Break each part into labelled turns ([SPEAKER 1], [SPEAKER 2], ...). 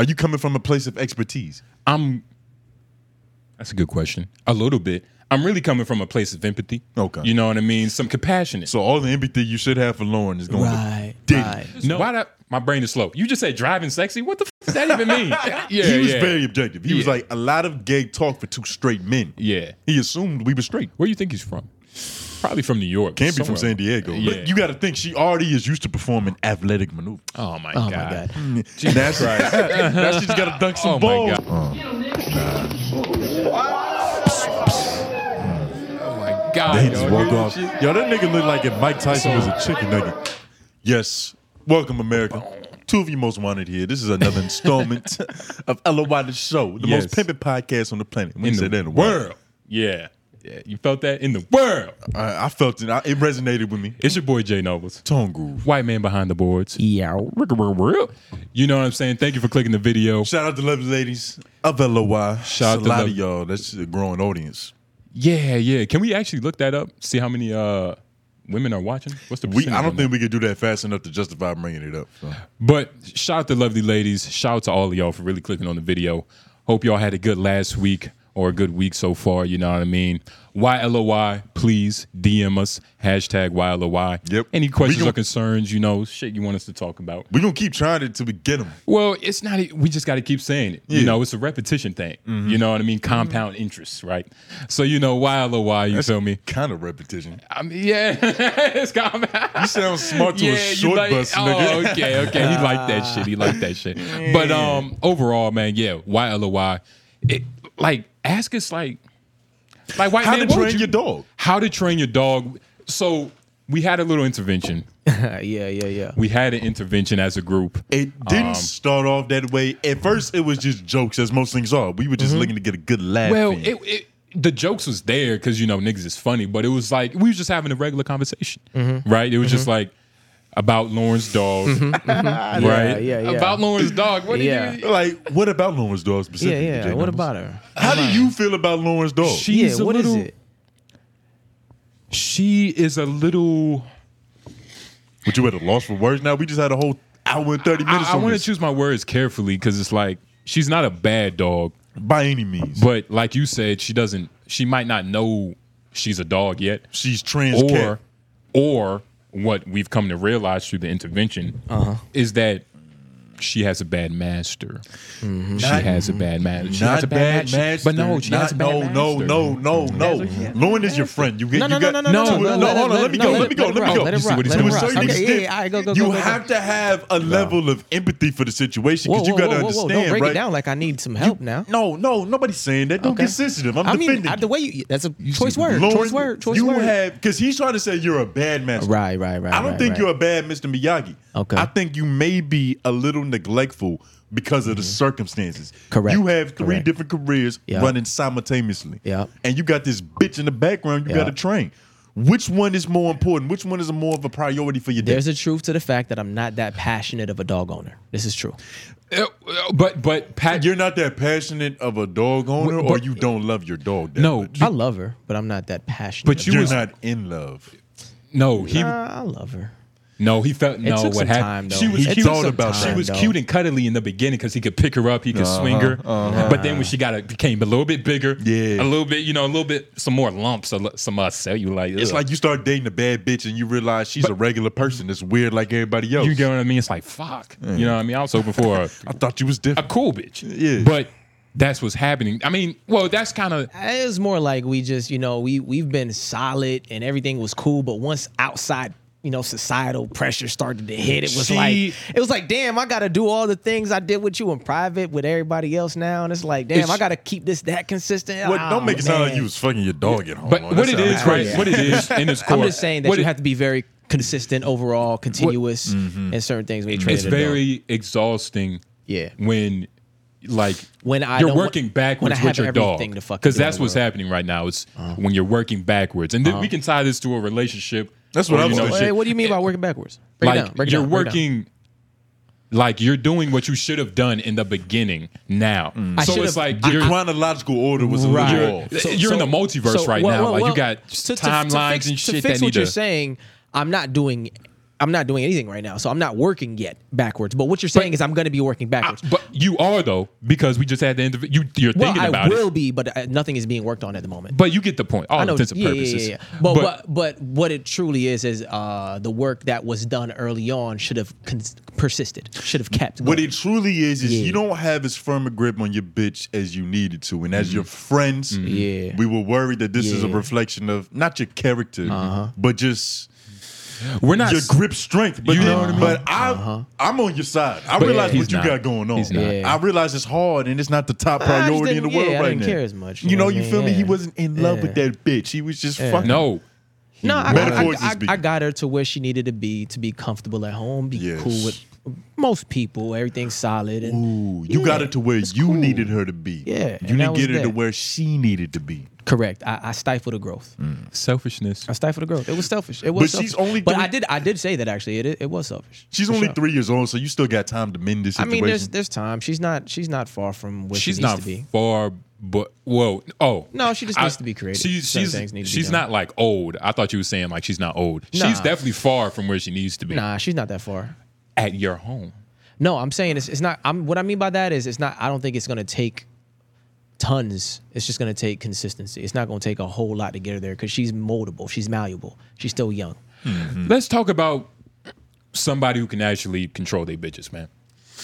[SPEAKER 1] Are you coming from a place of expertise?
[SPEAKER 2] I'm. That's a good question. A little bit. I'm really coming from a place of empathy.
[SPEAKER 1] Okay.
[SPEAKER 2] You know what I mean? Some compassionate.
[SPEAKER 1] So all the empathy you should have for Lauren is going
[SPEAKER 3] Right,
[SPEAKER 1] to Diddy.
[SPEAKER 3] right.
[SPEAKER 2] no, why that? My brain is slow. You just said driving sexy. What the fuck does that even mean? yeah,
[SPEAKER 1] he was
[SPEAKER 2] yeah.
[SPEAKER 1] very objective. He was
[SPEAKER 2] Yeah.
[SPEAKER 1] like, a lot of gay talk for two straight men.
[SPEAKER 2] Yeah.
[SPEAKER 1] He assumed we were straight.
[SPEAKER 2] Where do you think he's from? Probably from New York.
[SPEAKER 1] Can't be from
[SPEAKER 2] somewhere.
[SPEAKER 1] San Diego.
[SPEAKER 2] Yeah.
[SPEAKER 1] But you got to think she already is used to performing athletic maneuvers.
[SPEAKER 2] Oh my
[SPEAKER 3] Oh my
[SPEAKER 2] god.
[SPEAKER 3] god.
[SPEAKER 2] Jesus
[SPEAKER 1] That's
[SPEAKER 2] Christ.
[SPEAKER 1] right. Now she's got to dunk some
[SPEAKER 2] Oh
[SPEAKER 1] balls. Uh.
[SPEAKER 2] my god. Oh my god.
[SPEAKER 1] They just
[SPEAKER 2] dog.
[SPEAKER 1] walk off. Yo, that nigga looked like if Mike Tyson was a chicken nugget. Yes. Welcome, America. Two of you most wanted here. This is another installment of LOY The Show, the
[SPEAKER 2] Yes.
[SPEAKER 1] most pimping podcast on the planet. We
[SPEAKER 2] In
[SPEAKER 1] said that
[SPEAKER 2] the
[SPEAKER 1] in a while.
[SPEAKER 2] world. Yeah. Yeah. You felt that in the world.
[SPEAKER 1] I, I felt it. I, it resonated with me.
[SPEAKER 2] It's your boy Jay Nobles.
[SPEAKER 1] Tone groove.
[SPEAKER 2] White man behind the boards.
[SPEAKER 3] Yeah.
[SPEAKER 2] You know what I'm saying? Thank you for clicking the video.
[SPEAKER 1] Shout out to lovely ladies of LOY.
[SPEAKER 2] Shout
[SPEAKER 1] Shout out
[SPEAKER 2] out
[SPEAKER 1] a
[SPEAKER 2] to
[SPEAKER 1] lot
[SPEAKER 2] lov-
[SPEAKER 1] of y'all. That's a growing audience.
[SPEAKER 2] Yeah, yeah. Can we actually look that up? See how many uh women are watching? What's the
[SPEAKER 1] We,
[SPEAKER 2] percentage
[SPEAKER 1] I
[SPEAKER 2] on
[SPEAKER 1] don't
[SPEAKER 2] that?
[SPEAKER 1] think we could do that fast enough to justify bringing it up. so.
[SPEAKER 2] But shout out to lovely ladies. Shout out to all of y'all for really clicking on the video. Hope y'all had a good last week or a good week so far. You know what I mean? YLOY, please DM us. Hashtag YLOY.
[SPEAKER 1] Yep.
[SPEAKER 2] Any questions
[SPEAKER 1] We gon-
[SPEAKER 2] or concerns, you know, shit you want us to talk about.
[SPEAKER 1] we going to keep trying it till we get them.
[SPEAKER 2] Well, it's not, e, we just got to keep saying it. You
[SPEAKER 1] Yeah. Mm-hmm.
[SPEAKER 2] know, it's a repetition thing. You know what I mean? Compound interest, right? So, you know, YLOY, you feel me?
[SPEAKER 1] Kind of repetition.
[SPEAKER 2] I mean, yeah, it's compound.
[SPEAKER 1] You sound smart to a short
[SPEAKER 2] like,
[SPEAKER 1] bus,
[SPEAKER 2] oh,
[SPEAKER 1] nigga.
[SPEAKER 2] okay, okay. He liked that shit. He liked that shit. But um, overall, man, yeah, YLOY. It, like, ask us, like, like white
[SPEAKER 1] How
[SPEAKER 2] man,
[SPEAKER 1] to
[SPEAKER 2] what would
[SPEAKER 1] train
[SPEAKER 2] you-
[SPEAKER 1] your dog.
[SPEAKER 2] How to train your dog. So we had a little intervention.
[SPEAKER 3] yeah, yeah, yeah.
[SPEAKER 2] We had an intervention as a group.
[SPEAKER 1] It didn't
[SPEAKER 2] Um,
[SPEAKER 1] start off that way. At first, it was just jokes, as most things are. We were just looking to get a good
[SPEAKER 2] Mm-hmm.
[SPEAKER 1] laugh.
[SPEAKER 2] Well,
[SPEAKER 1] in.
[SPEAKER 2] it, it the jokes was there because you know niggas is funny, but it was like we was just having a regular conversation, right? It was just like about Lauren's dog, right?
[SPEAKER 3] Yeah, yeah, yeah.
[SPEAKER 2] About Lauren's dog. What do
[SPEAKER 3] Yeah.
[SPEAKER 2] you?
[SPEAKER 1] like, what about Lauren's dog
[SPEAKER 3] Yeah,
[SPEAKER 1] specifically?
[SPEAKER 3] yeah.
[SPEAKER 1] Jay
[SPEAKER 3] What
[SPEAKER 1] Numbers?
[SPEAKER 3] about her?
[SPEAKER 1] How do you feel about Lauren's dog?
[SPEAKER 2] She's
[SPEAKER 3] yeah,
[SPEAKER 2] a
[SPEAKER 3] what is
[SPEAKER 2] little-
[SPEAKER 3] it?
[SPEAKER 2] She is a little.
[SPEAKER 1] But you at a loss for words now? We just had a whole hour and 30 minutes
[SPEAKER 2] I, I
[SPEAKER 1] on
[SPEAKER 2] want to
[SPEAKER 1] this.
[SPEAKER 2] choose my words carefully because it's like she's not a bad dog,
[SPEAKER 1] By any means.
[SPEAKER 2] but like you said, she doesn't. She might not know she's a dog yet,
[SPEAKER 1] She's trans
[SPEAKER 2] or
[SPEAKER 1] cat.
[SPEAKER 2] or what we've come to realize through the intervention
[SPEAKER 1] Uh-huh.
[SPEAKER 2] is that she has a bad master. She
[SPEAKER 1] Mm-hmm. Not-
[SPEAKER 2] has a bad master. She has
[SPEAKER 1] Not
[SPEAKER 2] a bad, master. But no, she has a bad
[SPEAKER 1] no,
[SPEAKER 2] master.
[SPEAKER 1] no, no, no, no, Lauren is your friend. You get,
[SPEAKER 3] No, no,
[SPEAKER 1] you
[SPEAKER 3] no,
[SPEAKER 1] got,
[SPEAKER 3] no, no, no, no,
[SPEAKER 1] no,
[SPEAKER 3] no, let
[SPEAKER 1] Hold
[SPEAKER 3] it-
[SPEAKER 1] on, let me
[SPEAKER 3] no,
[SPEAKER 1] go,
[SPEAKER 3] let
[SPEAKER 1] let me
[SPEAKER 3] it-
[SPEAKER 1] go,
[SPEAKER 3] let it
[SPEAKER 1] let me
[SPEAKER 3] rock,
[SPEAKER 1] go.
[SPEAKER 3] let it
[SPEAKER 1] You see
[SPEAKER 3] rock,
[SPEAKER 1] what he's
[SPEAKER 3] let it
[SPEAKER 1] doing?
[SPEAKER 3] rock.
[SPEAKER 1] To a certain
[SPEAKER 3] Okay, yeah,
[SPEAKER 1] extent,
[SPEAKER 3] yeah, all right, go, go,
[SPEAKER 1] You
[SPEAKER 3] go, go,
[SPEAKER 1] have to have a level of empathy for the situation
[SPEAKER 3] Whoa,
[SPEAKER 1] because you
[SPEAKER 3] whoa,
[SPEAKER 1] got to
[SPEAKER 3] whoa, whoa, Don't
[SPEAKER 1] understand,
[SPEAKER 3] break it
[SPEAKER 1] right?
[SPEAKER 3] down like I need some help now.
[SPEAKER 1] No, no, nobody's saying that. Don't
[SPEAKER 3] Okay.
[SPEAKER 1] get sensitive. I'm
[SPEAKER 3] I mean,
[SPEAKER 1] defending.
[SPEAKER 3] I,
[SPEAKER 1] you.
[SPEAKER 3] the way you—that's a choice word.
[SPEAKER 1] Lauren,
[SPEAKER 3] choice word. Choice
[SPEAKER 1] you
[SPEAKER 3] word.
[SPEAKER 1] have because he's trying to say you're a bad master.
[SPEAKER 3] right, right, right.
[SPEAKER 1] I don't
[SPEAKER 3] right,
[SPEAKER 1] think
[SPEAKER 3] right.
[SPEAKER 1] you're a bad Mr. Miyagi.
[SPEAKER 3] Okay.
[SPEAKER 1] I think you may be a little neglectful because of the circumstances.
[SPEAKER 3] Mm-hmm. Correct.
[SPEAKER 1] You have three
[SPEAKER 3] Correct.
[SPEAKER 1] different careers
[SPEAKER 3] Yeah.
[SPEAKER 1] running simultaneously.
[SPEAKER 3] Yeah.
[SPEAKER 1] And you got this bitch in the background you
[SPEAKER 3] Yeah.
[SPEAKER 1] got to train. Which one is more important? Which one is a more of a priority for your day?
[SPEAKER 3] There's a truth to the fact that I'm not that passionate of a dog owner. This is true.
[SPEAKER 2] Uh, uh, But but Pat,
[SPEAKER 1] You're not that passionate of a dog owner, or
[SPEAKER 2] but-
[SPEAKER 1] you don't love your dog. That
[SPEAKER 2] no,
[SPEAKER 1] much.
[SPEAKER 3] I love her, but I'm not that passionate.
[SPEAKER 2] But
[SPEAKER 3] of
[SPEAKER 2] you
[SPEAKER 1] you're
[SPEAKER 2] was-
[SPEAKER 1] not in love.
[SPEAKER 2] no, he
[SPEAKER 3] her. Uh, I love her.
[SPEAKER 2] No, he felt no.
[SPEAKER 3] took
[SPEAKER 2] what
[SPEAKER 3] some
[SPEAKER 2] happened?
[SPEAKER 3] time, though.
[SPEAKER 2] She was
[SPEAKER 3] It
[SPEAKER 2] he
[SPEAKER 1] took
[SPEAKER 2] was
[SPEAKER 1] some
[SPEAKER 2] about
[SPEAKER 1] time,
[SPEAKER 2] she was
[SPEAKER 3] though.
[SPEAKER 2] cute and cuddly in the beginning because he could pick her up, he could swing her.
[SPEAKER 3] Uh-huh,
[SPEAKER 2] But then when she got a, became a little bit bigger, a
[SPEAKER 1] Yeah.
[SPEAKER 2] little bit, you know, a little bit, some more lumps, a li- some uh, cellulite.
[SPEAKER 1] It's
[SPEAKER 2] ugh.
[SPEAKER 1] like you start dating a bad bitch and you realize she's a regular person. That's weird, like everybody else.
[SPEAKER 2] you get what I mean. It's like fuck, you know what I mean. I was hoping for a,
[SPEAKER 1] I thought you was
[SPEAKER 2] a
[SPEAKER 1] different.
[SPEAKER 2] cool bitch,
[SPEAKER 1] Yeah.
[SPEAKER 2] but that's what's happening. I mean, well, that's kind of
[SPEAKER 3] It's more like we just, you know, we we've been solid and everything was cool, but once outside, you know, societal pressure started to hit, it was
[SPEAKER 2] She-
[SPEAKER 3] like it was like, damn, I gotta do all the things I did with you in private with everybody else now, and it's like, damn,
[SPEAKER 2] It's-
[SPEAKER 3] I gotta keep this that consistent.
[SPEAKER 1] Well, don't
[SPEAKER 3] Oh,
[SPEAKER 1] make it sound like
[SPEAKER 3] man.
[SPEAKER 1] you was fucking your dog at home.
[SPEAKER 2] but
[SPEAKER 1] That
[SPEAKER 2] what it
[SPEAKER 1] sound
[SPEAKER 2] is,
[SPEAKER 1] crazy.
[SPEAKER 2] right? What it is in its core.
[SPEAKER 3] I'm just saying that
[SPEAKER 2] what
[SPEAKER 3] you
[SPEAKER 2] it-
[SPEAKER 3] have to be very consistent overall, continuous, and certain things when you train.
[SPEAKER 2] Mm-hmm. It's
[SPEAKER 3] a dog.
[SPEAKER 2] very exhausting.
[SPEAKER 3] Yeah.
[SPEAKER 2] When, like,
[SPEAKER 3] When I
[SPEAKER 2] you're
[SPEAKER 3] don't-
[SPEAKER 2] working
[SPEAKER 3] when I
[SPEAKER 2] backwards
[SPEAKER 3] have
[SPEAKER 2] with your dog,
[SPEAKER 3] everything to fucking do in
[SPEAKER 2] that's
[SPEAKER 3] the
[SPEAKER 2] what's
[SPEAKER 3] world. Uh-huh.
[SPEAKER 2] happening right now. It's when you're working backwards, and then we can tie this to a relationship.
[SPEAKER 1] That's what
[SPEAKER 2] or,
[SPEAKER 1] I
[SPEAKER 2] you
[SPEAKER 1] was
[SPEAKER 2] know,
[SPEAKER 1] gonna
[SPEAKER 3] Wait,
[SPEAKER 1] shit.
[SPEAKER 3] what do you mean by working backwards? Break it
[SPEAKER 2] Like
[SPEAKER 3] down. Break it
[SPEAKER 2] you're
[SPEAKER 3] down, break it down.
[SPEAKER 2] working. Like you're doing what you should have done in the beginning now.
[SPEAKER 1] Mm.
[SPEAKER 3] I
[SPEAKER 2] So
[SPEAKER 3] should
[SPEAKER 2] it's
[SPEAKER 3] have-
[SPEAKER 2] like
[SPEAKER 1] The
[SPEAKER 2] you're,
[SPEAKER 1] chronological order was a
[SPEAKER 3] Right.
[SPEAKER 1] little off.
[SPEAKER 2] you're, you're in the multiverse
[SPEAKER 3] So,
[SPEAKER 2] right
[SPEAKER 3] well,
[SPEAKER 2] now.
[SPEAKER 3] well,
[SPEAKER 2] like
[SPEAKER 3] well,
[SPEAKER 2] you got
[SPEAKER 3] to- to- to
[SPEAKER 2] timelines
[SPEAKER 3] fix-
[SPEAKER 2] and
[SPEAKER 3] to
[SPEAKER 2] shit
[SPEAKER 3] fix
[SPEAKER 2] that
[SPEAKER 3] what
[SPEAKER 2] need
[SPEAKER 3] you're
[SPEAKER 2] to.
[SPEAKER 3] saying. I'm not doing I'm not doing anything right now, so I'm not working yet backwards. But what you're saying is I'm going to be working backwards.
[SPEAKER 2] But you are though, because we just had the end of it. You, you're
[SPEAKER 3] well,
[SPEAKER 2] thinking
[SPEAKER 3] I
[SPEAKER 2] about
[SPEAKER 3] will
[SPEAKER 2] it,
[SPEAKER 3] be, but uh, nothing is being worked on at the moment.
[SPEAKER 2] but you get the point. All
[SPEAKER 3] I know,
[SPEAKER 2] intents and
[SPEAKER 3] yeah, yeah,
[SPEAKER 2] purposes.
[SPEAKER 3] yeah, yeah. But, but but what it truly is is uh, the work that was done early on should have cons- persisted, should have kept.
[SPEAKER 1] What
[SPEAKER 3] going.
[SPEAKER 1] it truly is is
[SPEAKER 3] Yeah.
[SPEAKER 1] you don't have as firm a grip on your bitch as you needed to, and as your friends,
[SPEAKER 3] Yeah.
[SPEAKER 1] we were worried that this is a
[SPEAKER 3] Yeah. Uh-huh.
[SPEAKER 1] reflection of not your character, but just
[SPEAKER 2] we're not.
[SPEAKER 1] your grip strength. But,
[SPEAKER 2] You
[SPEAKER 1] you
[SPEAKER 2] know what I mean?
[SPEAKER 1] but I, I'm on your side. I realize
[SPEAKER 2] he's
[SPEAKER 1] what you
[SPEAKER 2] not.
[SPEAKER 1] got going on.
[SPEAKER 2] He's not.
[SPEAKER 3] Uh-huh. Yeah.
[SPEAKER 1] I realize it's hard and it's not the top
[SPEAKER 3] I just
[SPEAKER 1] priority in
[SPEAKER 3] didn't-
[SPEAKER 1] the world
[SPEAKER 3] yeah, I
[SPEAKER 1] right
[SPEAKER 3] didn't
[SPEAKER 1] now.
[SPEAKER 3] care as much,
[SPEAKER 1] You,
[SPEAKER 3] you know
[SPEAKER 1] know,
[SPEAKER 3] what I
[SPEAKER 1] you
[SPEAKER 3] mean?
[SPEAKER 1] feel me? He
[SPEAKER 3] Yeah.
[SPEAKER 1] wasn't in love with that bitch. He was just fucking.
[SPEAKER 2] no,
[SPEAKER 3] no, I, I,
[SPEAKER 1] Metaphors is
[SPEAKER 3] I,
[SPEAKER 1] big.
[SPEAKER 3] I got her to where she needed to be to be comfortable at home, be
[SPEAKER 1] Yes.
[SPEAKER 3] cool with most people, everything's solid, and
[SPEAKER 1] Ooh, you got
[SPEAKER 3] Yeah,
[SPEAKER 1] it to where
[SPEAKER 3] it's
[SPEAKER 1] you
[SPEAKER 3] cool.
[SPEAKER 1] needed her to be.
[SPEAKER 3] Yeah, and that
[SPEAKER 1] You didn't
[SPEAKER 3] was
[SPEAKER 1] get her to
[SPEAKER 3] that.
[SPEAKER 1] where she needed to be.
[SPEAKER 3] correct. I, I stifled the growth.
[SPEAKER 2] selfishness.
[SPEAKER 3] I stifled the growth. It was selfish. It was.
[SPEAKER 1] Mm. But she's
[SPEAKER 3] selfish.
[SPEAKER 1] only
[SPEAKER 3] But
[SPEAKER 1] doing-
[SPEAKER 3] I did. I did say that actually. It it was selfish.
[SPEAKER 1] She's
[SPEAKER 3] for
[SPEAKER 1] only
[SPEAKER 3] sure.
[SPEAKER 1] three years old, so you still got time to mend this
[SPEAKER 3] I
[SPEAKER 1] situation.
[SPEAKER 3] mean, there's there's time. She's not. She's not far from where
[SPEAKER 2] She's
[SPEAKER 3] she needs
[SPEAKER 2] not
[SPEAKER 3] to be.
[SPEAKER 2] far, but whoa, oh
[SPEAKER 3] No, she just needs to be creative.
[SPEAKER 2] She,
[SPEAKER 3] Certain
[SPEAKER 2] she's
[SPEAKER 3] things need to be
[SPEAKER 2] she's
[SPEAKER 3] done.
[SPEAKER 2] not like old. I thought you were saying like she's not old.
[SPEAKER 3] Nah.
[SPEAKER 2] She's definitely far from where she needs to be
[SPEAKER 3] Nah, she's not that far.
[SPEAKER 2] at your home.
[SPEAKER 3] No, I'm saying it's, it's not. I'm what I mean by that is it's not. I don't think it's gonna take tons. It's just gonna take consistency. It's not gonna take a whole lot to get her there because she's moldable. She's malleable. She's still young. Mm.
[SPEAKER 2] Let's talk about somebody who can actually control their bitches, man.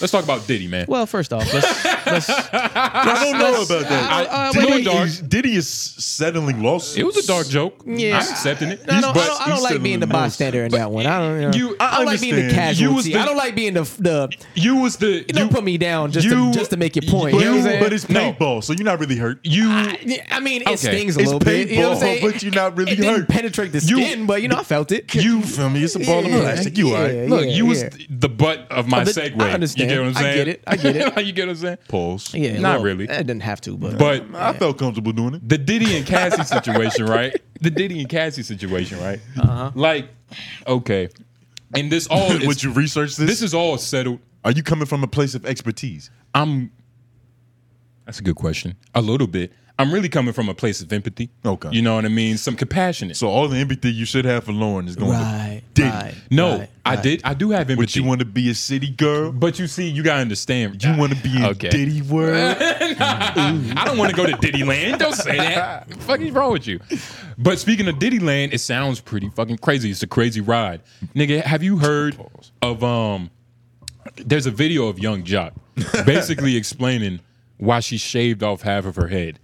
[SPEAKER 2] Let's talk about Diddy, man.
[SPEAKER 3] Well, first off, let's, let's
[SPEAKER 1] I don't know about that.
[SPEAKER 3] I- I-
[SPEAKER 2] wait,
[SPEAKER 1] Diddy,
[SPEAKER 2] wait.
[SPEAKER 1] is, Diddy is settling lawsuits.
[SPEAKER 2] it was a dark joke.
[SPEAKER 3] Yeah.
[SPEAKER 2] I'm accepting it.
[SPEAKER 3] I don't, I
[SPEAKER 1] but
[SPEAKER 3] don't, I don't
[SPEAKER 1] he's
[SPEAKER 3] like
[SPEAKER 1] still
[SPEAKER 3] being
[SPEAKER 1] in
[SPEAKER 3] the
[SPEAKER 1] the most-
[SPEAKER 3] bystander in that one. I don't. You know,
[SPEAKER 2] you-
[SPEAKER 3] I, don't like being the
[SPEAKER 1] understand.
[SPEAKER 2] You was
[SPEAKER 3] casualty.
[SPEAKER 2] the-
[SPEAKER 3] I don't like being the the.
[SPEAKER 2] You was the
[SPEAKER 3] Don't
[SPEAKER 2] you
[SPEAKER 3] put me down just to,
[SPEAKER 2] you-
[SPEAKER 3] just to make your point.
[SPEAKER 1] but,
[SPEAKER 3] You know what I'm saying?
[SPEAKER 1] but it's
[SPEAKER 2] No.
[SPEAKER 1] paintball, so you're not really hurt.
[SPEAKER 2] you.
[SPEAKER 3] Yeah, I mean, it
[SPEAKER 2] Okay.
[SPEAKER 3] stings a
[SPEAKER 1] It's
[SPEAKER 3] little bit. You know what I'm
[SPEAKER 1] paintball,
[SPEAKER 3] saying?
[SPEAKER 1] but you're not really
[SPEAKER 3] it didn't
[SPEAKER 1] hurt.
[SPEAKER 3] penetrate the skin, but you know, I felt it.
[SPEAKER 1] You feel me? It's a ball
[SPEAKER 3] Yeah,
[SPEAKER 1] of plastic. You
[SPEAKER 3] yeah.
[SPEAKER 1] all right?
[SPEAKER 2] Look,
[SPEAKER 3] yeah,
[SPEAKER 2] you was
[SPEAKER 3] yeah.
[SPEAKER 2] the butt of my
[SPEAKER 3] Oh, the- I
[SPEAKER 2] segue.
[SPEAKER 3] understand.
[SPEAKER 2] You get what I'm
[SPEAKER 3] I
[SPEAKER 2] saying?
[SPEAKER 3] get it. I get it.
[SPEAKER 2] you get what I'm saying?
[SPEAKER 1] Pause.
[SPEAKER 3] yeah,
[SPEAKER 2] Not
[SPEAKER 3] well,
[SPEAKER 2] really.
[SPEAKER 3] I didn't have to, but,
[SPEAKER 2] But
[SPEAKER 1] I felt comfortable doing it.
[SPEAKER 2] the Diddy and Cassie situation, right? The Diddy and Cassie situation, right? Uh-huh. Like, okay, and this all
[SPEAKER 3] Oh,
[SPEAKER 1] Would
[SPEAKER 2] is,
[SPEAKER 1] you research this?
[SPEAKER 2] this is all settled.
[SPEAKER 1] Are you coming from a place of expertise?
[SPEAKER 2] I'm. That's a good question. A little bit. I'm really coming from a place of empathy.
[SPEAKER 1] Okay.
[SPEAKER 2] you know what I mean. Some compassionate.
[SPEAKER 1] So all the empathy you should have for Lauren is going
[SPEAKER 3] right,
[SPEAKER 1] to Diddy.
[SPEAKER 3] right,
[SPEAKER 2] no,
[SPEAKER 3] right,
[SPEAKER 2] I
[SPEAKER 3] right.
[SPEAKER 2] did. I do have empathy.
[SPEAKER 1] But you want to be a city girl?
[SPEAKER 2] But you see, you gotta understand.
[SPEAKER 1] You want to be in
[SPEAKER 2] Okay. Eh.
[SPEAKER 1] Diddy world?
[SPEAKER 2] I don't want to go to Diddy Land. Don't say that. What the fuck is wrong with you? But speaking of Diddy Land, it sounds pretty fucking crazy. It's a crazy ride, nigga. Have you heard of um? There's a video of Young Jock basically explaining why she shaved off half of her head,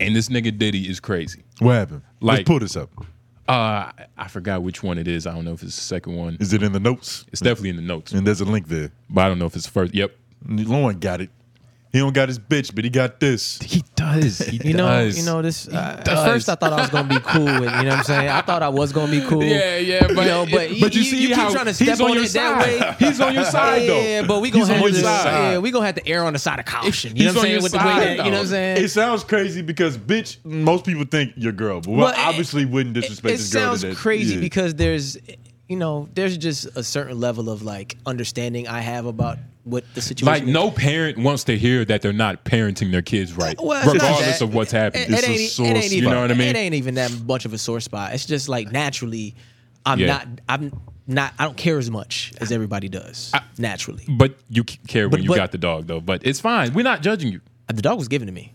[SPEAKER 2] and this nigga Diddy is crazy.
[SPEAKER 1] What happened?
[SPEAKER 2] Like-
[SPEAKER 1] Let's pull this up.
[SPEAKER 2] Uh, I- I forgot which one it is. I don't know if it's the second one.
[SPEAKER 1] Is it in the notes?
[SPEAKER 2] It's definitely in the notes,
[SPEAKER 1] And there's a link there.
[SPEAKER 2] but I don't know if it's the first. Yep,
[SPEAKER 1] Lauren got it. He don't got his bitch, but he got this.
[SPEAKER 2] he does. He
[SPEAKER 3] You know,
[SPEAKER 2] does.
[SPEAKER 3] you know this. Uh, at
[SPEAKER 2] does.
[SPEAKER 3] first, I thought I was gonna be cool. With, you know what I'm saying? I thought I was gonna be cool.
[SPEAKER 2] Yeah, yeah, but
[SPEAKER 3] you know, but,
[SPEAKER 2] but you, see
[SPEAKER 3] keep
[SPEAKER 2] how
[SPEAKER 3] trying to
[SPEAKER 2] he's
[SPEAKER 3] step
[SPEAKER 2] on,
[SPEAKER 3] on,
[SPEAKER 2] your
[SPEAKER 3] it
[SPEAKER 2] side.
[SPEAKER 3] that way.
[SPEAKER 2] He's on your side though.
[SPEAKER 3] Yeah, but we gonna
[SPEAKER 2] He's on
[SPEAKER 3] have
[SPEAKER 2] your
[SPEAKER 3] to,
[SPEAKER 2] side.
[SPEAKER 3] yeah, we gonna have to err on the side of caution. You
[SPEAKER 2] He's
[SPEAKER 3] know what
[SPEAKER 2] on
[SPEAKER 3] I'm
[SPEAKER 2] your
[SPEAKER 3] saying? With the
[SPEAKER 2] side,
[SPEAKER 3] way that, you know what
[SPEAKER 2] though.
[SPEAKER 3] I'm saying?
[SPEAKER 1] It sounds crazy because bitch, most people think your girl, but
[SPEAKER 3] Well,
[SPEAKER 1] I obviously wouldn't disrespect
[SPEAKER 3] it
[SPEAKER 1] this girl.
[SPEAKER 3] sounds
[SPEAKER 1] to that.
[SPEAKER 3] crazy
[SPEAKER 1] Yeah.
[SPEAKER 3] because there's you know there's just a certain level of like understanding i have about what the situation
[SPEAKER 2] Like no parent wants to hear that they're not parenting their kids right,
[SPEAKER 3] Well, it's not
[SPEAKER 2] regardless
[SPEAKER 3] that.
[SPEAKER 2] of what's
[SPEAKER 3] it,
[SPEAKER 2] happening.
[SPEAKER 1] It's
[SPEAKER 3] it
[SPEAKER 1] a
[SPEAKER 3] ain't, e-,
[SPEAKER 1] sore
[SPEAKER 3] it ain't
[SPEAKER 1] spot.
[SPEAKER 3] even
[SPEAKER 2] You know what I mean?
[SPEAKER 3] it ain't even that much of a sore spot it's just like naturally i'm
[SPEAKER 2] Yeah.
[SPEAKER 3] not i'm not i don't care as much as everybody does naturally
[SPEAKER 2] but you c- care when
[SPEAKER 3] But-
[SPEAKER 2] you
[SPEAKER 3] but-
[SPEAKER 2] got the dog though. But it's fine. We're not judging you.
[SPEAKER 3] the dog was given to me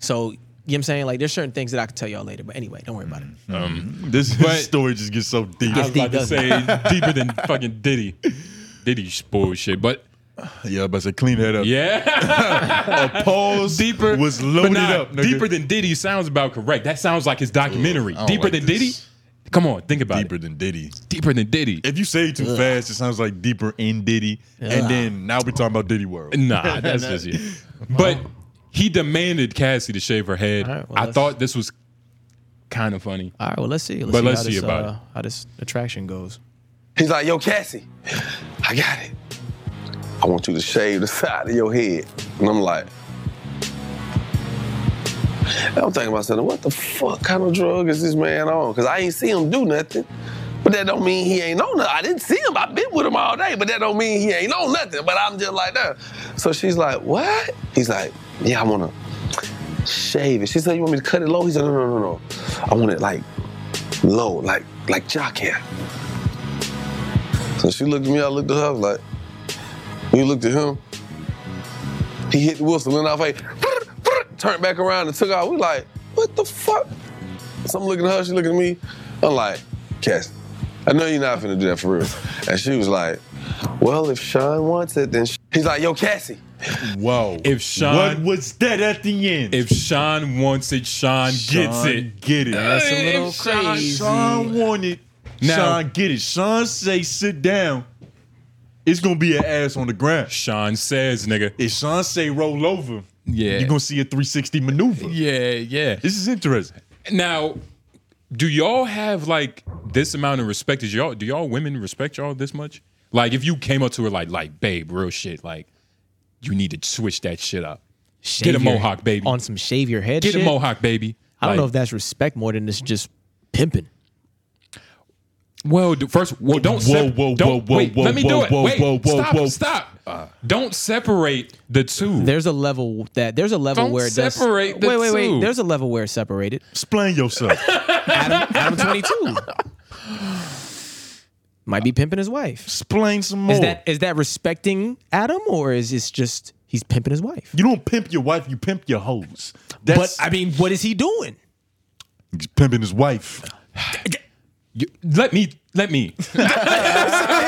[SPEAKER 3] so you know what i'm saying like there's certain things that i can tell y'all later but anyway don't worry about it
[SPEAKER 2] Mm-hmm.
[SPEAKER 1] this
[SPEAKER 2] But-
[SPEAKER 1] story just gets so deep.
[SPEAKER 2] I was
[SPEAKER 3] deep,
[SPEAKER 2] about to
[SPEAKER 3] doesn't
[SPEAKER 2] say deeper than fucking Diddy. Diddy spoiled shit, but
[SPEAKER 1] yeah, but I said clean that up.
[SPEAKER 2] yeah,
[SPEAKER 1] A pause
[SPEAKER 2] deeper
[SPEAKER 1] was
[SPEAKER 2] but
[SPEAKER 1] loaded
[SPEAKER 2] nah,
[SPEAKER 1] up. nigga.
[SPEAKER 2] Deeper than Diddy sounds about correct. That sounds like his documentary.
[SPEAKER 1] I don't
[SPEAKER 2] deeper
[SPEAKER 1] like
[SPEAKER 2] than
[SPEAKER 1] this.
[SPEAKER 2] Diddy. Come on, think about
[SPEAKER 1] deeper
[SPEAKER 2] it.
[SPEAKER 1] than Diddy.
[SPEAKER 2] Deeper than Diddy.
[SPEAKER 1] If you say it too fast, it sounds like deeper in Diddy, and then now we're talking about Diddy World.
[SPEAKER 2] Nah, that's just it. But he demanded Cassie to shave her head.
[SPEAKER 3] All right, well,
[SPEAKER 2] I
[SPEAKER 3] that's-
[SPEAKER 2] thought this was kind of funny.
[SPEAKER 3] all right well let's see let's
[SPEAKER 2] But
[SPEAKER 3] see,
[SPEAKER 2] let's
[SPEAKER 3] how,
[SPEAKER 2] see
[SPEAKER 3] this,
[SPEAKER 2] about
[SPEAKER 3] uh,
[SPEAKER 2] it.
[SPEAKER 3] how this attraction goes
[SPEAKER 4] He's like, yo, Cassie, I got it. I want you to shave the side of your head. And I'm like, and I'm thinking about myself, what the fuck kind of drug is this man on? Because I ain't see him do nothing. But that don't mean he ain't on nothing. I didn't see him. I've been with him all day, but that don't mean he ain't on nothing. But I'm just like that. So she's like, what? He's like, yeah, I want to shave it. She said, you want me to cut it low? He said, no, no, no, no. I want it like low, like like jock hair. So she looked at me, I looked at her, I was like, when you looked at him, he hit the whistle and I was like, turned back around and took out. We like, what the fuck? So I'm looking at her, she looking at me. I'm like, Cass, I know you're not finna do that for real. And she was like, well, if Sean wants it, then sh-. he's like, yo, Cassie.
[SPEAKER 1] Whoa.
[SPEAKER 2] If Sean-
[SPEAKER 1] What was that at the end?
[SPEAKER 2] If Sean wants it, Sean, gets
[SPEAKER 1] Sean
[SPEAKER 2] it.
[SPEAKER 1] Get it.
[SPEAKER 3] That's a little
[SPEAKER 2] If Sean-
[SPEAKER 3] crazy.
[SPEAKER 1] Sean wanted.
[SPEAKER 2] Now-
[SPEAKER 1] Sean get it. Sean say sit down. It's gonna be an ass on the ground.
[SPEAKER 2] Sean says, nigga.
[SPEAKER 1] If Sean say roll over,
[SPEAKER 2] Yeah.
[SPEAKER 1] you're gonna see a 360 maneuver.
[SPEAKER 2] Yeah, yeah.
[SPEAKER 1] This is interesting.
[SPEAKER 2] Now, do y'all have like this amount of respect? Is y'all do y'all women respect y'all this much? Like, if you came up to her like, like, babe, real shit, like, you need to switch that shit up.
[SPEAKER 3] Shave
[SPEAKER 2] Get a
[SPEAKER 3] your-
[SPEAKER 2] mohawk, baby.
[SPEAKER 3] On some shave your head
[SPEAKER 2] Get
[SPEAKER 3] shit.
[SPEAKER 2] a mohawk, baby.
[SPEAKER 3] I don't
[SPEAKER 2] Like,
[SPEAKER 3] know if that's respect more than it's just pimping.
[SPEAKER 2] Well, d- first, well, don't.
[SPEAKER 1] Whoa,
[SPEAKER 2] sep-
[SPEAKER 1] whoa,
[SPEAKER 2] don't-
[SPEAKER 1] whoa, whoa,
[SPEAKER 2] wait,
[SPEAKER 1] whoa,
[SPEAKER 2] Let me
[SPEAKER 1] whoa,
[SPEAKER 2] do it.
[SPEAKER 1] whoa,
[SPEAKER 2] Wait,
[SPEAKER 1] whoa, whoa,
[SPEAKER 2] stop,
[SPEAKER 1] whoa. Uh.
[SPEAKER 2] stop. don't separate the two.
[SPEAKER 3] There's a level that there's a level
[SPEAKER 2] Don't
[SPEAKER 3] where it does,
[SPEAKER 2] separate the
[SPEAKER 3] wait, wait, wait.
[SPEAKER 2] two.
[SPEAKER 3] There's a level where it's separated.
[SPEAKER 1] Explain yourself.
[SPEAKER 3] Adam, Adam 22 might be pimping his wife.
[SPEAKER 1] Explain some more.
[SPEAKER 3] Is that is that respecting Adam or is this just he's pimping his wife?
[SPEAKER 1] you don't pimp your wife, you pimp your hoes. That's
[SPEAKER 3] but I mean, what is he doing?
[SPEAKER 1] He's pimping his wife.
[SPEAKER 2] You- let me. Let me.
[SPEAKER 1] No,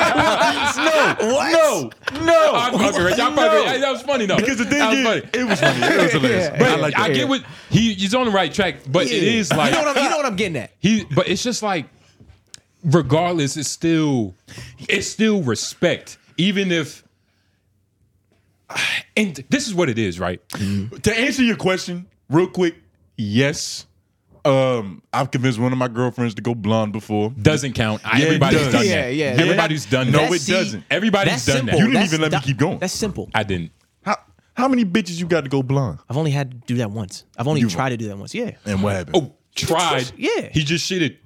[SPEAKER 1] no, no.
[SPEAKER 2] I'm fucking right. Y'all fucking right. That was funny though.
[SPEAKER 1] Because the thing
[SPEAKER 2] that was
[SPEAKER 1] is,
[SPEAKER 2] funny.
[SPEAKER 1] it was funny. It was hilarious.
[SPEAKER 2] But
[SPEAKER 1] I
[SPEAKER 2] I,
[SPEAKER 1] like that.
[SPEAKER 2] get what he, he's on the right track, but it is like
[SPEAKER 3] you know, what I'm, you know what I'm getting at.
[SPEAKER 2] He, but it's just like, regardless, it's still, it's still respect, even if. And this is what it is, right?
[SPEAKER 1] to answer your question real quick, yes. Um, I've convinced one of my girlfriends to go blonde before.
[SPEAKER 2] Doesn't count. I
[SPEAKER 1] Yeah, it
[SPEAKER 2] everybody's
[SPEAKER 1] does.
[SPEAKER 2] done
[SPEAKER 1] Yeah,
[SPEAKER 2] that.
[SPEAKER 3] yeah.
[SPEAKER 2] Everybody's done
[SPEAKER 1] No,
[SPEAKER 2] that.
[SPEAKER 1] it doesn't.
[SPEAKER 2] Everybody's
[SPEAKER 3] That's
[SPEAKER 2] done
[SPEAKER 3] simple.
[SPEAKER 2] that.
[SPEAKER 1] You didn't
[SPEAKER 3] That's
[SPEAKER 1] even let me
[SPEAKER 3] di-
[SPEAKER 1] keep going.
[SPEAKER 3] That's simple.
[SPEAKER 2] I didn't.
[SPEAKER 1] How how many bitches you got to go blonde?
[SPEAKER 3] I've only had to do that once. I've only
[SPEAKER 1] You-
[SPEAKER 3] tried to do that once. Yeah.
[SPEAKER 1] And what happened?
[SPEAKER 2] Oh, tried.
[SPEAKER 3] Yeah.
[SPEAKER 2] He just shitted.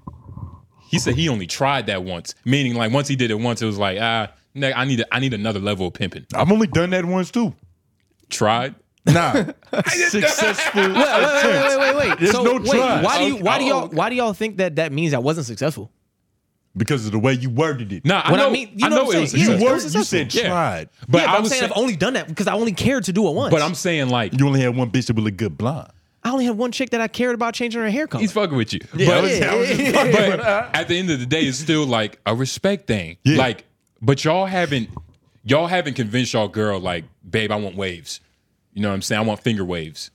[SPEAKER 2] He said he only tried that once. Meaning, like once he did it once, it was like ah, nigga, I need, a, I need another level of pimping.
[SPEAKER 1] I've only done that once too.
[SPEAKER 2] Tried.
[SPEAKER 1] Nah, successful.
[SPEAKER 3] Wait, wait, wait, wait, wait.
[SPEAKER 1] There's
[SPEAKER 3] so,
[SPEAKER 1] no
[SPEAKER 3] wait,
[SPEAKER 1] try.
[SPEAKER 3] Why do you
[SPEAKER 2] Okay.
[SPEAKER 3] why do
[SPEAKER 2] Oh,
[SPEAKER 3] y'all
[SPEAKER 2] okay.
[SPEAKER 3] why do y'all think that that means I wasn't successful?
[SPEAKER 1] because of the way you worded it.
[SPEAKER 2] Nah, I
[SPEAKER 3] What I
[SPEAKER 2] know.
[SPEAKER 3] mean- you
[SPEAKER 2] I
[SPEAKER 3] know
[SPEAKER 2] know
[SPEAKER 3] what
[SPEAKER 2] it
[SPEAKER 3] I'm
[SPEAKER 2] was.
[SPEAKER 3] saying.
[SPEAKER 1] you
[SPEAKER 3] Yeah, it
[SPEAKER 1] worded.
[SPEAKER 3] was
[SPEAKER 1] You said
[SPEAKER 3] successful.
[SPEAKER 2] Yeah.
[SPEAKER 1] tried,
[SPEAKER 2] But
[SPEAKER 3] yeah, but
[SPEAKER 2] I
[SPEAKER 3] I'm
[SPEAKER 2] was
[SPEAKER 3] saying
[SPEAKER 2] saying,
[SPEAKER 3] I've only done that because I only cared to do it once.
[SPEAKER 2] but I'm saying like
[SPEAKER 1] you only had one bitch that would look good blonde.
[SPEAKER 3] I only had one chick that I cared about changing her hair color.
[SPEAKER 2] he's fucking with you.
[SPEAKER 1] I
[SPEAKER 2] but,
[SPEAKER 1] was- I was just
[SPEAKER 3] Yeah.
[SPEAKER 2] but at the end of the day, it's still like a respect thing.
[SPEAKER 1] Yeah.
[SPEAKER 2] Like, but y'all haven't y'all haven't convinced y'all girl like, babe, I want waves. You know what I'm saying? I want finger waves.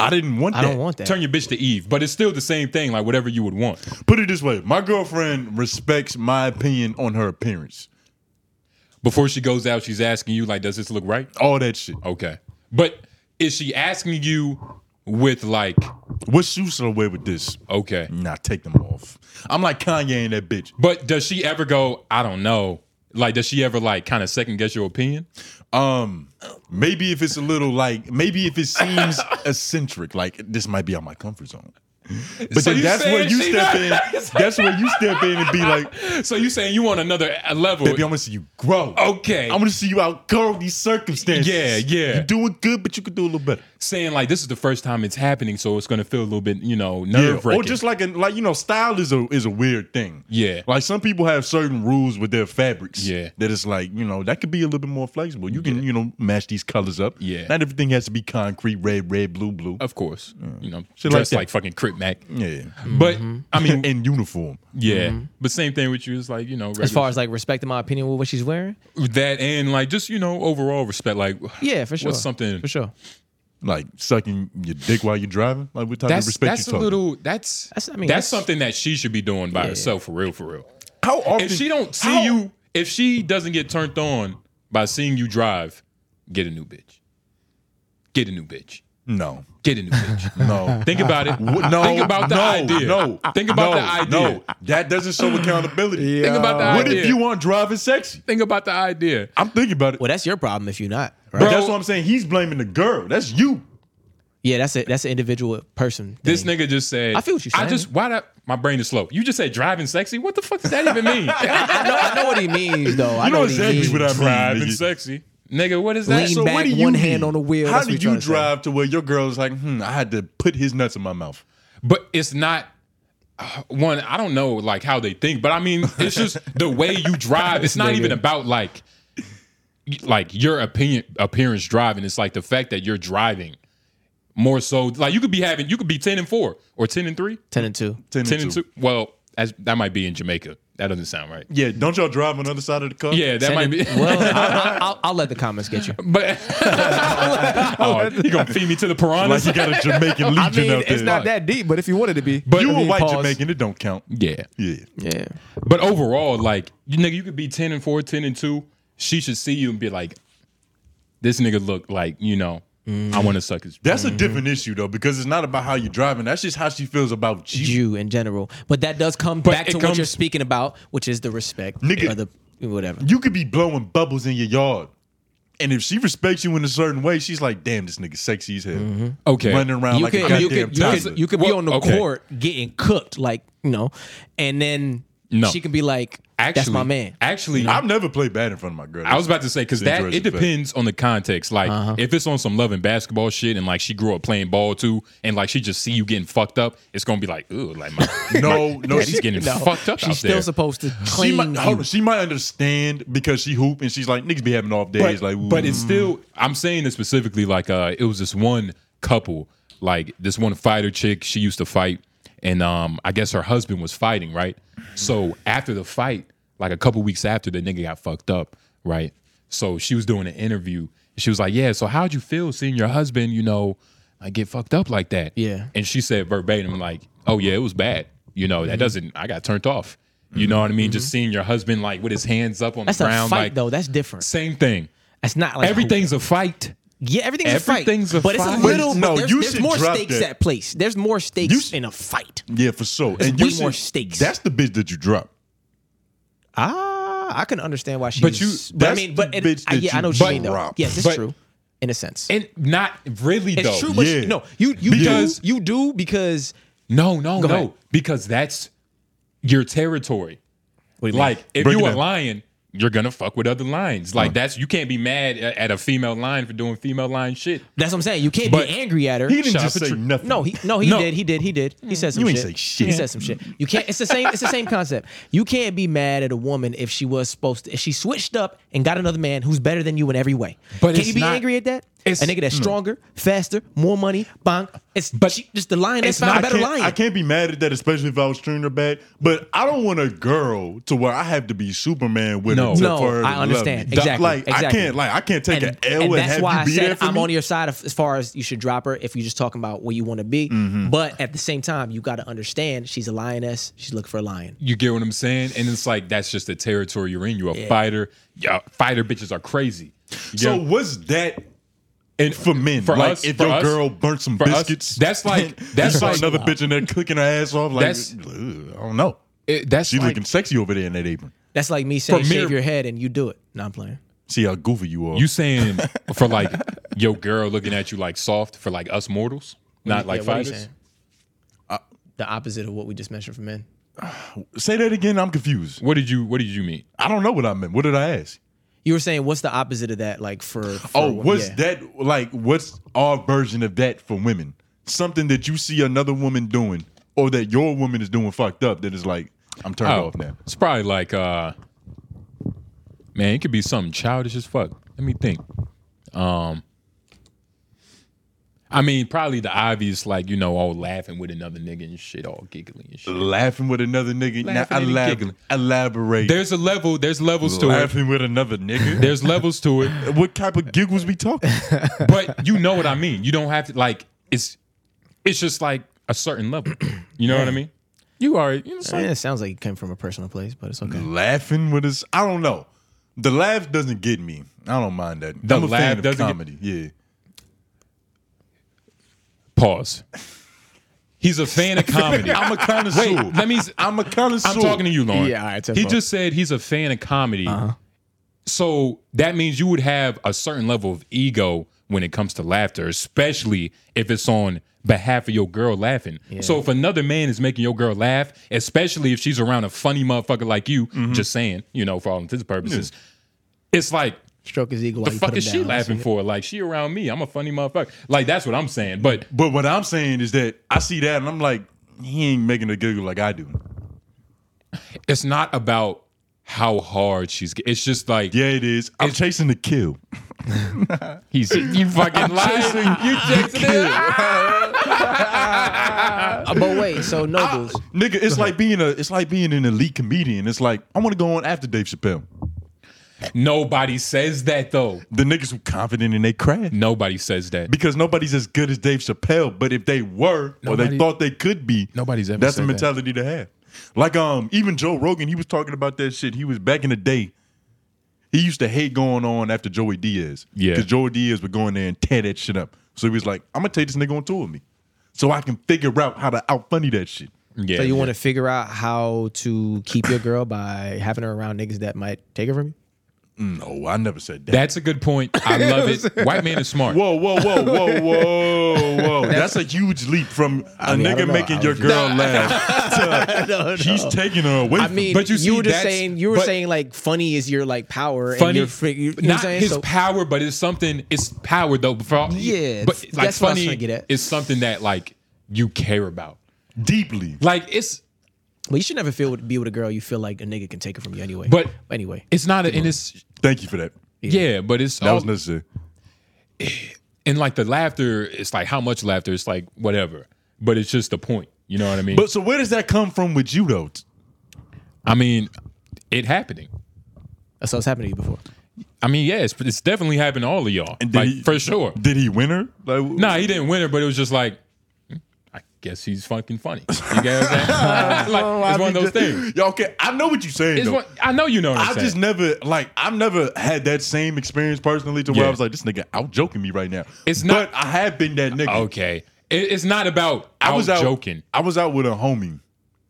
[SPEAKER 1] I didn't want
[SPEAKER 3] I
[SPEAKER 1] that.
[SPEAKER 3] don't want that.
[SPEAKER 2] Turn your bitch to Eve, but it's still the same thing. Like whatever you would want.
[SPEAKER 1] Put it this way: my girlfriend respects my opinion on her appearance.
[SPEAKER 2] Before she goes out, she's asking you like, does this look right?
[SPEAKER 1] All that shit.
[SPEAKER 2] Okay, but is she asking you with like,
[SPEAKER 1] What shoes should I wear with this?
[SPEAKER 2] okay?
[SPEAKER 1] Nah, take them off. I'm like Kanye in that bitch.
[SPEAKER 2] But does she ever go? I don't know. Like, does she ever like kind of second guess your opinion?
[SPEAKER 1] Um, maybe if it's a little like, maybe if it seems eccentric, like this might be out my comfort zone. But
[SPEAKER 2] So
[SPEAKER 1] then
[SPEAKER 2] you
[SPEAKER 1] that's where
[SPEAKER 2] saying
[SPEAKER 1] you
[SPEAKER 2] she
[SPEAKER 1] step
[SPEAKER 2] not-
[SPEAKER 1] in. That's where you step in and be like,
[SPEAKER 2] So you saying you want another uh, level?
[SPEAKER 1] baby, I'm gonna see you grow.
[SPEAKER 2] okay,
[SPEAKER 1] I'm
[SPEAKER 2] I'm
[SPEAKER 1] gonna see you outgrow these circumstances.
[SPEAKER 2] Yeah, yeah.
[SPEAKER 1] You're doing good, but you could do a little better.
[SPEAKER 2] saying like this is the first time it's happening, so it's gonna feel a little bit, you know,
[SPEAKER 1] Yeah.
[SPEAKER 2] nerve wracking.
[SPEAKER 1] Or just like an like you know, style is a is a weird thing.
[SPEAKER 2] Yeah.
[SPEAKER 1] Like some people have certain rules with their fabrics.
[SPEAKER 2] Yeah.
[SPEAKER 1] That it's like, you know, that could be a little bit more flexible. You can, you know, match these colors up.
[SPEAKER 2] Yeah. Uh,
[SPEAKER 1] Not everything has to be concrete, red, red, blue, blue.
[SPEAKER 2] of course, you know,
[SPEAKER 1] Shit like
[SPEAKER 2] dressed
[SPEAKER 1] that. Mm-hmm.
[SPEAKER 2] like, fucking Crip Mac.
[SPEAKER 1] yeah.
[SPEAKER 2] But I mean,
[SPEAKER 1] in uniform.
[SPEAKER 2] yeah.
[SPEAKER 1] Mm-hmm.
[SPEAKER 2] But same thing with you. It's like you know,
[SPEAKER 3] as far as like respecting my opinion with what she's wearing.
[SPEAKER 2] that and like just you know overall respect. Like
[SPEAKER 3] Yeah, for sure.
[SPEAKER 2] What's something?
[SPEAKER 3] For sure.
[SPEAKER 1] Like sucking your dick while you're driving. Like what type
[SPEAKER 2] That's
[SPEAKER 1] of respect
[SPEAKER 2] that's
[SPEAKER 1] you
[SPEAKER 2] a
[SPEAKER 1] talking?
[SPEAKER 2] little that's that's,
[SPEAKER 3] That's- I mean, that's-
[SPEAKER 2] something that she should be doing by herself for real, for real.
[SPEAKER 1] how often
[SPEAKER 2] If she don't see
[SPEAKER 1] how-
[SPEAKER 2] you, if she doesn't get turned on by seeing you drive, get a new bitch. Get a new bitch.
[SPEAKER 1] No.
[SPEAKER 2] Get a new bitch.
[SPEAKER 1] No.
[SPEAKER 2] Think about it.
[SPEAKER 1] W- No,
[SPEAKER 2] Think about the
[SPEAKER 1] no,
[SPEAKER 2] idea.
[SPEAKER 1] No,
[SPEAKER 2] Think about
[SPEAKER 1] no,
[SPEAKER 2] the idea.
[SPEAKER 1] No, that doesn't show accountability.
[SPEAKER 2] Think about the
[SPEAKER 1] What
[SPEAKER 2] idea.
[SPEAKER 1] if you aren't driving sexy?
[SPEAKER 2] Think about the idea.
[SPEAKER 1] I'm thinking about it.
[SPEAKER 3] Well, that's your problem if you're not. Right?
[SPEAKER 1] But
[SPEAKER 2] Bro.
[SPEAKER 1] that's what I'm saying. He's blaming the girl. That's you.
[SPEAKER 3] Yeah, that's a that's an individual person.
[SPEAKER 2] This
[SPEAKER 3] thing.
[SPEAKER 2] nigga just said.
[SPEAKER 3] I feel what you're
[SPEAKER 2] I
[SPEAKER 3] saying.
[SPEAKER 2] just why that my brain is slow. You just said driving sexy. What the fuck does that even mean?
[SPEAKER 3] I know, I know what he means though. I
[SPEAKER 1] You
[SPEAKER 3] know,
[SPEAKER 1] know
[SPEAKER 3] what he
[SPEAKER 1] exactly
[SPEAKER 3] means.
[SPEAKER 1] what I mean.
[SPEAKER 2] driving
[SPEAKER 1] nigga.
[SPEAKER 2] sexy, nigga. What is that?
[SPEAKER 3] Lean
[SPEAKER 1] So what
[SPEAKER 3] back,
[SPEAKER 1] do you
[SPEAKER 3] one
[SPEAKER 1] mean?
[SPEAKER 3] hand on the wheel.
[SPEAKER 1] How
[SPEAKER 3] That's
[SPEAKER 1] do
[SPEAKER 3] what you're trying
[SPEAKER 1] you
[SPEAKER 3] to say.
[SPEAKER 1] drive to where your girl's like, hmm, I had to put his nuts in my mouth?
[SPEAKER 2] But it's not. uh, one, I don't know like how they think, but I mean, it's just the way you drive. It's not even about like like your opinion appearance driving. It's like the fact that you're driving more so. Like you could be having you could be ten and four or ten and three,
[SPEAKER 3] Ten and two.
[SPEAKER 1] Ten,
[SPEAKER 2] ten and two. Well, as, that might be in Jamaica. That doesn't sound right.
[SPEAKER 1] Yeah, don't y'all drive on the other side of the car?
[SPEAKER 2] Yeah, that
[SPEAKER 3] Ten
[SPEAKER 2] might
[SPEAKER 3] and-
[SPEAKER 2] be.
[SPEAKER 3] well, I, I, I'll, I'll let the comments get you.
[SPEAKER 2] But oh, you gonna feed me to the piranhas?
[SPEAKER 1] Like you got a Jamaican legion
[SPEAKER 5] I mean,
[SPEAKER 1] out there.
[SPEAKER 5] it's not that deep, but if you wanted it to be,
[SPEAKER 2] But
[SPEAKER 1] you
[SPEAKER 2] I
[SPEAKER 1] a
[SPEAKER 2] mean,
[SPEAKER 1] white
[SPEAKER 2] pause.
[SPEAKER 1] Jamaican, it don't count.
[SPEAKER 2] Yeah,
[SPEAKER 1] Yeah.
[SPEAKER 3] Yeah.
[SPEAKER 2] but overall, like you nigga, you could be ten and four, 10 and two. She should see you and be like, "This nigga look like you know,
[SPEAKER 1] Mm-hmm.
[SPEAKER 2] I want to suck his."
[SPEAKER 1] That's
[SPEAKER 3] Mm-hmm.
[SPEAKER 1] a different issue though, because it's not about how you're driving. That's just how she feels about you.
[SPEAKER 3] You in general, but that does come
[SPEAKER 2] But
[SPEAKER 3] back
[SPEAKER 2] it
[SPEAKER 3] to what
[SPEAKER 2] comes-
[SPEAKER 3] you're speaking about, which is the respect
[SPEAKER 1] Nigga.
[SPEAKER 3] or the whatever.
[SPEAKER 1] You could be blowing bubbles in your yard. And if she respects you in a certain way, she's like, damn, this nigga sexy as hell.
[SPEAKER 2] Okay.
[SPEAKER 1] Running around
[SPEAKER 3] Mm-hmm. you
[SPEAKER 1] like
[SPEAKER 3] could,
[SPEAKER 1] a
[SPEAKER 3] you
[SPEAKER 1] goddamn
[SPEAKER 3] could, you
[SPEAKER 1] toddler.
[SPEAKER 3] could, you could be
[SPEAKER 2] Well,
[SPEAKER 3] on the
[SPEAKER 2] okay.
[SPEAKER 3] court getting cooked, like you know, and then
[SPEAKER 2] No.
[SPEAKER 3] she can be like, "That's my man."
[SPEAKER 2] Actually,
[SPEAKER 1] I've never played bad in front of my girl.
[SPEAKER 2] I was about to say because
[SPEAKER 1] It's an
[SPEAKER 2] that it
[SPEAKER 1] interesting fact.
[SPEAKER 2] depends on the context. Like
[SPEAKER 3] Uh-huh.
[SPEAKER 2] if it's on some love and basketball shit, and like she grew up playing ball too, and like she just see you getting fucked up, it's gonna be like, ooh, like my
[SPEAKER 1] No, no,
[SPEAKER 2] she's
[SPEAKER 1] she-
[SPEAKER 2] getting
[SPEAKER 1] no.
[SPEAKER 2] fucked up out
[SPEAKER 3] She's still
[SPEAKER 2] there.
[SPEAKER 3] supposed to
[SPEAKER 1] she
[SPEAKER 3] clean
[SPEAKER 1] might,
[SPEAKER 3] you.
[SPEAKER 1] hold on, she might understand because she hoop and she's like, niggas be having off days.
[SPEAKER 2] but,
[SPEAKER 1] like, ooh.
[SPEAKER 2] but it's still i'm saying this specifically like uh it was this one couple like this one fighter chick she used to fight and um i guess her husband was fighting right so after the fight like a couple weeks after the nigga got fucked up right so she was doing an interview and she was like yeah so how'd you feel seeing your husband you know like get fucked up like that
[SPEAKER 3] Yeah.
[SPEAKER 2] and she said verbatim like oh yeah it was bad you know
[SPEAKER 3] Mm-hmm.
[SPEAKER 2] that doesn't i got turned off you know what i mean just seeing your husband like with his hands up on
[SPEAKER 3] That's
[SPEAKER 2] the
[SPEAKER 3] a
[SPEAKER 2] ground
[SPEAKER 3] fight,
[SPEAKER 2] like
[SPEAKER 3] though. That's different.
[SPEAKER 2] same thing
[SPEAKER 3] That's not like
[SPEAKER 2] Everything's a fight.
[SPEAKER 3] Yeah, everything's,
[SPEAKER 2] Everything's
[SPEAKER 3] a
[SPEAKER 2] a
[SPEAKER 3] fight. But it's a
[SPEAKER 2] fight.
[SPEAKER 3] little.
[SPEAKER 1] No,
[SPEAKER 3] but there's,
[SPEAKER 1] you
[SPEAKER 3] there's
[SPEAKER 1] should
[SPEAKER 3] more
[SPEAKER 1] drop
[SPEAKER 3] stakes
[SPEAKER 1] that.
[SPEAKER 3] at place. There's more stakes
[SPEAKER 1] You sh-
[SPEAKER 3] in a fight.
[SPEAKER 1] yeah, for sure. And
[SPEAKER 3] way more stakes.
[SPEAKER 1] That's the bitch that you drop.
[SPEAKER 3] Ah, I can understand why she.
[SPEAKER 2] But
[SPEAKER 3] was-
[SPEAKER 2] you-
[SPEAKER 3] but I
[SPEAKER 1] that's
[SPEAKER 3] mean, but
[SPEAKER 1] the
[SPEAKER 3] it,
[SPEAKER 1] bitch
[SPEAKER 3] I,
[SPEAKER 1] that
[SPEAKER 3] yeah, I know
[SPEAKER 1] you
[SPEAKER 3] what you mean though.
[SPEAKER 1] drop.
[SPEAKER 3] Yes, it's
[SPEAKER 2] But-
[SPEAKER 3] true, in a sense.
[SPEAKER 2] And not really
[SPEAKER 3] it's
[SPEAKER 2] though.
[SPEAKER 3] true, but
[SPEAKER 1] Yeah.
[SPEAKER 3] no, you you
[SPEAKER 2] Because-
[SPEAKER 3] do you do because
[SPEAKER 2] No, no, no.
[SPEAKER 3] ahead.
[SPEAKER 2] Because that's your territory. Like if
[SPEAKER 1] Break
[SPEAKER 2] you
[SPEAKER 1] it
[SPEAKER 2] a
[SPEAKER 1] down.
[SPEAKER 2] lion, you're gonna fuck with other lions. Like that's you can't be mad at, at a female lion for doing female lion shit.
[SPEAKER 3] that's what I'm saying. You can't
[SPEAKER 2] But
[SPEAKER 3] be angry at her.
[SPEAKER 1] He didn't
[SPEAKER 2] Shut
[SPEAKER 1] just
[SPEAKER 2] up,
[SPEAKER 1] say
[SPEAKER 2] Patrick.
[SPEAKER 1] nothing.
[SPEAKER 3] No, he no he
[SPEAKER 2] No.
[SPEAKER 3] did he did he did he said some
[SPEAKER 1] You ain't
[SPEAKER 3] shit.
[SPEAKER 1] say shit.
[SPEAKER 3] He said some shit. You can't. It's the same. It's the same concept. You can't be mad at a woman if she was supposed to. If she switched up and got another man who's better than you in every way.
[SPEAKER 2] But
[SPEAKER 3] can
[SPEAKER 2] it's
[SPEAKER 3] you be
[SPEAKER 2] not-
[SPEAKER 3] angry at that? A
[SPEAKER 2] it's-
[SPEAKER 3] nigga that's
[SPEAKER 1] Mm.
[SPEAKER 3] stronger, faster, more money, bonk. It's
[SPEAKER 2] But
[SPEAKER 3] she, just the lion. That's
[SPEAKER 2] it's
[SPEAKER 3] found
[SPEAKER 2] not-
[SPEAKER 3] a
[SPEAKER 1] I
[SPEAKER 3] better
[SPEAKER 1] can't,
[SPEAKER 3] lion.
[SPEAKER 1] I can't be mad at that, especially if I was treating her bad. But I don't want a girl to where I have to be Superman with
[SPEAKER 2] No.
[SPEAKER 1] her. to-
[SPEAKER 3] No,
[SPEAKER 1] for her to
[SPEAKER 3] I understand.
[SPEAKER 1] love me. Duh,
[SPEAKER 3] Exactly.
[SPEAKER 1] Like I
[SPEAKER 3] Exactly.
[SPEAKER 1] can't. Like I can't take
[SPEAKER 3] and,
[SPEAKER 1] an L and,
[SPEAKER 3] and that's
[SPEAKER 1] have
[SPEAKER 3] why
[SPEAKER 1] you
[SPEAKER 3] I
[SPEAKER 1] be there
[SPEAKER 3] said
[SPEAKER 1] for
[SPEAKER 3] I'm
[SPEAKER 1] me.
[SPEAKER 3] on your side of, as far as you should drop her if you're just talking about where you want to be.
[SPEAKER 1] Mm-hmm.
[SPEAKER 3] But at the same time, you got to understand she's a lioness. She's looking for a lion.
[SPEAKER 2] You get what I'm saying? And it's like that's just the territory you're in. You're a fighter. Yeah, fighter bitches are crazy. You
[SPEAKER 1] So
[SPEAKER 2] get-
[SPEAKER 1] what's that? And for men,
[SPEAKER 2] for
[SPEAKER 1] like
[SPEAKER 2] us-
[SPEAKER 1] if
[SPEAKER 2] for
[SPEAKER 1] your
[SPEAKER 2] us-
[SPEAKER 1] girl burnt some
[SPEAKER 2] for us,
[SPEAKER 1] biscuits,
[SPEAKER 2] that's like-
[SPEAKER 1] and
[SPEAKER 2] that's
[SPEAKER 1] you saw
[SPEAKER 2] like-
[SPEAKER 1] another bitch in there clicking her ass off. Like
[SPEAKER 2] That's-
[SPEAKER 1] ugh, I don't know.
[SPEAKER 2] it- that's
[SPEAKER 1] She's
[SPEAKER 2] like-
[SPEAKER 1] looking sexy over there in that apron.
[SPEAKER 3] That's like me saying
[SPEAKER 2] For mere-
[SPEAKER 3] shave your head and you do it. No, I'm playing.
[SPEAKER 1] See how goofy you are.
[SPEAKER 2] You saying for like your girl looking at you like soft for like us mortals, not like
[SPEAKER 3] Yeah, what are you
[SPEAKER 2] fighters.
[SPEAKER 3] saying?
[SPEAKER 2] Uh,
[SPEAKER 3] the opposite of what we just mentioned for men.
[SPEAKER 1] say that again. I'm confused.
[SPEAKER 2] What did you What did you mean?
[SPEAKER 1] I don't know what I meant. What did I ask?
[SPEAKER 3] You were saying what's the opposite of that? Like for, for
[SPEAKER 1] Oh,
[SPEAKER 3] wo-
[SPEAKER 1] what's
[SPEAKER 3] yeah.
[SPEAKER 1] that like? What's our version of that for women? Something that you see another woman doing, or that your woman is doing fucked up. That is like, I'm turned
[SPEAKER 2] Oh,
[SPEAKER 1] off now.
[SPEAKER 2] It's probably like, uh, man, it could be something childish as fuck. Let me think. Um, I mean, probably the obvious, like you know, all laughing with another nigga and shit, all giggling and shit.
[SPEAKER 1] Laughing with another nigga.
[SPEAKER 2] Laughing
[SPEAKER 1] now
[SPEAKER 2] and
[SPEAKER 1] elab-
[SPEAKER 2] giggling.
[SPEAKER 1] elaborate.
[SPEAKER 2] There's a level. There's levels to it.
[SPEAKER 1] laughing with another nigga.
[SPEAKER 2] There's levels to it,
[SPEAKER 1] what type of giggles we talking?
[SPEAKER 2] but you know what I mean. You don't have to like. It's it's just like a certain level. You know what I mean? You are. You know, it's
[SPEAKER 3] I
[SPEAKER 2] like-
[SPEAKER 3] mean, it sounds like it came from a personal place, but it's
[SPEAKER 2] Mm.
[SPEAKER 3] okay.
[SPEAKER 1] laughing with us. I don't know. The laugh doesn't get me. I don't mind that.
[SPEAKER 2] The
[SPEAKER 1] I'm a
[SPEAKER 2] laugh
[SPEAKER 1] fan of
[SPEAKER 2] doesn't get-
[SPEAKER 1] comedy. yeah.
[SPEAKER 2] Pause. He's a fan of comedy.
[SPEAKER 1] I'm a connoisseur.
[SPEAKER 2] Wait, let me.
[SPEAKER 1] I'm a connoisseur.
[SPEAKER 2] I'm talking to you, Lauren.
[SPEAKER 3] Yeah, all right,
[SPEAKER 2] He
[SPEAKER 3] tempo.
[SPEAKER 2] just said he's a fan of comedy.
[SPEAKER 1] Uh-huh.
[SPEAKER 2] So that means you would have a certain level of ego when it comes to laughter, especially if it's on behalf of your girl laughing. So if another man is making your girl laugh, especially if she's around a funny motherfucker like you,
[SPEAKER 1] Mm-hmm.
[SPEAKER 2] just saying, you know, for all intents and purposes, it's like
[SPEAKER 3] Stroke his ego.
[SPEAKER 2] the fuck is she laughing for? Like she around me, I'm a funny motherfucker. Like that's what I'm saying. But
[SPEAKER 1] But what I'm saying is that I see that and I'm like, he ain't making her giggle like I do.
[SPEAKER 2] It's not about how hard she's. ge- It's just like
[SPEAKER 1] Yeah, it is. I'm
[SPEAKER 2] It's-
[SPEAKER 1] chasing the kill.
[SPEAKER 2] he's you fucking lying. you chasing it.
[SPEAKER 3] Uh, but wait,
[SPEAKER 2] Ah!
[SPEAKER 3] so Nobles.
[SPEAKER 1] Nigga, it's like being a it's like being an elite comedian. It's like I want to go on after Dave Chappelle.
[SPEAKER 2] Nobody says that though.
[SPEAKER 1] The niggas were confident in their craft
[SPEAKER 2] Nobody says that.
[SPEAKER 1] because nobody's as good as Dave Chappelle. But if they were or
[SPEAKER 2] Nobody-
[SPEAKER 1] they thought they could be,
[SPEAKER 2] Nobody's ever
[SPEAKER 1] That's
[SPEAKER 2] said
[SPEAKER 1] the
[SPEAKER 2] that.
[SPEAKER 1] mentality to have. Like um, even Joe Rogan, he was talking about that shit. He was back in the day. He used to hate going on after Joey Diaz.
[SPEAKER 2] Yeah.
[SPEAKER 1] Because Joey Diaz would go in there and tear that shit up. So he was like, I'm gonna take this nigga on tour with me. So I can figure out how to out funny that shit.
[SPEAKER 2] Yeah.
[SPEAKER 3] So you
[SPEAKER 2] yeah.
[SPEAKER 3] want to figure out how to keep your girl by having her around niggas that might take her from you?
[SPEAKER 1] No, I never said that.
[SPEAKER 2] That's a good point. I love it. White man is smart.
[SPEAKER 1] Whoa, whoa, whoa, whoa, whoa, whoa. That's a huge leap from a
[SPEAKER 3] mean, I
[SPEAKER 1] nigga
[SPEAKER 3] don't know.
[SPEAKER 1] making
[SPEAKER 3] I
[SPEAKER 1] your
[SPEAKER 3] was
[SPEAKER 1] girl laugh to he's taking her away.
[SPEAKER 3] I
[SPEAKER 1] from-
[SPEAKER 3] mean,
[SPEAKER 2] But you
[SPEAKER 3] you,
[SPEAKER 2] see,
[SPEAKER 3] were just
[SPEAKER 2] that's-
[SPEAKER 3] saying you were
[SPEAKER 2] but-
[SPEAKER 3] saying like funny is your like power. and
[SPEAKER 2] funny,
[SPEAKER 3] your fri- you, you know what I'm
[SPEAKER 2] not
[SPEAKER 3] saying?
[SPEAKER 2] his
[SPEAKER 3] So-
[SPEAKER 2] power, but it's something. It's power though. For,
[SPEAKER 3] Yeah,
[SPEAKER 2] but
[SPEAKER 3] it's-
[SPEAKER 2] like
[SPEAKER 3] that's what I was
[SPEAKER 2] funny
[SPEAKER 3] trying to get at.
[SPEAKER 2] is something that like you care about.
[SPEAKER 1] deeply.
[SPEAKER 2] Like it's,
[SPEAKER 3] Well, you should never feel be with a girl you feel like a nigga can take her from you anyway.
[SPEAKER 2] But-
[SPEAKER 3] anyway,
[SPEAKER 2] it's not, a, and it's
[SPEAKER 1] Thank you for that.
[SPEAKER 2] yeah, but it's
[SPEAKER 1] That was
[SPEAKER 2] all-
[SPEAKER 1] necessary.
[SPEAKER 2] and like the laughter. It's like how much laughter. It's like whatever, but it's just the point. You know what I mean?
[SPEAKER 1] But so where does that come from with you though?
[SPEAKER 2] I mean, it happening.
[SPEAKER 3] that's what's happened to you before.
[SPEAKER 2] I mean, yeah, it's, it's definitely happened to all of y'all,
[SPEAKER 1] And did
[SPEAKER 2] like
[SPEAKER 1] he-
[SPEAKER 2] for sure.
[SPEAKER 1] Did he win her? Like,
[SPEAKER 2] Nah, he didn't win her, but it was just like, "Hmm, I guess he's fucking funny. You get what I'm saying? like, it's one of those things.
[SPEAKER 1] Y'all can I know what you're saying.
[SPEAKER 2] It's
[SPEAKER 1] though.
[SPEAKER 2] one, I know you know. What I'm
[SPEAKER 1] I
[SPEAKER 2] saying.
[SPEAKER 1] just never like I've never had that same experience personally to where
[SPEAKER 2] Yeah.
[SPEAKER 1] I was like, this nigga out joking me right now.
[SPEAKER 2] It's not-
[SPEAKER 1] But I have been that nigga.
[SPEAKER 2] Okay. It, it's not about
[SPEAKER 1] I was out
[SPEAKER 2] joking.
[SPEAKER 1] I was out with a homie,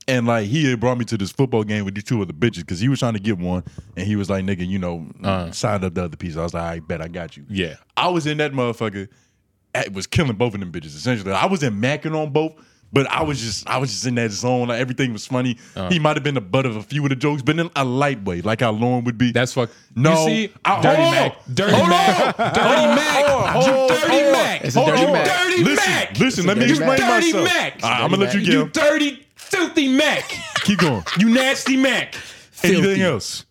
[SPEAKER 1] and like he had brought me to this football game with these two other bitches because he was trying to get one, and he was like, "Nigga, you know,
[SPEAKER 2] Uh.
[SPEAKER 1] signed up the other piece." I was like, "I bet I got you."
[SPEAKER 2] Yeah.
[SPEAKER 1] I was in that motherfucker. It was killing both of them bitches. Essentially, I was in macking on both. But I was just, I was just in that zone. Like everything was funny.
[SPEAKER 3] Uh-huh.
[SPEAKER 1] He might have been the butt of a few of the jokes, but in a light way, like how Lauren would be.
[SPEAKER 2] That's fuck.
[SPEAKER 1] No,
[SPEAKER 2] You see,
[SPEAKER 1] I-
[SPEAKER 2] dirty
[SPEAKER 1] hold
[SPEAKER 2] Mac.
[SPEAKER 1] on.
[SPEAKER 2] Dirty
[SPEAKER 1] Hold
[SPEAKER 2] Mac.
[SPEAKER 1] on.
[SPEAKER 2] Dirty
[SPEAKER 1] Hold
[SPEAKER 2] Mac.
[SPEAKER 1] on. Hold on.
[SPEAKER 2] you dirty
[SPEAKER 1] Hold on.
[SPEAKER 2] Mac.
[SPEAKER 3] It's a
[SPEAKER 2] Hold
[SPEAKER 3] dirty
[SPEAKER 2] on.
[SPEAKER 3] Mac.
[SPEAKER 2] Dirty
[SPEAKER 1] listen,
[SPEAKER 2] Mac.
[SPEAKER 1] listen. Let me
[SPEAKER 3] dirty
[SPEAKER 1] explain
[SPEAKER 2] Mac. Dirty
[SPEAKER 1] myself.
[SPEAKER 2] Mac. It's a
[SPEAKER 1] I'm gonna let you
[SPEAKER 3] dirty
[SPEAKER 1] get.
[SPEAKER 2] You
[SPEAKER 1] him.
[SPEAKER 2] dirty, filthy Mac.
[SPEAKER 1] Keep going.
[SPEAKER 2] you nasty Mac.
[SPEAKER 1] Anything
[SPEAKER 3] Filthy.
[SPEAKER 1] else?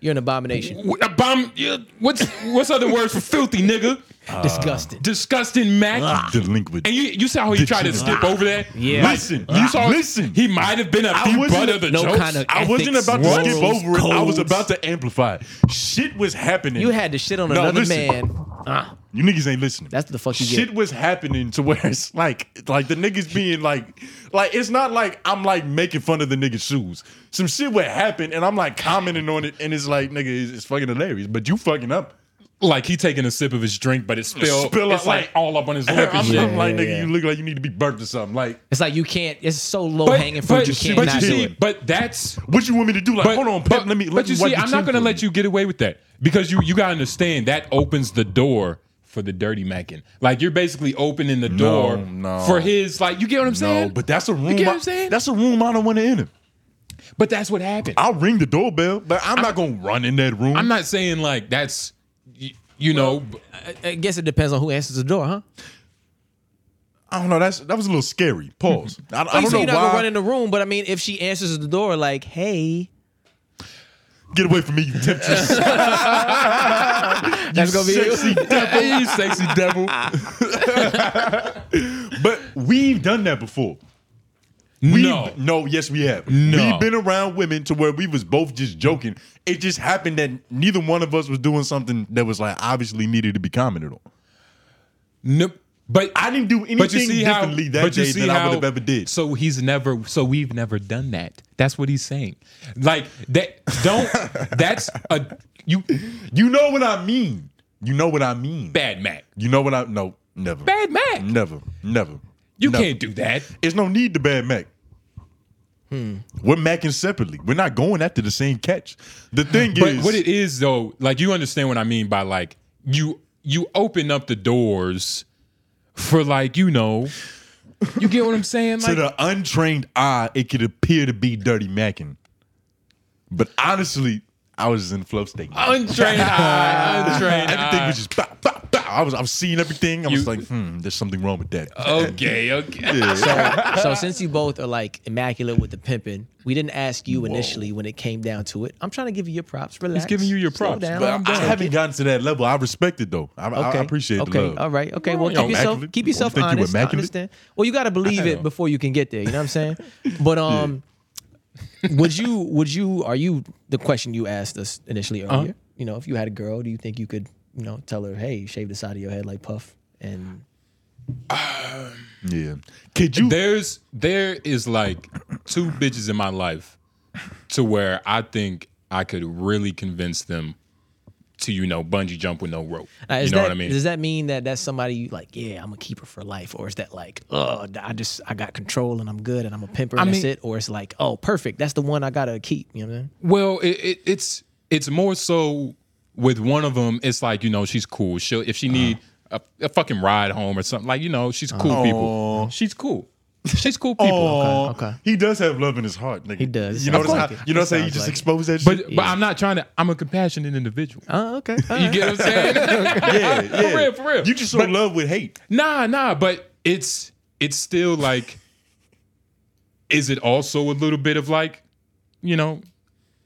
[SPEAKER 3] You're an abomination,
[SPEAKER 2] Wh- a Bomb. yeah, What's what's other words for filthy nigga?
[SPEAKER 3] disgusting.
[SPEAKER 2] Disgusting Mac.
[SPEAKER 1] Ah. Delinquent.
[SPEAKER 2] And you, you saw how he tried to
[SPEAKER 1] Degenerate.
[SPEAKER 2] skip over that?
[SPEAKER 3] Ah. Yeah. Ah.
[SPEAKER 1] Listen,
[SPEAKER 2] You saw
[SPEAKER 1] listen.
[SPEAKER 2] He might have been a
[SPEAKER 1] I
[SPEAKER 2] big
[SPEAKER 1] wasn't-
[SPEAKER 2] butt of the
[SPEAKER 3] no
[SPEAKER 2] jokes.
[SPEAKER 3] kind of-
[SPEAKER 1] I wasn't
[SPEAKER 3] ethics,
[SPEAKER 1] about to skip
[SPEAKER 3] morals,
[SPEAKER 1] over it. I was
[SPEAKER 3] codes.
[SPEAKER 1] about to amplify. it. Shit was happening.
[SPEAKER 3] You had to shit on
[SPEAKER 1] No,
[SPEAKER 3] another
[SPEAKER 1] listen.
[SPEAKER 3] man. Ah,
[SPEAKER 1] You niggas ain't listening.
[SPEAKER 3] That's the fuck you
[SPEAKER 1] Shit
[SPEAKER 3] get.
[SPEAKER 1] was happening to where it's like, like the niggas being like, like it's not like I'm like making fun of the niggas' shoes. Some shit would happen, and I'm like commenting on it, and it's like, nigga, it's, it's fucking hilarious. But you fucking up.
[SPEAKER 2] Like he taking a sip of his drink, but it spilled.
[SPEAKER 1] Spill
[SPEAKER 2] it's
[SPEAKER 1] up,
[SPEAKER 2] like,
[SPEAKER 1] like-
[SPEAKER 2] all up on his lip
[SPEAKER 1] I'm,
[SPEAKER 2] and shit.
[SPEAKER 1] I'm like,
[SPEAKER 3] yeah,
[SPEAKER 1] nigga,
[SPEAKER 3] yeah.
[SPEAKER 1] you look like you need to be burped or something. Like,
[SPEAKER 3] it's like you can't. It's so low hanging fruit. You can't
[SPEAKER 2] but
[SPEAKER 3] not
[SPEAKER 2] you
[SPEAKER 3] do
[SPEAKER 2] see,
[SPEAKER 3] it.
[SPEAKER 2] But that's
[SPEAKER 1] what you want me to do? Like,
[SPEAKER 2] but,
[SPEAKER 1] hold on,
[SPEAKER 2] but,
[SPEAKER 1] Pep, let me.
[SPEAKER 2] But
[SPEAKER 1] let
[SPEAKER 2] you
[SPEAKER 1] me wipe
[SPEAKER 2] see,
[SPEAKER 1] your
[SPEAKER 2] I'm not
[SPEAKER 1] chin
[SPEAKER 2] gonna
[SPEAKER 1] for
[SPEAKER 2] let you get away with that because you you gotta understand that opens the door for the dirty mackin. Like you're basically opening the door
[SPEAKER 1] no.
[SPEAKER 2] for his. Like you get what I'm saying?
[SPEAKER 1] No, but that's a room.
[SPEAKER 2] You get what
[SPEAKER 1] I-
[SPEAKER 2] I'm saying?
[SPEAKER 1] That's a room I don't want to enter.
[SPEAKER 2] but that's what happened.
[SPEAKER 1] I'll ring the doorbell, but I'm, not gonna run in that room.
[SPEAKER 2] I'm not saying like that's you, you know. b-
[SPEAKER 3] I- I guess it depends on who answers the door, huh?
[SPEAKER 1] I don't know. That's that was a little scary. Pause. I, I
[SPEAKER 3] you say
[SPEAKER 1] don't know
[SPEAKER 3] you're not gonna
[SPEAKER 1] why.
[SPEAKER 3] run in the room, but I mean, if she answers the door, like, hey,
[SPEAKER 1] Get away from me, you temptress.
[SPEAKER 3] that's gonna be
[SPEAKER 1] sexy devil. you sexy devil. but we've done that before. We've,
[SPEAKER 2] no,
[SPEAKER 1] no, yes, we have.
[SPEAKER 2] No.
[SPEAKER 1] We've been around women to where we was both just joking. It just happened that neither one of us was doing something that was like obviously needed to be commented on.
[SPEAKER 2] no, but
[SPEAKER 1] I didn't do anything
[SPEAKER 2] But you see how,
[SPEAKER 1] differently that
[SPEAKER 2] but you
[SPEAKER 1] day
[SPEAKER 2] see
[SPEAKER 1] than I
[SPEAKER 2] how-
[SPEAKER 1] would have ever did.
[SPEAKER 2] So he's never. So we've never done that. That's what he's saying. Like that. Don't. that's a you
[SPEAKER 1] You know what I mean. You know what I mean.
[SPEAKER 2] bad Mac.
[SPEAKER 1] You know what I no never.
[SPEAKER 2] Bad Mac.
[SPEAKER 1] Never. Never.
[SPEAKER 2] You
[SPEAKER 1] never.
[SPEAKER 2] can't do that.
[SPEAKER 1] There's no need to bad Mac.
[SPEAKER 2] Hmm.
[SPEAKER 1] We're macking separately. We're not going after the same catch. The thing
[SPEAKER 2] But
[SPEAKER 1] is,
[SPEAKER 2] what it is though, like you understand what I mean by like you you open up the doors for like you know. You get what I'm saying?
[SPEAKER 1] to
[SPEAKER 2] Like
[SPEAKER 1] the untrained eye, it could appear to be dirty macking. But honestly, I was just in flow state.
[SPEAKER 3] Oh,
[SPEAKER 2] untrained eye, untrained
[SPEAKER 1] Everything
[SPEAKER 2] eye.
[SPEAKER 1] was just bow, bow, bow. I was I was seeing everything. I was
[SPEAKER 2] You-
[SPEAKER 1] like, hmm, there's something wrong with that.
[SPEAKER 3] Oh,
[SPEAKER 2] Okay, okay.
[SPEAKER 3] So, so since you both are like immaculate with the pimping, we didn't ask you initially when it came down to it. I'm trying to give you your props. Relax.
[SPEAKER 2] giving you your
[SPEAKER 3] Slow
[SPEAKER 2] props,
[SPEAKER 3] down.
[SPEAKER 1] but
[SPEAKER 3] I'm
[SPEAKER 1] I
[SPEAKER 3] done.
[SPEAKER 1] haven't gotten to that level. I respect it though. I, I, I appreciate
[SPEAKER 3] okay.
[SPEAKER 1] the love.
[SPEAKER 3] All right. Okay. Well,
[SPEAKER 1] Well,
[SPEAKER 3] keep
[SPEAKER 1] you're
[SPEAKER 3] yourself
[SPEAKER 1] immaculate.
[SPEAKER 3] keep
[SPEAKER 1] Well,
[SPEAKER 3] yourself
[SPEAKER 1] think you
[SPEAKER 3] honest. I
[SPEAKER 1] immaculate?
[SPEAKER 3] understand. Well, you got to believe it before you can get there. You know what I'm saying? But um, would you would you are you the question you asked us initially earlier? You know, if you had a girl, do you think you could you know tell her, hey, shave the side of your head like Puff and
[SPEAKER 1] Yeah. Could you?
[SPEAKER 2] There's there is like two bitches in my life to where I think I could really convince them to you know bungee jump with no rope.
[SPEAKER 3] Uh,
[SPEAKER 2] you
[SPEAKER 3] is
[SPEAKER 2] know
[SPEAKER 3] that,
[SPEAKER 2] what I mean?
[SPEAKER 3] Does that mean that that's somebody you like? Yeah, I'm gonna keep her for life, or is that like, oh, I just I got control and I'm good and I'm a pimper and that's
[SPEAKER 2] mean-
[SPEAKER 3] it, or it's like, oh, perfect, that's the one I gotta keep. You know what I mean?
[SPEAKER 2] Well, it, it, it's it's more so with one of them. It's like you know she's cool. She will if she need a, a fucking ride home or something like you know she's cool people. She's cool. She's cool people.
[SPEAKER 1] Aw,
[SPEAKER 3] okay.
[SPEAKER 1] He does have love in his heart, nigga. He
[SPEAKER 3] does.
[SPEAKER 1] You know
[SPEAKER 3] Of
[SPEAKER 1] what I'm
[SPEAKER 3] course.
[SPEAKER 1] saying? You know what I'm saying? You
[SPEAKER 3] Sounds
[SPEAKER 1] just
[SPEAKER 3] like it.
[SPEAKER 1] expose that
[SPEAKER 2] But
[SPEAKER 1] shit.
[SPEAKER 2] but I'm not trying to. I'm a compassionate individual.
[SPEAKER 3] Oh, okay.
[SPEAKER 2] You get what I'm saying?
[SPEAKER 1] yeah, yeah.
[SPEAKER 2] For real, for real.
[SPEAKER 1] You just so in love with hate.
[SPEAKER 2] Nah, nah, but it's it's still like is it also a little bit of like, you know,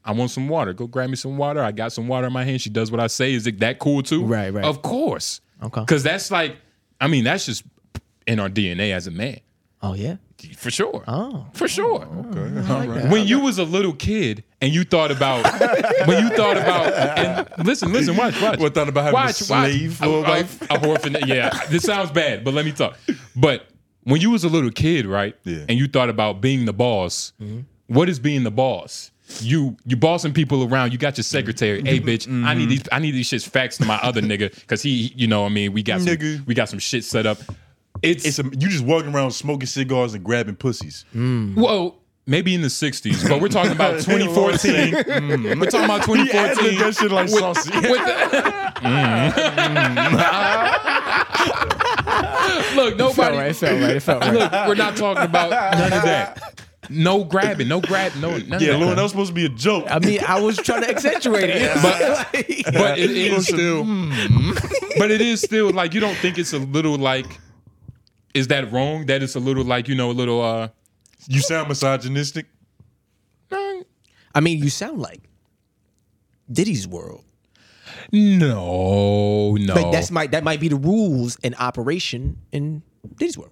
[SPEAKER 2] I want some water. Go grab me some water. I got some water in my hand. She does what I say. Is it that cool too?
[SPEAKER 3] Right, right.
[SPEAKER 2] Of course.
[SPEAKER 3] Okay.
[SPEAKER 2] Cuz that's like I mean, that's just in our DNA as a man.
[SPEAKER 3] oh yeah.
[SPEAKER 2] For sure.
[SPEAKER 3] Oh.
[SPEAKER 2] For sure. When you was a little kid and you thought about when you thought about and listen, listen, watch, watch.
[SPEAKER 1] What, thought about having a slave for a
[SPEAKER 3] Oh,
[SPEAKER 2] A- a-
[SPEAKER 1] wife?
[SPEAKER 2] A, orphan. Yeah, this sounds bad, but let me talk. But when you was a little kid, right?
[SPEAKER 1] Yeah. Mm-hmm.
[SPEAKER 2] And you thought about being the boss. What is being the boss? You you bossing people around. You got your secretary.
[SPEAKER 1] Mm-hmm.
[SPEAKER 2] Hey, bitch, I need these I need these shits faxed to my other nigga because he, you know, what I mean, we got some,
[SPEAKER 1] Nigga.
[SPEAKER 2] we got some shit set up. It's,
[SPEAKER 1] It's a, you just walking around smoking cigars and grabbing pussies.
[SPEAKER 3] Mm.
[SPEAKER 2] Well, maybe in the 60s, but we're talking about 2014. Mm, We're talking about 2014.
[SPEAKER 1] ad-libbed that shit like Saucy.
[SPEAKER 2] with the-
[SPEAKER 5] Mm.
[SPEAKER 2] Look, nobody.
[SPEAKER 5] It felt right. It felt right.
[SPEAKER 2] Look, we're not talking about none of that. No grabbing, no grab, no none
[SPEAKER 1] Yeah,
[SPEAKER 2] of
[SPEAKER 1] Lauren,
[SPEAKER 2] that.
[SPEAKER 1] that was supposed to be a joke.
[SPEAKER 3] I mean, I was trying to accentuate it.
[SPEAKER 2] But- but it is still
[SPEAKER 5] Mm.
[SPEAKER 2] but it is still like you don't think it's a little like is that wrong that it's a little like you know a little uh
[SPEAKER 1] You sound misogynistic.
[SPEAKER 3] I mean, you sound like Diddy's world.
[SPEAKER 2] no no
[SPEAKER 3] Like that's might that might be the rules in operation in Diddy's world.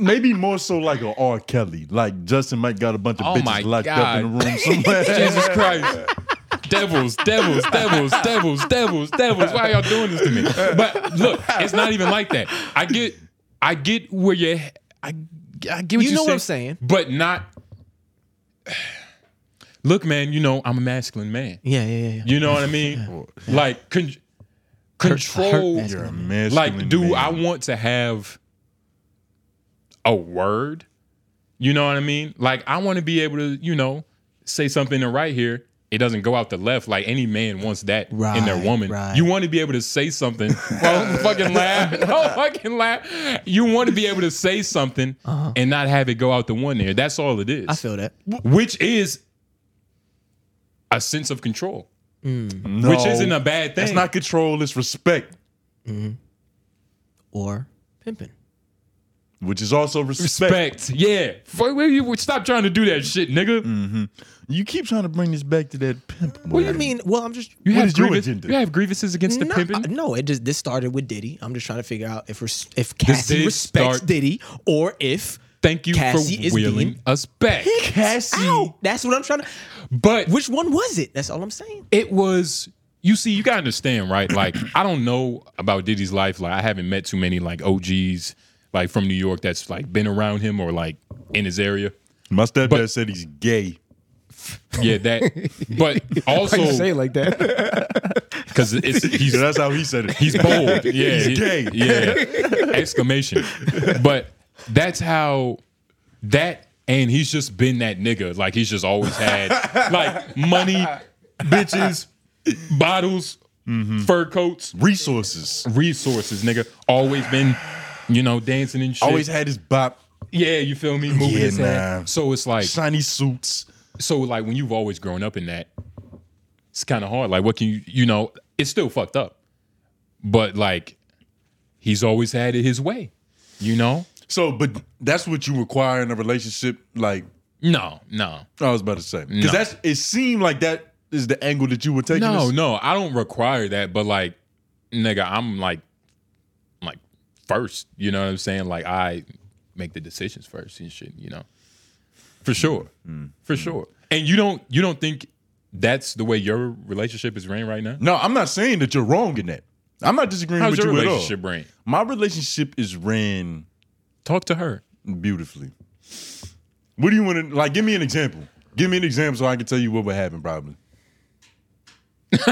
[SPEAKER 1] Maybe more so like a R. Kelly. Like Justin Mike got a bunch of
[SPEAKER 2] Oh my
[SPEAKER 1] bitches locked up in
[SPEAKER 2] God.
[SPEAKER 1] a room somewhere.
[SPEAKER 2] Jesus Christ. Devils, devils, devils, devils, devils, devils. Why y'all doing this to me? But look, it's not even like that. I get, I get where you, I, I get what
[SPEAKER 3] You
[SPEAKER 2] you're
[SPEAKER 3] know what I'm saying.
[SPEAKER 2] but not. Look, man, you know I'm a masculine man.
[SPEAKER 3] Yeah, yeah, yeah. yeah.
[SPEAKER 2] You know what I mean? Like con- control.
[SPEAKER 3] masculine.
[SPEAKER 1] You're a masculine
[SPEAKER 2] like, do
[SPEAKER 1] man.
[SPEAKER 2] I want to have a word? You know what I mean? Like, I want to be able to, you know, say something to right here. It doesn't go out the left like any man wants that in their
[SPEAKER 3] Right,
[SPEAKER 2] woman.
[SPEAKER 3] right.
[SPEAKER 2] You want to be able to say something. Don't fucking laugh. Don't fucking laugh. You want to be able to say something and not have it go out the one ear. That's all it is.
[SPEAKER 3] Uh-huh. I feel that.
[SPEAKER 2] Which is a sense of control,
[SPEAKER 1] No,
[SPEAKER 2] which isn't a bad thing.
[SPEAKER 1] That's not control. It's respect,
[SPEAKER 3] Or pimping.
[SPEAKER 1] which is also respect.
[SPEAKER 2] respect. Yeah. Fuck, where you stop trying to do that shit, nigga.
[SPEAKER 1] Mm. You keep trying to bring this back to that pimp.
[SPEAKER 3] What do you mean? Well, I'm just
[SPEAKER 2] You
[SPEAKER 1] What
[SPEAKER 2] have
[SPEAKER 1] is your
[SPEAKER 2] grievance-
[SPEAKER 1] agenda?
[SPEAKER 2] You have grievances against the
[SPEAKER 3] No,
[SPEAKER 2] pimping.
[SPEAKER 3] No, it just this started with Diddy. I'm just trying to figure out if res- if Cassie
[SPEAKER 2] did
[SPEAKER 3] respects
[SPEAKER 2] start-
[SPEAKER 3] Diddy or if
[SPEAKER 2] Thank you
[SPEAKER 3] Cassie
[SPEAKER 2] for
[SPEAKER 3] is
[SPEAKER 2] wheeling
[SPEAKER 3] being
[SPEAKER 2] us back.
[SPEAKER 3] Cassie. Out. That's what I'm trying to.
[SPEAKER 2] But
[SPEAKER 3] Which one was it? That's all I'm saying.
[SPEAKER 2] it was. You see, you gotta understand, right? Like, I don't know about Diddy's life. Like, I haven't met too many like OGs like from New York that's like been around him or like in his area.
[SPEAKER 1] My stepdad
[SPEAKER 2] But-
[SPEAKER 1] said he's gay.
[SPEAKER 2] Yeah, that. But
[SPEAKER 5] Why you say
[SPEAKER 2] also
[SPEAKER 5] it like that?
[SPEAKER 2] because it's he's
[SPEAKER 1] Yeah, that's how he said it.
[SPEAKER 2] He's bold. Yeah,
[SPEAKER 1] He's
[SPEAKER 2] he-
[SPEAKER 1] gay.
[SPEAKER 2] Yeah, exclamation. But that's how that, and he's just been that nigga. Like he's just always had like money, bitches, bottles,
[SPEAKER 1] Mm-hmm.
[SPEAKER 2] fur coats,
[SPEAKER 1] resources.
[SPEAKER 2] resources. Nigga, always been, you know, dancing and shit.
[SPEAKER 1] Always had his bop,
[SPEAKER 2] yeah, you feel me? Moving
[SPEAKER 1] Yeah,
[SPEAKER 2] his head.
[SPEAKER 1] nah.
[SPEAKER 2] So it's like
[SPEAKER 1] shiny suits.
[SPEAKER 2] so like when you've always grown up in that, it's kind of hard. Like what can you you know? It's still fucked up, but like he's always had it his way. You know?
[SPEAKER 1] So, but that's what you require in a relationship. Like
[SPEAKER 2] No, no,
[SPEAKER 1] I was about to say,
[SPEAKER 2] No.
[SPEAKER 1] because that's it seemed like that is the angle that you were taking.
[SPEAKER 2] no,
[SPEAKER 1] this.
[SPEAKER 2] no. I don't require that, but like, nigga, I'm like, I'm, like first. You know what I'm saying? Like, I make the decisions first and shit. You know, for sure,
[SPEAKER 1] Mm-hmm.
[SPEAKER 2] for sure. And you don't, you don't think that's the way your relationship is ran right now?
[SPEAKER 1] no. I'm not saying that you're wrong in that. I'm not disagreeing
[SPEAKER 2] How's
[SPEAKER 1] with
[SPEAKER 2] your
[SPEAKER 1] you
[SPEAKER 2] relationship
[SPEAKER 1] at all.
[SPEAKER 2] ran?
[SPEAKER 1] My relationship is ran
[SPEAKER 2] Talk to her.
[SPEAKER 1] beautifully. What do you want to like? Give me an example. Give me an example so I can tell you what would happen. Probably.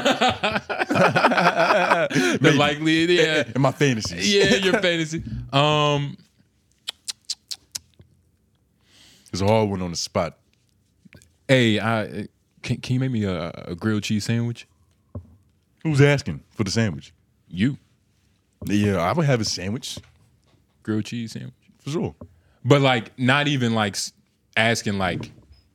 [SPEAKER 2] The likely, yeah,
[SPEAKER 1] In my fantasies.
[SPEAKER 2] yeah, your fantasy. Um,
[SPEAKER 1] It's a hard one on the spot.
[SPEAKER 2] hey, I can, can you make me a, a grilled cheese sandwich?
[SPEAKER 1] Who's asking for the sandwich?
[SPEAKER 2] You
[SPEAKER 1] Yeah, I would have a sandwich
[SPEAKER 2] grilled cheese sandwich.
[SPEAKER 1] for sure.
[SPEAKER 2] But like, not even like s- asking like,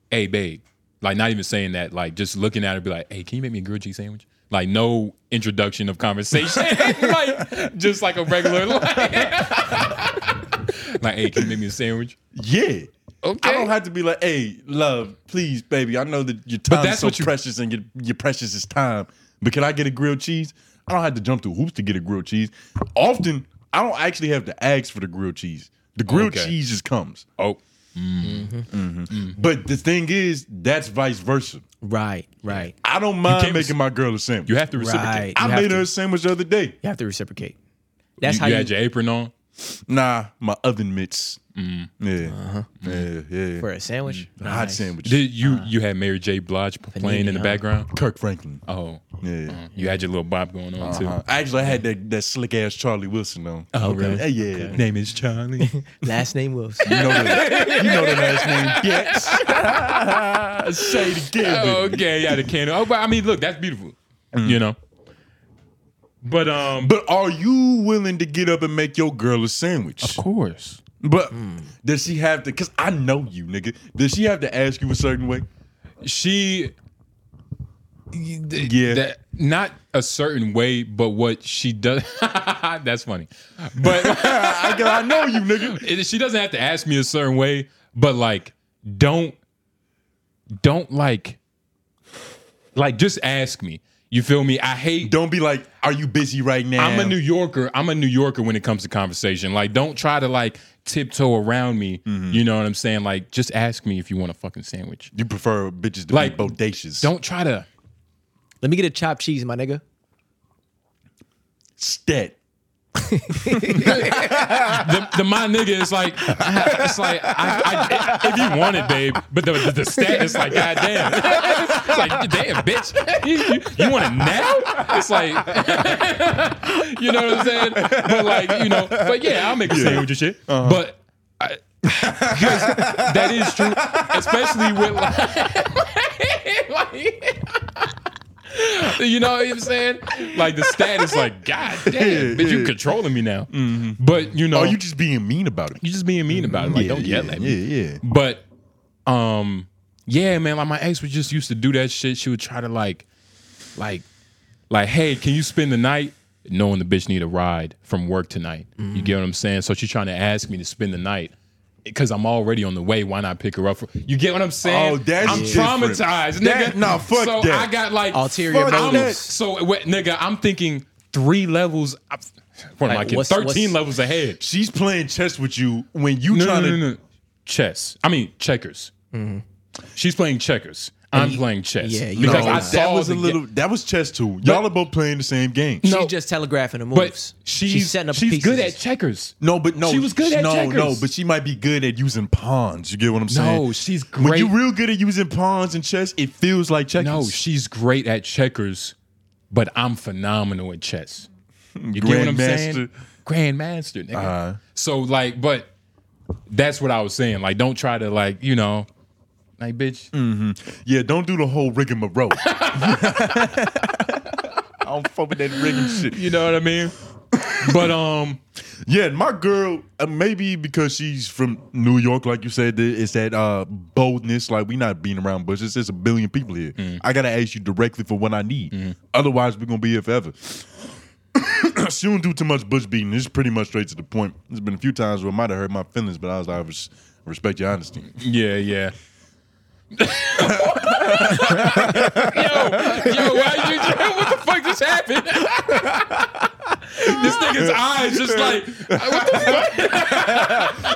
[SPEAKER 2] "Hey, babe," like not even saying that. Like just looking at her, be like, "Hey, can you make me a grilled cheese sandwich?" Like no introduction of conversation, like just like a regular like, like, "Hey, can you make me a sandwich?"
[SPEAKER 1] Yeah.
[SPEAKER 2] Okay.
[SPEAKER 1] I don't have to be like, hey, love, please, baby. I know that your time
[SPEAKER 2] that's
[SPEAKER 1] is so
[SPEAKER 2] what you-
[SPEAKER 1] precious and your, your precious is time. But can I get a grilled cheese? I don't have to jump through hoops to get a grilled cheese. Often, I don't actually have to ask for the grilled cheese. The grilled
[SPEAKER 2] Okay.
[SPEAKER 1] cheese just comes. Mm-hmm.
[SPEAKER 2] Oh, Mm-hmm.
[SPEAKER 1] But the thing is, that's vice versa.
[SPEAKER 3] Right, right.
[SPEAKER 1] I don't mind
[SPEAKER 2] can't
[SPEAKER 1] making
[SPEAKER 2] rec- my
[SPEAKER 1] my girl a sandwich.
[SPEAKER 2] you have to reciprocate.
[SPEAKER 3] Right. You
[SPEAKER 1] I
[SPEAKER 3] have
[SPEAKER 1] made
[SPEAKER 3] to-
[SPEAKER 1] her a sandwich the other day.
[SPEAKER 3] You have to reciprocate. That's
[SPEAKER 2] you,
[SPEAKER 3] how
[SPEAKER 2] you
[SPEAKER 3] you.
[SPEAKER 2] had your apron on.
[SPEAKER 1] Nah, my oven mitts.
[SPEAKER 2] Mm.
[SPEAKER 1] Yeah. yeah, yeah,
[SPEAKER 3] Uh-huh. for a sandwich.
[SPEAKER 1] Hot
[SPEAKER 3] Nice.
[SPEAKER 1] sandwich.
[SPEAKER 2] Did you
[SPEAKER 3] Uh-huh.
[SPEAKER 2] you had Mary J. Blige p- playing in the
[SPEAKER 3] huh?
[SPEAKER 2] background?
[SPEAKER 1] Kirk Franklin.
[SPEAKER 2] Oh,
[SPEAKER 1] Yeah.
[SPEAKER 2] you had your little bop going on
[SPEAKER 1] Uh,
[SPEAKER 2] too.
[SPEAKER 1] Actually, I had that, that slick ass Charlie Wilson on.
[SPEAKER 2] Oh, really?
[SPEAKER 1] Yeah, yeah.
[SPEAKER 2] Name is Charlie.
[SPEAKER 3] Last name Wills.
[SPEAKER 1] You know the, you know the last name. Yes. Say it again.
[SPEAKER 2] Oh,
[SPEAKER 1] baby.
[SPEAKER 2] okay, yeah, the candle. Oh, but I mean, look, that's beautiful. You know. But um,
[SPEAKER 1] But are you willing to get up and make your girl a sandwich?
[SPEAKER 2] course. Hmm.
[SPEAKER 1] But does she have to? Cause I know you, nigga. Does she have to ask you a certain way?
[SPEAKER 2] She
[SPEAKER 1] Yeah.
[SPEAKER 2] that not a certain way, but what she does that's funny. But
[SPEAKER 1] I, I- I know you, nigga.
[SPEAKER 2] it- she doesn't have to ask me a certain way, but like don't don't like like just ask me. You feel me? I hate
[SPEAKER 1] Don't be like, are you busy right now?
[SPEAKER 2] I'm a New Yorker. I'm a New Yorker when it comes to conversation. Like, don't try to like tiptoe around me. You know what I'm saying? Like, just ask me if you want a fucking sandwich.
[SPEAKER 1] You prefer bitches to
[SPEAKER 2] Like,
[SPEAKER 1] be bodacious.
[SPEAKER 2] Don't try to.
[SPEAKER 3] Let me get a chopped cheese, my nigga.
[SPEAKER 1] stat.
[SPEAKER 2] The, the my nigga is like, it's like, I, I, if you want it, babe. But the, the, the stat is like, goddamn. It's like, damn, bitch. You, you- you want it now? It's like, you know what I'm saying? But like, you know, but yeah, I'll make a sandwich and shit.
[SPEAKER 1] Uh-huh.
[SPEAKER 2] But I, 'cause that is true, especially with like, like- you know what I'm saying? Like the stat is like, God damn, but you controlling me now. But you know,
[SPEAKER 1] Are Mm-hmm. Oh, you
[SPEAKER 2] you,
[SPEAKER 1] just being mean about it?
[SPEAKER 2] you just being mean about it. Like, don't yell
[SPEAKER 1] yeah,
[SPEAKER 2] at me.
[SPEAKER 1] yeah, yeah.
[SPEAKER 2] But um, yeah, man, like my ex was just used to do that shit. She would try to like, like, like, hey, can you spend the night? Knowing the bitch need a ride from work tonight.
[SPEAKER 1] Mm-hmm.
[SPEAKER 2] You get what I'm saying? So she's trying to ask me to spend the night. Cause I'm already on the way. Why not pick her up? For, you get what I'm saying?
[SPEAKER 1] Oh, that's
[SPEAKER 2] I'm
[SPEAKER 1] different.
[SPEAKER 2] traumatized, nigga.
[SPEAKER 1] That- nah, fuck
[SPEAKER 2] so
[SPEAKER 1] that.
[SPEAKER 2] I got like
[SPEAKER 3] Ulterior
[SPEAKER 1] Fuck
[SPEAKER 2] I'm-
[SPEAKER 1] that.
[SPEAKER 3] motives.
[SPEAKER 2] So what, nigga, I'm thinking three levels. I, what am I
[SPEAKER 3] Like,
[SPEAKER 2] kidding?
[SPEAKER 3] what's- what's-
[SPEAKER 2] Thirteen levels ahead
[SPEAKER 1] She's playing chess with you when you
[SPEAKER 2] no,
[SPEAKER 1] trying
[SPEAKER 2] no, no,
[SPEAKER 1] to
[SPEAKER 2] no, no. chess. I mean checkers. She's playing checkers. I'm playing chess.
[SPEAKER 3] yeah, you
[SPEAKER 2] because
[SPEAKER 3] know
[SPEAKER 2] I
[SPEAKER 3] that.
[SPEAKER 2] saw
[SPEAKER 1] that was
[SPEAKER 2] the
[SPEAKER 1] a
[SPEAKER 2] ga-
[SPEAKER 1] little. That was chess too. Y'all
[SPEAKER 2] But-
[SPEAKER 1] are both playing the same game.
[SPEAKER 2] No.
[SPEAKER 3] She's just telegraphing the
[SPEAKER 2] but
[SPEAKER 3] moves.
[SPEAKER 2] she's
[SPEAKER 3] setting up.
[SPEAKER 2] She's
[SPEAKER 3] pieces.
[SPEAKER 2] good at checkers.
[SPEAKER 1] No, but no,
[SPEAKER 2] She was good at
[SPEAKER 1] no,
[SPEAKER 2] checkers.
[SPEAKER 1] no, but she might be good at using pawns. You get what I'm saying?
[SPEAKER 2] No, she's
[SPEAKER 1] When
[SPEAKER 2] great.
[SPEAKER 1] you real good at using pawns and chess, it feels like checkers.
[SPEAKER 2] no, she's great at checkers, but I'm phenomenal at chess. You get what I'm saying? Grandmaster, nigga.
[SPEAKER 1] Uh-huh.
[SPEAKER 2] So like, but that's what I was saying. Like, don't try to like, you know, like, bitch.
[SPEAKER 1] Yeah, don't do the whole rigmarole. I don't fuck with that rigging shit.
[SPEAKER 2] You know what I mean? but um,
[SPEAKER 1] Yeah, and my girl, uh, maybe because she's from New York, like you said, th- it's that uh, boldness. Like we not being around bushes. There's a billion people here. I gotta ask you directly for what I need. Otherwise, we're gonna be here forever. she don't do too much bush beating. It's pretty much straight to the point. There's been a few times where it might have hurt my feelings, but I was like, I res- respect your honesty.
[SPEAKER 2] Yeah, yeah. yo, yo, why you, yo, what the fuck just happened? this nigga's eyes just like, what the
[SPEAKER 1] I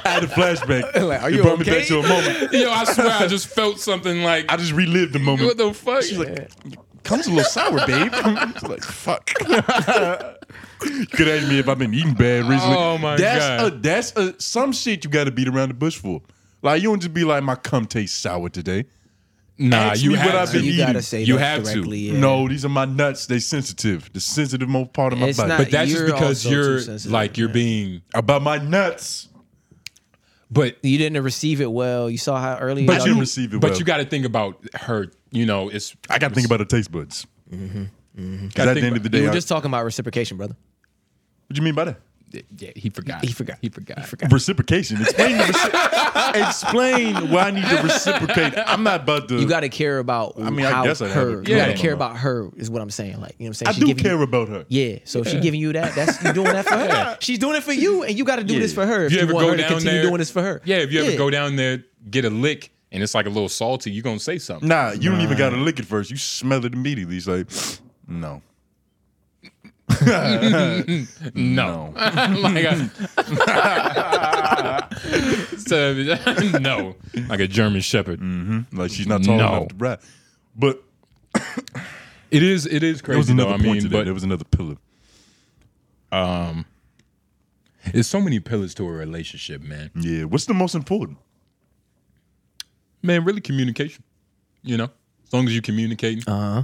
[SPEAKER 1] had a flashback.
[SPEAKER 5] Like, are you
[SPEAKER 1] it brought me
[SPEAKER 5] okay?
[SPEAKER 1] back to a moment.
[SPEAKER 2] fuck? Yo, I swear I just felt something like,
[SPEAKER 1] I just relived the moment.
[SPEAKER 2] what the fuck?
[SPEAKER 1] comes a little sour, babe. It's like, fuck. you could ask me if I've been eating bad recently.
[SPEAKER 2] Oh, my
[SPEAKER 1] that's
[SPEAKER 2] God.
[SPEAKER 1] A, that's a, some shit you got to beat around the bush for. Like you don't just be like, my cum tastes sour today.
[SPEAKER 2] nah,
[SPEAKER 1] ask
[SPEAKER 2] you
[SPEAKER 1] me what
[SPEAKER 2] have
[SPEAKER 1] I've
[SPEAKER 2] to.
[SPEAKER 1] been
[SPEAKER 3] you
[SPEAKER 1] eating.
[SPEAKER 3] gotta say
[SPEAKER 2] You
[SPEAKER 3] that
[SPEAKER 2] have to.
[SPEAKER 3] directly. yeah.
[SPEAKER 1] No, these are my nuts. They sensitive. The sensitive most part of my
[SPEAKER 3] It's
[SPEAKER 1] body.
[SPEAKER 3] not-
[SPEAKER 1] But
[SPEAKER 2] But that's
[SPEAKER 3] You're
[SPEAKER 2] just because
[SPEAKER 3] also too
[SPEAKER 2] you're
[SPEAKER 3] sensitive,
[SPEAKER 2] like you're
[SPEAKER 3] man.
[SPEAKER 2] being,
[SPEAKER 1] about my nuts.
[SPEAKER 2] but
[SPEAKER 3] you didn't receive it well. You saw how early.
[SPEAKER 1] But
[SPEAKER 3] how
[SPEAKER 1] you-
[SPEAKER 3] you,
[SPEAKER 1] receive it
[SPEAKER 2] But
[SPEAKER 1] well.
[SPEAKER 2] you got to think about her. You know, it's
[SPEAKER 1] I got to think about the taste buds. 'Cause
[SPEAKER 2] Gotta
[SPEAKER 1] at the
[SPEAKER 2] think
[SPEAKER 1] end of the
[SPEAKER 2] about-
[SPEAKER 1] day,
[SPEAKER 3] you were
[SPEAKER 1] I-
[SPEAKER 3] just talking about reciprocation, brother.
[SPEAKER 1] what do you mean by that?
[SPEAKER 2] yeah. He forgot.
[SPEAKER 3] He forgot.
[SPEAKER 2] He forgot.
[SPEAKER 1] Reciprocation. Explain. The recipro- explain why I need to reciprocate. I'm not about to.
[SPEAKER 3] You got to care about. I
[SPEAKER 1] mean, I
[SPEAKER 3] how
[SPEAKER 1] guess I have
[SPEAKER 3] her.
[SPEAKER 1] it.
[SPEAKER 3] You
[SPEAKER 2] Yeah.
[SPEAKER 3] got to care about her is what I'm saying. Like you know, what I'm saying
[SPEAKER 1] I
[SPEAKER 3] She
[SPEAKER 1] do
[SPEAKER 3] giving
[SPEAKER 1] care
[SPEAKER 3] You,
[SPEAKER 1] about her.
[SPEAKER 3] yeah, so if she's giving you that. That's you doing that for her. She's doing it for you, and you got to do this for her. If
[SPEAKER 2] If you,
[SPEAKER 3] you,
[SPEAKER 2] ever
[SPEAKER 3] want
[SPEAKER 2] go
[SPEAKER 3] her to
[SPEAKER 2] down
[SPEAKER 3] continue
[SPEAKER 2] there,
[SPEAKER 3] doing this for her.
[SPEAKER 2] Yeah, if you ever
[SPEAKER 3] Yeah.
[SPEAKER 2] go down there, get a lick, and it's like a little salty, you're gonna say something.
[SPEAKER 1] Nah, you don't even gotta lick it first. You smell it immediately. It's like, no.
[SPEAKER 2] no, like a, so, no, like a German Shepherd.
[SPEAKER 1] Mm. Like she's not tall
[SPEAKER 2] No.
[SPEAKER 1] enough to ride. But
[SPEAKER 2] It is. It is
[SPEAKER 1] there was
[SPEAKER 2] crazy.
[SPEAKER 1] another
[SPEAKER 2] Though, I
[SPEAKER 1] point
[SPEAKER 2] mean,
[SPEAKER 1] to that.
[SPEAKER 2] but
[SPEAKER 1] There was another pillar.
[SPEAKER 2] there's so many pillars to a relationship, man.
[SPEAKER 1] Yeah. What's the most important?
[SPEAKER 2] Man, really communication. You know, as long as you communicate, uh huh,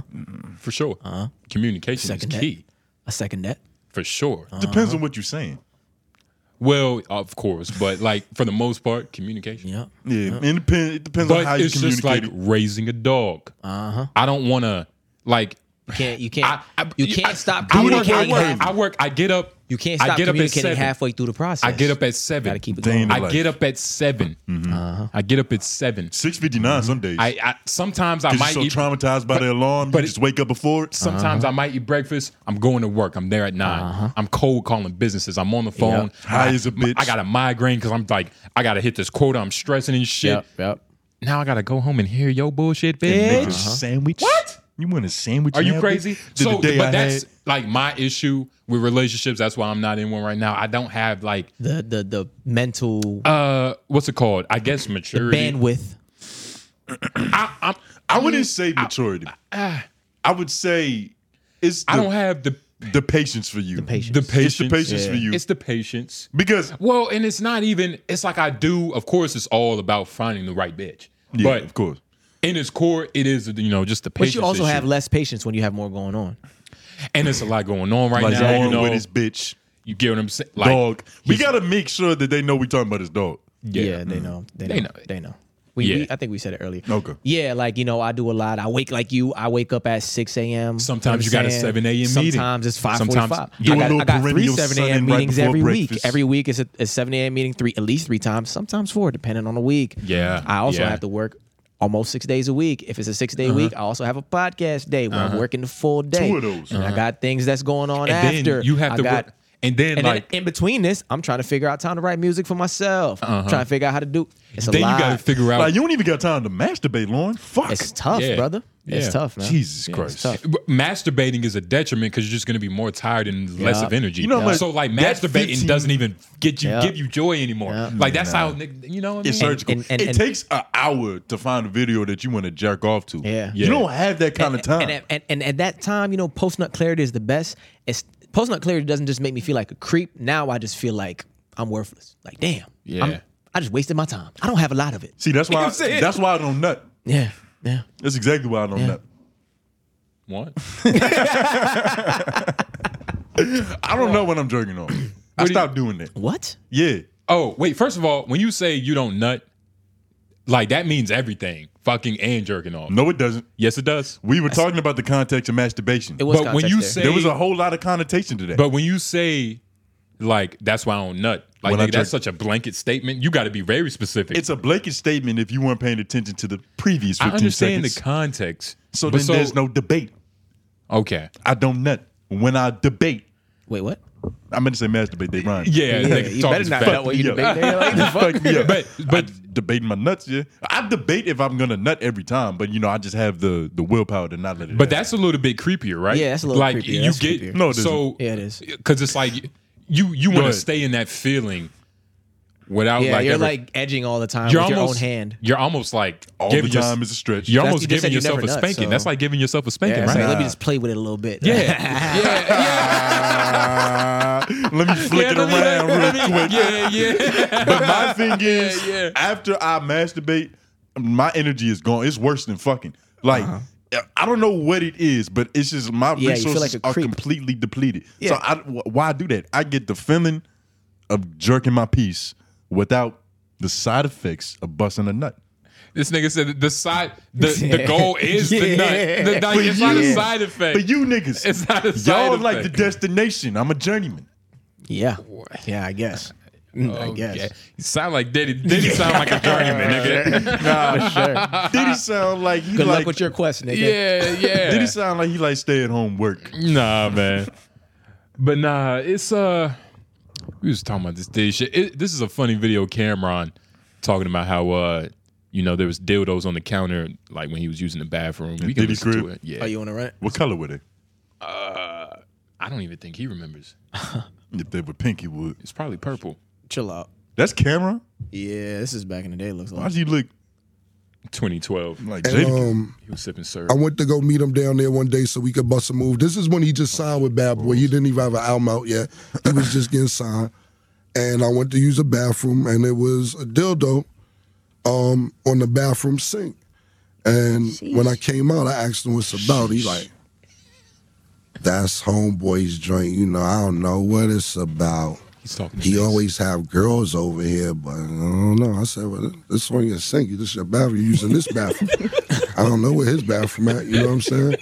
[SPEAKER 2] for sure. Uh huh. Communication
[SPEAKER 3] Uh-huh. Second
[SPEAKER 2] is
[SPEAKER 3] that. Uh-huh.
[SPEAKER 2] key
[SPEAKER 3] I second that.
[SPEAKER 2] for sure.
[SPEAKER 1] Depends on what you're saying.
[SPEAKER 2] Well, of course, but like for the most part, communication.
[SPEAKER 3] Yeah.
[SPEAKER 1] Yeah. It, depend, it depends on how
[SPEAKER 2] Uh-huh. But
[SPEAKER 1] you
[SPEAKER 2] it's just like
[SPEAKER 1] communicate. it.
[SPEAKER 2] raising a dog. Uh-huh. I don't want to like.
[SPEAKER 3] You can't. You can't.
[SPEAKER 2] I, I-
[SPEAKER 3] you can't stop
[SPEAKER 2] I work, I,
[SPEAKER 3] communicating.
[SPEAKER 2] work,
[SPEAKER 3] half-
[SPEAKER 2] I work. I get up.
[SPEAKER 3] you can't
[SPEAKER 2] I
[SPEAKER 3] stop
[SPEAKER 2] get up at
[SPEAKER 3] communicating
[SPEAKER 2] seven.
[SPEAKER 3] halfway through the process.
[SPEAKER 2] I get up at seven.
[SPEAKER 3] Gotta keep it going.
[SPEAKER 1] Dang
[SPEAKER 3] Mm-hmm. Uh-huh.
[SPEAKER 1] it.
[SPEAKER 2] I get up at 7 I get up at seven.
[SPEAKER 1] 659 some days.
[SPEAKER 2] I, I sometimes I
[SPEAKER 1] 'Cause you're
[SPEAKER 2] might
[SPEAKER 1] so
[SPEAKER 2] eat.
[SPEAKER 1] traumatized by the alarm,
[SPEAKER 2] but
[SPEAKER 1] you
[SPEAKER 2] it-
[SPEAKER 1] just wake up before it.
[SPEAKER 2] Sometimes I might eat breakfast. I'm going to work. I'm there at 9
[SPEAKER 3] Uh-huh.
[SPEAKER 2] i I'm cold calling businesses. I'm on the phone.
[SPEAKER 1] High
[SPEAKER 2] I-
[SPEAKER 1] as a bitch.
[SPEAKER 2] I got a migraine because I'm like, I gotta hit this quota. I'm stressing and shit.
[SPEAKER 3] Yep.
[SPEAKER 2] Now I gotta go home and hear your bullshit,
[SPEAKER 1] Make
[SPEAKER 2] bitch.
[SPEAKER 1] a sandwich. Uh-huh. What? You want a sandwich?
[SPEAKER 2] Are you
[SPEAKER 1] now,
[SPEAKER 2] crazy?
[SPEAKER 1] bitch? To
[SPEAKER 2] So,
[SPEAKER 1] the day
[SPEAKER 2] but
[SPEAKER 1] I
[SPEAKER 2] that's
[SPEAKER 1] had-
[SPEAKER 2] like my issue with relationships. That's why I'm not in one right now. I don't have like
[SPEAKER 3] The the the mental
[SPEAKER 2] uh, what's it called? I guess maturity.
[SPEAKER 3] bandwidth.
[SPEAKER 2] I, I'm,
[SPEAKER 1] I wouldn't say maturity. I would say it's the,
[SPEAKER 2] ah. I don't have the
[SPEAKER 1] the patience for you. The
[SPEAKER 3] patience.
[SPEAKER 2] the
[SPEAKER 1] It's
[SPEAKER 2] patience.
[SPEAKER 1] the patience for you.
[SPEAKER 2] It's the patience.
[SPEAKER 1] because
[SPEAKER 2] Well, and it's not even. It's like I do. Of course, it's all about finding the right bitch.
[SPEAKER 1] Yeah,
[SPEAKER 2] but
[SPEAKER 1] of course.
[SPEAKER 2] in its core, it is you know just the
[SPEAKER 3] But
[SPEAKER 2] patience.
[SPEAKER 3] you also
[SPEAKER 2] issue.
[SPEAKER 3] have less patience when you have more going on.
[SPEAKER 2] and it's a lot going on right
[SPEAKER 1] Like
[SPEAKER 2] now.
[SPEAKER 1] going
[SPEAKER 2] You know,
[SPEAKER 1] with his bitch.
[SPEAKER 2] you get what I'm saying? Like,
[SPEAKER 1] dog. We gotta make sure that they know we talking about his dog.
[SPEAKER 3] Yeah, they know. They,
[SPEAKER 2] Mm-hmm. They
[SPEAKER 3] know.
[SPEAKER 2] know it.
[SPEAKER 3] They know. We,
[SPEAKER 2] Yeah.
[SPEAKER 3] we- I think we said it earlier.
[SPEAKER 1] Okay.
[SPEAKER 3] Yeah, like you know, I do a lot. I wake like you. I wake up at six a.m.
[SPEAKER 2] Sometimes
[SPEAKER 3] know what
[SPEAKER 2] you got a
[SPEAKER 3] I'm saying?
[SPEAKER 2] 7 a.m. meeting.
[SPEAKER 3] Sometimes it's five
[SPEAKER 2] Sometimes-
[SPEAKER 3] forty-five.
[SPEAKER 1] Do
[SPEAKER 3] I
[SPEAKER 1] a
[SPEAKER 3] got,
[SPEAKER 1] little
[SPEAKER 3] I got three
[SPEAKER 1] perennial
[SPEAKER 3] seven a.m.
[SPEAKER 1] sunning right
[SPEAKER 3] meetings
[SPEAKER 1] before
[SPEAKER 3] every week.
[SPEAKER 1] breakfast.
[SPEAKER 3] Every week is a, a seven a.m. meeting, three at least three times. Sometimes four, depending on the week.
[SPEAKER 2] Yeah,
[SPEAKER 3] I also
[SPEAKER 2] yeah. Uh-huh.
[SPEAKER 3] have to work almost six days a week. If it's a six-day week, I also have a podcast day where I'm working the full day.
[SPEAKER 1] Two of those.
[SPEAKER 3] And I got things that's going on
[SPEAKER 2] Uh-huh. and
[SPEAKER 3] after.
[SPEAKER 2] then you have
[SPEAKER 3] I
[SPEAKER 2] to.
[SPEAKER 3] got-
[SPEAKER 2] work, and then
[SPEAKER 3] and
[SPEAKER 2] like
[SPEAKER 3] then in between this, I'm trying to figure out time to write music for myself. I'm trying to figure out how to do. It's a
[SPEAKER 2] Uh-huh. then
[SPEAKER 3] lot.
[SPEAKER 2] you got to figure out.
[SPEAKER 1] Like you don't even got time to masturbate, Lauren. Fuck.
[SPEAKER 3] It's tough,
[SPEAKER 2] Yeah.
[SPEAKER 3] brother. It's
[SPEAKER 2] Yeah.
[SPEAKER 3] tough, man.
[SPEAKER 1] Jesus
[SPEAKER 3] Yeah,
[SPEAKER 1] Christ.
[SPEAKER 3] It's tough.
[SPEAKER 2] But masturbating is a detriment because you're just going to be more tired and less
[SPEAKER 3] Yeah.
[SPEAKER 2] of energy.
[SPEAKER 1] You know how much-
[SPEAKER 2] so like
[SPEAKER 1] that
[SPEAKER 2] masturbating
[SPEAKER 1] 15
[SPEAKER 2] doesn't even get you
[SPEAKER 3] Yeah.
[SPEAKER 2] give you joy anymore.
[SPEAKER 3] Yeah.
[SPEAKER 2] Like that's how nigg- you know. What I
[SPEAKER 1] It's
[SPEAKER 2] mean?
[SPEAKER 1] surgical.
[SPEAKER 3] and- and-
[SPEAKER 1] it
[SPEAKER 3] and-
[SPEAKER 1] takes an hour to find a video that you want to jerk off to.
[SPEAKER 3] Yeah.
[SPEAKER 1] You
[SPEAKER 2] Yeah.
[SPEAKER 1] don't have that kind of time.
[SPEAKER 3] And at, and, and at that time, you know, post nut clarity is the best. It's post nut clarity doesn't just make me feel like a creep. Now I just feel like I'm worthless. Like damn,
[SPEAKER 2] Yeah.
[SPEAKER 3] I'm- i just wasted my time. I don't have a lot of it.
[SPEAKER 1] See, that's why
[SPEAKER 2] I'm saying?
[SPEAKER 1] that's why I don't nut.
[SPEAKER 3] Yeah, yeah.
[SPEAKER 1] That's exactly why I don't nut.
[SPEAKER 2] What?
[SPEAKER 1] I don't know when I'm jerking off. I stopped doing that.
[SPEAKER 3] What?
[SPEAKER 1] Yeah.
[SPEAKER 2] Oh wait. First of all, when you say you don't nut, like that means everything, fucking and jerking off.
[SPEAKER 1] No, it doesn't.
[SPEAKER 2] Yes, it does.
[SPEAKER 1] We were talking about the context of masturbation.
[SPEAKER 3] It was
[SPEAKER 2] But when
[SPEAKER 3] context
[SPEAKER 2] you
[SPEAKER 3] there.
[SPEAKER 2] say-
[SPEAKER 1] there was a whole lot of connotation to that.
[SPEAKER 2] But when you say like that's why I don't nut, like
[SPEAKER 1] When I
[SPEAKER 2] nigga, that's
[SPEAKER 1] jerk-
[SPEAKER 2] such a blanket statement. You got to be very specific.
[SPEAKER 1] it's a blanket statement if you weren't paying attention to the previous
[SPEAKER 2] I
[SPEAKER 1] 15
[SPEAKER 2] understand
[SPEAKER 1] seconds.
[SPEAKER 2] the context.
[SPEAKER 1] so
[SPEAKER 2] but
[SPEAKER 1] then there's no debate.
[SPEAKER 2] okay.
[SPEAKER 1] I don't nut. When I debate,
[SPEAKER 3] Wait, what?
[SPEAKER 1] I meant to say masturbate. They rhyme.
[SPEAKER 2] Yeah,
[SPEAKER 3] Yeah,
[SPEAKER 2] nigga,
[SPEAKER 3] you
[SPEAKER 2] talk
[SPEAKER 3] better
[SPEAKER 2] is
[SPEAKER 3] not
[SPEAKER 2] fat.
[SPEAKER 3] that way you
[SPEAKER 1] Yeah.
[SPEAKER 3] debate. nigga. Like, the fuck?
[SPEAKER 1] Fuck me up.
[SPEAKER 2] But- but-
[SPEAKER 1] I debate my nuts. Yeah, I debate if I'm gonna nut every time, but you know I just have the the willpower to not let it.
[SPEAKER 2] But
[SPEAKER 1] happen.
[SPEAKER 2] that's a little bit creepier, right?
[SPEAKER 3] Yeah, that's a little
[SPEAKER 2] like
[SPEAKER 3] creepier.
[SPEAKER 2] you
[SPEAKER 3] That's
[SPEAKER 2] get
[SPEAKER 3] creepier.
[SPEAKER 1] No, it isn't.
[SPEAKER 2] so
[SPEAKER 3] Yeah, it is.
[SPEAKER 2] because it's like you you want to
[SPEAKER 1] ahead.
[SPEAKER 2] stay in that feeling without
[SPEAKER 3] Yeah,
[SPEAKER 2] like
[SPEAKER 3] you're
[SPEAKER 2] ever-
[SPEAKER 3] like edging all the time
[SPEAKER 2] you're
[SPEAKER 3] with
[SPEAKER 2] almost
[SPEAKER 3] your own hand.
[SPEAKER 2] You're almost like
[SPEAKER 1] all the
[SPEAKER 2] giving your-
[SPEAKER 1] time is a stretch.
[SPEAKER 2] You're
[SPEAKER 3] That's-
[SPEAKER 2] almost
[SPEAKER 3] you just said
[SPEAKER 2] giving
[SPEAKER 3] you
[SPEAKER 2] yourself
[SPEAKER 3] never
[SPEAKER 2] a
[SPEAKER 3] nut,
[SPEAKER 2] spanking.
[SPEAKER 3] so-
[SPEAKER 2] That's like giving yourself a spanking,
[SPEAKER 3] Yeah, it's
[SPEAKER 2] right?
[SPEAKER 3] like, let me just play with it a little bit.
[SPEAKER 2] yeah, yeah,
[SPEAKER 1] let me
[SPEAKER 2] yeah.
[SPEAKER 1] flick it
[SPEAKER 2] Let me-
[SPEAKER 1] around
[SPEAKER 2] let
[SPEAKER 1] real
[SPEAKER 2] me-
[SPEAKER 1] quick.
[SPEAKER 2] Yeah, yeah.
[SPEAKER 1] But my thing is,
[SPEAKER 2] yeah.
[SPEAKER 1] after I masturbate, my energy is gone. It's worse than fucking. Like,
[SPEAKER 2] Uh-huh.
[SPEAKER 1] I don't know what it is, but it's just my
[SPEAKER 3] you feel
[SPEAKER 1] resources
[SPEAKER 3] like a
[SPEAKER 1] are
[SPEAKER 3] creep.
[SPEAKER 1] completely depleted. So
[SPEAKER 3] Yeah.
[SPEAKER 1] I, wh- why do that? I get the feeling of jerking my piece without the side effects of busting a nut.
[SPEAKER 2] This nigga said the side the, the goal is the nut. The, nut-
[SPEAKER 1] But
[SPEAKER 2] it's not a
[SPEAKER 1] you-
[SPEAKER 2] side effect.
[SPEAKER 1] But you niggas,
[SPEAKER 2] It's not a side
[SPEAKER 1] y'all like the
[SPEAKER 2] effect.
[SPEAKER 1] destination. I'm a journeyman.
[SPEAKER 3] Yeah. Yeah, I guess. Mm, I guess.
[SPEAKER 2] Oh, Yeah. You sound like Diddy. Diddy sound like a journeyman, nigga.
[SPEAKER 1] Nah, sure. Did he sound like he
[SPEAKER 3] Good
[SPEAKER 1] like?
[SPEAKER 3] luck with your quest, nigga.
[SPEAKER 2] Yeah, yeah.
[SPEAKER 1] Did he sound like he like stay at home work?
[SPEAKER 2] Nah, man. But nah, it's uh, we was talking about this day shit. It, this is a funny video. Cameron talking about how uh, you know, there was dildos on the counter, like when he was using the bathroom. We can
[SPEAKER 1] Diddy
[SPEAKER 2] listen to
[SPEAKER 1] crib?
[SPEAKER 2] it. Yeah,
[SPEAKER 3] Oh, you want to run it?
[SPEAKER 1] What color were they?
[SPEAKER 2] I don't even think he remembers.
[SPEAKER 1] If they were pink, he would.
[SPEAKER 2] It's probably purple.
[SPEAKER 3] Chill out.
[SPEAKER 1] That's Cameron.
[SPEAKER 3] Yeah, this is back in the day. Looks
[SPEAKER 1] Why
[SPEAKER 3] like.
[SPEAKER 1] does he look
[SPEAKER 2] 2012.
[SPEAKER 1] like
[SPEAKER 6] And,
[SPEAKER 1] Jada?
[SPEAKER 6] um,
[SPEAKER 2] He was sipping syrup.
[SPEAKER 6] I went to go meet him down there one day so we could bust a move. This is when he just signed with Bad Boy. He didn't even have an album out yet. He was just getting signed. And I went to use a bathroom, and it was a dildo um, on the bathroom sink. And when I came out, I asked him what's about. He like, that's homeboy's joint. You know, I don't know what it's about.
[SPEAKER 2] He's talking. to
[SPEAKER 6] He
[SPEAKER 2] Mace.
[SPEAKER 6] always have girls over here, but I don't know. I said, well, this one your sink. This your bathroom. you using this bathroom. I don't know where his bathroom at. You know what I'm saying?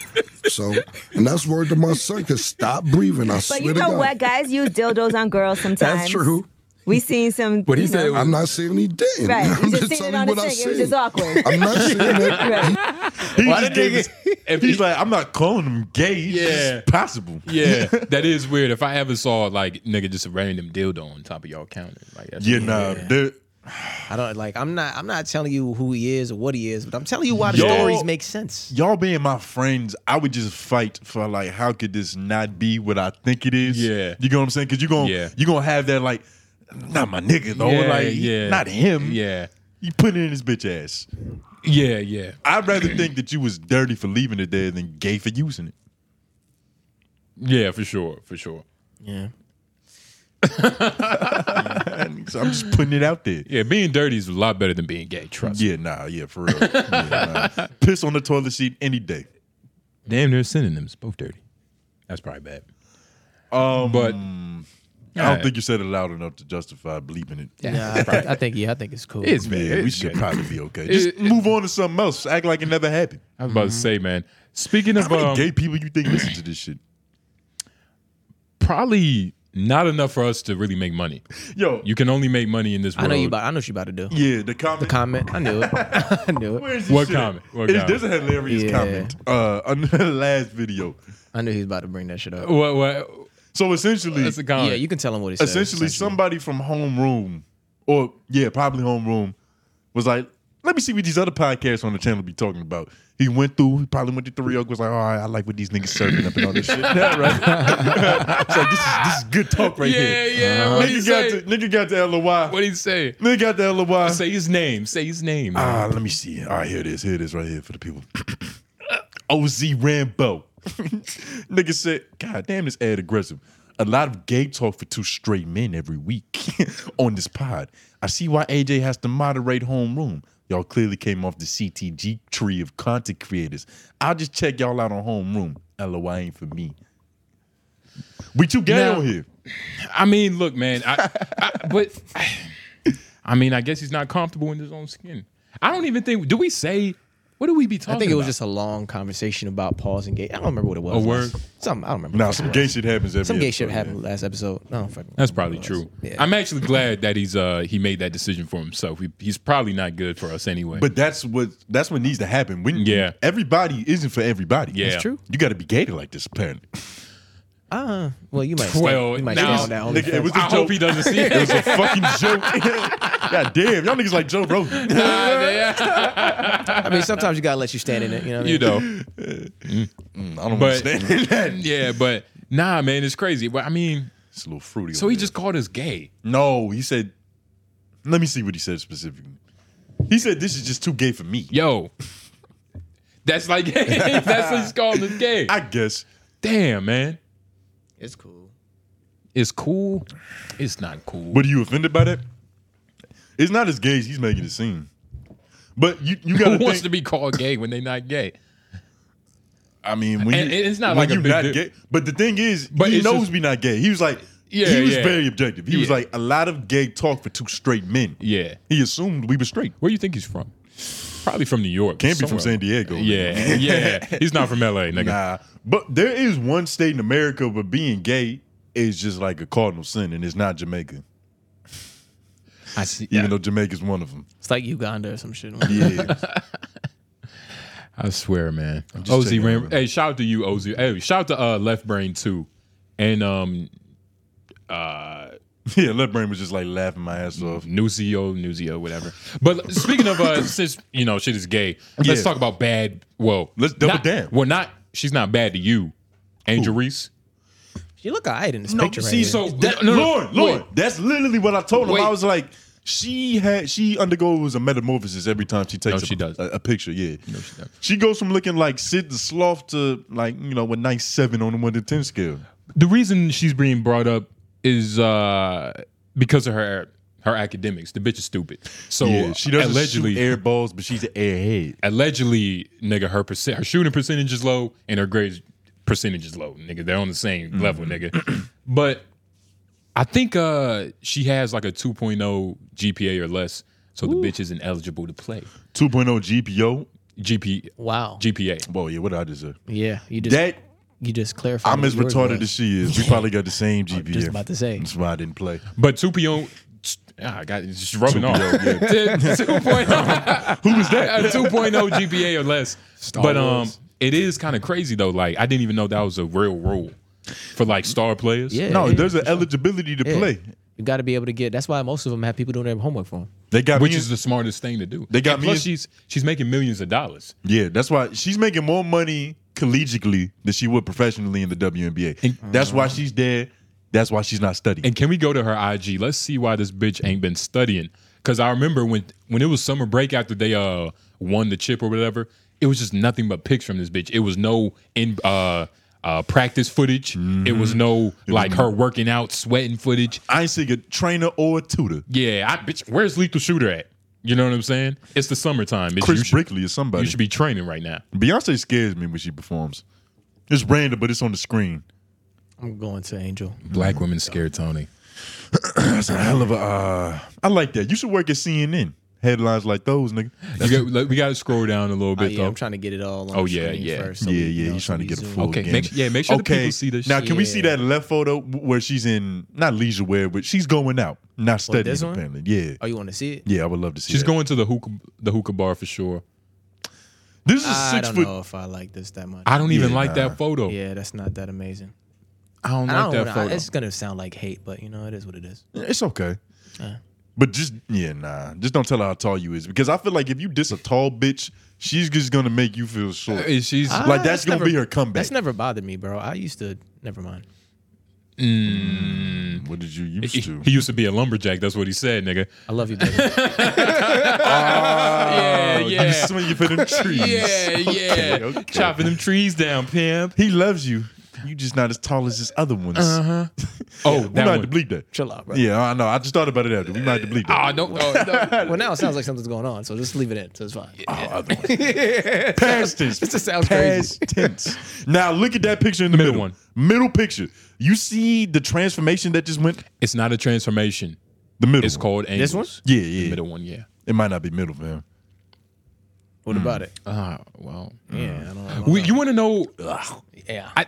[SPEAKER 6] So, and that's word to my son. Cause stop breathing. I swear
[SPEAKER 7] But you
[SPEAKER 6] to
[SPEAKER 7] know
[SPEAKER 6] God.
[SPEAKER 7] what? Guys use dildos on girls sometimes.
[SPEAKER 6] That's true.
[SPEAKER 7] We seen some.
[SPEAKER 2] But he
[SPEAKER 7] you
[SPEAKER 2] said
[SPEAKER 7] know,
[SPEAKER 2] it was-
[SPEAKER 6] I'm not saying he didn't.
[SPEAKER 7] right.
[SPEAKER 6] I'm
[SPEAKER 7] You
[SPEAKER 6] just
[SPEAKER 7] just seen it
[SPEAKER 6] telling
[SPEAKER 7] on
[SPEAKER 6] you
[SPEAKER 7] the
[SPEAKER 6] what I
[SPEAKER 7] thing. It was
[SPEAKER 6] see.
[SPEAKER 7] just awkward.
[SPEAKER 6] I'm not saying that.
[SPEAKER 7] right.
[SPEAKER 1] He
[SPEAKER 2] Why the
[SPEAKER 1] just gave
[SPEAKER 2] nigga-
[SPEAKER 1] us-
[SPEAKER 2] if
[SPEAKER 1] he's
[SPEAKER 2] he-
[SPEAKER 1] like, I'm not calling him gay. Yeah,
[SPEAKER 2] Yeah.
[SPEAKER 1] it's possible.
[SPEAKER 2] Yeah, that is weird. If I ever saw like nigga just a random dildo on top of y'all counter, like that's
[SPEAKER 1] yeah, nah. there-
[SPEAKER 3] I don't like. I'm not. I'm not telling you who he is or what he is, but I'm telling you why the
[SPEAKER 1] Yo.
[SPEAKER 3] stories make sense.
[SPEAKER 1] Y'all being my friends, I would just fight for like, how could this not be what I think it is?
[SPEAKER 2] Yeah.
[SPEAKER 1] you know what I'm saying? Because you gonna
[SPEAKER 2] Yeah.
[SPEAKER 1] you gonna have that like, not my nigga though.
[SPEAKER 2] Yeah,
[SPEAKER 1] like,
[SPEAKER 2] yeah.
[SPEAKER 1] not him.
[SPEAKER 2] Yeah,
[SPEAKER 1] you put it in his bitch ass.
[SPEAKER 2] yeah, yeah.
[SPEAKER 1] I'd rather think that you was dirty for leaving it there than gay for using it.
[SPEAKER 2] Yeah, for sure, for sure.
[SPEAKER 3] Yeah.
[SPEAKER 1] So I'm just putting it out there.
[SPEAKER 2] Yeah, being dirty is a lot better than being gay. Trust. me.
[SPEAKER 1] Yeah, nah, yeah, for real. Yeah, nah. Piss on the toilet seat any day.
[SPEAKER 2] Damn, they're synonyms, both dirty. That's probably bad.
[SPEAKER 1] Um,
[SPEAKER 2] But
[SPEAKER 1] I don't think you said it loud enough to justify bleeping it.
[SPEAKER 3] Yeah. Nah, I, think, I think. Yeah, I think it's cool.
[SPEAKER 2] it's bad.
[SPEAKER 1] Yeah, we should probably be okay. Just
[SPEAKER 2] It-
[SPEAKER 1] move on to something else. Act like it never happened.
[SPEAKER 2] I was about to say, man. Speaking
[SPEAKER 1] How
[SPEAKER 2] of
[SPEAKER 1] many
[SPEAKER 2] um,
[SPEAKER 1] gay people you think listen to this shit?
[SPEAKER 2] probably not enough for us to really make money.
[SPEAKER 1] Yo,
[SPEAKER 2] You can only make money in this
[SPEAKER 3] I
[SPEAKER 2] world.
[SPEAKER 3] know you. About, I know what you about to do.
[SPEAKER 1] yeah, the comment.
[SPEAKER 3] Comment. I knew it. I knew it.
[SPEAKER 1] Where is this
[SPEAKER 2] What
[SPEAKER 1] shit at?
[SPEAKER 2] comment? What
[SPEAKER 1] It-
[SPEAKER 2] comment?
[SPEAKER 1] There's a hilarious
[SPEAKER 3] Yeah.
[SPEAKER 1] comment uh, on the last video.
[SPEAKER 3] I knew he was about to bring that shit up.
[SPEAKER 2] what? What?
[SPEAKER 1] So essentially,
[SPEAKER 2] That's a comment.
[SPEAKER 3] Yeah, you can tell him what he said.
[SPEAKER 1] essentially somebody from homeroom or yeah probably homeroom was like let me see what these other podcasts on the channel be talking about he went through he probably went to three oak was like all right i like what these niggas serving up and all this shit Yeah, right? it's like this is, this is good talk right
[SPEAKER 2] yeah,
[SPEAKER 1] here
[SPEAKER 2] yeah. What he
[SPEAKER 1] nigga, Uh-huh. got
[SPEAKER 2] say?
[SPEAKER 1] to, nigga got to loi
[SPEAKER 2] What he say?
[SPEAKER 1] nigga got to loi
[SPEAKER 2] Say his name. Say his name.
[SPEAKER 1] Ah, let me see. All right, here it is. Here it is right here for the people. OZ Rambo. Nigga said, God damn, this ad aggressive. A lot of gay talk for two straight men every week on this pod. I see why AJ has to moderate homeroom. Y'all clearly came off the CTG tree of content creators. I'll just check y'all out on homeroom. LOI ain't for me. We too gay
[SPEAKER 2] Now-
[SPEAKER 1] on here.
[SPEAKER 2] I mean, look, man. I, I, but I mean, I guess he's not comfortable in his own skin. I don't even think. Do we say? What do we be talking?
[SPEAKER 3] I think it was
[SPEAKER 2] about?
[SPEAKER 3] just a long conversation about Paul's and gay. I don't remember what it was.
[SPEAKER 2] A word?
[SPEAKER 3] Something. I don't remember.
[SPEAKER 1] Now
[SPEAKER 3] what it
[SPEAKER 1] some
[SPEAKER 3] was.
[SPEAKER 1] gay shit happens every
[SPEAKER 3] Some gay shit
[SPEAKER 1] episode,
[SPEAKER 3] happened last episode. I don't fucking.
[SPEAKER 2] That's
[SPEAKER 3] remember
[SPEAKER 2] probably
[SPEAKER 3] what it was.
[SPEAKER 2] true.
[SPEAKER 3] Yeah.
[SPEAKER 2] I'm actually glad that he's uh he made that decision for himself. He, he's probably not good for us anyway.
[SPEAKER 1] But that's what that's what needs to happen. When
[SPEAKER 2] Yeah.
[SPEAKER 1] everybody isn't for everybody.
[SPEAKER 2] Yeah. That's
[SPEAKER 3] true.
[SPEAKER 1] You got to be gated like this, apparently.
[SPEAKER 3] Uh, well, you might. stay-
[SPEAKER 2] Well,
[SPEAKER 3] you might
[SPEAKER 2] now-
[SPEAKER 3] stay on that
[SPEAKER 1] Nigga, it
[SPEAKER 3] OnlyFans.
[SPEAKER 1] was a
[SPEAKER 2] I
[SPEAKER 1] joke.
[SPEAKER 2] hope he doesn't see
[SPEAKER 1] It was
[SPEAKER 2] it.
[SPEAKER 1] a fucking joke. God damn, y'all niggas like Joe Rogan.
[SPEAKER 3] I mean, sometimes you gotta let you stand in it. You know. What I mean?
[SPEAKER 2] you know.
[SPEAKER 1] I don't
[SPEAKER 2] But-
[SPEAKER 1] understand that.
[SPEAKER 2] Yeah, but nah, man, it's crazy. But I mean,
[SPEAKER 1] It's a little fruity.
[SPEAKER 2] so
[SPEAKER 1] over
[SPEAKER 2] he
[SPEAKER 1] there.
[SPEAKER 2] just called us gay.
[SPEAKER 1] no. He said, "Let me see what he said specifically." He said, "This is just too gay for me."
[SPEAKER 2] Yo. That's like that's what he's calling us gay.
[SPEAKER 1] I guess.
[SPEAKER 2] Damn, man.
[SPEAKER 3] It's cool.
[SPEAKER 2] It's cool. It's not cool.
[SPEAKER 1] But are you offended by that? It's not as gay as he's making it seem. But you, you
[SPEAKER 2] Who
[SPEAKER 1] gotta
[SPEAKER 2] wants
[SPEAKER 1] think-
[SPEAKER 2] to be called gay when they're not gay?
[SPEAKER 1] I mean, when
[SPEAKER 2] And-
[SPEAKER 1] you,
[SPEAKER 2] and it's not like
[SPEAKER 1] when
[SPEAKER 2] a
[SPEAKER 1] you
[SPEAKER 2] big
[SPEAKER 1] not
[SPEAKER 2] deal.
[SPEAKER 1] gay. But the thing is,
[SPEAKER 2] But
[SPEAKER 1] he
[SPEAKER 2] it's
[SPEAKER 1] knows
[SPEAKER 2] just-
[SPEAKER 1] we not gay. He was like,
[SPEAKER 2] Yeah,
[SPEAKER 1] he was
[SPEAKER 2] yeah.
[SPEAKER 1] very objective. He was
[SPEAKER 2] Yeah.
[SPEAKER 1] like, a lot of gay talk for two straight men.
[SPEAKER 2] Yeah.
[SPEAKER 1] He assumed we were straight.
[SPEAKER 2] Where do you think he's from? Probably from New York.
[SPEAKER 1] Can't be from
[SPEAKER 2] somewhere.
[SPEAKER 1] San Diego.
[SPEAKER 2] Yeah, yeah. He's not from LA, nigga.
[SPEAKER 1] Nah, but there is one state in America where being gay is just like a cardinal sin, and it's not Jamaica. Even
[SPEAKER 2] I see.
[SPEAKER 1] though Jamaica's one of them.
[SPEAKER 3] It's like Uganda or some shit.
[SPEAKER 1] Yeah,
[SPEAKER 2] I swear, man.
[SPEAKER 1] just
[SPEAKER 2] Oz
[SPEAKER 1] checking
[SPEAKER 2] Ram.
[SPEAKER 1] on him.
[SPEAKER 2] Hey, shout out to you, Oz. Hey, shout out to uh, Left Brain too, and um,
[SPEAKER 1] yeah. Left brain was just like laughing my ass off.
[SPEAKER 2] Nuzio, Nuzio, whatever. But speaking of uh, since you know shit is gay, let's
[SPEAKER 1] Yeah.
[SPEAKER 2] talk about bad. Well,
[SPEAKER 1] Let's double
[SPEAKER 2] not-
[SPEAKER 1] down.
[SPEAKER 2] Well, not she's not bad to you, Angel Reese.
[SPEAKER 3] You look alright in this
[SPEAKER 1] No,
[SPEAKER 3] picture.
[SPEAKER 1] see,
[SPEAKER 3] right
[SPEAKER 2] so
[SPEAKER 3] here.
[SPEAKER 1] That,
[SPEAKER 2] no, no,
[SPEAKER 1] Lauren,
[SPEAKER 2] wait.
[SPEAKER 1] Lauren, that's literally what I told him.
[SPEAKER 2] Wait.
[SPEAKER 1] I was like, she had she undergoes a metamorphosis every time she takes
[SPEAKER 2] No, she
[SPEAKER 1] a,
[SPEAKER 2] does.
[SPEAKER 1] A, a picture. Yeah,
[SPEAKER 2] she does.
[SPEAKER 1] she goes from looking like Sid the sloth to like you know a nice seven on the one to ten scale.
[SPEAKER 2] The reason she's being brought up is uh because of her her academics. The bitch is stupid. So
[SPEAKER 1] yeah, she doesn't
[SPEAKER 2] Oh, allegedly
[SPEAKER 1] allegedly shoot air balls, but she's an airhead.
[SPEAKER 2] allegedly, nigga, her percent, her shooting percentage is low and her grades percentage is low, nigga. They're on the same level, nigga. But I think uh she has like a 2.0 GPA or less, so the bitch isn't eligible to play.
[SPEAKER 1] 2.0 GPO.
[SPEAKER 2] GP
[SPEAKER 3] wow.
[SPEAKER 2] GPA.
[SPEAKER 1] Boy, yeah, what did I deserve?
[SPEAKER 3] yeah, you just
[SPEAKER 1] That
[SPEAKER 3] you just clarified.
[SPEAKER 1] I'm
[SPEAKER 3] what
[SPEAKER 1] as
[SPEAKER 3] yours
[SPEAKER 1] retarded
[SPEAKER 3] was.
[SPEAKER 1] as she is. We probably got the same GPA.
[SPEAKER 3] just about to say.
[SPEAKER 1] That's why I didn't play.
[SPEAKER 2] But 2.0 Ah, I got it's just rubbing off. oh,
[SPEAKER 1] 2.0,
[SPEAKER 2] 2.0. Who was that? 2.0 GPA or less. but um
[SPEAKER 5] Wars.
[SPEAKER 2] it is kind of crazy though. Like I didn't even know that was a real rule for like star players.
[SPEAKER 3] Yeah.
[SPEAKER 1] No, there's an eligibility to
[SPEAKER 3] Yeah.
[SPEAKER 1] play.
[SPEAKER 3] You got to be able to get. That's why most of them have people doing their homework for them.
[SPEAKER 1] They got
[SPEAKER 2] which
[SPEAKER 1] me
[SPEAKER 2] is the smartest thing to do.
[SPEAKER 1] They got
[SPEAKER 2] And
[SPEAKER 1] me
[SPEAKER 2] Plus,
[SPEAKER 1] in-
[SPEAKER 2] she's she's making millions of dollars.
[SPEAKER 1] Yeah, that's why she's making more money collegially than she would professionally in the WNBA. that's why she's there. That's why she's not studying.
[SPEAKER 2] And can we go to her IG? Let's see why this bitch ain't been studying. Cause I remember when when it was summer break after they uh won the chip or whatever, it was just nothing but pics from this bitch. It was no in uh uh practice footage. Mm-hmm. It was no like her working out, sweating footage.
[SPEAKER 1] I ain't seeing a trainer or a tutor.
[SPEAKER 2] Yeah, I bitch, where's Lethal Shooter at? You know what I'm saying? It's the summertime. Bitch. you,
[SPEAKER 1] Chris
[SPEAKER 2] should,
[SPEAKER 1] Brickley or somebody.
[SPEAKER 2] you should be training right now.
[SPEAKER 1] Beyonce scares me when she performs. It's random, but it's on the screen.
[SPEAKER 3] I'm going to Angel.
[SPEAKER 2] Black women scare Tony.
[SPEAKER 1] That's a hell of a. Uh, I like that. You should work at CNN. Headlines like those, nigga.
[SPEAKER 2] You got, we gotta scroll down a little
[SPEAKER 3] Oh,
[SPEAKER 2] bit
[SPEAKER 3] yeah,
[SPEAKER 2] though.
[SPEAKER 3] I'm trying to get it all. On
[SPEAKER 2] Oh,
[SPEAKER 3] the
[SPEAKER 2] yeah,
[SPEAKER 3] screen
[SPEAKER 2] yeah.
[SPEAKER 3] first, so
[SPEAKER 1] yeah,
[SPEAKER 3] we, you
[SPEAKER 1] yeah.
[SPEAKER 3] know,
[SPEAKER 1] he's
[SPEAKER 3] so
[SPEAKER 1] trying to
[SPEAKER 3] we
[SPEAKER 1] get a
[SPEAKER 3] zoom.
[SPEAKER 1] full
[SPEAKER 2] Okay,
[SPEAKER 1] gamut.
[SPEAKER 2] make- yeah, make sure the people see this
[SPEAKER 1] Now,
[SPEAKER 2] shit.
[SPEAKER 1] can we see
[SPEAKER 3] Yeah.
[SPEAKER 1] that left photo where she's in not leisure wear, but she's going out, not studying
[SPEAKER 3] this one?
[SPEAKER 1] apparently? Yeah,
[SPEAKER 3] Oh, you want to see it?
[SPEAKER 1] yeah. I would love to see.
[SPEAKER 2] Uh, She's
[SPEAKER 1] that.
[SPEAKER 2] going to the hookah the hookah bar for sure.
[SPEAKER 1] This is a
[SPEAKER 3] I
[SPEAKER 1] six
[SPEAKER 3] don't
[SPEAKER 1] foot.
[SPEAKER 3] know if I like this that much.
[SPEAKER 2] I don't even
[SPEAKER 1] Yeah,
[SPEAKER 2] like
[SPEAKER 1] nah.
[SPEAKER 2] that photo.
[SPEAKER 3] yeah, that's not that amazing.
[SPEAKER 2] I don't
[SPEAKER 3] I
[SPEAKER 2] like
[SPEAKER 3] don't
[SPEAKER 2] that
[SPEAKER 3] wanna-
[SPEAKER 2] photo.
[SPEAKER 3] It's gonna sound like hate, but you know it is what it is.
[SPEAKER 1] It's okay. But just yeah, nah. Just don't tell her how tall you is because I feel like if you diss a tall bitch, she's just gonna make you feel short.
[SPEAKER 2] Is she's
[SPEAKER 1] Like,
[SPEAKER 3] Ah,
[SPEAKER 1] that's gonna be her comeback.
[SPEAKER 3] That's never bothered me, bro. I used to. Never mind.
[SPEAKER 1] what did you used
[SPEAKER 2] he,
[SPEAKER 1] to?
[SPEAKER 2] he used to be a lumberjack. That's what he said, nigga.
[SPEAKER 3] I love you, baby.
[SPEAKER 2] yeah,
[SPEAKER 1] You swinging for them trees.
[SPEAKER 2] yeah.
[SPEAKER 1] okay.
[SPEAKER 2] Chopping them trees down, pimp.
[SPEAKER 1] He loves you. You just not as tall as his other ones.
[SPEAKER 2] Oh,
[SPEAKER 1] We might
[SPEAKER 2] that
[SPEAKER 1] have
[SPEAKER 2] one.
[SPEAKER 1] to bleep that.
[SPEAKER 3] Uh-huh. Chill out, bro.
[SPEAKER 1] Yeah, I know. I just thought about it after. We might have to bleep that.
[SPEAKER 2] Ah, don't. Oh, no.
[SPEAKER 3] Well, now it sounds like something's going on, so just leave it in. So it's fine.
[SPEAKER 2] Oh,
[SPEAKER 1] Past tense.
[SPEAKER 3] Oh, This just sounds
[SPEAKER 1] Past tense. Now look at that picture in the
[SPEAKER 2] Middle
[SPEAKER 1] middle.
[SPEAKER 2] one.
[SPEAKER 1] Middle picture. You see the transformation that just went.
[SPEAKER 2] It's not a transformation.
[SPEAKER 1] The middle.
[SPEAKER 2] It's
[SPEAKER 1] one.
[SPEAKER 2] called angles.
[SPEAKER 3] one?
[SPEAKER 2] The
[SPEAKER 1] Yeah, yeah.
[SPEAKER 2] middle one, yeah.
[SPEAKER 1] It might not be middle, man.
[SPEAKER 3] What about it?
[SPEAKER 2] Ah, well.
[SPEAKER 3] Yeah, I don't, I don't
[SPEAKER 2] We, you want to know?
[SPEAKER 3] Yeah.
[SPEAKER 2] I-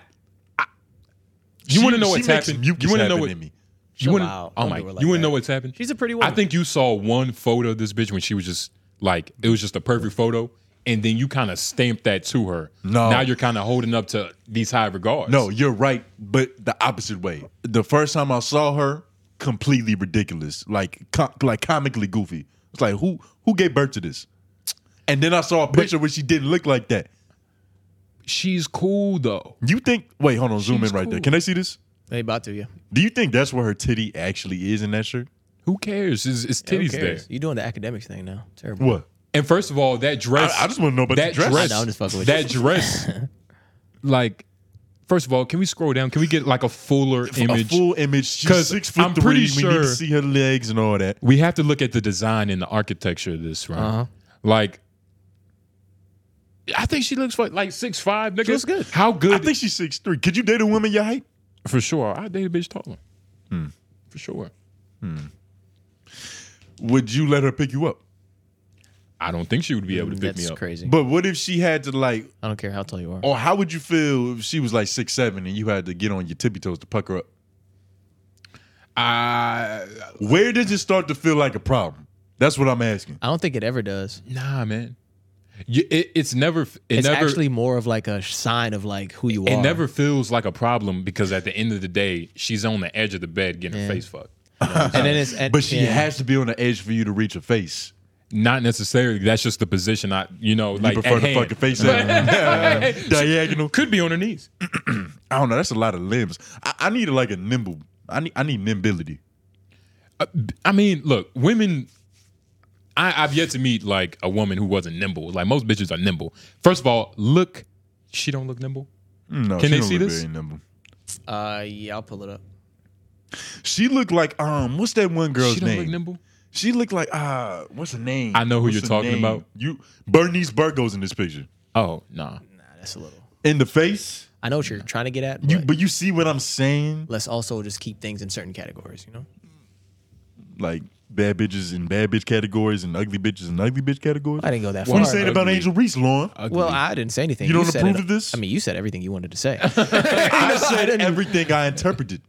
[SPEAKER 2] You
[SPEAKER 1] She-
[SPEAKER 2] want to know
[SPEAKER 1] she
[SPEAKER 2] what's
[SPEAKER 1] makes
[SPEAKER 2] happened?
[SPEAKER 1] mucus
[SPEAKER 2] You want to know
[SPEAKER 1] happen
[SPEAKER 2] what?
[SPEAKER 1] in me.
[SPEAKER 2] You want?
[SPEAKER 3] out.
[SPEAKER 2] Oh
[SPEAKER 3] Don't
[SPEAKER 2] my!
[SPEAKER 3] do her
[SPEAKER 2] You
[SPEAKER 3] like
[SPEAKER 2] wouldn't
[SPEAKER 3] that.
[SPEAKER 2] know what's happened?
[SPEAKER 3] She's a pretty woman.
[SPEAKER 2] I think you saw one photo of this bitch when she was just like it was just a perfect photo, and then you kind of stamp that to her.
[SPEAKER 1] No.
[SPEAKER 2] Now you're kind of holding up to these high regards.
[SPEAKER 1] No, you're right, but the opposite way. The first time I saw her, completely ridiculous, like com- like comically goofy. It's like who who gave birth to this? And then I saw a picture where she didn't look like that.
[SPEAKER 2] She's cool though.
[SPEAKER 1] You think? Wait, hold on, zoom in right there. Can I see this?
[SPEAKER 3] They about to you.
[SPEAKER 1] Do you think that's where her titty actually is in that shirt?
[SPEAKER 2] Who cares? It's, it's
[SPEAKER 3] Who
[SPEAKER 2] titties there.
[SPEAKER 3] cares? You're doing the academics thing now. Terrible.
[SPEAKER 1] What?
[SPEAKER 2] And first of all, that dress.
[SPEAKER 1] I- I just wanna know about
[SPEAKER 2] that
[SPEAKER 1] the dress.
[SPEAKER 3] I know, I'm just fucking with
[SPEAKER 2] that dress. Like, first of all, can we scroll down? Can we get like a fuller image?
[SPEAKER 1] A full image. She's
[SPEAKER 2] 'Cause
[SPEAKER 1] six foot
[SPEAKER 2] I'm
[SPEAKER 1] three.
[SPEAKER 2] pretty
[SPEAKER 1] We need to
[SPEAKER 2] sure-
[SPEAKER 1] see her legs and all that.
[SPEAKER 2] we have to look at the design and the architecture of this, right?
[SPEAKER 3] Uh-huh.
[SPEAKER 2] Like, I think she looks like like six five. Nigga,
[SPEAKER 3] looks good.
[SPEAKER 2] How
[SPEAKER 1] I
[SPEAKER 2] good?
[SPEAKER 1] think she's six three. Could you date a woman your height?
[SPEAKER 2] for sure. I date a bitch taller.
[SPEAKER 1] Hmm.
[SPEAKER 2] For sure.
[SPEAKER 1] Would you let her pick you up?
[SPEAKER 2] I don't think she would be able to pick
[SPEAKER 3] That's
[SPEAKER 2] me up. Oh.
[SPEAKER 3] crazy.
[SPEAKER 1] But what if she had to like
[SPEAKER 3] I don't care how tall you are.
[SPEAKER 1] Or how would you feel if she was like six seven and you had to get on your tippy toes to puck her up?
[SPEAKER 2] I
[SPEAKER 1] Where does it start to feel like a problem? That's what I'm asking.
[SPEAKER 3] I don't think it ever does.
[SPEAKER 2] nah, man. You, it, it's never. It
[SPEAKER 3] It's
[SPEAKER 2] never,
[SPEAKER 3] actually more of like a sign of like who you
[SPEAKER 2] It
[SPEAKER 3] are.
[SPEAKER 2] never feels like a problem because at the end of the day, she's on the edge of the bed getting her
[SPEAKER 3] Yeah.
[SPEAKER 2] face fucked.
[SPEAKER 3] And then it's
[SPEAKER 1] But she
[SPEAKER 3] yeah.
[SPEAKER 1] has to be on the edge for you to reach her face.
[SPEAKER 2] Not necessarily. That's just the position. I, you know, like
[SPEAKER 1] you prefer
[SPEAKER 2] at
[SPEAKER 1] to
[SPEAKER 2] hand.
[SPEAKER 1] fuck your face out. diagonal.
[SPEAKER 2] could be on her knees.
[SPEAKER 1] I don't know. That's a lot of limbs. I, I need like a nimble. I need I need nimbility.
[SPEAKER 2] I mean, look, women. I, I've yet to meet like a woman who wasn't nimble. Like most bitches are nimble. First of all, look, she don't look nimble.
[SPEAKER 1] No,
[SPEAKER 2] Can
[SPEAKER 1] she
[SPEAKER 2] they
[SPEAKER 1] don't
[SPEAKER 2] see
[SPEAKER 1] look
[SPEAKER 2] this?
[SPEAKER 1] very nimble.
[SPEAKER 3] Uh, yeah, I'll pull it up.
[SPEAKER 1] She looked like um, what's that one girl's
[SPEAKER 2] she don't
[SPEAKER 1] name?
[SPEAKER 2] look nimble.
[SPEAKER 1] She looked like uh, what's her name?
[SPEAKER 2] I know who
[SPEAKER 1] What's
[SPEAKER 2] you're
[SPEAKER 1] her
[SPEAKER 2] talking about.
[SPEAKER 1] You Bernice Burgos in this picture.
[SPEAKER 2] Oh nah.
[SPEAKER 3] Nah, that's a little.
[SPEAKER 1] In the face,
[SPEAKER 3] I know what you're trying to get at. But
[SPEAKER 1] you but you see what I'm saying?
[SPEAKER 3] let's also just keep things in certain categories. You know,
[SPEAKER 1] like bad bitches in bad bitch categories and ugly bitches in ugly bitch categories?
[SPEAKER 3] I didn't go that
[SPEAKER 1] What
[SPEAKER 3] far.
[SPEAKER 1] are you saying about
[SPEAKER 2] Ugly.
[SPEAKER 1] Angel Reese, Lauren?
[SPEAKER 2] Ugly.
[SPEAKER 3] Well, I didn't say anything.
[SPEAKER 1] You don't
[SPEAKER 3] said
[SPEAKER 1] approve
[SPEAKER 3] it-
[SPEAKER 1] of this?
[SPEAKER 3] I mean, you said everything you wanted to say.
[SPEAKER 1] I said everything I interpreted.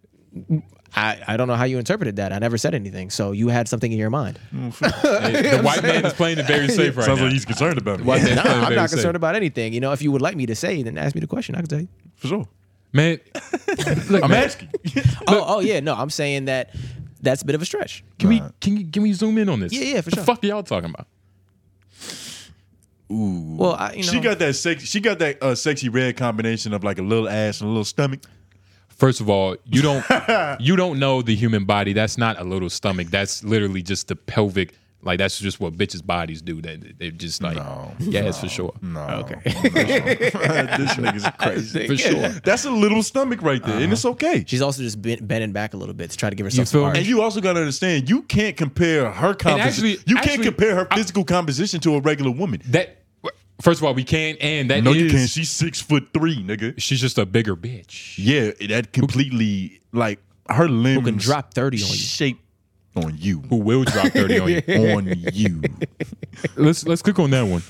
[SPEAKER 3] I, I don't know how you interpreted that. I never said anything. So you had something in your mind.
[SPEAKER 2] the white man is playing it very safe right
[SPEAKER 1] Sounds
[SPEAKER 2] now.
[SPEAKER 1] like he's concerned about me.
[SPEAKER 2] White man's
[SPEAKER 3] no,
[SPEAKER 2] playing it
[SPEAKER 3] I'm
[SPEAKER 2] very
[SPEAKER 3] not
[SPEAKER 2] safe.
[SPEAKER 3] concerned about anything. You know, if you would like me to say, then ask me the question. I can tell you.
[SPEAKER 1] For sure.
[SPEAKER 2] man. Look,
[SPEAKER 1] I'm
[SPEAKER 2] man,
[SPEAKER 1] asking.
[SPEAKER 3] Oh, oh yeah, no, I'm saying that that's a bit of a stretch.
[SPEAKER 2] Can we can you can we zoom in on this?
[SPEAKER 3] Yeah, yeah, for
[SPEAKER 2] the
[SPEAKER 3] sure.
[SPEAKER 2] Fuck y'all talking about?
[SPEAKER 3] Well, I, you know,
[SPEAKER 1] She got that sex. She got that uh, sexy red combination of like a little ass and a little stomach.
[SPEAKER 2] First of all, you don't you don't know the human body. That's not a little stomach. That's literally just the pelvic. Like that's just what bitches' bodies do. That they, are just like yeah, it's for sure,
[SPEAKER 1] No. Okay. this nigga's crazy.
[SPEAKER 2] for sure.
[SPEAKER 1] That's a little stomach right there, and it's okay.
[SPEAKER 3] she's also just bent, bending back a little bit to try to give herself
[SPEAKER 2] feel
[SPEAKER 3] some arch.
[SPEAKER 2] me?
[SPEAKER 1] And you also gotta understand, you can't compare her composition.
[SPEAKER 2] actually-
[SPEAKER 1] you can't
[SPEAKER 2] actually,
[SPEAKER 1] compare her
[SPEAKER 2] I-
[SPEAKER 1] physical composition to a regular woman.
[SPEAKER 2] That first of all, we can and that
[SPEAKER 1] No, you
[SPEAKER 2] is-
[SPEAKER 1] can't. She's six foot three, nigga.
[SPEAKER 2] she's just a bigger bitch.
[SPEAKER 1] Yeah, that completely like her limbs
[SPEAKER 3] can drop 30 on you.
[SPEAKER 1] Shape on you.
[SPEAKER 2] Who will drop thirty on you?
[SPEAKER 1] on you.
[SPEAKER 2] Let's let's click on that one.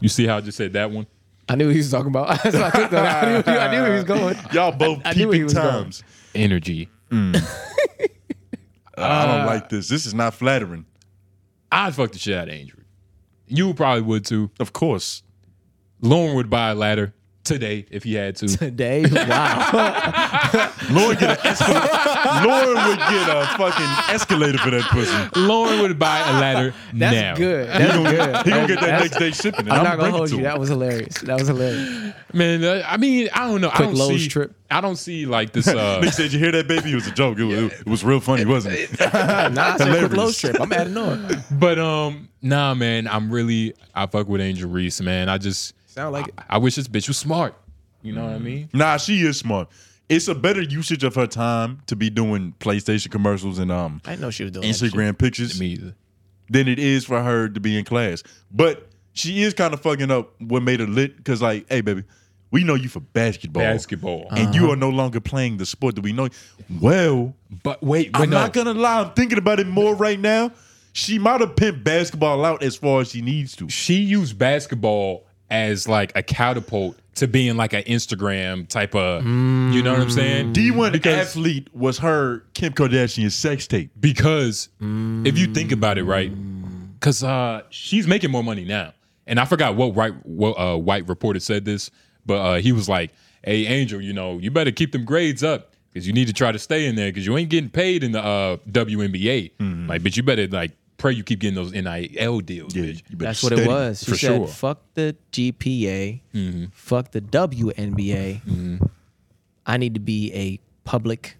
[SPEAKER 2] You see how I just said that one?
[SPEAKER 3] I knew what he was talking about. so I, clicked on it. I, knew, I knew where he was going.
[SPEAKER 1] Y'all both
[SPEAKER 3] I knew where he
[SPEAKER 1] peeping
[SPEAKER 3] was going.
[SPEAKER 1] times.
[SPEAKER 2] Energy.
[SPEAKER 1] I don't like this. This is not flattering.
[SPEAKER 2] I'd fuck the shit out of Andrew. You probably would too.
[SPEAKER 1] Of course.
[SPEAKER 2] Lauren would buy a ladder today if he had to.
[SPEAKER 3] Today, wow.
[SPEAKER 1] Lauren get an escalator. Lauren would get a fucking escalator for that pussy.
[SPEAKER 2] Lauren would buy a ladder
[SPEAKER 3] That's
[SPEAKER 2] now.
[SPEAKER 3] good.
[SPEAKER 1] He
[SPEAKER 3] That's
[SPEAKER 1] gonna,
[SPEAKER 3] good.
[SPEAKER 1] he gonna get that
[SPEAKER 3] That's-
[SPEAKER 1] next day shipping. And
[SPEAKER 3] I'm
[SPEAKER 1] I'm,
[SPEAKER 3] not
[SPEAKER 1] bringing
[SPEAKER 3] gonna
[SPEAKER 1] it
[SPEAKER 3] hold
[SPEAKER 1] to
[SPEAKER 3] you.
[SPEAKER 1] him.
[SPEAKER 3] That was hilarious. That was hilarious.
[SPEAKER 2] Man, uh, I mean, I don't know. I
[SPEAKER 3] Quick
[SPEAKER 2] don't
[SPEAKER 3] Lowe's
[SPEAKER 2] see
[SPEAKER 3] trip.
[SPEAKER 2] I don't see like this uh
[SPEAKER 1] Nick said, "You hear that, baby? It was a joke. It was, it was real funny, wasn't it?"
[SPEAKER 3] Nah, I said quick
[SPEAKER 1] Hilarious.
[SPEAKER 3] low strip. I'm adding on.
[SPEAKER 2] but um nah man, I'm really I fuck with Angel Reese, man. I just
[SPEAKER 3] Sound like it.
[SPEAKER 2] I, I wish this bitch was smart. You know what I mean?
[SPEAKER 1] Nah, she is smart. It's a better usage of her time to be doing PlayStation commercials and um
[SPEAKER 3] I didn't know she was doing that shit.
[SPEAKER 1] Instagram pictures.
[SPEAKER 2] Me either.
[SPEAKER 1] than it is for her to be in class. But she is kind of fucking up what made her lit because, like, hey, baby, we know you for basketball.
[SPEAKER 2] Basketball.
[SPEAKER 1] And you are no longer playing the sport that we know. Well,
[SPEAKER 2] but wait, but
[SPEAKER 1] I'm
[SPEAKER 2] no.
[SPEAKER 1] not going to lie. I'm thinking about it more right now. She might have pimped basketball out as far as she needs to.
[SPEAKER 2] she used basketball as like a catapult to being like an Instagram type of you know what I'm
[SPEAKER 3] Mm.
[SPEAKER 2] saying?
[SPEAKER 1] D1
[SPEAKER 2] Because-
[SPEAKER 1] athlete was her Kim Kardashian sex tape.
[SPEAKER 2] because if you think about it right because uh, she's making more money now and I forgot what right what uh, white reporter said this, but uh, he was like, "Hey, Angel, you know, you better keep them grades up." Because you need to try to stay in there because you ain't getting paid in the uh, WNBA. Like, bitch, you better like pray you keep getting those NIL deals. bitch.
[SPEAKER 1] you better
[SPEAKER 3] That's what
[SPEAKER 1] study. Mm-hmm.
[SPEAKER 3] it was. She
[SPEAKER 2] for
[SPEAKER 3] said,
[SPEAKER 2] sure.
[SPEAKER 3] "Fuck the GPA, fuck the WNBA. I need to be a public.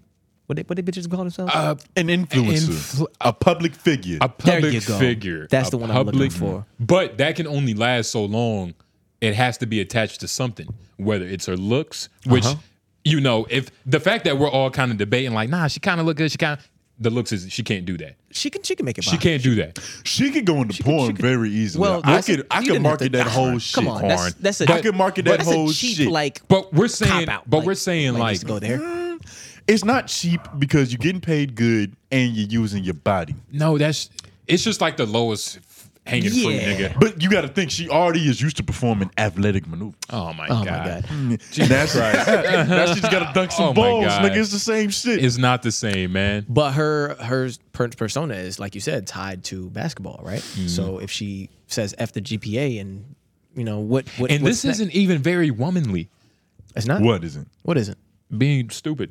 [SPEAKER 3] What they, what they bitches call themselves?
[SPEAKER 1] An influencer,
[SPEAKER 2] Influ-
[SPEAKER 1] a public figure.
[SPEAKER 2] a
[SPEAKER 3] There you
[SPEAKER 2] public
[SPEAKER 3] go.
[SPEAKER 2] figure.
[SPEAKER 3] That's
[SPEAKER 2] A
[SPEAKER 3] the one I'm looking
[SPEAKER 2] public-
[SPEAKER 3] for.
[SPEAKER 2] But that can only last so long. It has to be attached to something, whether it's her looks, which
[SPEAKER 3] Uh-huh.
[SPEAKER 2] you know, if the fact that we're all kind of debating, like, nah, she kind of look good, she kind of the looks is she can't do that.
[SPEAKER 3] she can she can make it.
[SPEAKER 2] She
[SPEAKER 3] by.
[SPEAKER 2] can't do that.
[SPEAKER 1] she could go into porn very easily.
[SPEAKER 3] Well,
[SPEAKER 1] I
[SPEAKER 3] that's-
[SPEAKER 1] could, I
[SPEAKER 3] you
[SPEAKER 1] could
[SPEAKER 3] didn't have
[SPEAKER 1] market
[SPEAKER 3] to-
[SPEAKER 1] that whole
[SPEAKER 3] Come
[SPEAKER 1] shit.
[SPEAKER 3] on, that's-
[SPEAKER 1] Corn.
[SPEAKER 3] that's a-
[SPEAKER 1] I could market that
[SPEAKER 3] That's
[SPEAKER 1] whole
[SPEAKER 3] a cheap,
[SPEAKER 1] shit.
[SPEAKER 3] like.
[SPEAKER 2] But we're saying,
[SPEAKER 3] cop out.
[SPEAKER 2] but we're saying like,
[SPEAKER 3] just go there.
[SPEAKER 1] it's not cheap because you're getting paid good and you're using your body.
[SPEAKER 2] no, that's it's just like the lowest f- hanging fruit,
[SPEAKER 3] Yeah.
[SPEAKER 2] nigga.
[SPEAKER 1] But you got to think she already is used to performing athletic maneuvers.
[SPEAKER 2] Oh my
[SPEAKER 3] Oh
[SPEAKER 2] god,
[SPEAKER 3] my god.
[SPEAKER 1] That's right. now she's got to dunk some
[SPEAKER 2] Oh my
[SPEAKER 1] balls,
[SPEAKER 2] God.
[SPEAKER 1] nigga. It's the same shit.
[SPEAKER 2] it's not the same, man.
[SPEAKER 3] But her her per- persona is like you said tied to basketball, right?
[SPEAKER 1] Mm-hmm.
[SPEAKER 3] So if she says f the GPA and you know what what
[SPEAKER 2] And
[SPEAKER 3] what's
[SPEAKER 2] this
[SPEAKER 3] ne-
[SPEAKER 2] isn't even very womanly.
[SPEAKER 3] it's not
[SPEAKER 1] what is it?
[SPEAKER 3] what isn't
[SPEAKER 2] being stupid.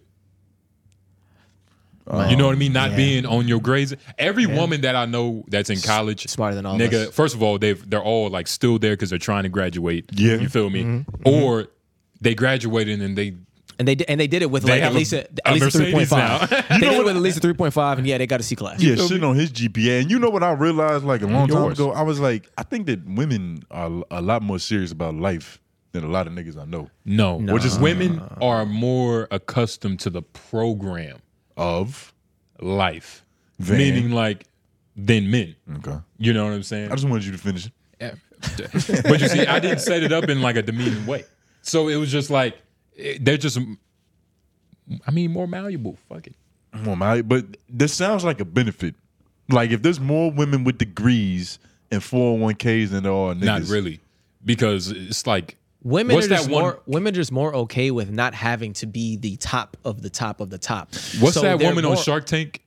[SPEAKER 2] you know what I mean? Not
[SPEAKER 3] Oh, yeah.
[SPEAKER 2] being on your grades. Every woman that I know that's in college,
[SPEAKER 3] smarter than all of
[SPEAKER 2] nigga.
[SPEAKER 3] us.
[SPEAKER 2] First of all, they they're all like still there because they're trying to graduate.
[SPEAKER 1] Yeah.
[SPEAKER 2] you feel me?
[SPEAKER 3] Mm-hmm.
[SPEAKER 2] Or they graduated and they
[SPEAKER 3] and they di- and they did it with
[SPEAKER 2] They
[SPEAKER 3] like
[SPEAKER 2] have
[SPEAKER 3] at
[SPEAKER 2] a-
[SPEAKER 3] least a,
[SPEAKER 2] a
[SPEAKER 3] at least a three
[SPEAKER 2] Mercedes
[SPEAKER 3] point
[SPEAKER 2] now.
[SPEAKER 3] five. They did it with at least a three point five, and yeah, they got a C class.
[SPEAKER 1] Yeah, shitting on his GPA. And you know what I realized like a long time
[SPEAKER 2] yours.
[SPEAKER 1] ago? I was like, I think that women are a lot more serious about life than a lot of niggas I know.
[SPEAKER 2] no,
[SPEAKER 3] No. Uh-huh.
[SPEAKER 2] Or just women are more accustomed to the program
[SPEAKER 1] Of
[SPEAKER 2] life,
[SPEAKER 1] Than-
[SPEAKER 2] meaning like than men.
[SPEAKER 1] okay,
[SPEAKER 2] You know what I'm saying?
[SPEAKER 1] I just wanted you to finish.
[SPEAKER 2] but you see, I didn't set it up in like a demeaning way. So it was just like eh, they're just, I mean, more malleable. Fuck it.
[SPEAKER 1] Come on, man. But this sounds like a benefit. Like if there's more women with degrees and 401ks than there are niggas.
[SPEAKER 2] Not really, because it's like
[SPEAKER 3] Women
[SPEAKER 2] What's
[SPEAKER 3] are
[SPEAKER 2] that
[SPEAKER 3] just
[SPEAKER 2] one-
[SPEAKER 3] more women are just more okay with not having to be the top of the top of the top.
[SPEAKER 2] what's
[SPEAKER 3] So
[SPEAKER 2] that
[SPEAKER 3] they're
[SPEAKER 2] woman on
[SPEAKER 3] more-
[SPEAKER 2] Shark Tank?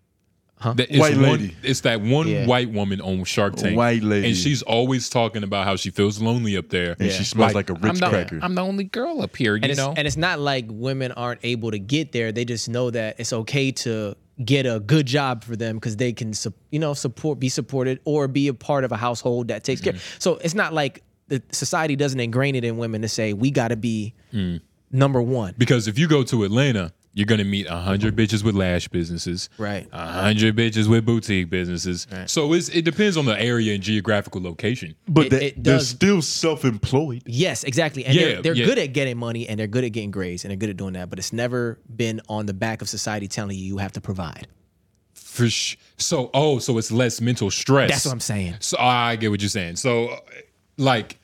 [SPEAKER 2] Huh?
[SPEAKER 1] White lady.
[SPEAKER 2] it's that one
[SPEAKER 3] Yeah.
[SPEAKER 2] white woman on Shark Tank.
[SPEAKER 1] White lady.
[SPEAKER 2] and she's always talking about how she feels lonely up there.
[SPEAKER 1] And she smells like, a Ritz cracker.
[SPEAKER 2] I'm the only girl up here, you
[SPEAKER 3] And it's, and it's not like women aren't able to get there. They just know that it's okay to get a good job for them because they can, sup- you know, support, be supported, or be a part of a household that takes care.
[SPEAKER 2] Mm-hmm.
[SPEAKER 3] So it's not like the society doesn't ingrain it in women to say we got to be
[SPEAKER 2] Mm.
[SPEAKER 3] number one.
[SPEAKER 2] Because if you go to Atlanta, you're gonna meet a hundred bitches with lash businesses,
[SPEAKER 3] Right.
[SPEAKER 2] A hundred bitches with boutique businesses. So it's, it depends on the area and geographical location.
[SPEAKER 1] but
[SPEAKER 3] it-
[SPEAKER 1] they-
[SPEAKER 3] it
[SPEAKER 1] they're
[SPEAKER 3] does-
[SPEAKER 1] still self-employed.
[SPEAKER 3] Yes, exactly. And
[SPEAKER 2] Yeah,
[SPEAKER 3] they're, they're
[SPEAKER 2] yeah.
[SPEAKER 3] good at getting money and they're good at getting grades and they're good at doing that, but it's never been on the back of society telling you you have to provide.
[SPEAKER 2] For sh- so oh, so it's less mental stress.
[SPEAKER 3] That's what I'm saying.
[SPEAKER 2] So I get what you're saying. So uh, like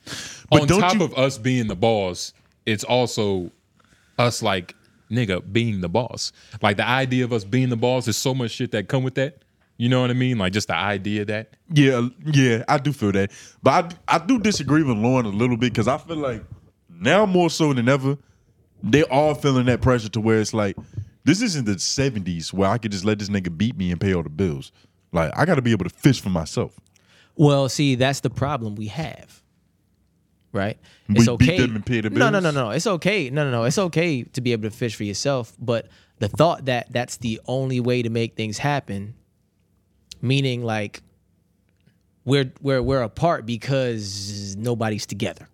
[SPEAKER 2] on
[SPEAKER 1] don't
[SPEAKER 2] top
[SPEAKER 1] you-
[SPEAKER 2] of us being the boss, it's also us like nigga being the boss. Like the idea of us being the boss is so much shit that come with that. You know what I mean? Like just the idea that
[SPEAKER 1] Yeah, yeah, I do feel that. But I, I do disagree with Lauren a little bit because I feel like now more so than ever, they are feeling that pressure to where it's like, this isn't the 70s where I could just let this nigga beat me and pay all the bills. Like, I got to be able to fish for myself.
[SPEAKER 3] Well, see, that's the problem we have. Right?
[SPEAKER 1] We beat them and pay the
[SPEAKER 3] No, no, no,
[SPEAKER 1] bills?
[SPEAKER 3] no. It's okay. No, no, no. It's okay to be able to fish for yourself, but the thought that that's the only way to make things happen, meaning like we're we're we're apart because nobody's together.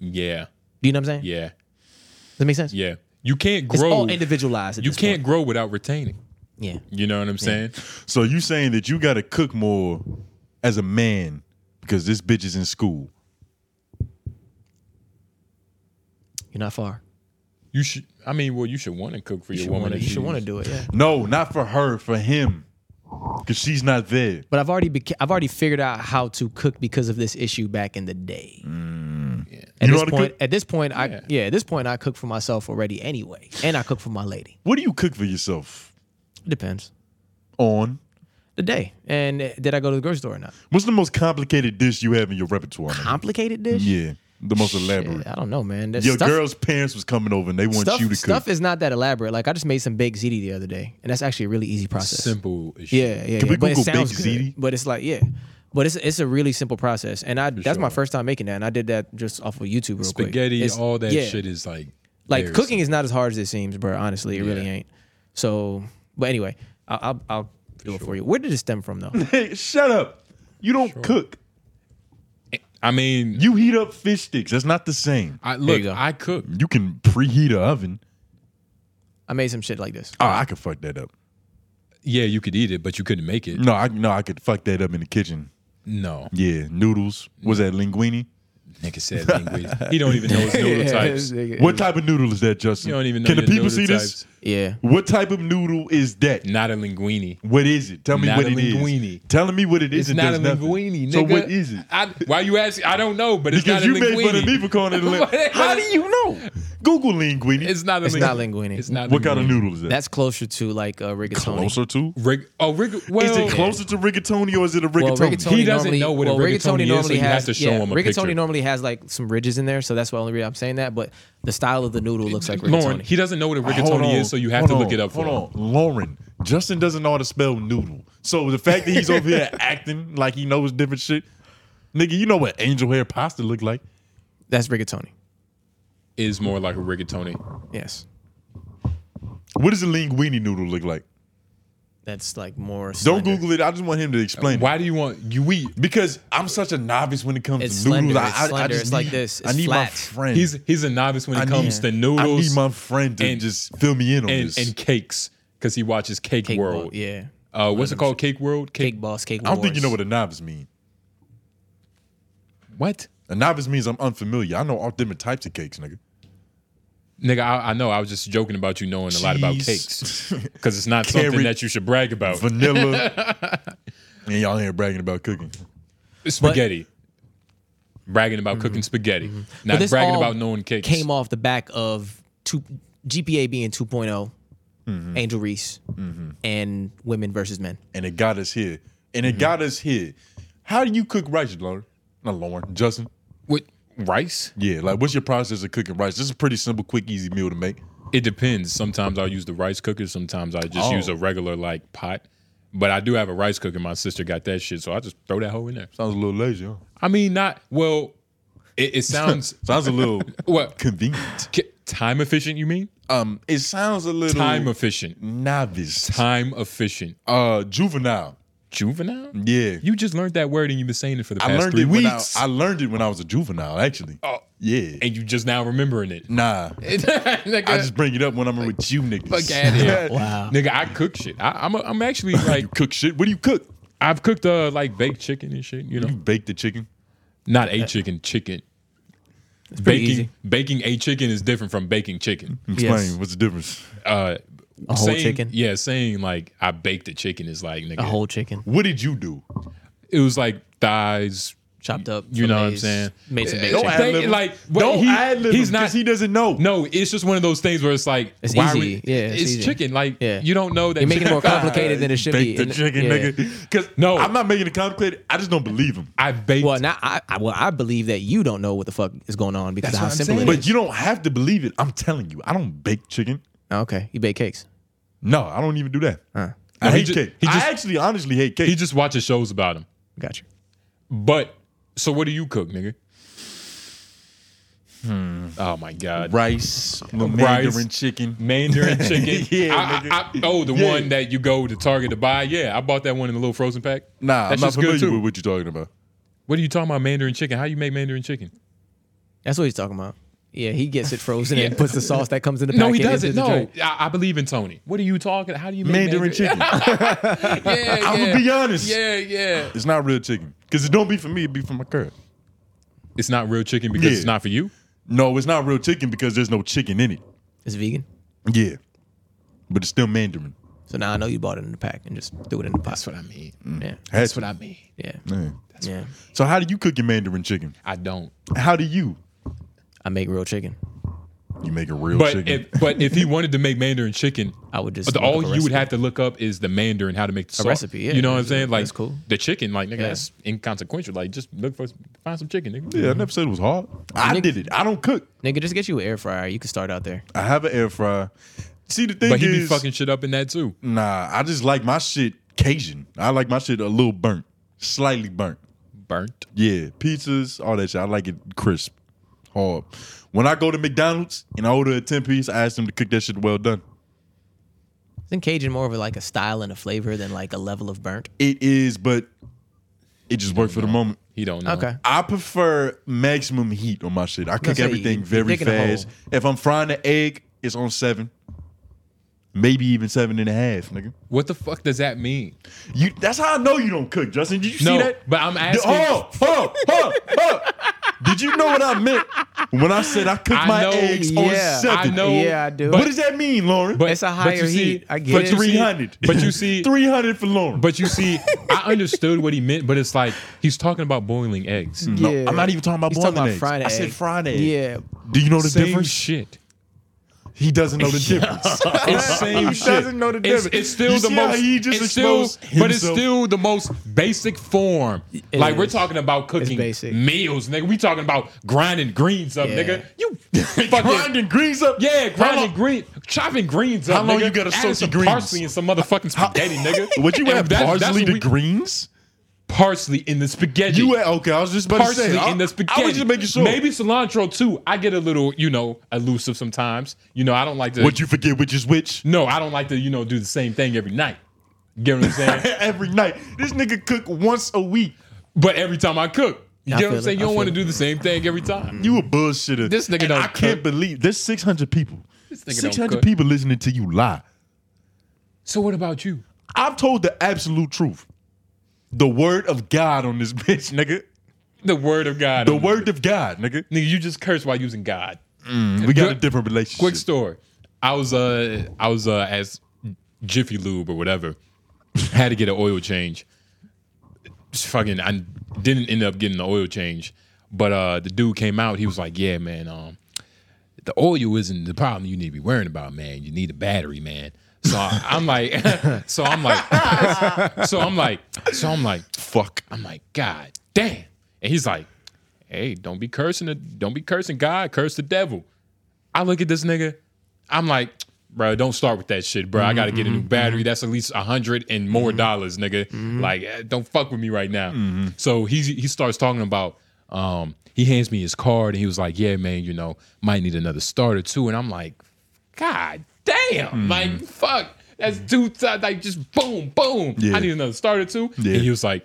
[SPEAKER 2] yeah,
[SPEAKER 3] Do you know what I'm saying?
[SPEAKER 2] yeah,
[SPEAKER 3] Does that make sense?
[SPEAKER 2] yeah. You can't
[SPEAKER 3] It's
[SPEAKER 2] grow
[SPEAKER 3] all individualized. At
[SPEAKER 2] You
[SPEAKER 3] this
[SPEAKER 2] can't
[SPEAKER 3] point. Mm.
[SPEAKER 2] grow without retaining.
[SPEAKER 3] Yeah.
[SPEAKER 2] You know what I'm saying?
[SPEAKER 1] So you saying that you got to cook more as a man because this bitch is in school.
[SPEAKER 3] You're not far.
[SPEAKER 2] You should. I mean, well, you should want to cook for
[SPEAKER 3] You
[SPEAKER 2] your
[SPEAKER 3] should
[SPEAKER 2] woman.
[SPEAKER 3] want to.
[SPEAKER 2] if
[SPEAKER 3] You should
[SPEAKER 2] she's-
[SPEAKER 3] want to do it. Yeah.
[SPEAKER 1] No, not for her, for him. Because she's not there.
[SPEAKER 3] But I've already beca- I've already figured out how to cook because of this issue back in the day. At
[SPEAKER 1] Mm. You know
[SPEAKER 3] this
[SPEAKER 1] how to
[SPEAKER 3] point,
[SPEAKER 1] cook?
[SPEAKER 3] at this point, I yeah, at this point, I cook for myself already anyway, and I cook for my lady.
[SPEAKER 1] What do you cook for yourself
[SPEAKER 3] Depends
[SPEAKER 1] on?
[SPEAKER 3] the day, and uh, did I go to the grocery store or not?
[SPEAKER 1] What's the most complicated dish you have in your repertoire? nigga?
[SPEAKER 3] Complicated dish.
[SPEAKER 1] Yeah, the most elaborate.
[SPEAKER 3] Shit, I don't know, man. There's
[SPEAKER 1] Your
[SPEAKER 3] stuff,
[SPEAKER 1] girl's parents was coming over and they want
[SPEAKER 3] stuff,
[SPEAKER 1] you to cook.
[SPEAKER 3] stuff is not that elaborate. Like I just made some baked ziti the other day, and that's actually a really easy process.
[SPEAKER 2] Simple. As shit.
[SPEAKER 3] Yeah, yeah.
[SPEAKER 1] Can
[SPEAKER 3] yeah.
[SPEAKER 1] we
[SPEAKER 3] but it
[SPEAKER 1] Google
[SPEAKER 3] sounds
[SPEAKER 1] baked
[SPEAKER 3] good,
[SPEAKER 1] ziti?
[SPEAKER 3] But it's like, yeah. But it's it's a really simple process, and I that's my first time making that, and I did that just off of YouTube real quick.
[SPEAKER 2] Spaghetti,
[SPEAKER 3] It's-
[SPEAKER 2] all that
[SPEAKER 3] yeah.
[SPEAKER 2] shit is like
[SPEAKER 3] like
[SPEAKER 2] there.
[SPEAKER 3] cooking is not as hard as it seems, bro. Honestly, it really ain't. So, but anyway, I'll I'll, I'll do it for you. Where did it stem from though?
[SPEAKER 1] Hey, shut up. You don't cook.
[SPEAKER 2] I mean,
[SPEAKER 1] You heat up fish sticks. That's not the same.
[SPEAKER 2] I,
[SPEAKER 3] There
[SPEAKER 2] look,
[SPEAKER 3] you go.
[SPEAKER 2] I cook.
[SPEAKER 1] You can preheat an oven.
[SPEAKER 3] I made some shit like this.
[SPEAKER 1] Oh, I could fuck that up.
[SPEAKER 2] Yeah, you could eat it, but you couldn't make it.
[SPEAKER 1] No, I no, I could fuck that up in the kitchen.
[SPEAKER 2] No,
[SPEAKER 1] Yeah, noodles. Was that linguine?
[SPEAKER 2] nigga said linguine. He don't even know his noodle types. You
[SPEAKER 1] What type of noodle is that, Justin?
[SPEAKER 2] don't even know.
[SPEAKER 1] Can the
[SPEAKER 2] your
[SPEAKER 1] people
[SPEAKER 2] noodle
[SPEAKER 1] see
[SPEAKER 2] types.
[SPEAKER 1] this?
[SPEAKER 3] Yeah,
[SPEAKER 1] What type of noodle is that?
[SPEAKER 2] Not a linguine.
[SPEAKER 1] What is it? Tell me
[SPEAKER 2] Not
[SPEAKER 1] what
[SPEAKER 2] a
[SPEAKER 1] it is.
[SPEAKER 2] linguine.
[SPEAKER 1] Telling me what it is.
[SPEAKER 2] It's
[SPEAKER 1] and
[SPEAKER 2] not a
[SPEAKER 1] does nothing.
[SPEAKER 2] linguine, nigga.
[SPEAKER 1] So what is it?
[SPEAKER 2] I, why you asking? I don't know, but it's not
[SPEAKER 1] Because you
[SPEAKER 2] a linguine.
[SPEAKER 1] made fun of me for calling it a linguine. How do you know? Google linguine.
[SPEAKER 2] It's not a
[SPEAKER 3] It's
[SPEAKER 2] linguine.
[SPEAKER 3] not linguine.
[SPEAKER 2] It's not
[SPEAKER 1] what kind of
[SPEAKER 2] linguine.
[SPEAKER 1] noodle is that?
[SPEAKER 3] that's closer to like uh, rigatoni.
[SPEAKER 1] closer to.
[SPEAKER 2] Rig- oh, rig- well,
[SPEAKER 1] is it closer to rigatoni or is it a
[SPEAKER 3] Well,
[SPEAKER 1] rigatoni?
[SPEAKER 3] rigatoni
[SPEAKER 2] He doesn't
[SPEAKER 3] normally,
[SPEAKER 2] know what a
[SPEAKER 3] well,
[SPEAKER 2] rigatoni is, so
[SPEAKER 3] normally
[SPEAKER 2] you have
[SPEAKER 3] has
[SPEAKER 2] to show
[SPEAKER 3] yeah,
[SPEAKER 2] him a
[SPEAKER 3] rigatoni
[SPEAKER 2] picture.
[SPEAKER 3] normally has like some ridges in there, so that's the only reason I'm saying that. But the style of the noodle looks like rigatoni.
[SPEAKER 2] Lauren, he doesn't know what a
[SPEAKER 1] Hold
[SPEAKER 2] rigatoni
[SPEAKER 1] on,
[SPEAKER 2] is, so you have
[SPEAKER 1] hold
[SPEAKER 2] to look
[SPEAKER 1] on,
[SPEAKER 2] it up for him.
[SPEAKER 1] Hold on, Lauren. Justin doesn't know how to spell noodle. So the fact that he's over here acting like he knows different shit, nigga, you know what angel hair pasta look like?
[SPEAKER 3] that's rigatoni.
[SPEAKER 2] Is more like a rigatoni.
[SPEAKER 3] Yes,
[SPEAKER 1] What does a linguine noodle look like?
[SPEAKER 3] that's like more.
[SPEAKER 1] Don't
[SPEAKER 3] Slender.
[SPEAKER 1] Google it. I just want him to explain. it.
[SPEAKER 2] Why do you want you eat?
[SPEAKER 1] Because I'm such a novice when it comes
[SPEAKER 3] It's
[SPEAKER 1] to noodles.
[SPEAKER 3] slender,
[SPEAKER 1] I,
[SPEAKER 3] it's
[SPEAKER 1] I- I
[SPEAKER 3] slender,
[SPEAKER 1] just
[SPEAKER 3] it's
[SPEAKER 1] need-
[SPEAKER 3] like this,
[SPEAKER 1] I
[SPEAKER 3] it's
[SPEAKER 1] need my
[SPEAKER 3] flat.
[SPEAKER 1] friend.
[SPEAKER 2] He's he's a novice when it
[SPEAKER 1] I
[SPEAKER 2] comes
[SPEAKER 1] need-
[SPEAKER 2] to noodles.
[SPEAKER 1] I need my friend to
[SPEAKER 2] and-
[SPEAKER 1] just fill me in on
[SPEAKER 2] and,
[SPEAKER 1] this.
[SPEAKER 2] and cakes because he watches Cake,
[SPEAKER 3] Cake
[SPEAKER 2] World.
[SPEAKER 3] World, yeah.
[SPEAKER 2] Uh, what's it called? Cake World.
[SPEAKER 3] Cake boss, cake.
[SPEAKER 1] I don't think you know what
[SPEAKER 3] Wars.
[SPEAKER 1] a novice means.
[SPEAKER 2] What?
[SPEAKER 1] A novice means I'm unfamiliar. I know all different types of cakes, nigga.
[SPEAKER 2] Nigga, I, I know. I was just joking about you knowing a lot about
[SPEAKER 1] Cheese.
[SPEAKER 2] cakes Oh. because it's not something
[SPEAKER 1] Carrot.
[SPEAKER 2] that you should brag about.
[SPEAKER 1] Vanilla. and y'all ain't bragging about cooking.
[SPEAKER 2] spaghetti. bragging about cooking spaghetti.
[SPEAKER 3] But
[SPEAKER 2] Not
[SPEAKER 3] this
[SPEAKER 2] bragging
[SPEAKER 3] all
[SPEAKER 2] about knowing cakes.
[SPEAKER 3] Came off the back of two, GPA being 2.0,
[SPEAKER 2] Mm-hmm.
[SPEAKER 3] Angel Reese, and women versus men.
[SPEAKER 1] And it got us here. And
[SPEAKER 2] Mm-hmm.
[SPEAKER 1] it got us here. How do you cook rice, Lauren? Not Lauren, Justin.
[SPEAKER 2] with rice.
[SPEAKER 1] Yeah, like what's your process of cooking rice? This is a pretty simple, quick, easy meal to make.
[SPEAKER 2] It depends. Sometimes I'll use the rice cooker. Sometimes I just
[SPEAKER 1] Oh.
[SPEAKER 2] use a regular like pot. But I do have a rice cooker. My sister got that shit, so I just throw that hoe in there.
[SPEAKER 1] Sounds a little lazy, huh?
[SPEAKER 2] I mean, not well. It, it sounds
[SPEAKER 1] Sounds a little
[SPEAKER 2] what
[SPEAKER 1] convenient.
[SPEAKER 2] Ki- time efficient? You mean
[SPEAKER 1] Um, it sounds a little
[SPEAKER 2] time efficient?
[SPEAKER 1] novice.
[SPEAKER 2] Time efficient.
[SPEAKER 1] Uh juvenile.
[SPEAKER 2] Juvenile?
[SPEAKER 1] Yeah.
[SPEAKER 2] You just learned that word and you've been saying it for the past
[SPEAKER 1] I learned
[SPEAKER 2] three
[SPEAKER 1] it when I,
[SPEAKER 2] weeks,
[SPEAKER 1] I learned it when I was a juvenile, actually. Oh. Yeah.
[SPEAKER 2] and you just now remembering it.
[SPEAKER 1] Nah.
[SPEAKER 2] nigga,
[SPEAKER 1] I just bring it up when I'm with you niggas.
[SPEAKER 2] fuck outta here.
[SPEAKER 3] Wow.
[SPEAKER 2] nigga, I cook shit. I, I'm a, I'm actually like
[SPEAKER 1] You cook shit. What do you cook?
[SPEAKER 2] I've cooked uh like baked chicken and shit. You know,
[SPEAKER 1] You bake the chicken.
[SPEAKER 2] not a chicken, chicken.
[SPEAKER 3] pretty
[SPEAKER 2] Baking
[SPEAKER 3] easy.
[SPEAKER 2] baking a chicken is different from baking chicken.
[SPEAKER 1] Explain
[SPEAKER 3] Yes.
[SPEAKER 1] what's the difference.
[SPEAKER 2] Uh,
[SPEAKER 3] A whole
[SPEAKER 2] saying-
[SPEAKER 3] chicken?
[SPEAKER 2] Yeah, saying like I baked a chicken is like nigga.
[SPEAKER 3] A whole chicken,
[SPEAKER 1] What did you do?
[SPEAKER 2] it was like thighs.
[SPEAKER 3] chopped up.
[SPEAKER 2] You know what I'm
[SPEAKER 3] fillets,
[SPEAKER 2] saying?
[SPEAKER 3] Made some baked
[SPEAKER 2] Don't
[SPEAKER 3] chicken.
[SPEAKER 2] add- They- like, what
[SPEAKER 1] don't
[SPEAKER 2] he-
[SPEAKER 1] ad-lib
[SPEAKER 2] he's
[SPEAKER 1] him,
[SPEAKER 2] not-
[SPEAKER 1] 'cause He doesn't know.
[SPEAKER 2] No, it's just one of those things where it's like
[SPEAKER 3] It's
[SPEAKER 2] why are
[SPEAKER 3] easy.
[SPEAKER 2] we,
[SPEAKER 3] Yeah, it's
[SPEAKER 2] it's
[SPEAKER 3] easy.
[SPEAKER 2] chicken. Like
[SPEAKER 3] Yeah.
[SPEAKER 2] you don't know that
[SPEAKER 3] You're making it more
[SPEAKER 2] chicken-
[SPEAKER 3] complicated than it should
[SPEAKER 1] bake
[SPEAKER 3] be.
[SPEAKER 1] the
[SPEAKER 3] And-
[SPEAKER 1] chicken,
[SPEAKER 3] yeah.
[SPEAKER 1] nigga. Because
[SPEAKER 2] No.
[SPEAKER 1] no, I'm not making it complicated. I just don't believe him.
[SPEAKER 2] I baked.
[SPEAKER 3] Well, now I, I well I believe that you don't know what the fuck is going on because of
[SPEAKER 2] That's
[SPEAKER 3] how
[SPEAKER 2] what I'm
[SPEAKER 3] simple
[SPEAKER 2] saying.
[SPEAKER 3] it
[SPEAKER 1] But
[SPEAKER 3] is.
[SPEAKER 1] you don't have to believe it. I'm telling you, I don't bake chicken.
[SPEAKER 3] okay, you bake cakes.
[SPEAKER 1] No, I don't even do that. I
[SPEAKER 2] No, he
[SPEAKER 1] hate
[SPEAKER 2] ju-
[SPEAKER 1] cake.
[SPEAKER 2] he just-
[SPEAKER 1] I actually, honestly hate cake.
[SPEAKER 2] he just watches shows about him.
[SPEAKER 3] Got you.
[SPEAKER 2] But so what do you cook, nigga? Oh my god.
[SPEAKER 1] rice, little
[SPEAKER 2] Rice.
[SPEAKER 1] Mandarin chicken.
[SPEAKER 2] Mandarin chicken.
[SPEAKER 1] Yeah,
[SPEAKER 2] I- I- I-
[SPEAKER 1] nigga.
[SPEAKER 2] oh, the
[SPEAKER 1] Yeah.
[SPEAKER 2] one that you go to Target to buy. Yeah, I bought that one in the little frozen pack.
[SPEAKER 1] Nah,
[SPEAKER 2] That
[SPEAKER 1] I'm not
[SPEAKER 2] shit's good
[SPEAKER 1] familiar
[SPEAKER 2] too.
[SPEAKER 1] with what you're talking about.
[SPEAKER 2] What are you talking about, Mandarin chicken? How you make Mandarin chicken?
[SPEAKER 3] That's what he's talking about. Yeah, he gets it frozen
[SPEAKER 2] Yeah.
[SPEAKER 3] and puts the sauce that comes in the packet.
[SPEAKER 2] No, he
[SPEAKER 3] into
[SPEAKER 2] doesn't.
[SPEAKER 3] the
[SPEAKER 2] No,
[SPEAKER 3] drink.
[SPEAKER 2] I, I believe in Tony. What are you talking? How do you make
[SPEAKER 1] Mandarin
[SPEAKER 2] Mandarin,
[SPEAKER 1] chicken.
[SPEAKER 2] Yeah, yeah.
[SPEAKER 1] I'm gonna be honest.
[SPEAKER 2] Yeah, yeah.
[SPEAKER 1] It's not real chicken. Because it don't be for me, it be for my curd.
[SPEAKER 2] It's not real chicken because
[SPEAKER 1] Yeah.
[SPEAKER 2] it's not for you.
[SPEAKER 1] No, it's not real chicken because there's no chicken in it.
[SPEAKER 3] It's vegan.
[SPEAKER 1] Yeah. But it's still Mandarin.
[SPEAKER 3] So now I know you bought it in the pack and just threw it in the pot.
[SPEAKER 2] That's what I mean.
[SPEAKER 3] yeah.
[SPEAKER 1] That's
[SPEAKER 2] What I mean.
[SPEAKER 3] Yeah.
[SPEAKER 1] Man.
[SPEAKER 3] yeah.
[SPEAKER 1] So how do you cook your Mandarin chicken?
[SPEAKER 2] I don't.
[SPEAKER 1] How do you?
[SPEAKER 3] I make real chicken.
[SPEAKER 1] You make a real
[SPEAKER 2] But
[SPEAKER 1] chicken.
[SPEAKER 2] if but if he wanted to make Mandarin chicken,
[SPEAKER 3] I would just
[SPEAKER 2] But the-
[SPEAKER 3] look up
[SPEAKER 2] all
[SPEAKER 3] a
[SPEAKER 2] you would
[SPEAKER 3] recipe.
[SPEAKER 2] have to look up is the Mandarin, how to make the sauce.
[SPEAKER 3] recipe, yeah.
[SPEAKER 2] You know what I'm
[SPEAKER 3] That's-
[SPEAKER 2] saying? Like
[SPEAKER 3] that's cool.
[SPEAKER 2] The chicken, like nigga,
[SPEAKER 3] Yeah.
[SPEAKER 2] that's inconsequential. Like just look for find some chicken, nigga.
[SPEAKER 1] yeah, I never said it was hard. I
[SPEAKER 3] Nick-
[SPEAKER 1] did it. I don't cook.
[SPEAKER 3] Nigga, just get you an air fryer. You can start out there.
[SPEAKER 1] I have an air fryer. See the thing
[SPEAKER 2] But he
[SPEAKER 1] is,
[SPEAKER 2] be fucking shit up in that too.
[SPEAKER 1] nah. I just like my shit Cajun. I like my shit a little burnt. slightly burnt.
[SPEAKER 2] Burnt.
[SPEAKER 1] Yeah, pizzas, all that shit. I like it crisp, hard. When I go to McDonald's and I order a 10 piece, I ask them to cook that shit well done.
[SPEAKER 3] Isn't Cajun more of a, like a style and a flavor than like a level of burnt?
[SPEAKER 1] It is, but it just worked for the moment.
[SPEAKER 2] He don't know.
[SPEAKER 3] Okay.
[SPEAKER 1] I prefer maximum heat on my shit. I cook
[SPEAKER 3] say,
[SPEAKER 1] everything
[SPEAKER 3] you-
[SPEAKER 1] very
[SPEAKER 3] digging a hole.
[SPEAKER 1] fast. If I'm frying the egg, it's on seven. Maybe even seven and a half, nigga.
[SPEAKER 2] What the fuck does that mean?
[SPEAKER 1] You that's how I know you don't cook, Justin. Did you
[SPEAKER 2] No,
[SPEAKER 1] see that?
[SPEAKER 2] but I'm asking-
[SPEAKER 1] Oh, oh, oh, oh. Did you know what I meant when I said I cook
[SPEAKER 2] I
[SPEAKER 1] my
[SPEAKER 2] know,
[SPEAKER 1] eggs
[SPEAKER 5] yeah,
[SPEAKER 1] on seven?
[SPEAKER 2] I know.
[SPEAKER 5] Yeah, I do.
[SPEAKER 1] what does that mean, Lauren?
[SPEAKER 2] But
[SPEAKER 5] It's a
[SPEAKER 2] but
[SPEAKER 5] higher
[SPEAKER 2] you see-
[SPEAKER 5] heat. I get
[SPEAKER 2] but
[SPEAKER 5] it.
[SPEAKER 2] you see-
[SPEAKER 1] 300.
[SPEAKER 2] But you see,
[SPEAKER 1] 300 for Lauren.
[SPEAKER 2] but you see, I understood what he meant, but it's like he's talking about boiling eggs.
[SPEAKER 1] no,
[SPEAKER 5] Yeah.
[SPEAKER 1] I'm not even talking about
[SPEAKER 3] He's
[SPEAKER 1] boiling
[SPEAKER 3] talking about
[SPEAKER 1] eggs.
[SPEAKER 3] fried
[SPEAKER 1] I said
[SPEAKER 3] egg.
[SPEAKER 1] fried egg.
[SPEAKER 5] Yeah.
[SPEAKER 1] Do you know the
[SPEAKER 2] Same
[SPEAKER 1] difference?
[SPEAKER 2] shit.
[SPEAKER 1] He doesn't know the difference.
[SPEAKER 2] It's same
[SPEAKER 1] He
[SPEAKER 2] shit.
[SPEAKER 1] doesn't know the
[SPEAKER 2] It's,
[SPEAKER 1] difference.
[SPEAKER 2] it's still
[SPEAKER 1] You
[SPEAKER 2] the
[SPEAKER 1] see how
[SPEAKER 2] most.
[SPEAKER 1] he just
[SPEAKER 2] it's still,
[SPEAKER 1] exposed
[SPEAKER 2] but it's
[SPEAKER 1] himself?
[SPEAKER 2] still the most basic form. like we're
[SPEAKER 5] is.
[SPEAKER 2] talking about cooking
[SPEAKER 5] basic.
[SPEAKER 2] meals, nigga. We talking about grinding greens up,
[SPEAKER 3] Yeah.
[SPEAKER 2] nigga. You fucking
[SPEAKER 1] grinding greens up.
[SPEAKER 2] yeah,
[SPEAKER 1] How
[SPEAKER 2] grinding
[SPEAKER 1] long-
[SPEAKER 2] green, chopping greens up.
[SPEAKER 1] How long
[SPEAKER 2] nigga.
[SPEAKER 1] you gotta
[SPEAKER 2] Adding
[SPEAKER 1] soak
[SPEAKER 2] some
[SPEAKER 1] your greens?
[SPEAKER 2] Parsley and some motherfucking spaghetti, nigga.
[SPEAKER 1] Would you
[SPEAKER 2] And
[SPEAKER 1] add
[SPEAKER 2] that's- that's
[SPEAKER 1] parsley
[SPEAKER 2] what
[SPEAKER 1] to
[SPEAKER 2] we-
[SPEAKER 1] greens?
[SPEAKER 2] Parsley in the spaghetti.
[SPEAKER 1] You had, okay, I was just about
[SPEAKER 2] parsley
[SPEAKER 1] to say. I-
[SPEAKER 2] in the spaghetti.
[SPEAKER 1] I was just making sure.
[SPEAKER 2] Maybe cilantro too. I get a little, you know, elusive sometimes. You know, I don't like to.
[SPEAKER 1] Would you forget which is which?
[SPEAKER 2] No, I don't like to, you know, do the same thing every night. Get what I'm saying?
[SPEAKER 1] Every night. This nigga cook once a week.
[SPEAKER 2] but every time I cook, you
[SPEAKER 3] I
[SPEAKER 2] get what
[SPEAKER 3] feel
[SPEAKER 2] I'm
[SPEAKER 3] it,
[SPEAKER 2] saying? You
[SPEAKER 3] I
[SPEAKER 2] don't
[SPEAKER 3] feel
[SPEAKER 2] want to
[SPEAKER 3] it.
[SPEAKER 2] do the same thing every time.
[SPEAKER 1] You a bullshitter.
[SPEAKER 2] This nigga
[SPEAKER 1] And
[SPEAKER 2] don't
[SPEAKER 1] I
[SPEAKER 2] cook.
[SPEAKER 1] can't believe there's 600 people.
[SPEAKER 2] This nigga don't
[SPEAKER 1] 600
[SPEAKER 2] cook.
[SPEAKER 1] people listening to you lie.
[SPEAKER 2] So what about you?
[SPEAKER 1] I've told the absolute truth. The word of God on this bitch, nigga.
[SPEAKER 2] The word of God.
[SPEAKER 1] The word of God, nigga.
[SPEAKER 2] Nigga, you just curse while using God.
[SPEAKER 1] We got a
[SPEAKER 2] Mm-hmm. Quick-
[SPEAKER 1] different relationship.
[SPEAKER 2] Quick story. I was uh I was uh as Jiffy Lube or whatever. Had to get an oil change. Just fucking I didn't end up getting the oil change. But uh the dude came out, he was like, Yeah, man, um the oil isn't the problem you need to be worrying about, man. You need a battery, man. So I, I'm like so I'm like so I'm like so I'm like
[SPEAKER 1] Fuck.
[SPEAKER 2] I'm like, God damn. And he's like, hey, don't be cursing the, don't be cursing God, curse the devil. I look at this nigga, I'm like, bro, don't start with that shit, bro. I gotta get a new
[SPEAKER 1] Mm-hmm,
[SPEAKER 2] battery. That's at least a hundred and more dollars, nigga. Like, eh, don't fuck with me right now.
[SPEAKER 1] Mm-hmm.
[SPEAKER 2] So he he starts talking about um, he hands me his card and he was like, Yeah, man, you know, might need another starter too. And I'm like, God damn, like
[SPEAKER 1] Mm-hmm.
[SPEAKER 2] fuck. That's two times, like just boom, boom.
[SPEAKER 1] Yeah.
[SPEAKER 2] I need another starter too.
[SPEAKER 1] Yeah.
[SPEAKER 2] And he was like,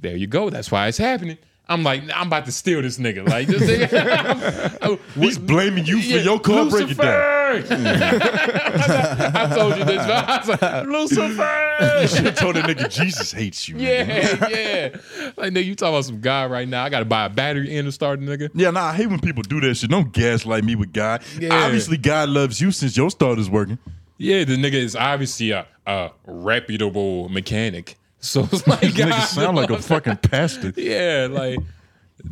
[SPEAKER 2] "There you go. That's why it's happening." I'm like, nah, "I'm about to steal this nigga." Like, this nigga, Oh,
[SPEAKER 1] He's blaming you for
[SPEAKER 2] yeah,
[SPEAKER 1] your car breaking down.
[SPEAKER 2] Lucifer! I told you this. but I was like,
[SPEAKER 1] You
[SPEAKER 2] Lucifer.
[SPEAKER 1] should have told that nigga Jesus hates you. nigga.
[SPEAKER 2] Yeah, yeah. Like, nigga, you talking about some guy right now? I got to buy a battery in to start, nigga.
[SPEAKER 1] Yeah, nah, I hate when people do that shit. Don't gaslight me with God.
[SPEAKER 2] Yeah.
[SPEAKER 1] Obviously, God loves you since your starter's working.
[SPEAKER 2] Yeah, the nigga is obviously a, a reputable mechanic. So it's like,
[SPEAKER 1] This nigga
[SPEAKER 2] God,
[SPEAKER 1] sound like a fucking pastor.
[SPEAKER 2] yeah, like,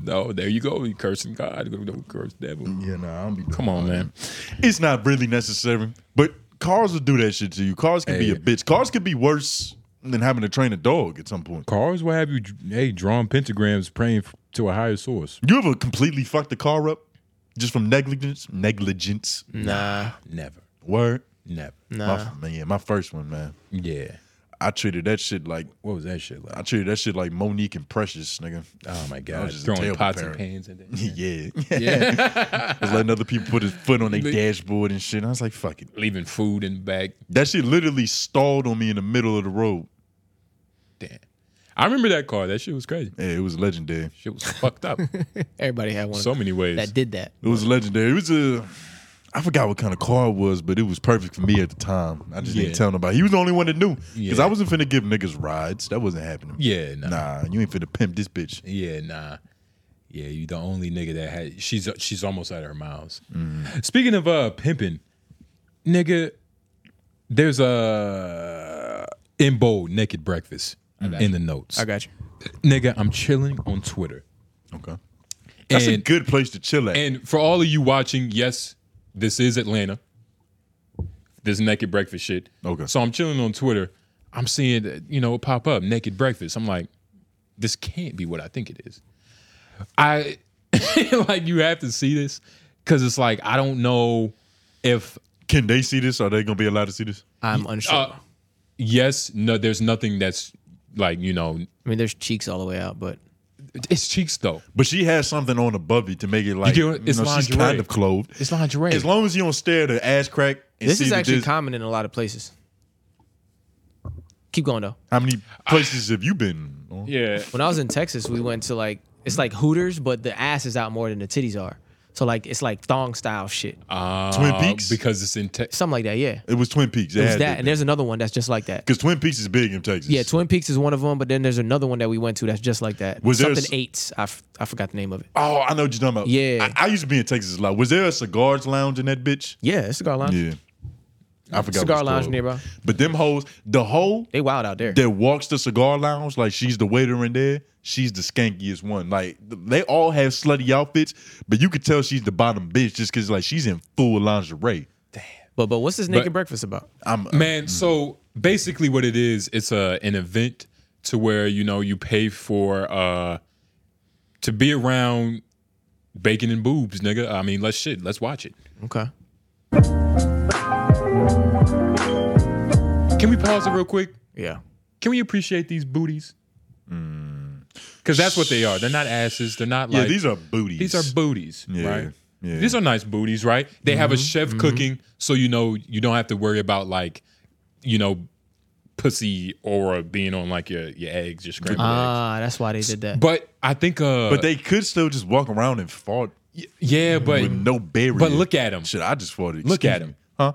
[SPEAKER 2] no, there you go. You cursing God, you don't curse devil.
[SPEAKER 1] Yeah, nah, I don't be doing
[SPEAKER 2] Come on, man.
[SPEAKER 1] It's not really necessary, but cars will do that shit to you. Cars can be a
[SPEAKER 2] Hey.
[SPEAKER 1] bitch. Cars could be worse than having to train a dog at some point.
[SPEAKER 2] Cars, what have you? Hey, drawing pentagrams, praying f- to a higher source.
[SPEAKER 1] You ever completely fucked the car up just from negligence? Negligence.
[SPEAKER 2] Mm.
[SPEAKER 3] Nah,
[SPEAKER 2] Never,
[SPEAKER 1] Word.
[SPEAKER 2] never.
[SPEAKER 3] nah.
[SPEAKER 1] My, man, my first one, man.
[SPEAKER 2] Yeah.
[SPEAKER 1] I treated that shit like
[SPEAKER 2] What was that shit like?
[SPEAKER 1] I treated that shit like Monique and Precious, nigga.
[SPEAKER 2] Oh my
[SPEAKER 1] I
[SPEAKER 2] god,
[SPEAKER 1] was just a
[SPEAKER 2] throwing
[SPEAKER 1] terrible
[SPEAKER 2] pots
[SPEAKER 1] parent.
[SPEAKER 2] and pans in there.
[SPEAKER 1] yeah. was letting other people put his foot on their dashboard and shit. And I was like, fuck it.
[SPEAKER 2] Leaving food in the back.
[SPEAKER 1] That shit literally stalled on me in the middle of the road.
[SPEAKER 2] Damn. I remember that car. That shit was crazy.
[SPEAKER 1] Yeah, it was legendary.
[SPEAKER 2] Shit was fucked up.
[SPEAKER 3] Everybody had one
[SPEAKER 2] so many ways.
[SPEAKER 3] that did that.
[SPEAKER 1] It was legendary. It was a I forgot what kind of car it was, but it was perfect for me at the time. I just
[SPEAKER 2] Yeah.
[SPEAKER 1] didn't tell nobody. He was the only one that knew. Because
[SPEAKER 2] Yeah.
[SPEAKER 1] I wasn't finna give niggas rides. That wasn't happening.
[SPEAKER 2] Yeah, nah.
[SPEAKER 1] Nah, you ain't finna pimp this bitch.
[SPEAKER 2] Yeah, nah. Yeah, you the only nigga that had she's she's almost at her miles. Speaking of uh pimping, nigga, there's a uh, in bold naked breakfast in the notes.
[SPEAKER 5] I got you.
[SPEAKER 2] Nigga, I'm chilling on Twitter.
[SPEAKER 1] Okay. That's a
[SPEAKER 2] and,
[SPEAKER 1] good place to chill at.
[SPEAKER 2] and for all of you watching, yes, this is Atlanta. This naked breakfast shit.
[SPEAKER 1] Okay.
[SPEAKER 2] So I'm chilling on Twitter. I'm seeing, uh, you know, it pop up naked breakfast. I'm like, this can't be what I think it is. I like you have to see this because it's like I don't know if
[SPEAKER 1] Can
[SPEAKER 2] uh,
[SPEAKER 1] they see this? Are they gonna be allowed to see this?
[SPEAKER 3] I'm unsure.
[SPEAKER 2] yes, no, there's nothing that's like you know,
[SPEAKER 3] I mean, there's cheeks all the way out, but
[SPEAKER 2] it's cheeks though.
[SPEAKER 1] But she has something on above it to make it like
[SPEAKER 2] get
[SPEAKER 1] you
[SPEAKER 2] what- it's
[SPEAKER 1] know, she's
[SPEAKER 2] lingerie.
[SPEAKER 1] kind of clothed.
[SPEAKER 2] It's lingerie.
[SPEAKER 1] As long as you don't stare at her ass crack. And
[SPEAKER 3] this
[SPEAKER 1] see
[SPEAKER 3] is
[SPEAKER 1] that
[SPEAKER 3] actually
[SPEAKER 1] there's-
[SPEAKER 3] common in a lot of places. Keep going though.
[SPEAKER 1] how many places have you been? on?
[SPEAKER 2] yeah,
[SPEAKER 3] When I was in Texas, we went to like it's like Hooters, but the ass is out more than the titties are. So like it's like thong style shit,
[SPEAKER 2] uh,
[SPEAKER 1] Twin Peaks?
[SPEAKER 2] because it's in Texas.
[SPEAKER 3] something like that. Yeah,
[SPEAKER 1] It was Twin Peaks.
[SPEAKER 3] it was that, and there's another one that's just like that.
[SPEAKER 1] because Twin Peaks is big in Texas.
[SPEAKER 3] Yeah, Twin Peaks is one of them, but then there's another one that we went to that's just like that.
[SPEAKER 1] Was there
[SPEAKER 3] something
[SPEAKER 1] s-
[SPEAKER 3] eights? I, f- I forgot the name of it.
[SPEAKER 1] Oh, I know what you're talking about.
[SPEAKER 3] Yeah.
[SPEAKER 1] I, I used to be in Texas a lot. Was there a cigars lounge in that bitch?
[SPEAKER 3] Yeah, it's cigar lounge.
[SPEAKER 1] Yeah, I forgot.
[SPEAKER 3] Cigar
[SPEAKER 1] what it's
[SPEAKER 3] lounge
[SPEAKER 1] called.
[SPEAKER 3] nearby.
[SPEAKER 1] But them hoes, the hoe
[SPEAKER 3] They wild out there.
[SPEAKER 1] that walks the cigar lounge, like she's the waiter in there. She's the skankiest one. Like th- they all have slutty outfits, but you could tell she's the bottom bitch just because like she's in full lingerie.
[SPEAKER 3] But but what's this naked
[SPEAKER 2] But-
[SPEAKER 3] breakfast about?
[SPEAKER 1] I'm
[SPEAKER 2] Man, so
[SPEAKER 1] Mm.
[SPEAKER 2] basically what it is, it's a an event to where you know you pay for uh to be around bacon and boobs, nigga. I mean, let's shit, let's watch it.
[SPEAKER 3] Okay.
[SPEAKER 2] Can we pause it real quick?
[SPEAKER 3] Yeah.
[SPEAKER 2] Can we appreciate these booties? Because that's what they are. They're not asses. They're not
[SPEAKER 1] Mm. yeah.
[SPEAKER 2] like
[SPEAKER 1] these are booties.
[SPEAKER 2] these are booties,
[SPEAKER 1] Yeah,
[SPEAKER 2] right?
[SPEAKER 1] yeah. Mm-hmm,
[SPEAKER 2] These are nice booties, right? They have a chef cooking, so you know you don't have to worry about like, you know, pussy aura being on like your your eggs, your scrambled eggs.
[SPEAKER 3] Ah, that's why they did that.
[SPEAKER 2] But I think, uh,
[SPEAKER 1] but they could still just walk around and fart
[SPEAKER 2] yeah, but
[SPEAKER 1] with no barrier.
[SPEAKER 2] but look at them.
[SPEAKER 1] Shit, I just farted.
[SPEAKER 2] Look at
[SPEAKER 1] Excuse me.
[SPEAKER 2] him.
[SPEAKER 1] huh?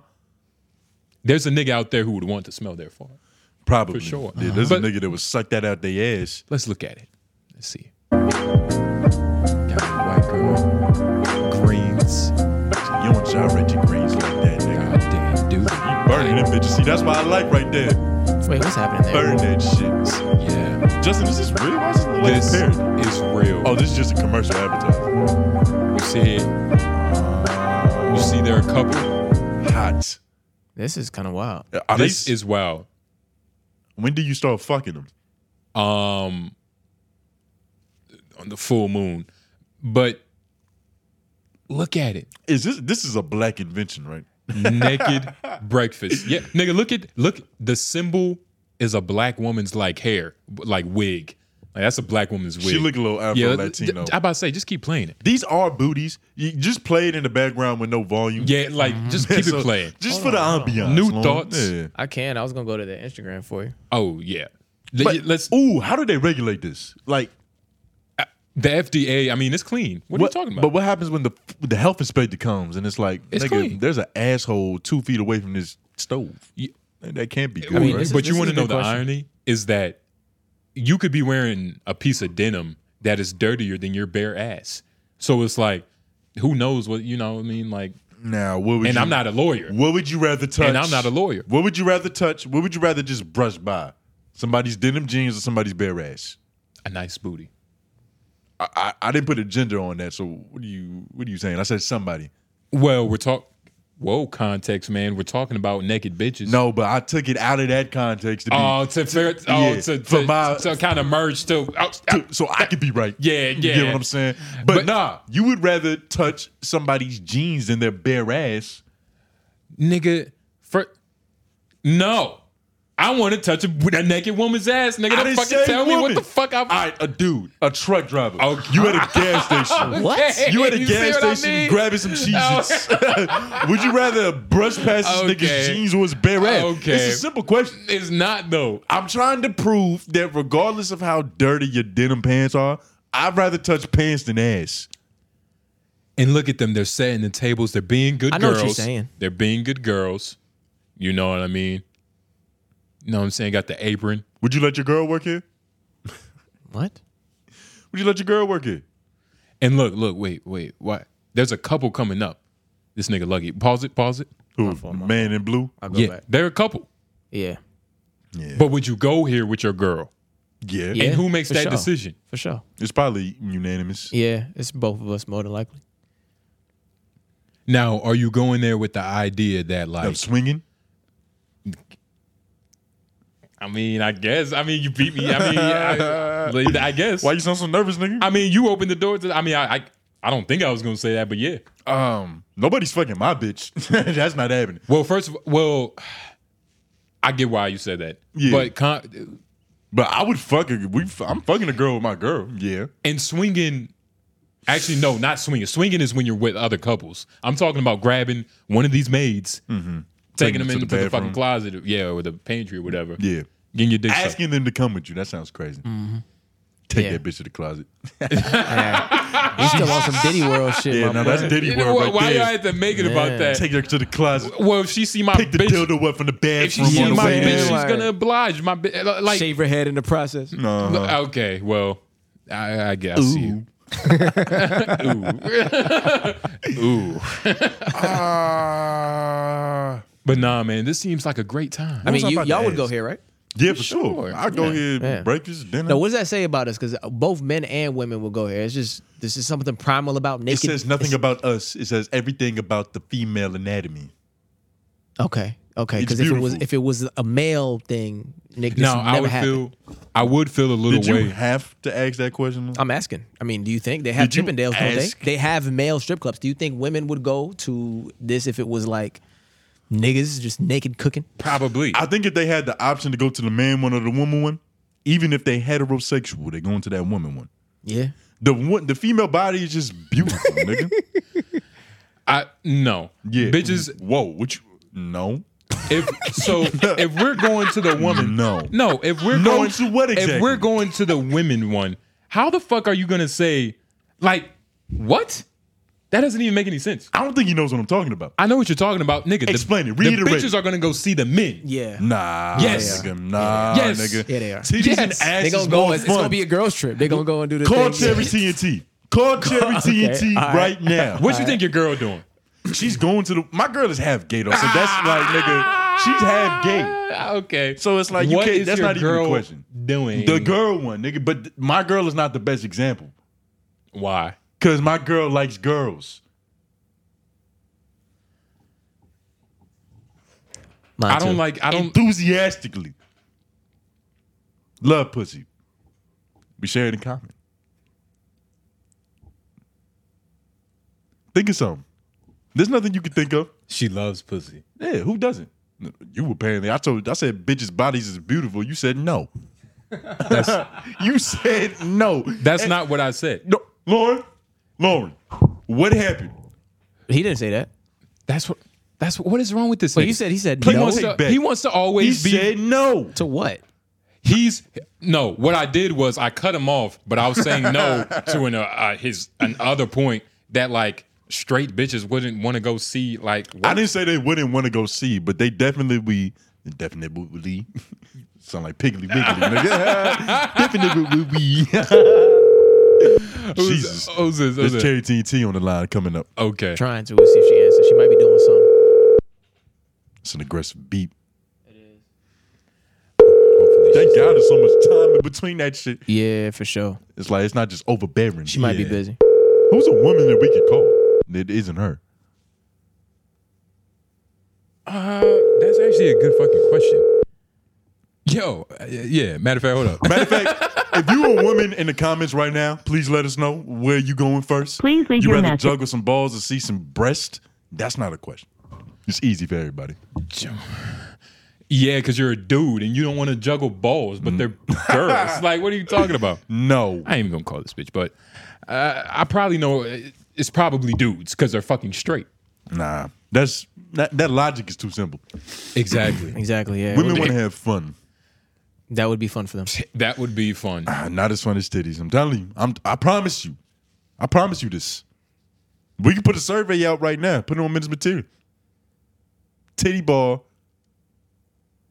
[SPEAKER 2] There's a nigga out there who would want to smell their fart.
[SPEAKER 1] Probably.
[SPEAKER 2] For sure.
[SPEAKER 1] Yeah, there's
[SPEAKER 2] But-
[SPEAKER 1] a nigga that would suck that out their ass.
[SPEAKER 2] Let's look at it. Let's see. Got a white girl, greens,
[SPEAKER 1] You don't gyrate your greens like that, nigga.
[SPEAKER 2] goddamn dude.
[SPEAKER 1] You burning them bitches. See, that's why I like right there.
[SPEAKER 3] Wait, what's happening there?
[SPEAKER 1] Burn that shit.
[SPEAKER 2] Yeah,
[SPEAKER 1] Justin, is this real? Why is this look like
[SPEAKER 2] this
[SPEAKER 1] a parody?
[SPEAKER 2] is real.
[SPEAKER 1] Oh, this is just a commercial advertisement.
[SPEAKER 2] You see it? You see they're a couple?
[SPEAKER 1] Hot.
[SPEAKER 3] This is kind of wild.
[SPEAKER 1] Are
[SPEAKER 2] this
[SPEAKER 1] they,
[SPEAKER 2] is wild.
[SPEAKER 1] when do you start fucking them?
[SPEAKER 2] Um on the full moon. But look at it.
[SPEAKER 1] Is this this is a black invention, right?
[SPEAKER 2] Naked breakfast. Yeah, nigga, look at look the symbol is a black woman's like hair, like wig. Like that's a black woman's wig.
[SPEAKER 1] She look a little
[SPEAKER 2] yeah,
[SPEAKER 1] Afro-Latino.
[SPEAKER 2] I about to say, just keep playing it.
[SPEAKER 1] These are booties. You just play it in the background with no volume.
[SPEAKER 2] Yeah, like just keep
[SPEAKER 1] Mm-hmm. So,
[SPEAKER 2] it playing.
[SPEAKER 1] Just for the ambiance.
[SPEAKER 2] New
[SPEAKER 1] Lon.
[SPEAKER 2] thoughts?
[SPEAKER 1] Yeah.
[SPEAKER 3] I can. I was gonna go to the Instagram for you.
[SPEAKER 2] Oh yeah.
[SPEAKER 1] But,
[SPEAKER 2] Let's
[SPEAKER 1] ooh, how do they regulate this? Like,
[SPEAKER 2] the FDA. I mean, it's clean. What, are you talking about?
[SPEAKER 1] But what happens when the the health inspector comes and it's like,
[SPEAKER 2] It's
[SPEAKER 1] nigga,
[SPEAKER 2] clean.
[SPEAKER 1] there's an asshole two feet away from this stove.
[SPEAKER 2] Ye-
[SPEAKER 1] That can't be good.
[SPEAKER 2] I mean,
[SPEAKER 1] right?
[SPEAKER 3] this is-
[SPEAKER 2] but you
[SPEAKER 3] this
[SPEAKER 2] want
[SPEAKER 3] is
[SPEAKER 2] to
[SPEAKER 3] a
[SPEAKER 2] know
[SPEAKER 3] good
[SPEAKER 2] the
[SPEAKER 3] question.
[SPEAKER 2] irony is that you could be wearing a piece of denim that is dirtier than your bare ass. So it's like, who knows what you know? What I mean, like,
[SPEAKER 1] now, what would
[SPEAKER 2] and
[SPEAKER 1] you,
[SPEAKER 2] I'm not a lawyer.
[SPEAKER 1] What would you rather touch?
[SPEAKER 2] And I'm not a lawyer.
[SPEAKER 1] What would you rather touch? What would you rather just brush by? Somebody's denim jeans or somebody's bare ass?
[SPEAKER 2] A nice booty.
[SPEAKER 1] I, I, I didn't put a gender on that. So what are you what are you saying? I said somebody.
[SPEAKER 2] Well, we're talking. Whoa, context, man. We're talking about naked bitches.
[SPEAKER 1] No, but I took it out of that context to be
[SPEAKER 2] Oh, to fair. Oh,
[SPEAKER 1] yeah,
[SPEAKER 2] to, to,
[SPEAKER 1] for my-
[SPEAKER 2] kind of merge to. Oh,
[SPEAKER 1] to- so I could be right.
[SPEAKER 2] Yeah,
[SPEAKER 1] You get
[SPEAKER 2] yeah.
[SPEAKER 1] what I'm saying? But,
[SPEAKER 2] But-
[SPEAKER 1] nah, you would rather touch somebody's jeans than their bare ass.
[SPEAKER 2] nigga. For no. I want to touch a, a naked woman's ass, nigga.
[SPEAKER 1] I
[SPEAKER 2] Don't
[SPEAKER 1] didn't
[SPEAKER 2] fucking
[SPEAKER 1] say
[SPEAKER 2] tell me what
[SPEAKER 1] woman.
[SPEAKER 2] the fuck I'm.
[SPEAKER 1] All right, a dude, a truck driver.
[SPEAKER 2] Oh,
[SPEAKER 1] You at a gas station.
[SPEAKER 2] What?
[SPEAKER 1] You at a
[SPEAKER 2] see
[SPEAKER 1] gas
[SPEAKER 2] what I
[SPEAKER 1] station
[SPEAKER 2] mean?
[SPEAKER 1] grabbing some cheeses. Would you rather brush past this
[SPEAKER 2] Okay.
[SPEAKER 1] nigga's jeans or his bare ass?
[SPEAKER 2] Okay.
[SPEAKER 1] It's a simple question.
[SPEAKER 2] It's not though.
[SPEAKER 1] I'm trying to prove that regardless of how dirty your denim pants are, I'd rather touch pants than ass.
[SPEAKER 2] And look at them. They're setting the tables. They're being good
[SPEAKER 3] I know
[SPEAKER 2] girls.
[SPEAKER 3] what you're saying.
[SPEAKER 2] They're being good girls. You know what I mean? You know what I'm saying? Got the apron.
[SPEAKER 1] Would you let your girl work here?
[SPEAKER 3] What?
[SPEAKER 1] Would you let your girl work here?
[SPEAKER 2] And look, look, wait, wait, what? There's a couple coming up. This nigga Lucky. Pause it, pause it.
[SPEAKER 1] Who, man in blue?
[SPEAKER 3] I'll go
[SPEAKER 2] yeah.
[SPEAKER 3] back.
[SPEAKER 2] They're a couple.
[SPEAKER 3] Yeah.
[SPEAKER 2] But would you go here with your girl?
[SPEAKER 1] Yeah.
[SPEAKER 3] Yeah.
[SPEAKER 2] And who makes
[SPEAKER 3] for
[SPEAKER 2] that
[SPEAKER 3] sure.
[SPEAKER 2] decision?
[SPEAKER 3] For sure.
[SPEAKER 1] It's probably unanimous.
[SPEAKER 3] Yeah, it's both of us more than likely.
[SPEAKER 2] Now, are you going there with the idea that
[SPEAKER 1] I'm
[SPEAKER 2] like
[SPEAKER 1] swinging.
[SPEAKER 2] I mean, I guess. I mean, you beat me. I mean, I, I guess.
[SPEAKER 1] Why you sound so nervous, nigga?
[SPEAKER 2] I mean, you opened the door to. I mean, I, I, I don't think I was gonna say that, but yeah.
[SPEAKER 1] Um, nobody's fucking my bitch. That's not happening.
[SPEAKER 2] Well, first of all, well, I get why you said that.
[SPEAKER 1] Yeah.
[SPEAKER 2] But con-
[SPEAKER 1] But I would fuck a, we. I'm fucking a girl with my girl. Yeah.
[SPEAKER 2] And swinging, actually, no, not swinging. Swinging is when you're with other couples. I'm talking about grabbing one of these maids, taking,
[SPEAKER 1] Taking
[SPEAKER 2] them
[SPEAKER 1] Mm-hmm. them to
[SPEAKER 2] into
[SPEAKER 1] the
[SPEAKER 2] the, fucking
[SPEAKER 1] bathroom.
[SPEAKER 2] closet, or- yeah, or the pantry or whatever.
[SPEAKER 1] Yeah.
[SPEAKER 2] Getting your dick sucked.
[SPEAKER 1] Asking them to come with you. That sounds crazy. Take
[SPEAKER 3] Yeah.
[SPEAKER 1] that bitch to the closet.
[SPEAKER 3] You still on some Diddy World shit,
[SPEAKER 1] Yeah,
[SPEAKER 3] my
[SPEAKER 1] no,
[SPEAKER 3] boy.
[SPEAKER 1] that's Diddy
[SPEAKER 2] You know
[SPEAKER 1] word
[SPEAKER 2] what?
[SPEAKER 1] right
[SPEAKER 2] why
[SPEAKER 1] there.
[SPEAKER 2] y'all had to make it about that?
[SPEAKER 1] Take her to the closet.
[SPEAKER 2] well, if she see my
[SPEAKER 1] Pick the
[SPEAKER 2] bitch,
[SPEAKER 1] dildo up from the
[SPEAKER 2] if she
[SPEAKER 1] bathroom
[SPEAKER 2] see
[SPEAKER 1] on the
[SPEAKER 2] my
[SPEAKER 1] way
[SPEAKER 2] bitch,
[SPEAKER 1] in.
[SPEAKER 2] she's
[SPEAKER 3] Right.
[SPEAKER 2] gonna oblige my bitch. Like,
[SPEAKER 5] Shave her head in the process.
[SPEAKER 1] Uh-huh.
[SPEAKER 2] okay, well, I, I guess Ooh. you. Ooh. Ooh.
[SPEAKER 1] Ah.
[SPEAKER 2] But nah, man, this seems like a great time.
[SPEAKER 3] I mean,
[SPEAKER 1] I
[SPEAKER 3] you,
[SPEAKER 1] about to
[SPEAKER 3] y'all would go
[SPEAKER 1] ask?
[SPEAKER 3] here, right?
[SPEAKER 1] Yeah, for sure. I'll go here,
[SPEAKER 3] Yeah.
[SPEAKER 1] breakfast, dinner.
[SPEAKER 3] No, what does that say about us? Because both men and women will go here. It's just this is something primal about
[SPEAKER 1] it
[SPEAKER 3] naked.
[SPEAKER 1] says nothing about us. It says everything about the female anatomy.
[SPEAKER 3] Okay, okay.
[SPEAKER 1] It's
[SPEAKER 3] Because if it was
[SPEAKER 1] beautiful.
[SPEAKER 3] if it was a male thing, Nick, this
[SPEAKER 2] now
[SPEAKER 3] would
[SPEAKER 2] I
[SPEAKER 3] never
[SPEAKER 2] would
[SPEAKER 3] happen.
[SPEAKER 2] feel, I would feel a little
[SPEAKER 1] Did you
[SPEAKER 2] way.
[SPEAKER 1] have to ask that question?
[SPEAKER 3] I'm asking. I mean, do you think they have
[SPEAKER 1] Did you
[SPEAKER 3] Chippendales? Don't they?
[SPEAKER 1] ask?
[SPEAKER 3] They have male strip clubs. Do you think women would go to this if it was like niggas just naked cooking?
[SPEAKER 2] Probably.
[SPEAKER 1] I think if they had the option to go to the man one or the woman one, even if they heterosexual, they going to that woman one.
[SPEAKER 3] Yeah.
[SPEAKER 1] The one, the female body is just beautiful, nigga.
[SPEAKER 2] I no.
[SPEAKER 1] Yeah,
[SPEAKER 2] Bitches.
[SPEAKER 1] Whoa, what you? No,
[SPEAKER 2] If so, if we're going to the woman,
[SPEAKER 1] No.
[SPEAKER 2] no. If we're
[SPEAKER 1] No
[SPEAKER 2] going
[SPEAKER 1] to what
[SPEAKER 2] If
[SPEAKER 1] exactly?
[SPEAKER 2] we're going to the women one, how the fuck are you gonna say like what? That doesn't even make any sense.
[SPEAKER 1] I don't think he knows what I'm talking about.
[SPEAKER 2] I know what you're talking about, nigga. The-
[SPEAKER 1] Explain it.
[SPEAKER 2] The
[SPEAKER 1] Reiterate.
[SPEAKER 2] bitches are gonna go see the men.
[SPEAKER 3] Yeah.
[SPEAKER 1] Nah,
[SPEAKER 2] Yes.
[SPEAKER 1] nigga, nah,
[SPEAKER 2] Yes.
[SPEAKER 1] nigga.
[SPEAKER 3] Yeah, they are.
[SPEAKER 1] Titties and
[SPEAKER 2] Yes.
[SPEAKER 1] ass
[SPEAKER 5] They gonna
[SPEAKER 1] is
[SPEAKER 5] go.
[SPEAKER 1] more
[SPEAKER 5] It's, it's
[SPEAKER 1] fun.
[SPEAKER 5] gonna be a girls trip. They gonna go and do the
[SPEAKER 1] Call
[SPEAKER 5] thing.
[SPEAKER 1] Cherry TNT. Call Cherry TNT right now.
[SPEAKER 2] What you think your girl doing?
[SPEAKER 1] She's going to the. My girl is half gay though, so that's like nigga. She's half gay.
[SPEAKER 2] Ah, Okay.
[SPEAKER 1] So it's like you
[SPEAKER 2] What
[SPEAKER 1] can't.
[SPEAKER 2] is
[SPEAKER 1] That's
[SPEAKER 2] your
[SPEAKER 1] not even
[SPEAKER 2] girl
[SPEAKER 1] a question.
[SPEAKER 2] Doing
[SPEAKER 1] The girl one, nigga. But th- my girl is not the best example
[SPEAKER 2] Why?
[SPEAKER 1] because my girl likes girls.
[SPEAKER 3] Mine
[SPEAKER 2] I don't
[SPEAKER 3] too.
[SPEAKER 2] like. I don't.
[SPEAKER 1] enthusiastically. Love pussy. We share it in common. Think of something. There's nothing you can think of.
[SPEAKER 2] She loves pussy.
[SPEAKER 1] Yeah, who doesn't? You apparently. I told. I said bitches' bodies is beautiful. You said no. you said no.
[SPEAKER 2] That's not what I said.
[SPEAKER 1] no, Lauren. Lauren, what happened?
[SPEAKER 3] He didn't say that.
[SPEAKER 2] That's what. That's what, what is wrong with this?
[SPEAKER 3] But
[SPEAKER 2] nigga?
[SPEAKER 3] you said he said
[SPEAKER 2] he
[SPEAKER 1] No.
[SPEAKER 2] wants to.
[SPEAKER 1] Take back.
[SPEAKER 2] He wants to
[SPEAKER 1] He
[SPEAKER 2] always be.
[SPEAKER 1] said no.
[SPEAKER 3] to what?
[SPEAKER 2] he's no. What I did was I cut him off, but I was saying no to an uh, uh, his another point that like straight bitches wouldn't want to go see like.
[SPEAKER 1] I
[SPEAKER 2] What?
[SPEAKER 1] didn't say they wouldn't want to go see, but they definitely we definitely would we sound like Piggly Wiggly. nigga. definitely would we.
[SPEAKER 2] Who's-
[SPEAKER 1] Jesus,
[SPEAKER 2] who's this? Who's
[SPEAKER 1] there's
[SPEAKER 2] this?
[SPEAKER 1] Cherry TNT on the line coming up.
[SPEAKER 2] Okay.
[SPEAKER 3] Trying to. We'll see if she answers. She might be doing something.
[SPEAKER 1] It's an aggressive beep. Thank God there's so much time in between that shit.
[SPEAKER 3] Yeah, for sure.
[SPEAKER 1] It's like it's not just overbearing.
[SPEAKER 3] She might be
[SPEAKER 1] Yeah.
[SPEAKER 3] busy.
[SPEAKER 1] Who's a woman that we could call that isn't her?
[SPEAKER 2] Uh, that's actually a good fucking question. Yo, uh, yeah. Matter of fact, hold up.
[SPEAKER 1] Matter of fact, if you a woman in the comments right now, please let us know where you going first.
[SPEAKER 7] Please leave
[SPEAKER 1] you
[SPEAKER 7] your
[SPEAKER 1] rather
[SPEAKER 7] message.
[SPEAKER 1] juggle some balls or see some breast? That's not a question. It's easy for everybody.
[SPEAKER 2] Yeah, because you're a dude and you don't want to juggle balls, but they're girls. Like, what are you talking about?
[SPEAKER 1] No.
[SPEAKER 2] I ain't even gonna call this bitch, but uh, I probably know it- it's probably dudes because they're fucking straight.
[SPEAKER 1] Nah. That's that, that logic is too simple.
[SPEAKER 2] Exactly.
[SPEAKER 3] Exactly. Yeah.
[SPEAKER 1] Women want to have fun.
[SPEAKER 3] that would be fun for them.
[SPEAKER 2] that would be fun.
[SPEAKER 1] Ah, Not as fun as titties. I'm telling you. I'm I promise you. I promise you this. We can put a survey out right now. Put it on men's material. Titty ball,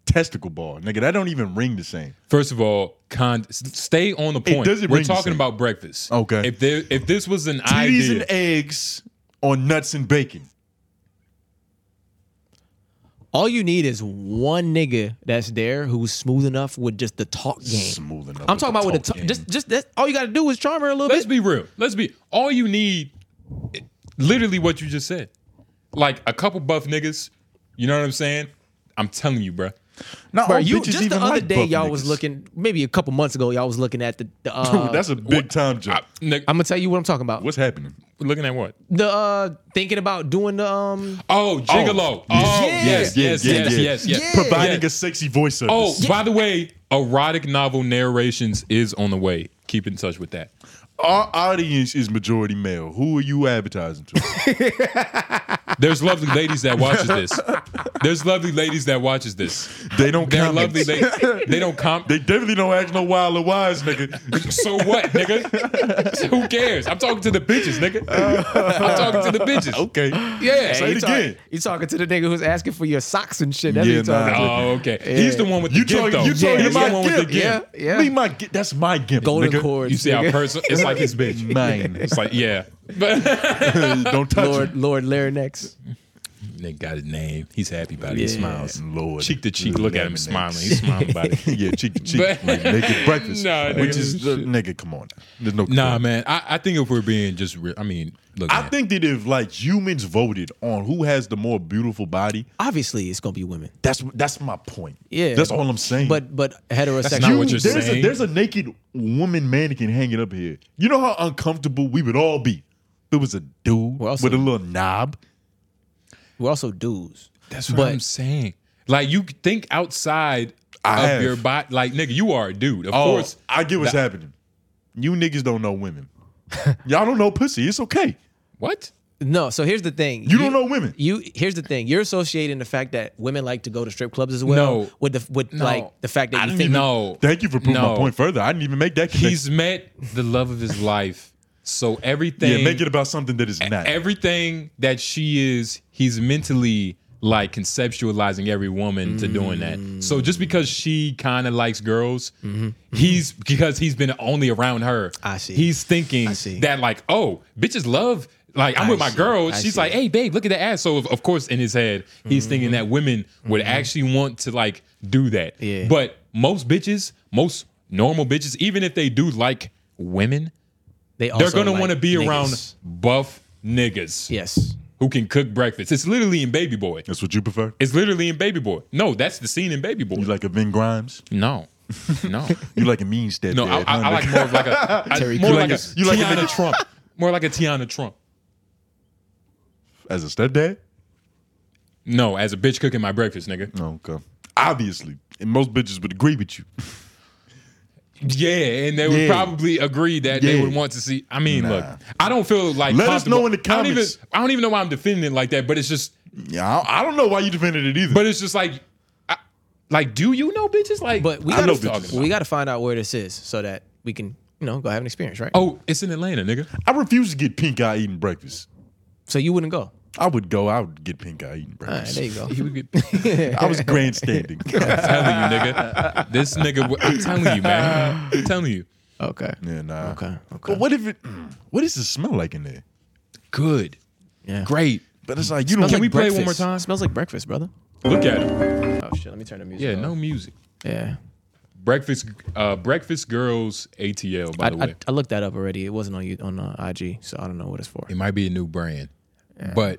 [SPEAKER 1] testicle ball. Nigga, that don't even ring the same.
[SPEAKER 2] First of all, con- stay on the point.
[SPEAKER 1] doesn't
[SPEAKER 2] We're
[SPEAKER 1] ring the
[SPEAKER 2] talking
[SPEAKER 1] same.
[SPEAKER 2] about breakfast.
[SPEAKER 1] Okay.
[SPEAKER 2] If there, if this was an
[SPEAKER 1] titties
[SPEAKER 2] idea,
[SPEAKER 1] and eggs on nuts and bacon.
[SPEAKER 3] All you need is one nigga that's there who's smooth enough with just the talk game.
[SPEAKER 1] Smooth enough.
[SPEAKER 3] I'm talking about with the
[SPEAKER 1] talk
[SPEAKER 3] talk, just just that. All you got to do is charm her a little
[SPEAKER 2] let's
[SPEAKER 3] bit.
[SPEAKER 2] be real. Let's be. All you need, literally, what you just said, like a couple buff niggas. You know what I'm saying? I'm telling you, bruh.
[SPEAKER 1] Not
[SPEAKER 3] Bro,
[SPEAKER 1] all
[SPEAKER 3] you
[SPEAKER 1] bitches
[SPEAKER 3] just the
[SPEAKER 1] even
[SPEAKER 3] other
[SPEAKER 1] like
[SPEAKER 3] day
[SPEAKER 1] buff
[SPEAKER 3] y'all
[SPEAKER 1] niggas.
[SPEAKER 3] was looking maybe a couple months ago y'all was looking at the. the uh,
[SPEAKER 1] Dude, that's a big time
[SPEAKER 2] I,
[SPEAKER 1] jump.
[SPEAKER 2] nigga,
[SPEAKER 3] I'm gonna tell you what I'm talking about.
[SPEAKER 1] What's happening?
[SPEAKER 2] looking at what?
[SPEAKER 3] The uh, thinking about doing the um.
[SPEAKER 2] Oh, gigolo. Oh,
[SPEAKER 1] Yeah.
[SPEAKER 2] yes,
[SPEAKER 1] Yeah,
[SPEAKER 2] yes,
[SPEAKER 1] yeah,
[SPEAKER 2] yes,
[SPEAKER 1] yeah.
[SPEAKER 2] yes, yes.
[SPEAKER 1] Providing
[SPEAKER 2] Yeah.
[SPEAKER 1] a sexy voice service.
[SPEAKER 2] Oh, by the way, erotic novel narrations is on the way. Keep in touch with that.
[SPEAKER 1] Our audience is majority male. Who are you advertising to?
[SPEAKER 2] There's lovely ladies that watches this. There's lovely ladies that watches this.
[SPEAKER 1] They don't
[SPEAKER 2] They're
[SPEAKER 1] count.
[SPEAKER 2] lovely.
[SPEAKER 1] They,
[SPEAKER 2] They, they don't comp.
[SPEAKER 1] definitely don't ask no wild or wise nigga.
[SPEAKER 2] So what, nigga? So who cares? I'm talking to the bitches, nigga. I'm talking to the bitches.
[SPEAKER 1] Okay.
[SPEAKER 2] Yeah.
[SPEAKER 1] Say it again.
[SPEAKER 5] You talking to the nigga who's asking for your socks and shit? That's
[SPEAKER 1] Yeah,
[SPEAKER 5] what you talking
[SPEAKER 1] nah.
[SPEAKER 5] about.
[SPEAKER 2] Oh, okay. He's the one with the
[SPEAKER 1] You
[SPEAKER 2] gift, though.
[SPEAKER 1] talking? You
[SPEAKER 2] Yeah,
[SPEAKER 1] talking
[SPEAKER 2] he's the
[SPEAKER 1] about
[SPEAKER 2] one with the
[SPEAKER 1] gimp?
[SPEAKER 2] gift.
[SPEAKER 5] yeah.
[SPEAKER 1] Leave my gi- That's my gimp.
[SPEAKER 5] Golden
[SPEAKER 1] nigga.
[SPEAKER 5] cords.
[SPEAKER 2] You see how
[SPEAKER 5] nigga.
[SPEAKER 2] person? It's like his bitch.
[SPEAKER 1] Mine.
[SPEAKER 2] It's like yeah, but
[SPEAKER 1] don't touch
[SPEAKER 5] Lord, Lord Larynx.
[SPEAKER 2] nigga got his name. He's happy about it. He
[SPEAKER 5] Yeah.
[SPEAKER 2] smiles.
[SPEAKER 1] it. Oh, Lord.
[SPEAKER 2] Cheek to cheek, look at him
[SPEAKER 1] Laminates.
[SPEAKER 2] smiling. He's smiling about it.
[SPEAKER 1] yeah, cheek to cheek,
[SPEAKER 2] But-
[SPEAKER 1] like naked breakfast.
[SPEAKER 2] Nah,
[SPEAKER 1] which
[SPEAKER 2] nigga.
[SPEAKER 1] is nigga, come on. There's no
[SPEAKER 2] Nah, man. I, I think if we're being just, re- I mean, look.
[SPEAKER 1] I
[SPEAKER 2] man.
[SPEAKER 1] think that if like humans voted on who has the more beautiful body,
[SPEAKER 3] Obviously, it's gonna be women.
[SPEAKER 1] that's that's my point.
[SPEAKER 3] Yeah.
[SPEAKER 1] that's all I'm saying.
[SPEAKER 3] But but
[SPEAKER 2] Hmm. That's not
[SPEAKER 3] heterosexual.
[SPEAKER 2] what you're
[SPEAKER 1] there's
[SPEAKER 2] saying.
[SPEAKER 1] a there's a naked woman mannequin hanging up here. You know how uncomfortable we would all be. If it was a dude
[SPEAKER 3] Well, also-
[SPEAKER 1] with a little knob.
[SPEAKER 3] We're also dudes.
[SPEAKER 2] That's what
[SPEAKER 3] but-
[SPEAKER 2] I'm saying. Like you think outside
[SPEAKER 1] I
[SPEAKER 2] of
[SPEAKER 1] have.
[SPEAKER 2] your body. Like nigga, you are a dude. Of
[SPEAKER 1] Oh,
[SPEAKER 2] course.
[SPEAKER 1] I get what's
[SPEAKER 2] Nah.
[SPEAKER 1] happening. You niggas don't know women. Y'all don't know pussy. It's okay.
[SPEAKER 2] What?
[SPEAKER 3] No, so here's the thing.
[SPEAKER 1] You don't know women.
[SPEAKER 3] You here's the thing. You're associating the fact that women like to go to strip clubs as well
[SPEAKER 2] No.
[SPEAKER 3] with the with
[SPEAKER 2] No.
[SPEAKER 3] like the fact that you
[SPEAKER 2] didn't
[SPEAKER 3] think
[SPEAKER 2] even- no.
[SPEAKER 1] Thank you for proving
[SPEAKER 2] No.
[SPEAKER 1] my point further. I didn't even make that connection.
[SPEAKER 2] He's met the love of his life. So everything.
[SPEAKER 1] yeah, make it about something that
[SPEAKER 2] e-,
[SPEAKER 1] is not.
[SPEAKER 2] everything that she is, he's mentally like conceptualizing every woman to doing that. So just because she kind of likes girls, he's because he's been only around her.
[SPEAKER 3] Mm-hmm. I see.
[SPEAKER 2] He's thinking
[SPEAKER 3] I see.
[SPEAKER 2] that like, oh, bitches love. Like I'm
[SPEAKER 3] I
[SPEAKER 2] with my
[SPEAKER 3] see.
[SPEAKER 2] girl,
[SPEAKER 3] I
[SPEAKER 2] she's
[SPEAKER 3] see. Mm-hmm.
[SPEAKER 2] like, "Hey, babe, look at that ass." So of, of course, in his head, he's thinking that women would actually want to like do that.
[SPEAKER 3] Yeah.
[SPEAKER 2] But most bitches, most normal bitches, even if they do like women,
[SPEAKER 3] they also
[SPEAKER 2] they're gonna
[SPEAKER 3] like
[SPEAKER 2] want to be
[SPEAKER 3] niggas.
[SPEAKER 2] around buff niggas
[SPEAKER 3] Yes.
[SPEAKER 2] who can cook breakfast. It's literally in Baby Boy.
[SPEAKER 1] That's what you prefer?
[SPEAKER 2] It's literally in Baby Boy. No, that's the scene in Baby Boy.
[SPEAKER 1] You like a Vin Grimes?
[SPEAKER 2] no, no,
[SPEAKER 1] You like a mean stepdad?
[SPEAKER 2] no. I, I, I
[SPEAKER 1] huh,
[SPEAKER 2] like
[SPEAKER 1] nigga?
[SPEAKER 2] more of like a I- more like a
[SPEAKER 1] You like a
[SPEAKER 2] Tiana
[SPEAKER 1] nigga-
[SPEAKER 2] Trump. More like a Tiana Trump.
[SPEAKER 1] as a stepdad.
[SPEAKER 2] No, as a bitch cooking my breakfast, nigga.
[SPEAKER 1] No, okay. Obviously, and most bitches would agree with you.
[SPEAKER 2] Yeah, and they would
[SPEAKER 1] Yeah.
[SPEAKER 2] probably agree that they
[SPEAKER 1] Yeah.
[SPEAKER 2] would want to see. I mean, look, I don't feel like
[SPEAKER 1] Let us know
[SPEAKER 2] comfortable-
[SPEAKER 1] in the
[SPEAKER 2] I don't, even,
[SPEAKER 1] comments.
[SPEAKER 2] I don't even know why I'm defending it like that, but it's just,
[SPEAKER 1] Yeah, I, I don't know why you defended it either.
[SPEAKER 2] but it's just like, I, like, do you know bitches? Like,
[SPEAKER 3] But we
[SPEAKER 2] I know
[SPEAKER 3] gotta,
[SPEAKER 2] bitches.
[SPEAKER 3] we gotta find out where this is so that we can, you know, go have an experience, right?
[SPEAKER 2] Oh, it's in Atlanta, nigga.
[SPEAKER 1] I refuse to get pink eye eating breakfast.
[SPEAKER 3] So you wouldn't go.
[SPEAKER 1] I would go. I would get pink eye eating
[SPEAKER 3] All right,
[SPEAKER 1] breakfast.
[SPEAKER 3] there you go.
[SPEAKER 2] He would get
[SPEAKER 1] I was grandstanding.
[SPEAKER 2] telling you, nigga. This nigga, I'm telling you, man. I'm telling you.
[SPEAKER 3] Okay.
[SPEAKER 1] yeah, nah.
[SPEAKER 3] Okay. Okay.
[SPEAKER 1] But what if it? mm, What does it smell like in there?
[SPEAKER 2] Good.
[SPEAKER 3] Yeah.
[SPEAKER 2] Great.
[SPEAKER 1] But it's like you don't.
[SPEAKER 2] Can
[SPEAKER 1] Like,
[SPEAKER 2] we play it one
[SPEAKER 3] Breakfast.
[SPEAKER 2] more time?
[SPEAKER 3] Smells like breakfast, brother.
[SPEAKER 2] Look at him.
[SPEAKER 3] Oh shit, let me turn the music.
[SPEAKER 2] Yeah,
[SPEAKER 3] off.
[SPEAKER 2] no music.
[SPEAKER 3] Yeah.
[SPEAKER 2] Breakfast uh Breakfast Girls ATL, by
[SPEAKER 3] I,
[SPEAKER 2] the
[SPEAKER 3] I,
[SPEAKER 2] way.
[SPEAKER 3] I looked that up already. It wasn't on you on uh, IG, so I don't know what it's for.
[SPEAKER 2] it might be a new brand. But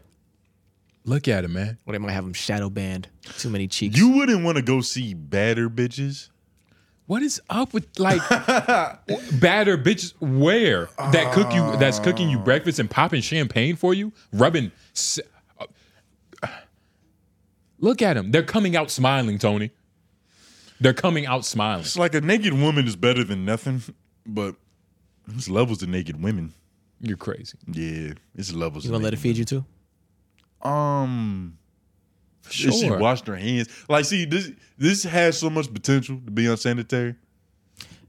[SPEAKER 2] look at him, man.
[SPEAKER 3] Or they might have them shadow banned. Too many cheeks.
[SPEAKER 1] you wouldn't want to go see badder bitches.
[SPEAKER 2] What is up with like batter bitches where that cook you that's cooking you breakfast and popping champagne for you, rubbing s- uh, Look at him. They're coming out smiling, Tony. They're coming out smiling.
[SPEAKER 1] It's like a naked woman is better than nothing, but it's levels to naked women.
[SPEAKER 2] You're crazy.
[SPEAKER 1] Yeah, it's levels.
[SPEAKER 3] You gonna let it feed you too?
[SPEAKER 1] Um,
[SPEAKER 2] Sure.
[SPEAKER 1] if she washed her hands, like see this this has so much potential to be unsanitary.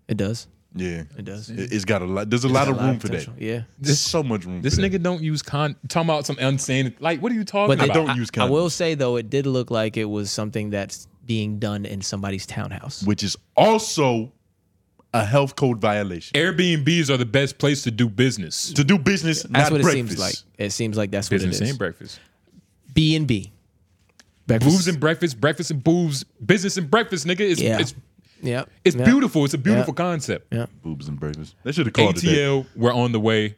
[SPEAKER 3] It does.
[SPEAKER 1] Yeah,
[SPEAKER 3] It does.
[SPEAKER 1] It- it's got a lot. There's a lot of room for that.
[SPEAKER 3] potential. Yeah.
[SPEAKER 1] There's so much room.
[SPEAKER 2] This
[SPEAKER 1] for that.
[SPEAKER 2] nigga don't use con. Talking about some unsanitary. Like, what are you talking
[SPEAKER 3] But they
[SPEAKER 2] about?
[SPEAKER 1] don't
[SPEAKER 3] I,
[SPEAKER 1] use
[SPEAKER 3] I will
[SPEAKER 1] condoms.
[SPEAKER 3] say though, it did look like it was something that's being done in somebody's townhouse.
[SPEAKER 1] which is also a health code violation.
[SPEAKER 2] Airbnbs are the best place to do business.
[SPEAKER 1] To do business,
[SPEAKER 3] That's
[SPEAKER 1] not
[SPEAKER 3] what it
[SPEAKER 1] breakfast.
[SPEAKER 3] seems like. It seems like that's
[SPEAKER 2] Business
[SPEAKER 3] what it is.
[SPEAKER 2] and breakfast.
[SPEAKER 3] B and B.
[SPEAKER 2] Boobs and breakfast. Breakfast and boobs. Business and breakfast, nigga. It's
[SPEAKER 3] Yeah.
[SPEAKER 2] it's,
[SPEAKER 3] Yep.
[SPEAKER 2] it's
[SPEAKER 3] Yep.
[SPEAKER 2] beautiful. It's a beautiful
[SPEAKER 3] Yeah.
[SPEAKER 2] concept.
[SPEAKER 3] Yep.
[SPEAKER 1] Boobs and breakfast. They should have called it
[SPEAKER 2] ATL, we're on the way.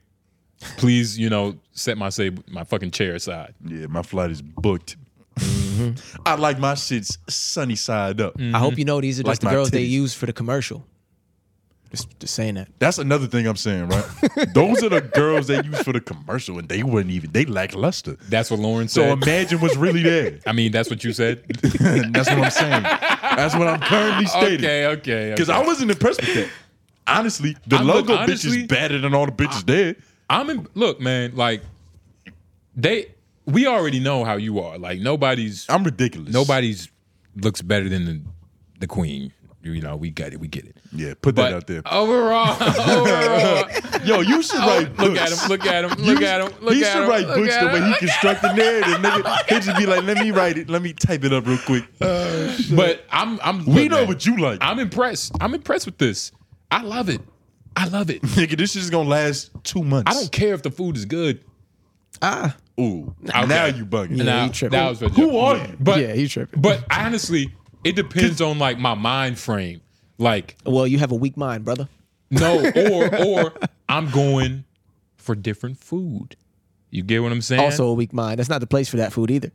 [SPEAKER 2] Please, you know, set my say my fucking chair aside.
[SPEAKER 1] that. Yeah, my flight is booked.
[SPEAKER 2] Mm-hmm.
[SPEAKER 1] I like my shits sunny side up.
[SPEAKER 3] I hope you know these are
[SPEAKER 1] Like
[SPEAKER 3] just the
[SPEAKER 1] my
[SPEAKER 3] girls they
[SPEAKER 1] titties.
[SPEAKER 3] use for the commercial. Just, just saying that.
[SPEAKER 1] That's another thing I'm saying, right? Those are the girls they use for the commercial, and they wouldn't even they lackluster.
[SPEAKER 2] That's what Lauren
[SPEAKER 1] So
[SPEAKER 2] said.
[SPEAKER 1] imagine what's really there.
[SPEAKER 2] I mean, that's what you said.
[SPEAKER 1] That's what I'm saying. That's what I'm currently stating.
[SPEAKER 2] okay, okay.
[SPEAKER 1] Because
[SPEAKER 2] okay.
[SPEAKER 1] I wasn't impressed with that. Honestly, the
[SPEAKER 2] I look-
[SPEAKER 1] logo bitch
[SPEAKER 2] honestly-
[SPEAKER 1] is better than all the bitches there.
[SPEAKER 2] I'm in. Look, man, like they, we already know how you are. Like nobody's,
[SPEAKER 1] I'm ridiculous.
[SPEAKER 2] nobody's looks better than the, the queen. You know, we got it. We get it.
[SPEAKER 1] Yeah, put that
[SPEAKER 2] But uh,
[SPEAKER 1] out there.
[SPEAKER 2] overall, overall,
[SPEAKER 1] Yo, you should write books.
[SPEAKER 2] look at him. Look at him. Look
[SPEAKER 1] You-
[SPEAKER 2] at him. Look
[SPEAKER 1] he
[SPEAKER 2] at
[SPEAKER 1] should
[SPEAKER 2] him.
[SPEAKER 1] write
[SPEAKER 2] look
[SPEAKER 1] books
[SPEAKER 2] at
[SPEAKER 1] the
[SPEAKER 2] him,
[SPEAKER 1] way he
[SPEAKER 2] look at
[SPEAKER 1] construct the narrative. Nigga, he should be like, let me write it. Let me type it up real quick.
[SPEAKER 2] him. But I'm, I'm.
[SPEAKER 1] we
[SPEAKER 2] look,
[SPEAKER 1] know
[SPEAKER 2] man,
[SPEAKER 1] what you like.
[SPEAKER 2] I'm impressed. I'm impressed with this. I love it. I love it.
[SPEAKER 1] nigga, this shit's gonna last two months.
[SPEAKER 2] I don't care if the food is good.
[SPEAKER 1] Ooh, now you bugging.
[SPEAKER 2] Now,
[SPEAKER 3] he tripping.
[SPEAKER 2] that was for
[SPEAKER 1] Who
[SPEAKER 2] Jeff.
[SPEAKER 1] are you?
[SPEAKER 2] But
[SPEAKER 3] Yeah, he tripping.
[SPEAKER 2] But honestly, it depends on like my mind frame. Like
[SPEAKER 3] Well, you have a weak mind, brother.
[SPEAKER 2] no, or or I'm going for different food. You get what I'm saying?
[SPEAKER 3] Also a weak mind. That's not the place for that food either.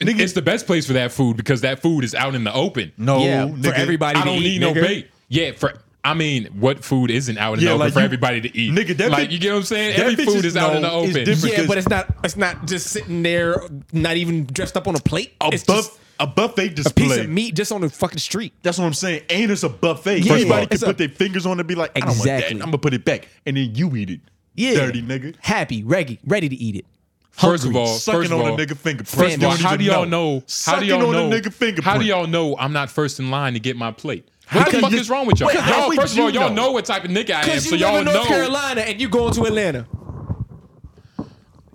[SPEAKER 2] Nigga, it's the best place for that food because that food is out in the open.
[SPEAKER 1] No,
[SPEAKER 3] Yeah, for
[SPEAKER 1] nigga.
[SPEAKER 3] everybody
[SPEAKER 2] I don't
[SPEAKER 3] to
[SPEAKER 2] need
[SPEAKER 3] eat,
[SPEAKER 2] no
[SPEAKER 3] nigga.
[SPEAKER 2] bait. Yeah, for I mean, what food isn't out in
[SPEAKER 1] Yeah,
[SPEAKER 2] the open
[SPEAKER 1] like
[SPEAKER 2] for
[SPEAKER 1] you-
[SPEAKER 2] everybody to eat?
[SPEAKER 1] Nigga, that
[SPEAKER 2] like
[SPEAKER 1] bitch-
[SPEAKER 2] you get what I'm saying?
[SPEAKER 1] that
[SPEAKER 2] Every
[SPEAKER 1] bitch
[SPEAKER 2] food
[SPEAKER 1] is
[SPEAKER 2] is out in the
[SPEAKER 1] no- is
[SPEAKER 2] open.
[SPEAKER 1] different.
[SPEAKER 5] Yeah, but it's not. It's not just sitting there, not even dressed up on a plate.
[SPEAKER 1] A,
[SPEAKER 5] it's
[SPEAKER 1] buff,
[SPEAKER 5] just
[SPEAKER 1] a buffet
[SPEAKER 5] a piece
[SPEAKER 1] display.
[SPEAKER 5] of meat just on the fucking street.
[SPEAKER 1] That's what I'm saying. Ain't it's a buffet.
[SPEAKER 5] Yeah.
[SPEAKER 1] Anybody can
[SPEAKER 5] It's a-
[SPEAKER 1] put their fingers on it and be like, I don't want that.
[SPEAKER 3] Exactly.
[SPEAKER 1] I'm gonna put it back. And then you eat it.
[SPEAKER 3] Yeah.
[SPEAKER 1] Dirty nigga.
[SPEAKER 3] Happy, ready, ready to eat it.
[SPEAKER 2] First of
[SPEAKER 3] Hungry.
[SPEAKER 2] all,
[SPEAKER 1] Sucking
[SPEAKER 2] first
[SPEAKER 1] on
[SPEAKER 2] of all,
[SPEAKER 1] a nigga finger. First
[SPEAKER 2] First
[SPEAKER 1] you
[SPEAKER 2] of all,
[SPEAKER 1] don't
[SPEAKER 2] how
[SPEAKER 1] even
[SPEAKER 2] do y'all know? How do
[SPEAKER 1] Sucking
[SPEAKER 2] y'all know?
[SPEAKER 1] on a nigga fingerprint.
[SPEAKER 2] How do y'all know I'm not first in line to get my plate? What the
[SPEAKER 1] Because
[SPEAKER 2] fuck
[SPEAKER 1] you-
[SPEAKER 2] is wrong with y'all?
[SPEAKER 1] Wait, how
[SPEAKER 2] y'all
[SPEAKER 1] would
[SPEAKER 2] first of all,
[SPEAKER 1] you
[SPEAKER 2] y'all
[SPEAKER 1] know?
[SPEAKER 2] know what type of nigga I am,
[SPEAKER 5] Because
[SPEAKER 2] so
[SPEAKER 5] you live
[SPEAKER 2] y'all
[SPEAKER 5] in North
[SPEAKER 2] know
[SPEAKER 5] Carolina and you going to Atlanta.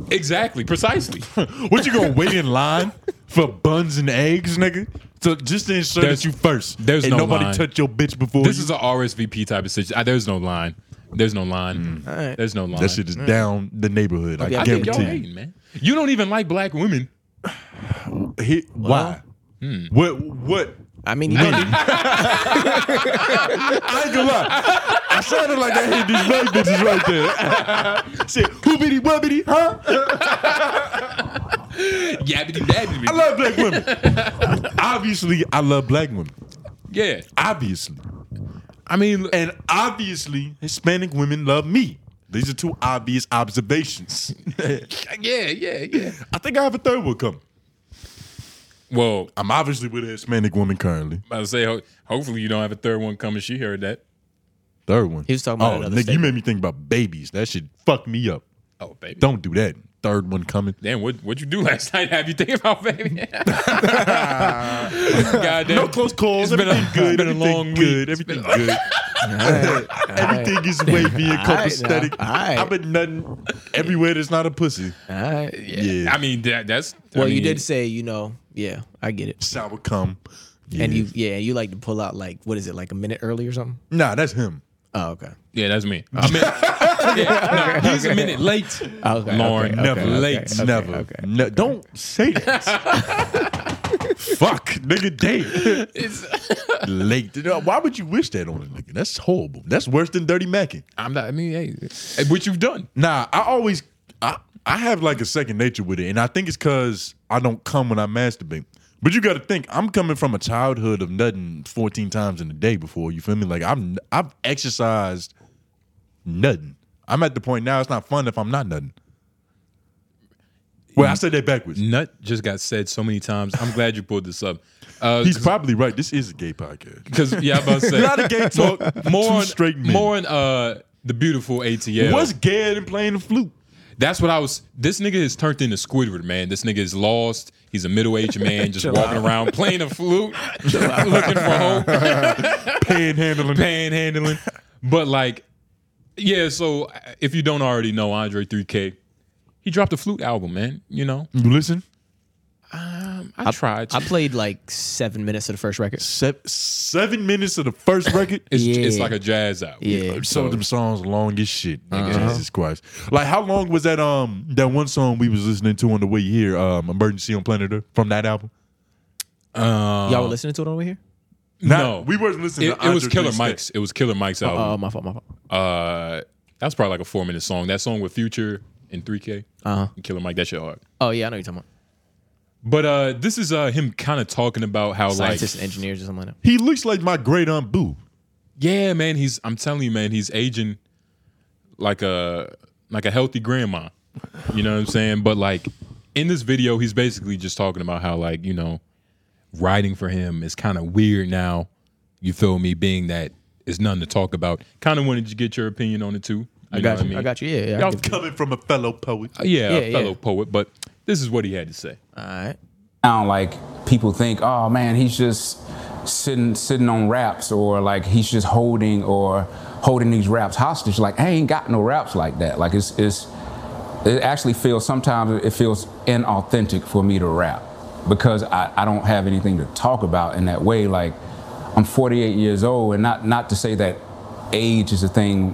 [SPEAKER 2] exactly, precisely.
[SPEAKER 1] What you gonna wait in line for buns and eggs, nigga? So just to ensure
[SPEAKER 2] There's-
[SPEAKER 1] that you first.
[SPEAKER 2] there's
[SPEAKER 1] and
[SPEAKER 2] no
[SPEAKER 1] nobody
[SPEAKER 2] line.
[SPEAKER 1] touch your bitch before.
[SPEAKER 2] This
[SPEAKER 1] you.
[SPEAKER 2] is an RSVP type of situation. Ah, There's no line. There's no line. There's no line.
[SPEAKER 1] Mm. that shit is down the neighborhood. I
[SPEAKER 2] I think y'all
[SPEAKER 1] guarantee.
[SPEAKER 2] hating, man. You don't even like black women.
[SPEAKER 1] you. He- why?
[SPEAKER 2] hmm.
[SPEAKER 1] What? What?
[SPEAKER 3] I mean, you know,
[SPEAKER 1] I ain't gonna lie. I sounded like I hit these black bitches right there. Shit, hoobity woobity, huh?
[SPEAKER 2] Yabbity dabbity.
[SPEAKER 1] I love black women. obviously, I love black women.
[SPEAKER 2] yeah.
[SPEAKER 1] Obviously.
[SPEAKER 2] I mean,
[SPEAKER 1] And obviously, Hispanic women love me. These are two obvious observations.
[SPEAKER 2] yeah, yeah, yeah.
[SPEAKER 1] I think I have a third one coming.
[SPEAKER 2] Well,
[SPEAKER 1] I'm obviously with a Hispanic woman currently.
[SPEAKER 2] I would say ho- hopefully you don't have a third one coming. She heard that.
[SPEAKER 1] Third one.
[SPEAKER 3] He was talking about
[SPEAKER 1] Oh,
[SPEAKER 3] another
[SPEAKER 1] nigga, you
[SPEAKER 3] statement.
[SPEAKER 1] made me think about babies. That should fuck me up.
[SPEAKER 2] Oh, baby.
[SPEAKER 1] Don't do that. Third one coming.
[SPEAKER 2] Damn, what what'd you do last night? Have you think about baby? Goddamn.
[SPEAKER 1] No close calls.
[SPEAKER 2] It's been a-
[SPEAKER 1] Everything good.
[SPEAKER 2] been a
[SPEAKER 1] Everything
[SPEAKER 2] long week.
[SPEAKER 1] good.
[SPEAKER 2] It's
[SPEAKER 1] Everything
[SPEAKER 2] been
[SPEAKER 1] good. Everything is wavy and
[SPEAKER 3] Alright now,
[SPEAKER 1] copacetic.
[SPEAKER 3] alright.
[SPEAKER 1] I've been nothing everywhere that's not a pussy. Yeah.
[SPEAKER 2] I mean, that, that's. I
[SPEAKER 3] well, you
[SPEAKER 2] mean,
[SPEAKER 3] did say, you know, yeah, I get it.
[SPEAKER 1] Sour cum. Yeah.
[SPEAKER 3] And you, yeah, you like to pull out like what is it, like a minute early or something?
[SPEAKER 1] Nah, that's him.
[SPEAKER 3] Oh, okay.
[SPEAKER 2] Yeah, that's me. I mean, yeah, no, he's a minute late.
[SPEAKER 3] Oh, Okay,
[SPEAKER 2] Lauren,
[SPEAKER 3] okay,
[SPEAKER 2] never
[SPEAKER 3] okay,
[SPEAKER 2] late.
[SPEAKER 3] okay.
[SPEAKER 1] Never. Ne- don't say that. Fuck, nigga, damn. Late. You know, Why would you wish that on a nigga? That's horrible. That's worse than dirty macking.
[SPEAKER 2] I'm not. I mean, hey, what you've done?
[SPEAKER 1] Nah, I always, I, I have like a second nature with it, and I think it's because I don't come when I masturbate. But you got to think, I'm coming from a childhood of nothing 14 times in a day before. You feel me? Like I'm, I've exercised nothing. I'm at the point now. It's not fun if I'm not nothing. Well, I said that backwards.
[SPEAKER 2] Nut just got said so many times. I'm glad you pulled this up. Uh,
[SPEAKER 1] He's probably right. This is a gay podcast.
[SPEAKER 2] Because yeah, I'm about to say
[SPEAKER 1] Not a gay talk.
[SPEAKER 2] More
[SPEAKER 1] Two
[SPEAKER 2] on,
[SPEAKER 1] straight men.
[SPEAKER 2] More on uh, the beautiful ATL.
[SPEAKER 1] What's gayer than playing the flute?
[SPEAKER 2] That's what I was. This nigga is turned into Squidward, man. This nigga is lost. He's a middle aged man just walking around playing a flute, looking for hope,
[SPEAKER 1] Panhandling.
[SPEAKER 2] panhandling. But like, yeah. So uh, if you don't already know, Andre 3K, he dropped a flute album, man. You know,
[SPEAKER 1] you listen?
[SPEAKER 2] I, tried. To.
[SPEAKER 3] I played like seven minutes of the first record.
[SPEAKER 1] Seven, seven minutes of the first record.
[SPEAKER 2] it's, it's
[SPEAKER 3] Yeah.
[SPEAKER 2] like a jazz album.
[SPEAKER 3] Yeah.
[SPEAKER 1] Some of them songs long as shit. nigga.
[SPEAKER 2] Uh-huh.
[SPEAKER 1] Jesus Christ! Like how long was that? Um, that one song we was listening to on the way here, um, "Emergency on Planet Earth" from that album.
[SPEAKER 3] Y'all were listening to it on the way here?
[SPEAKER 2] No,
[SPEAKER 1] we weren't listening
[SPEAKER 2] It,
[SPEAKER 1] to
[SPEAKER 2] it was
[SPEAKER 1] Andre
[SPEAKER 2] Killer
[SPEAKER 1] 3K.
[SPEAKER 2] Mike's. It was Killer Mike's album.
[SPEAKER 3] Oh, my fault, my fault.
[SPEAKER 2] uh that was probably like a four minute song. That song with Future and 3K. Uh-huh. Killer Mike, that shit hard.
[SPEAKER 3] Oh yeah, I know what you're talking
[SPEAKER 2] But uh this is uh him kind of talking about how
[SPEAKER 3] about
[SPEAKER 2] like
[SPEAKER 3] scientists and engineers or something like that.
[SPEAKER 1] He looks like my great aunt Boo.
[SPEAKER 2] Yeah, man. He's. I'm telling you, man. He's aging like a like a healthy grandma. You know what I'm saying? But like in this video, he's basically just talking about how like you know, writing for him is kind of weird now. You feel me? Being that it's nothing to talk about. Kind of wanted to get your opinion on it too.
[SPEAKER 3] I
[SPEAKER 2] know
[SPEAKER 3] got
[SPEAKER 2] what
[SPEAKER 3] you. I, got you. Yeah, yeah. I
[SPEAKER 1] Y'all
[SPEAKER 3] get you.
[SPEAKER 1] coming from a fellow poet.
[SPEAKER 2] Uh, yeah, a
[SPEAKER 3] Yeah,
[SPEAKER 2] fellow
[SPEAKER 3] yeah.
[SPEAKER 2] poet. But this is what he had to say.
[SPEAKER 3] All right.
[SPEAKER 8] sound like people think, oh man, he's just sitting sitting on raps or like he's just holding or holding these raps hostage. Like I ain't got no raps like that. Like it's it's it actually feels sometimes it feels inauthentic for me to rap because I, I don't have anything to talk about in that way. Like I'm 48 years old and not not to say that age is a thing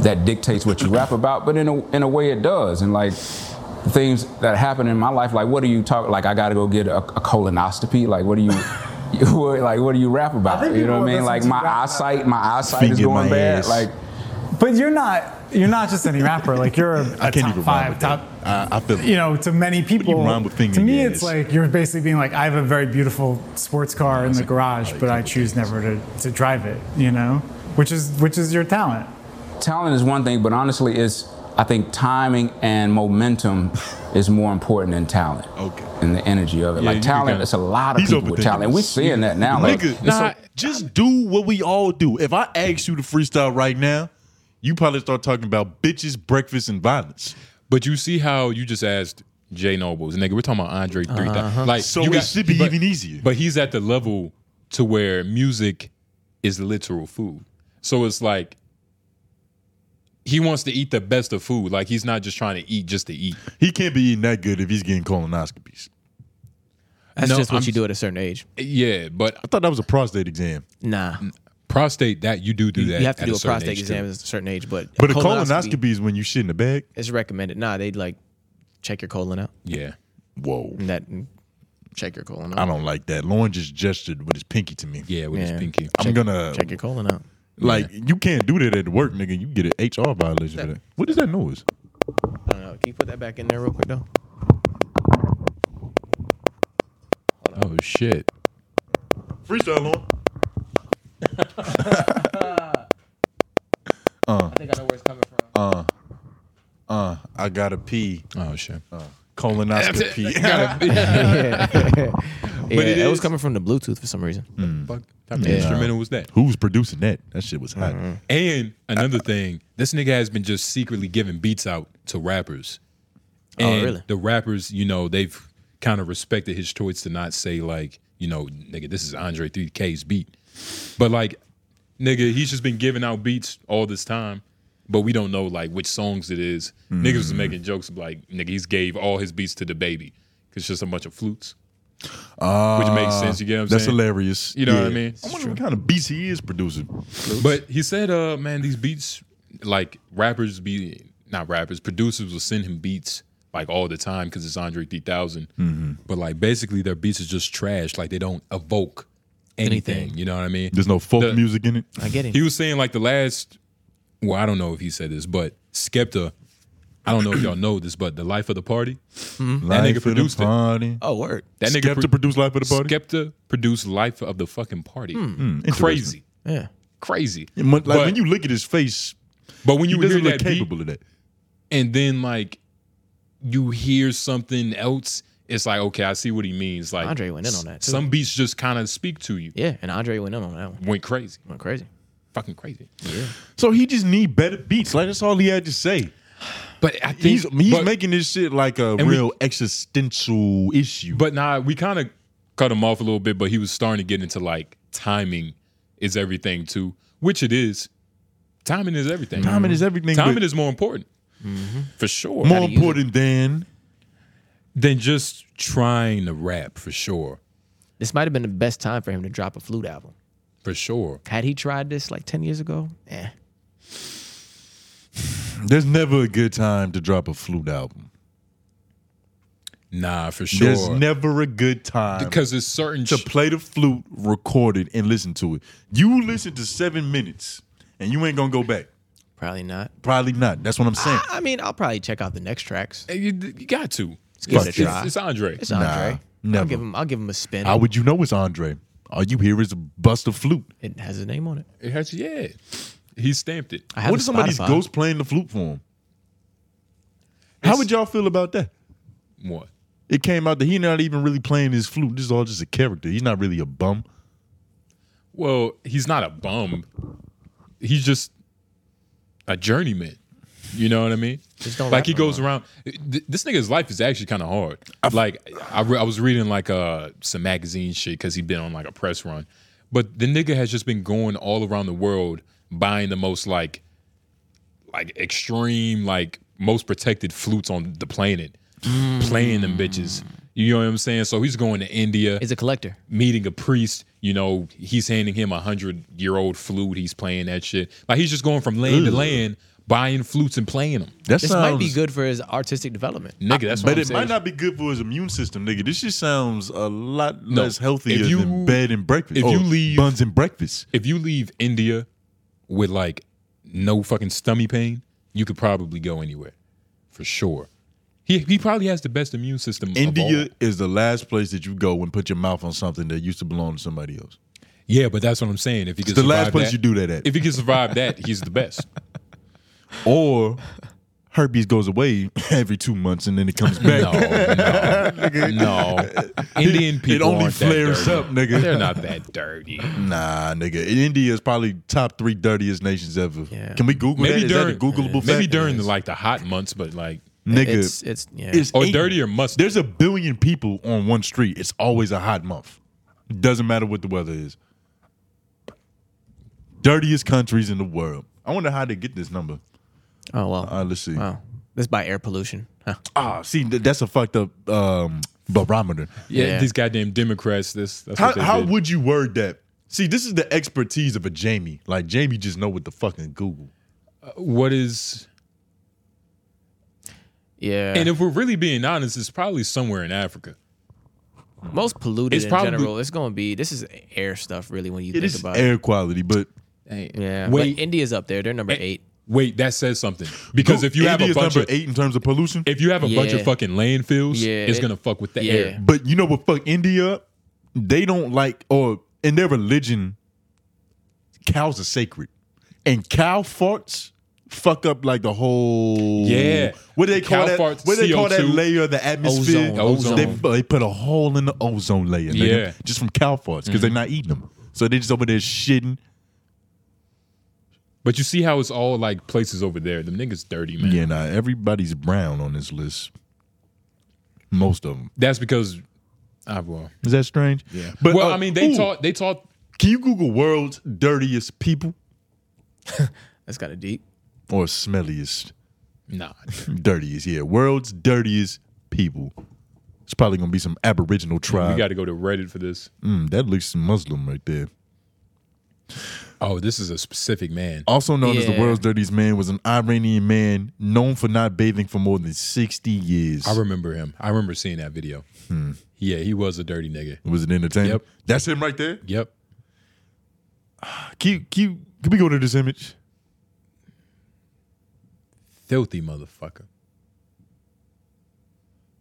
[SPEAKER 8] that dictates what you rap about, but in a, in a way it does. And like the things that happen in my life, like what do you talk? Like I got to go get a, a colonoscopy. Like what do you? you what- like what do you rap about? You know what I mean? Like my eyesight, my eyesight is
[SPEAKER 1] Finger my
[SPEAKER 8] going bad.
[SPEAKER 1] ass.
[SPEAKER 8] Like
[SPEAKER 9] But you're not you're not just any rapper. Like you're a
[SPEAKER 1] I
[SPEAKER 9] a
[SPEAKER 1] can't
[SPEAKER 9] top
[SPEAKER 1] even rhyme
[SPEAKER 9] five,
[SPEAKER 1] with
[SPEAKER 9] top.
[SPEAKER 1] that. I, I feel
[SPEAKER 9] You know, to many people,
[SPEAKER 1] rhyme with finger
[SPEAKER 9] to me,
[SPEAKER 1] yes.
[SPEAKER 9] it's like you're basically being like, I have a very beautiful sports car in the garage, but I choose never to, to drive it. You know, which is which is your talent.
[SPEAKER 8] talent is one thing, but honestly, it's I think timing and momentum is more important than talent.
[SPEAKER 1] Okay.
[SPEAKER 8] And the energy of it.
[SPEAKER 2] you- you
[SPEAKER 8] like talent,
[SPEAKER 2] got-
[SPEAKER 8] it's a lot of
[SPEAKER 1] He's
[SPEAKER 8] people with
[SPEAKER 1] overthinking
[SPEAKER 8] talent. We're
[SPEAKER 1] this.
[SPEAKER 8] seeing that now. Like,
[SPEAKER 1] Nigga,
[SPEAKER 2] Nah,
[SPEAKER 1] so just do what we all do. If I ask you to freestyle right now, you probably start talking about bitches, breakfast, and violence.
[SPEAKER 2] But you see how you just asked Jay Nobles, nigga. We're talking about Andre three.
[SPEAKER 3] Uh-huh.
[SPEAKER 2] thousand. Like,
[SPEAKER 1] So
[SPEAKER 2] you
[SPEAKER 1] it should be even easier.
[SPEAKER 2] But he's at the level to where music is literal food. So it's like he wants to eat the best of food. Like he's not just trying to eat just to eat.
[SPEAKER 1] He can't be eating that good if he's getting colonoscopies.
[SPEAKER 3] That's
[SPEAKER 2] No,
[SPEAKER 3] just what
[SPEAKER 2] I'm
[SPEAKER 3] you do at a certain age.
[SPEAKER 2] Yeah, but
[SPEAKER 1] I thought that was a prostate exam.
[SPEAKER 3] Nah,
[SPEAKER 2] prostate that you do do that.
[SPEAKER 3] you have to
[SPEAKER 2] at
[SPEAKER 3] do a
[SPEAKER 2] certain
[SPEAKER 3] prostate
[SPEAKER 2] age, too.
[SPEAKER 3] exam at a certain age, but
[SPEAKER 1] But a colonoscopy is when you shit in the bag.
[SPEAKER 3] is recommended. Nah, they like check your colon out
[SPEAKER 2] Yeah.
[SPEAKER 1] Whoa.
[SPEAKER 3] and that and check your colon
[SPEAKER 1] I
[SPEAKER 3] out.
[SPEAKER 1] don't like that. Lauren just gestured with his pinky to me.
[SPEAKER 2] Yeah, with
[SPEAKER 3] Yeah.
[SPEAKER 2] his pinky.
[SPEAKER 1] I'm gonna
[SPEAKER 3] Check your colon out.
[SPEAKER 1] like you can't do that at work, nigga. You get an HR violation for that. What is that noise?
[SPEAKER 3] I don't know. Can you put that back in there real quick though?
[SPEAKER 2] Oh shit.
[SPEAKER 1] Freestyle, Lauren.
[SPEAKER 3] I think I know where it's coming from.
[SPEAKER 1] Uh, I gotta pee.
[SPEAKER 2] Oh shit.
[SPEAKER 1] Colonoscopy.
[SPEAKER 3] yeah,
[SPEAKER 2] it
[SPEAKER 3] it, was
[SPEAKER 2] is-
[SPEAKER 3] coming from the Bluetooth for some reason.
[SPEAKER 2] Fuck. Type of instrumental was that?
[SPEAKER 1] Who's producing that? That shit was hot.
[SPEAKER 2] And another thing, this nigga has been just secretly giving beats out to rappers. And
[SPEAKER 3] Oh, really?
[SPEAKER 2] the rappers, you know, they've kind of respected his choice to not say like, you know, nigga, this is Andre 3K's beat. But like, nigga, he's just been giving out beats all this time, but we don't know like which songs it is. Niggas was making jokes like, nigga, he's gave all his beats to the baby. Cause it's just a bunch of flutes. Which makes sense, you get what I'm
[SPEAKER 1] That's
[SPEAKER 2] saying?
[SPEAKER 1] hilarious.
[SPEAKER 2] You know what I mean?
[SPEAKER 1] I wonder what kind of beats he is producing.
[SPEAKER 2] But he said, uh, man, these beats, like rappers be not rappers, producers will send him beats like all the time because it's Andre 3000.
[SPEAKER 1] Mm-hmm.
[SPEAKER 2] But like basically their beats is just trash. Like they don't evoke anything.
[SPEAKER 3] Anything.
[SPEAKER 2] You know what I mean?
[SPEAKER 1] There's no folk
[SPEAKER 2] The-
[SPEAKER 1] music in it.
[SPEAKER 3] I get it.
[SPEAKER 2] He was saying like the last, well, I don't know if he said this, but Skepta, I don't know if y'all know this, but the life of the party, that
[SPEAKER 1] Life
[SPEAKER 2] nigga
[SPEAKER 1] of
[SPEAKER 2] produced
[SPEAKER 1] the
[SPEAKER 2] it. Uh,
[SPEAKER 1] party.
[SPEAKER 3] oh, word.
[SPEAKER 2] That nigga
[SPEAKER 1] Skepta
[SPEAKER 2] pro-
[SPEAKER 1] produced Life of the Party. Hmm.
[SPEAKER 2] Skepta produced life of the fucking party. Crazy,
[SPEAKER 3] Yeah.
[SPEAKER 2] crazy.
[SPEAKER 1] Mu- like
[SPEAKER 2] But-
[SPEAKER 1] when you look at his face,
[SPEAKER 2] But when
[SPEAKER 1] he
[SPEAKER 2] you hear
[SPEAKER 1] doesn't
[SPEAKER 2] that
[SPEAKER 1] look
[SPEAKER 2] beat,
[SPEAKER 1] capable of that.
[SPEAKER 2] and then like you hear something else it's like okay i see what he means like
[SPEAKER 3] Andre went in on that, too.
[SPEAKER 2] some beats just kind of speak to you
[SPEAKER 3] Yeah, and Andre went in on that one.
[SPEAKER 2] went crazy
[SPEAKER 3] Went crazy.
[SPEAKER 2] fucking crazy
[SPEAKER 1] So he just need better beats. Like that's all he had to say.
[SPEAKER 2] but i think
[SPEAKER 1] He's he's
[SPEAKER 2] but,
[SPEAKER 1] making this shit like a
[SPEAKER 2] we-
[SPEAKER 1] real existential issue.
[SPEAKER 2] but nah we kind of cut him off a little bit but he was starting to get into like timing is everything too which it is timing is everything
[SPEAKER 1] Timing is everything.
[SPEAKER 2] timing
[SPEAKER 1] but
[SPEAKER 2] is more important
[SPEAKER 3] Mm-hmm.
[SPEAKER 2] for sure
[SPEAKER 1] more important than
[SPEAKER 2] than just trying to rap for sure
[SPEAKER 3] This might have been the best time for him to drop a flute album.
[SPEAKER 2] for sure
[SPEAKER 3] Had he tried this like ten years ago, eh?
[SPEAKER 1] there's never a good time to drop a flute album.
[SPEAKER 2] nah for sure
[SPEAKER 1] There's never a good time
[SPEAKER 2] because there's certain
[SPEAKER 1] to
[SPEAKER 2] sh-
[SPEAKER 1] play the flute, record it, and listen to it. You listen to seven minutes and you ain't gonna go back.
[SPEAKER 3] Probably not.
[SPEAKER 1] Probably not. That's what I'm saying.
[SPEAKER 2] Ah.
[SPEAKER 3] I mean, I'll probably check out the next tracks.
[SPEAKER 2] Hey, You, you got to.
[SPEAKER 3] give it a
[SPEAKER 2] it's,
[SPEAKER 3] try.
[SPEAKER 2] it's Andre.
[SPEAKER 3] It's Andre. I'll
[SPEAKER 1] never.
[SPEAKER 3] give him. I'll give him a spin.
[SPEAKER 1] How would you know it's Andre? All you hear is a bust of flute.
[SPEAKER 3] It has his name on it.
[SPEAKER 2] It has, yeah. He stamped it.
[SPEAKER 3] I have
[SPEAKER 1] what
[SPEAKER 3] a
[SPEAKER 1] if somebody's
[SPEAKER 3] Spotify.
[SPEAKER 1] ghost playing the flute for him? How would y'all feel about that?
[SPEAKER 2] What?
[SPEAKER 1] It came out that he's not even really playing his flute. This is all just a character. He's not really a bum.
[SPEAKER 2] Well, he's not a bum. He's just a journeyman. You know what I mean?
[SPEAKER 3] Just don't
[SPEAKER 2] like
[SPEAKER 3] rap
[SPEAKER 2] he goes around. th- This nigga's life is actually kind of hard. like I, re- I was reading like uh, some magazine shit because he'd been on like a press run, but the nigga has just been going all around the world buying the most like like extreme like most protected flutes on the planet,
[SPEAKER 3] Mm.
[SPEAKER 2] playing them bitches. You know what I'm saying? So he's going to India
[SPEAKER 3] He's a collector.
[SPEAKER 2] meeting a priest, you know, he's handing him a hundred year old flute. He's playing that shit. Like he's just going from land to land, buying flutes and playing them.
[SPEAKER 1] That
[SPEAKER 3] This might be good for his artistic development.
[SPEAKER 2] Nigga, that's what
[SPEAKER 1] But
[SPEAKER 2] I'm
[SPEAKER 1] it
[SPEAKER 2] saying.
[SPEAKER 1] might not be good for his immune system, nigga. This just sounds a lot
[SPEAKER 2] No.
[SPEAKER 1] less healthy
[SPEAKER 2] If you-
[SPEAKER 1] than bed and breakfast.
[SPEAKER 2] if
[SPEAKER 1] Oh,
[SPEAKER 2] you leave-
[SPEAKER 1] buns and breakfast,
[SPEAKER 2] if you leave India with like no fucking stomach pain, you could probably go anywhere for sure. He he probably has the best immune system. of all.
[SPEAKER 1] India is the last place that you go and put your mouth on something that used to belong to somebody else.
[SPEAKER 2] yeah, but that's what I'm saying. If he could
[SPEAKER 1] It's the
[SPEAKER 2] survive
[SPEAKER 1] last place
[SPEAKER 2] that-
[SPEAKER 1] you do that at.
[SPEAKER 2] If he can survive that, he's the best.
[SPEAKER 1] Or herpes goes away every two months and then it comes back.
[SPEAKER 2] No, no, no. Indian people.
[SPEAKER 1] it only
[SPEAKER 2] aren't that
[SPEAKER 1] flares
[SPEAKER 2] dirty.
[SPEAKER 1] up, nigga.
[SPEAKER 2] They're not that dirty.
[SPEAKER 1] Nah, nigga. India is probably top three dirtiest nations ever.
[SPEAKER 3] Yeah.
[SPEAKER 1] Can we Google
[SPEAKER 2] maybe
[SPEAKER 1] that? Is
[SPEAKER 2] during
[SPEAKER 1] that a Googleable
[SPEAKER 2] maybe
[SPEAKER 1] fact?
[SPEAKER 2] during the, like the hot months, but like
[SPEAKER 1] nigga.
[SPEAKER 3] It's it's yeah.
[SPEAKER 1] it's
[SPEAKER 2] or
[SPEAKER 1] eight-
[SPEAKER 2] dirty or must.
[SPEAKER 1] There's a billion people on one street. It's always a hot month. Doesn't matter what the weather is. Dirtiest countries in the world. I wonder how they get this number.
[SPEAKER 3] oh well.
[SPEAKER 1] Uh, let's see.
[SPEAKER 3] wow. This by air pollution. Huh.
[SPEAKER 1] Ah, see, th- that's a fucked up um, barometer.
[SPEAKER 2] yeah,
[SPEAKER 3] Yeah.
[SPEAKER 2] these goddamn Democrats. This that's what
[SPEAKER 1] How,
[SPEAKER 2] they
[SPEAKER 1] how
[SPEAKER 2] did.
[SPEAKER 1] would you word that? See, this is the expertise of a Jamie. Like Jamie just know what the fucking Google.
[SPEAKER 2] what is
[SPEAKER 3] Yeah.
[SPEAKER 2] and if we're really being honest, it's probably somewhere in Africa.
[SPEAKER 3] most polluted
[SPEAKER 2] It's
[SPEAKER 3] in
[SPEAKER 2] probably-
[SPEAKER 3] general. It's gonna be this is air stuff really when you
[SPEAKER 1] It
[SPEAKER 3] think
[SPEAKER 1] is
[SPEAKER 3] about it.
[SPEAKER 1] air quality, but
[SPEAKER 3] Yeah.
[SPEAKER 2] Wait.
[SPEAKER 3] Wait. But India's up there. They're number eight.
[SPEAKER 2] Wait, that says something because
[SPEAKER 1] Go-
[SPEAKER 2] if you have a
[SPEAKER 1] India's
[SPEAKER 2] bunch of
[SPEAKER 1] number eight in terms of pollution,
[SPEAKER 2] if you have a bunch of
[SPEAKER 3] Yeah.
[SPEAKER 2] fucking landfills,
[SPEAKER 3] Yeah,
[SPEAKER 2] it's
[SPEAKER 3] it-
[SPEAKER 2] gonna fuck with the
[SPEAKER 3] yeah.
[SPEAKER 2] air.
[SPEAKER 1] But you know what fuck India up? They don't like or in their religion, cows are sacred. And cow farts fuck up like the whole
[SPEAKER 2] Yeah.
[SPEAKER 1] What do they call
[SPEAKER 2] Cow
[SPEAKER 1] that?
[SPEAKER 2] farts,
[SPEAKER 1] what do they call that
[SPEAKER 2] CO2.
[SPEAKER 1] layer of the atmosphere?
[SPEAKER 2] Ozone.
[SPEAKER 1] They, they put a hole in the ozone layer, nigga,
[SPEAKER 2] Yeah.
[SPEAKER 1] just from cow farts because they're not eating them. So they just over there shitting.
[SPEAKER 2] But you see how it's all like places over there. Them niggas dirty, man.
[SPEAKER 1] Yeah, nah, everybody's brown on this list. Most of them.
[SPEAKER 2] That's because ah well.
[SPEAKER 1] Is that strange? Yeah. But
[SPEAKER 2] well,
[SPEAKER 1] uh,
[SPEAKER 2] I mean they
[SPEAKER 1] ooh,
[SPEAKER 2] taught they taught
[SPEAKER 1] Can you Google world's dirtiest people
[SPEAKER 3] That's kind of deep.
[SPEAKER 1] or smelliest?
[SPEAKER 2] nah.
[SPEAKER 1] dirtiest, yeah. World's dirtiest people. It's probably gonna be some Aboriginal
[SPEAKER 2] we
[SPEAKER 1] tribe.
[SPEAKER 2] gotta go to Reddit for this.
[SPEAKER 1] Mm, that looks Muslim right there.
[SPEAKER 2] Oh, this is a specific man.
[SPEAKER 1] Also known as the
[SPEAKER 3] Yeah.
[SPEAKER 1] world's dirtiest man was an Iranian man known for not bathing for more than sixty years.
[SPEAKER 2] I remember him. I remember seeing that video. Yeah, he was a dirty nigga.
[SPEAKER 1] was it entertaining?
[SPEAKER 2] Yep.
[SPEAKER 1] That's him right there.
[SPEAKER 2] Yep.
[SPEAKER 1] Can you, can you, can we go to this image?
[SPEAKER 2] Filthy motherfucker.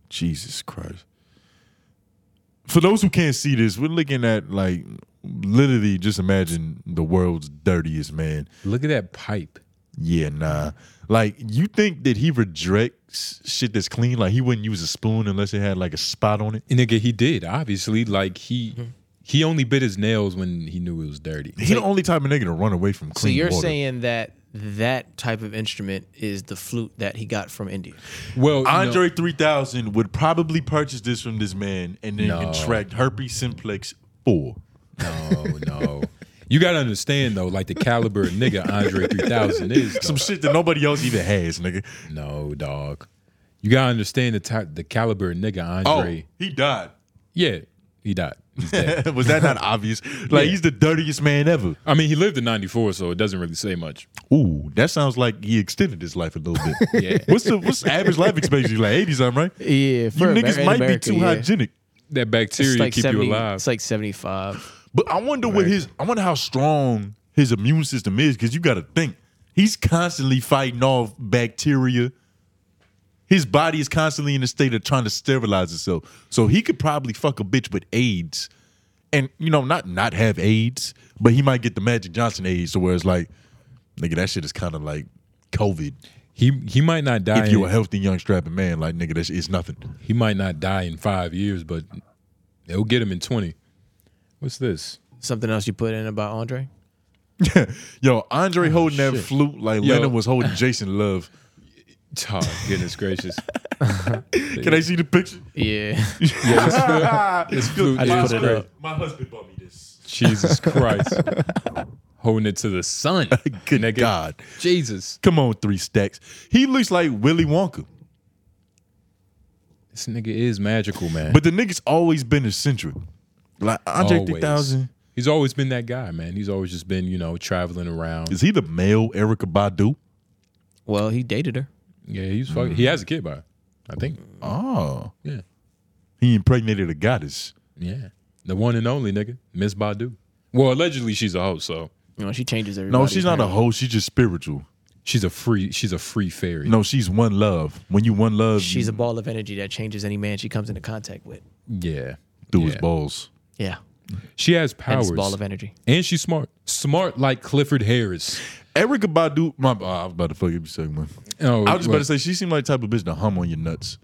[SPEAKER 1] Jesus Christ. For those who can't see this, we're looking at like literally just imagine the world's dirtiest man.
[SPEAKER 2] Look at that pipe.
[SPEAKER 1] Yeah, nah. Like you think that he rejects shit that's clean? Like he wouldn't use a spoon unless it had like a spot on it.
[SPEAKER 2] And nigga, he did, obviously. Like he he only bit his nails when he knew it was dirty.
[SPEAKER 1] He the only type of nigga to run away from
[SPEAKER 3] So
[SPEAKER 1] clean
[SPEAKER 3] you're
[SPEAKER 1] water.
[SPEAKER 3] saying that that type of instrument is the flute that he got from India.
[SPEAKER 2] Well, you know-
[SPEAKER 1] Andre 3000 would probably purchase this from this man and then
[SPEAKER 2] No.
[SPEAKER 1] contract herpes simplex 4.
[SPEAKER 2] no, Oh, no. You gotta understand though, like the caliber of nigga Andre 3000 is.
[SPEAKER 1] Some
[SPEAKER 2] dog.
[SPEAKER 1] shit that nobody else even has, nigga.
[SPEAKER 2] No, dog. You gotta understand the type, the caliber of nigga
[SPEAKER 1] Oh,
[SPEAKER 2] Andre.
[SPEAKER 1] he died.
[SPEAKER 2] Yeah, he died. He's dead.
[SPEAKER 1] Was that not obvious? Like he's the dirtiest man ever.
[SPEAKER 2] I mean, he lived in '94, so it doesn't really say much.
[SPEAKER 1] Ooh, that sounds like he extended his life a little bit.
[SPEAKER 2] Yeah.
[SPEAKER 1] What's the what's the average life expectancy? Like 80 something, right?
[SPEAKER 3] Yeah,
[SPEAKER 1] You niggas might be too hygienic.
[SPEAKER 2] That bacteria
[SPEAKER 3] It's like
[SPEAKER 2] keep
[SPEAKER 3] seventy.
[SPEAKER 2] you alive.
[SPEAKER 3] It's like seventy-five.
[SPEAKER 1] But I wonder what his I wonder how strong his immune system is because you got to think he's constantly fighting off bacteria. His body is constantly in a state of trying to sterilize itself, so he could probably fuck a bitch with AIDS and you know, not not have AIDS, but he might get the Magic Johnson AIDS, to where it's like, nigga, that shit is kind of like COVID.
[SPEAKER 2] He he might not die.
[SPEAKER 1] If you're a
[SPEAKER 2] in-
[SPEAKER 1] healthy young strapping man, like nigga, that's it's nothing.
[SPEAKER 2] he might not die in five years, but they'll get him in twenty. What's this?
[SPEAKER 3] Something else you put in about Andre?
[SPEAKER 1] Yo, Andre holding that flute like
[SPEAKER 2] Yo.
[SPEAKER 1] Lennon was holding Jason Love.
[SPEAKER 2] Oh goodness gracious!
[SPEAKER 1] Can I see the picture?
[SPEAKER 3] Yeah.
[SPEAKER 2] Yeah, this flute, this flute is great.
[SPEAKER 1] My husband bought me this.
[SPEAKER 2] Jesus Christ! Holding it to the sun.
[SPEAKER 1] Good
[SPEAKER 2] nigga.
[SPEAKER 1] God.
[SPEAKER 2] Jesus,
[SPEAKER 1] Come on, three stacks. He looks like Willy Wonka.
[SPEAKER 2] this nigga is magical, man.
[SPEAKER 1] But the nigga's always been eccentric. Like Andre
[SPEAKER 2] Always.
[SPEAKER 1] 3000.
[SPEAKER 2] He's always been that guy, man. He's always just been, you know, traveling around.
[SPEAKER 1] Is he the male Erica Badu?
[SPEAKER 3] Well, he dated her.
[SPEAKER 2] Yeah, he's fucking. He has a kid by, her, I think.
[SPEAKER 1] Oh.
[SPEAKER 2] Yeah,
[SPEAKER 1] He impregnated a goddess.
[SPEAKER 2] yeah. The one and only nigga, Miss Badu. Well, allegedly she's a hoe, so
[SPEAKER 3] You know, she changes everybody.
[SPEAKER 1] No, she's not a hoe. She's just spiritual.
[SPEAKER 2] she's a free. She's a free fairy.
[SPEAKER 1] No, she's one love. When you one love,
[SPEAKER 3] She's a ball of energy that changes any man she comes into contact with.
[SPEAKER 2] Yeah,
[SPEAKER 1] through his
[SPEAKER 2] yeah.
[SPEAKER 1] balls.
[SPEAKER 3] Yeah.
[SPEAKER 2] She has
[SPEAKER 3] And
[SPEAKER 2] powers.
[SPEAKER 3] it's a ball of energy.
[SPEAKER 2] And she's smart. Smart like Clifford Harris.
[SPEAKER 1] Erica Badu, my, oh, I was about to fuck you second one.
[SPEAKER 2] Oh,
[SPEAKER 1] I was just about to say she seemed like the type of bitch to hum on your nuts.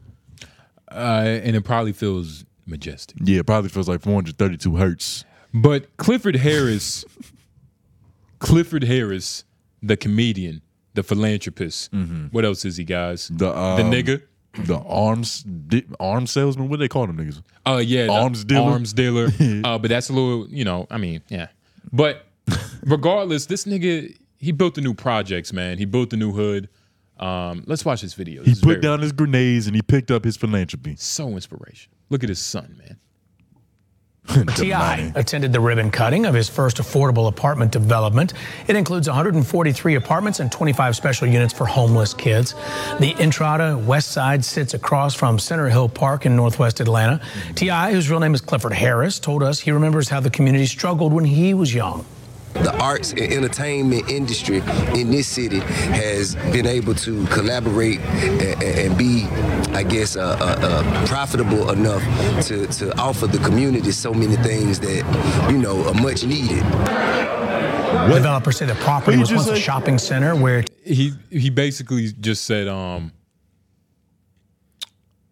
[SPEAKER 2] uh, and it probably feels majestic.
[SPEAKER 1] Yeah, probably feels like 432 hertz.
[SPEAKER 2] But Clifford Harris, Clifford Harris, the comedian, the philanthropist. What else is he, guys?
[SPEAKER 1] The um,
[SPEAKER 2] the nigga.
[SPEAKER 1] the arms di- arm salesman. What they call them niggas?
[SPEAKER 2] Oh yeah, the
[SPEAKER 1] Arms dealer.
[SPEAKER 2] Arms dealer. uh, but that's a little, you know. I mean, yeah. But regardless, this nigga he built the new projects, man. He built the new hood. Um, let's watch this video.
[SPEAKER 1] He
[SPEAKER 2] This is
[SPEAKER 1] put
[SPEAKER 2] very-
[SPEAKER 1] down his grenades and he picked up his philanthropy.
[SPEAKER 2] so inspiration. Look at his son, man.
[SPEAKER 10] T.I. attended the ribbon cutting of his first affordable apartment development. It includes 143 apartments and 25 special units for homeless kids. The Entrada West Side sits across from Center Hill Park in northwest Atlanta. T.I., whose real name is Clifford Harris, told us he remembers how the community struggled when he was young.
[SPEAKER 11] the arts and entertainment industry in this city has been able to collaborate and, and be, I guess, uh, uh, uh, profitable enough to, to offer the community so many things that, you know, are much needed.
[SPEAKER 10] Developers say the property
[SPEAKER 1] What you
[SPEAKER 10] was
[SPEAKER 1] just
[SPEAKER 10] once a
[SPEAKER 1] said?
[SPEAKER 10] shopping center where
[SPEAKER 2] He he basically just said, um,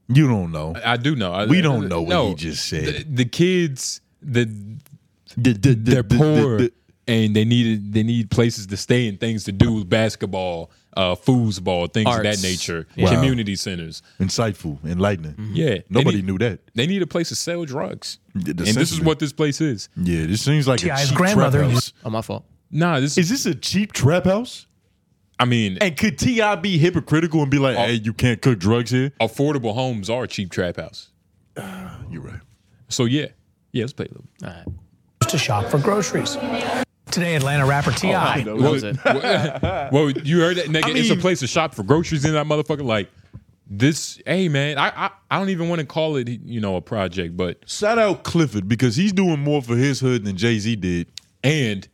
[SPEAKER 1] You don't know.
[SPEAKER 2] I do know. I-
[SPEAKER 1] We don't know what
[SPEAKER 2] no.
[SPEAKER 1] he just said.
[SPEAKER 2] The, the kids, the they're
[SPEAKER 1] They're
[SPEAKER 2] poor and they needed they need places to stay and things to do, basketball, uh, foosball, things of that
[SPEAKER 3] Arts.
[SPEAKER 2] nature,
[SPEAKER 1] Yeah. Wow.
[SPEAKER 2] community centers.
[SPEAKER 1] Insightful, enlightening.
[SPEAKER 2] Yeah, they
[SPEAKER 1] Nobody
[SPEAKER 2] need-
[SPEAKER 1] knew that.
[SPEAKER 2] They need a place to sell drugs,
[SPEAKER 1] Yeah,
[SPEAKER 2] and this is
[SPEAKER 1] essentially.
[SPEAKER 2] what this place is.
[SPEAKER 1] Yeah, this seems like a
[SPEAKER 10] T.I.'s
[SPEAKER 1] cheap
[SPEAKER 10] grandmother
[SPEAKER 1] trap house.
[SPEAKER 10] used-
[SPEAKER 3] Oh, my fault.
[SPEAKER 2] Nah, this is.
[SPEAKER 1] Is this a cheap trap house?
[SPEAKER 2] I mean,
[SPEAKER 1] And could Ti be hypocritical and be like, "Hey, you can't cook drugs here"?
[SPEAKER 2] affordable homes are cheap trap house.
[SPEAKER 1] Oh, You're right.
[SPEAKER 2] So yeah, yeah, let's pay a little.
[SPEAKER 10] to shop for groceries. Today, Atlanta rapper
[SPEAKER 2] Oh,
[SPEAKER 10] T.I.
[SPEAKER 3] What was it?
[SPEAKER 2] well, you heard that, nigga. it's a
[SPEAKER 1] mean-
[SPEAKER 2] place to shop for groceries in that motherfucker. Like this, hey man, I I, I don't even want to call it, you know, a project, but
[SPEAKER 1] Shout out Clifford because he's doing more for his hood than Jay Z did.
[SPEAKER 2] and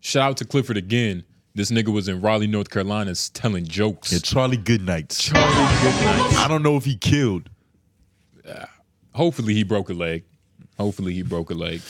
[SPEAKER 2] shout out to Clifford again. This nigga was in Raleigh, North Carolina, s- telling jokes.
[SPEAKER 1] Yeah, Charlie Goodnight. Charlie Goodnight. I don't know if he killed.
[SPEAKER 2] Hopefully, he broke a leg. Hopefully, he broke a leg.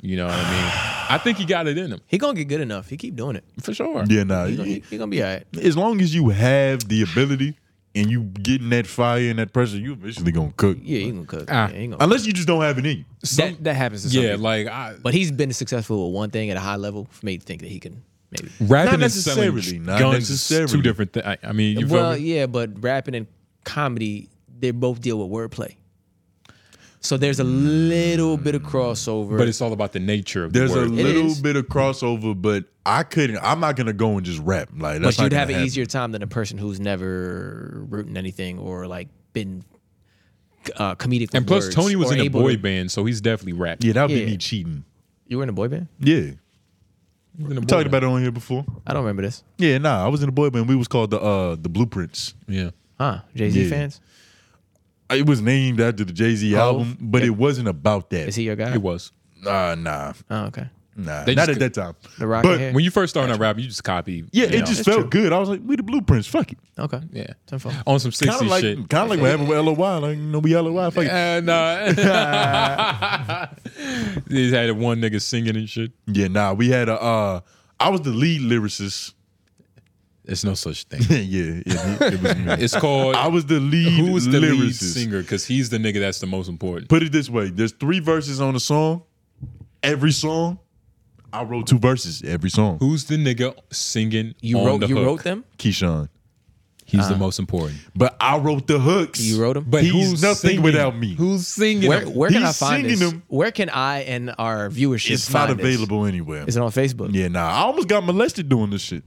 [SPEAKER 2] You know what I mean? I think he got it in him
[SPEAKER 3] He gonna get good enough. He keep doing it.
[SPEAKER 2] for sure.
[SPEAKER 1] Yeah, nah.
[SPEAKER 3] He gonna, he, he gonna be all right.
[SPEAKER 1] As long as you have the ability and you getting that fire and that pressure, you eventually gonna cook.
[SPEAKER 3] Yeah, he gonna cook.
[SPEAKER 2] Ah.
[SPEAKER 3] Yeah, he gonna-
[SPEAKER 1] Unless you just don't have it in you.
[SPEAKER 3] that, that happens to some
[SPEAKER 2] Yeah,
[SPEAKER 3] people.
[SPEAKER 2] like I,
[SPEAKER 3] But he's been successful with one thing at a high level for me to think that he can maybe.
[SPEAKER 2] rapping and
[SPEAKER 1] necessarily,
[SPEAKER 2] selling
[SPEAKER 1] not
[SPEAKER 2] guns is two
[SPEAKER 1] necessarily.
[SPEAKER 2] different things. I mean, you feel
[SPEAKER 3] well,
[SPEAKER 2] me?
[SPEAKER 3] yeah, but rapping and comedy, they both deal with wordplay. So there's a little bit of crossover.
[SPEAKER 2] But it's all about the nature of
[SPEAKER 1] There's
[SPEAKER 2] the word.
[SPEAKER 1] a little
[SPEAKER 3] is.
[SPEAKER 1] bit of crossover, but I couldn't. I'm not gonna go and just rap like. That's
[SPEAKER 3] but you'd
[SPEAKER 1] not
[SPEAKER 3] have
[SPEAKER 1] gonna
[SPEAKER 3] an
[SPEAKER 1] happen.
[SPEAKER 3] easier time than a person who's never written anything or like been uh, comedic.
[SPEAKER 2] and
[SPEAKER 3] with
[SPEAKER 2] plus,
[SPEAKER 3] words
[SPEAKER 2] Tony was
[SPEAKER 3] or
[SPEAKER 2] in a
[SPEAKER 3] able
[SPEAKER 2] boy
[SPEAKER 3] to-
[SPEAKER 2] band, so he's definitely rapping.
[SPEAKER 1] Yeah, that would
[SPEAKER 3] Yeah.
[SPEAKER 1] be me cheating.
[SPEAKER 3] You were in a boy band?
[SPEAKER 1] Yeah,
[SPEAKER 2] He was in a
[SPEAKER 1] we
[SPEAKER 2] boy
[SPEAKER 1] talked
[SPEAKER 2] band.
[SPEAKER 1] about it on here before.
[SPEAKER 3] I don't remember this.
[SPEAKER 1] Yeah, nah, I was in a boy band. We was called the uh the Blueprints.
[SPEAKER 2] Yeah.
[SPEAKER 3] Huh? Jay Z
[SPEAKER 1] Yeah.
[SPEAKER 3] fans?
[SPEAKER 1] It was named after the Jay Z
[SPEAKER 3] Hov?
[SPEAKER 1] album, but it wasn't about that.
[SPEAKER 3] Is he your guy?
[SPEAKER 2] It was.
[SPEAKER 1] Nah, nah.
[SPEAKER 3] Oh, okay.
[SPEAKER 1] Nah,
[SPEAKER 2] They
[SPEAKER 1] not
[SPEAKER 2] just
[SPEAKER 1] at that
[SPEAKER 2] could-
[SPEAKER 1] time.
[SPEAKER 2] but when you first started out rapping, you just copy.
[SPEAKER 1] yeah,
[SPEAKER 2] you
[SPEAKER 1] it
[SPEAKER 2] know.
[SPEAKER 1] just felt good. I was like, we the blueprints. Fuck it.
[SPEAKER 3] Okay.
[SPEAKER 2] Yeah.
[SPEAKER 3] Tenfold.
[SPEAKER 2] on some 60
[SPEAKER 1] Kind of like,
[SPEAKER 2] shit.
[SPEAKER 1] kind of like what happened with LOY. Like, you know, we LOY. Fuck it.
[SPEAKER 2] And uh, they had one nigga singing and shit.
[SPEAKER 1] Yeah, nah. We had a. Uh, I was the lead lyricist.
[SPEAKER 2] There's no such thing.
[SPEAKER 1] yeah, yeah, it, it was me.
[SPEAKER 2] It's called.
[SPEAKER 1] I was the lead.
[SPEAKER 2] Who is the lead
[SPEAKER 1] lyricist.
[SPEAKER 2] singer? Because he's the nigga that's the most important.
[SPEAKER 1] Put it this way: there's three verses on a song. Every song, I wrote two verses. Every song.
[SPEAKER 2] Who's the nigga singing?
[SPEAKER 3] You
[SPEAKER 2] on
[SPEAKER 3] wrote-
[SPEAKER 2] the
[SPEAKER 3] you
[SPEAKER 2] hook?
[SPEAKER 3] wrote them?
[SPEAKER 1] Keyshawn.
[SPEAKER 2] He's the most important.
[SPEAKER 1] But I wrote the hooks.
[SPEAKER 3] You wrote 'em?
[SPEAKER 1] But
[SPEAKER 2] But
[SPEAKER 1] he's
[SPEAKER 2] who's
[SPEAKER 1] nothing
[SPEAKER 2] singing?
[SPEAKER 1] without me.
[SPEAKER 2] Who's singing?
[SPEAKER 3] Where,
[SPEAKER 2] them?
[SPEAKER 3] where can I
[SPEAKER 1] He's
[SPEAKER 3] find this?
[SPEAKER 1] singing them.
[SPEAKER 3] Where can I and our viewership
[SPEAKER 1] it's not
[SPEAKER 3] find this?
[SPEAKER 1] available anywhere.
[SPEAKER 3] Is it on Facebook?
[SPEAKER 1] yeah, nah. I almost got molested doing this shit.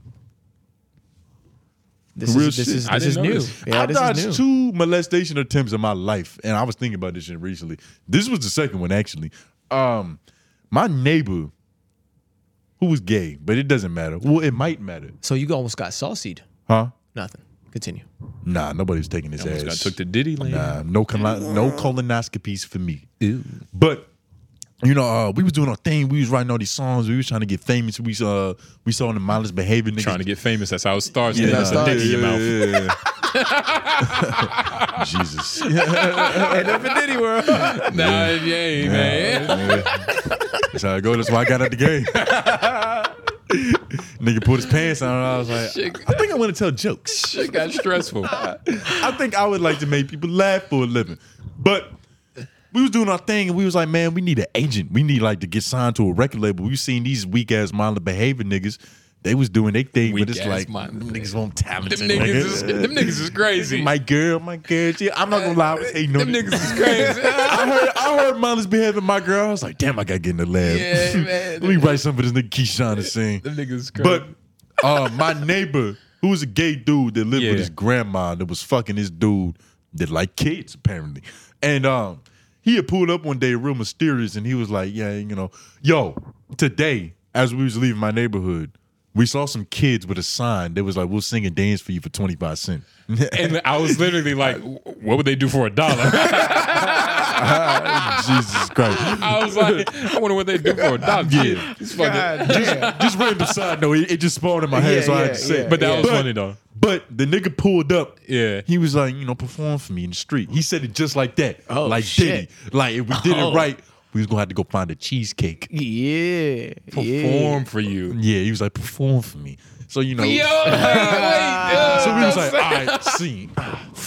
[SPEAKER 3] This
[SPEAKER 1] Real
[SPEAKER 3] is this
[SPEAKER 1] shit.
[SPEAKER 3] is
[SPEAKER 2] I
[SPEAKER 3] this is
[SPEAKER 2] didn't know
[SPEAKER 3] new.
[SPEAKER 2] this.
[SPEAKER 3] Yeah,
[SPEAKER 1] I
[SPEAKER 3] this
[SPEAKER 1] dodged
[SPEAKER 3] is new.
[SPEAKER 1] two molestation attempts in my life, and I was thinking about this shit recently. This was the second one, actually. Um, my neighbor, who was gay, but it doesn't matter. Well, it might matter,
[SPEAKER 3] So you almost got saucied.
[SPEAKER 1] huh?
[SPEAKER 3] Nothing. Continue.
[SPEAKER 1] Nah, nobody's taking his
[SPEAKER 2] Almost got
[SPEAKER 1] ass.
[SPEAKER 2] took to Diddy Lane.
[SPEAKER 1] Nah, no colon- no colonoscopies for me. But you know, uh, we was doing our thing. We was writing all these songs. We was trying to get famous. We uh, we saw the mindless behavior. Niggas
[SPEAKER 2] Trying to get famous. That's how it starts.
[SPEAKER 1] Yeah,
[SPEAKER 2] Yeah, that's
[SPEAKER 1] nah,
[SPEAKER 2] a dick in your
[SPEAKER 1] yeah,
[SPEAKER 2] mouth.
[SPEAKER 1] yeah, yeah. Jesus.
[SPEAKER 2] Nah, yeah, man.
[SPEAKER 1] That's how I go. That's why I got out the game. Nigga put his pants on. And I was like, I think I want to tell jokes.
[SPEAKER 2] Shit got stressful.
[SPEAKER 1] I think I would like to make people laugh for a living. But we was doing our thing, and we was like, man, we need an agent. We need like to get signed to a record label. We seen these weak ass mindless behavior niggas. They was doing their thing, but it's
[SPEAKER 2] Weak-ass
[SPEAKER 1] like
[SPEAKER 2] minded
[SPEAKER 1] them niggas
[SPEAKER 2] behavior.
[SPEAKER 1] won't
[SPEAKER 2] Them
[SPEAKER 1] talented.
[SPEAKER 2] niggas,
[SPEAKER 1] nigga.
[SPEAKER 2] is, them niggas is crazy.
[SPEAKER 1] My girl, my girl. She, I'm not gonna lie, I was hating on
[SPEAKER 2] them
[SPEAKER 1] it.
[SPEAKER 2] niggas is crazy.
[SPEAKER 1] I heard I heard Mindless behaving my girl. I was like, damn, I gotta get in the lab.
[SPEAKER 2] Yeah, man.
[SPEAKER 1] Let me write something for this nigga Keyshawn to sing.
[SPEAKER 2] them niggas is crazy.
[SPEAKER 1] But uh, my neighbor, who was a gay dude that lived
[SPEAKER 2] Yeah.
[SPEAKER 1] with his grandma that was fucking this dude that liked kids, apparently. And um, he had pulled up one day real mysterious and he was like, Yeah, you know, yo, today, as we was leaving my neighborhood, we saw some kids with a sign that was like, We'll sing and dance for you for 25 cents.
[SPEAKER 2] and I was literally like, what would they do for a dollar?
[SPEAKER 1] Jesus Christ.
[SPEAKER 2] I was like, I wonder what they do for a dollar.
[SPEAKER 1] Yeah.
[SPEAKER 2] It's fucking-
[SPEAKER 1] just, just random side note. It, it just spawned in my head,
[SPEAKER 3] Yeah,
[SPEAKER 1] so I
[SPEAKER 3] yeah,
[SPEAKER 1] had to say. it.
[SPEAKER 3] yeah,
[SPEAKER 2] But that was funny, though.
[SPEAKER 1] But the nigga pulled up.
[SPEAKER 2] Yeah.
[SPEAKER 1] He was like, you know, perform for me in the street. He said it just like that.
[SPEAKER 3] Oh,
[SPEAKER 1] like
[SPEAKER 3] shit.
[SPEAKER 1] Diddy. Like if we did
[SPEAKER 3] Oh.
[SPEAKER 1] it right, we was gonna have to go find a cheesecake.
[SPEAKER 3] Yeah. Yeah.
[SPEAKER 2] Perform for you.
[SPEAKER 1] Yeah, he was like, perform for me. So you know.
[SPEAKER 2] Yo, wait, wait. yo,
[SPEAKER 1] So we was
[SPEAKER 2] don't
[SPEAKER 1] like, all
[SPEAKER 2] say-
[SPEAKER 1] right, scene.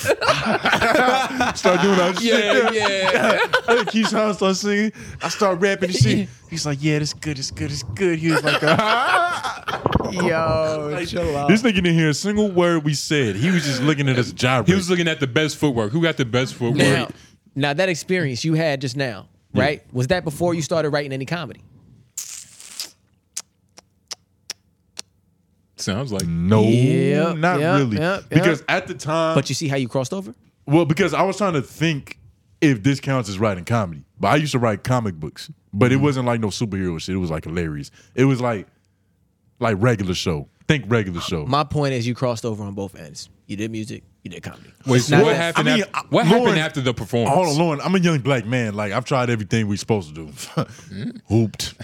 [SPEAKER 1] start doing all this
[SPEAKER 2] yeah,
[SPEAKER 1] shit.
[SPEAKER 2] yeah.
[SPEAKER 1] I think Keith Hines starts singing. I start rapping and shit. He's like, yeah, that's good, it's good, it's good. He was like, uh,
[SPEAKER 3] Yo, chill out.
[SPEAKER 1] This nigga didn't hear a single word we said. He was just looking at us gyrating.
[SPEAKER 2] He was looking at the best footwork. Who got the best footwork?
[SPEAKER 3] Now, now that experience you had just now, right? Was that before you started writing any comedy?
[SPEAKER 2] Sounds like
[SPEAKER 1] no,
[SPEAKER 3] Yep,
[SPEAKER 1] not
[SPEAKER 3] yep,
[SPEAKER 1] really.
[SPEAKER 3] yep, yep.
[SPEAKER 1] Because at the time,
[SPEAKER 3] But you see how you crossed over?
[SPEAKER 1] well, because I was trying to think if this counts as writing comedy. But I used to write comic books, but
[SPEAKER 2] Mm-hmm.
[SPEAKER 1] it wasn't like no superhero shit. It was like hilarious. It was like like regular show. Think
[SPEAKER 2] Uh,
[SPEAKER 1] regular show.
[SPEAKER 3] My point is you crossed over on both ends. You did music, you did comedy.
[SPEAKER 2] Wait,
[SPEAKER 3] It's not
[SPEAKER 2] what
[SPEAKER 3] that-
[SPEAKER 2] happened?
[SPEAKER 1] I mean,
[SPEAKER 2] after, what
[SPEAKER 1] I- Lauren-
[SPEAKER 2] happened after the performance?
[SPEAKER 1] Hold on, Lauren. I'm a young black man. Like I've tried everything we supposed to do:
[SPEAKER 2] Mm.
[SPEAKER 1] hooped,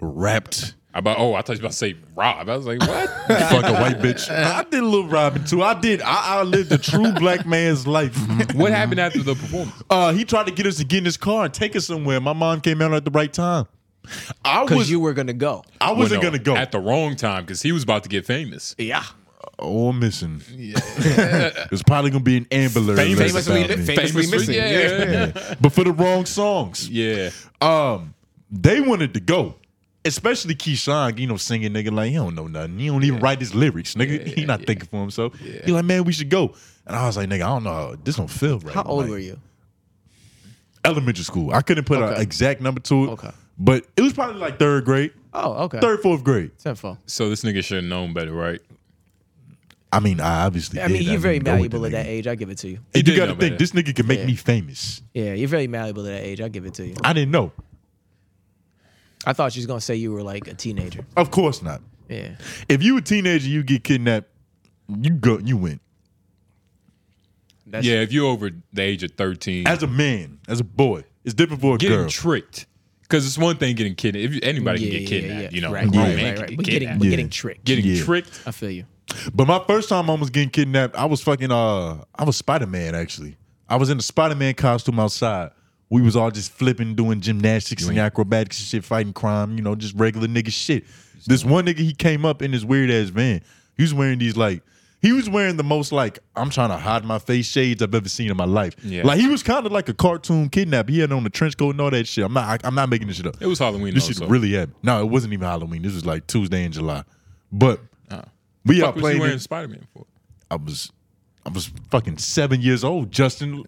[SPEAKER 1] rapped.
[SPEAKER 2] I about, oh, I thought you were about to say Rob. I was like, what?
[SPEAKER 1] Fuck a white bitch. I did a little robbing too. I did. I, I lived a true black man's life.
[SPEAKER 2] what happened after the performance?
[SPEAKER 1] Uh, he tried to get us to get in his car and take us somewhere. My mom came out at the right time. I
[SPEAKER 3] Because
[SPEAKER 1] was
[SPEAKER 3] you were gonna go.
[SPEAKER 1] I wasn't
[SPEAKER 2] Well, no,
[SPEAKER 1] gonna go.
[SPEAKER 2] at the wrong time because he was about to get famous.
[SPEAKER 3] Yeah.
[SPEAKER 1] oh, I'm missing. There's probably gonna be an Amber Alert
[SPEAKER 2] Famous-
[SPEAKER 1] that's about
[SPEAKER 5] famously
[SPEAKER 1] me.
[SPEAKER 5] Famous we
[SPEAKER 2] for-
[SPEAKER 5] missing.
[SPEAKER 2] Yeah,
[SPEAKER 1] but for the wrong songs.
[SPEAKER 2] yeah.
[SPEAKER 1] Um, they wanted to go. Especially Keyshawn, you know, singing nigga like he don't know nothing. He don't even write his lyrics, nigga. he not thinking for himself. He like, man, we should go. And I was like, nigga, I don't know. This don't feel right.
[SPEAKER 3] How old
[SPEAKER 1] Like,
[SPEAKER 3] were you?
[SPEAKER 1] Elementary school. I couldn't put an
[SPEAKER 3] Okay.
[SPEAKER 1] exact number to it.
[SPEAKER 3] Okay.
[SPEAKER 1] But it was probably like third grade,
[SPEAKER 3] Oh, okay.
[SPEAKER 1] third, fourth grade.
[SPEAKER 3] Tenfold.
[SPEAKER 2] So this nigga should have known better, right?
[SPEAKER 1] I mean, I obviously.
[SPEAKER 3] I mean,
[SPEAKER 1] did.
[SPEAKER 3] you're very
[SPEAKER 1] didn't go with
[SPEAKER 3] malleable
[SPEAKER 1] the
[SPEAKER 3] at that
[SPEAKER 1] nigga.
[SPEAKER 3] age. I give it to you.
[SPEAKER 2] He
[SPEAKER 1] And
[SPEAKER 2] did
[SPEAKER 1] you got to
[SPEAKER 2] know
[SPEAKER 1] think
[SPEAKER 2] about
[SPEAKER 1] this nigga can make
[SPEAKER 3] Yeah.
[SPEAKER 1] me famous.
[SPEAKER 3] Yeah, you're very malleable at that age. I give it to you.
[SPEAKER 1] I didn't know.
[SPEAKER 3] I thought she was gonna say you were like a teenager.
[SPEAKER 1] Of course not.
[SPEAKER 3] Yeah.
[SPEAKER 1] If you a teenager, you get kidnapped. You go. You win.
[SPEAKER 3] That's
[SPEAKER 2] yeah, if you're over the age of 13,
[SPEAKER 1] As a man, as a boy, it's different for a
[SPEAKER 2] getting
[SPEAKER 1] girl.
[SPEAKER 2] tricked. Because it's one thing getting kidnapped. If anybody
[SPEAKER 3] Yeah,
[SPEAKER 2] can get
[SPEAKER 3] yeah,
[SPEAKER 2] kidnapped,
[SPEAKER 3] yeah.
[SPEAKER 2] you know,
[SPEAKER 3] Right,
[SPEAKER 2] grown
[SPEAKER 3] right,
[SPEAKER 2] man
[SPEAKER 3] right,
[SPEAKER 2] can
[SPEAKER 3] right.
[SPEAKER 2] get
[SPEAKER 3] We're getting-
[SPEAKER 2] kidnapped.
[SPEAKER 3] we're getting tricked.
[SPEAKER 2] Getting
[SPEAKER 1] Yeah.
[SPEAKER 2] tricked.
[SPEAKER 3] I feel you.
[SPEAKER 1] But my first time I was getting kidnapped, I was fucking uh I was Spider-Man actually. I was in a Spider-Man costume outside. We was all just flipping, doing gymnastics and acrobatics and shit, fighting crime, you know, just regular nigga shit. This one nigga, he came up in this weird ass van. He was wearing these like he was wearing the most like I'm trying to hide my face shades I've ever seen in my life.
[SPEAKER 2] Yeah.
[SPEAKER 1] Like he was kind of like a cartoon kidnapper. He had on the trench coat and all that shit. I'm not I, am not making this shit up.
[SPEAKER 2] It was Halloween
[SPEAKER 1] This
[SPEAKER 2] though,
[SPEAKER 1] shit
[SPEAKER 2] so-
[SPEAKER 1] really happened. No, it wasn't even Halloween. This was like Tuesday in July. But we
[SPEAKER 2] Uh, Fuck was
[SPEAKER 1] are
[SPEAKER 2] you
[SPEAKER 1] playing.
[SPEAKER 2] wearing
[SPEAKER 1] it-
[SPEAKER 2] Spider-Man for?
[SPEAKER 1] I was I was fucking seven years old, Justin.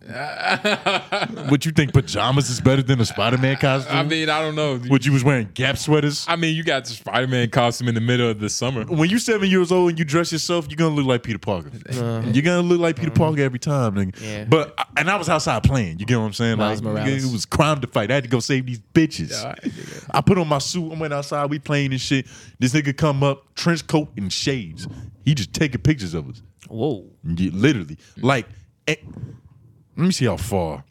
[SPEAKER 1] Would you think pajamas is better than a Spider Man costume?
[SPEAKER 2] I mean, I don't know.
[SPEAKER 1] Mm-hmm. What you was wearing Gap sweaters?
[SPEAKER 2] I mean, you got the Spider-Man costume in the middle of the summer.
[SPEAKER 1] when you're seven years old and you dress yourself, you're gonna look like Peter Parker. You're gonna look like Peter Parker every time, nigga.
[SPEAKER 3] Uh-huh. Yeah.
[SPEAKER 1] But I- and I was outside playing. You get what I'm saying?
[SPEAKER 3] Miles
[SPEAKER 1] like
[SPEAKER 3] Morales.
[SPEAKER 1] it was crime to fight. I had to go save these bitches. I put on my suit. I went outside. We playing and shit. This nigga come up, trench coat and shades. He just taking pictures of us.
[SPEAKER 3] Whoa.
[SPEAKER 1] Yeah, literally. Like, eh, let me see how far.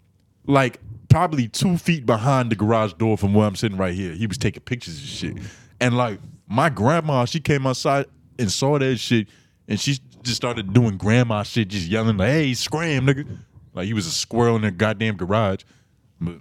[SPEAKER 1] Like, probably two feet behind the garage door from where I'm sitting right here. He was taking pictures and shit. And like, my grandma, she came outside and saw that shit, and she just started doing grandma shit, just yelling like, "Hey, scram, nigga!" Like he was a squirrel in the goddamn garage. But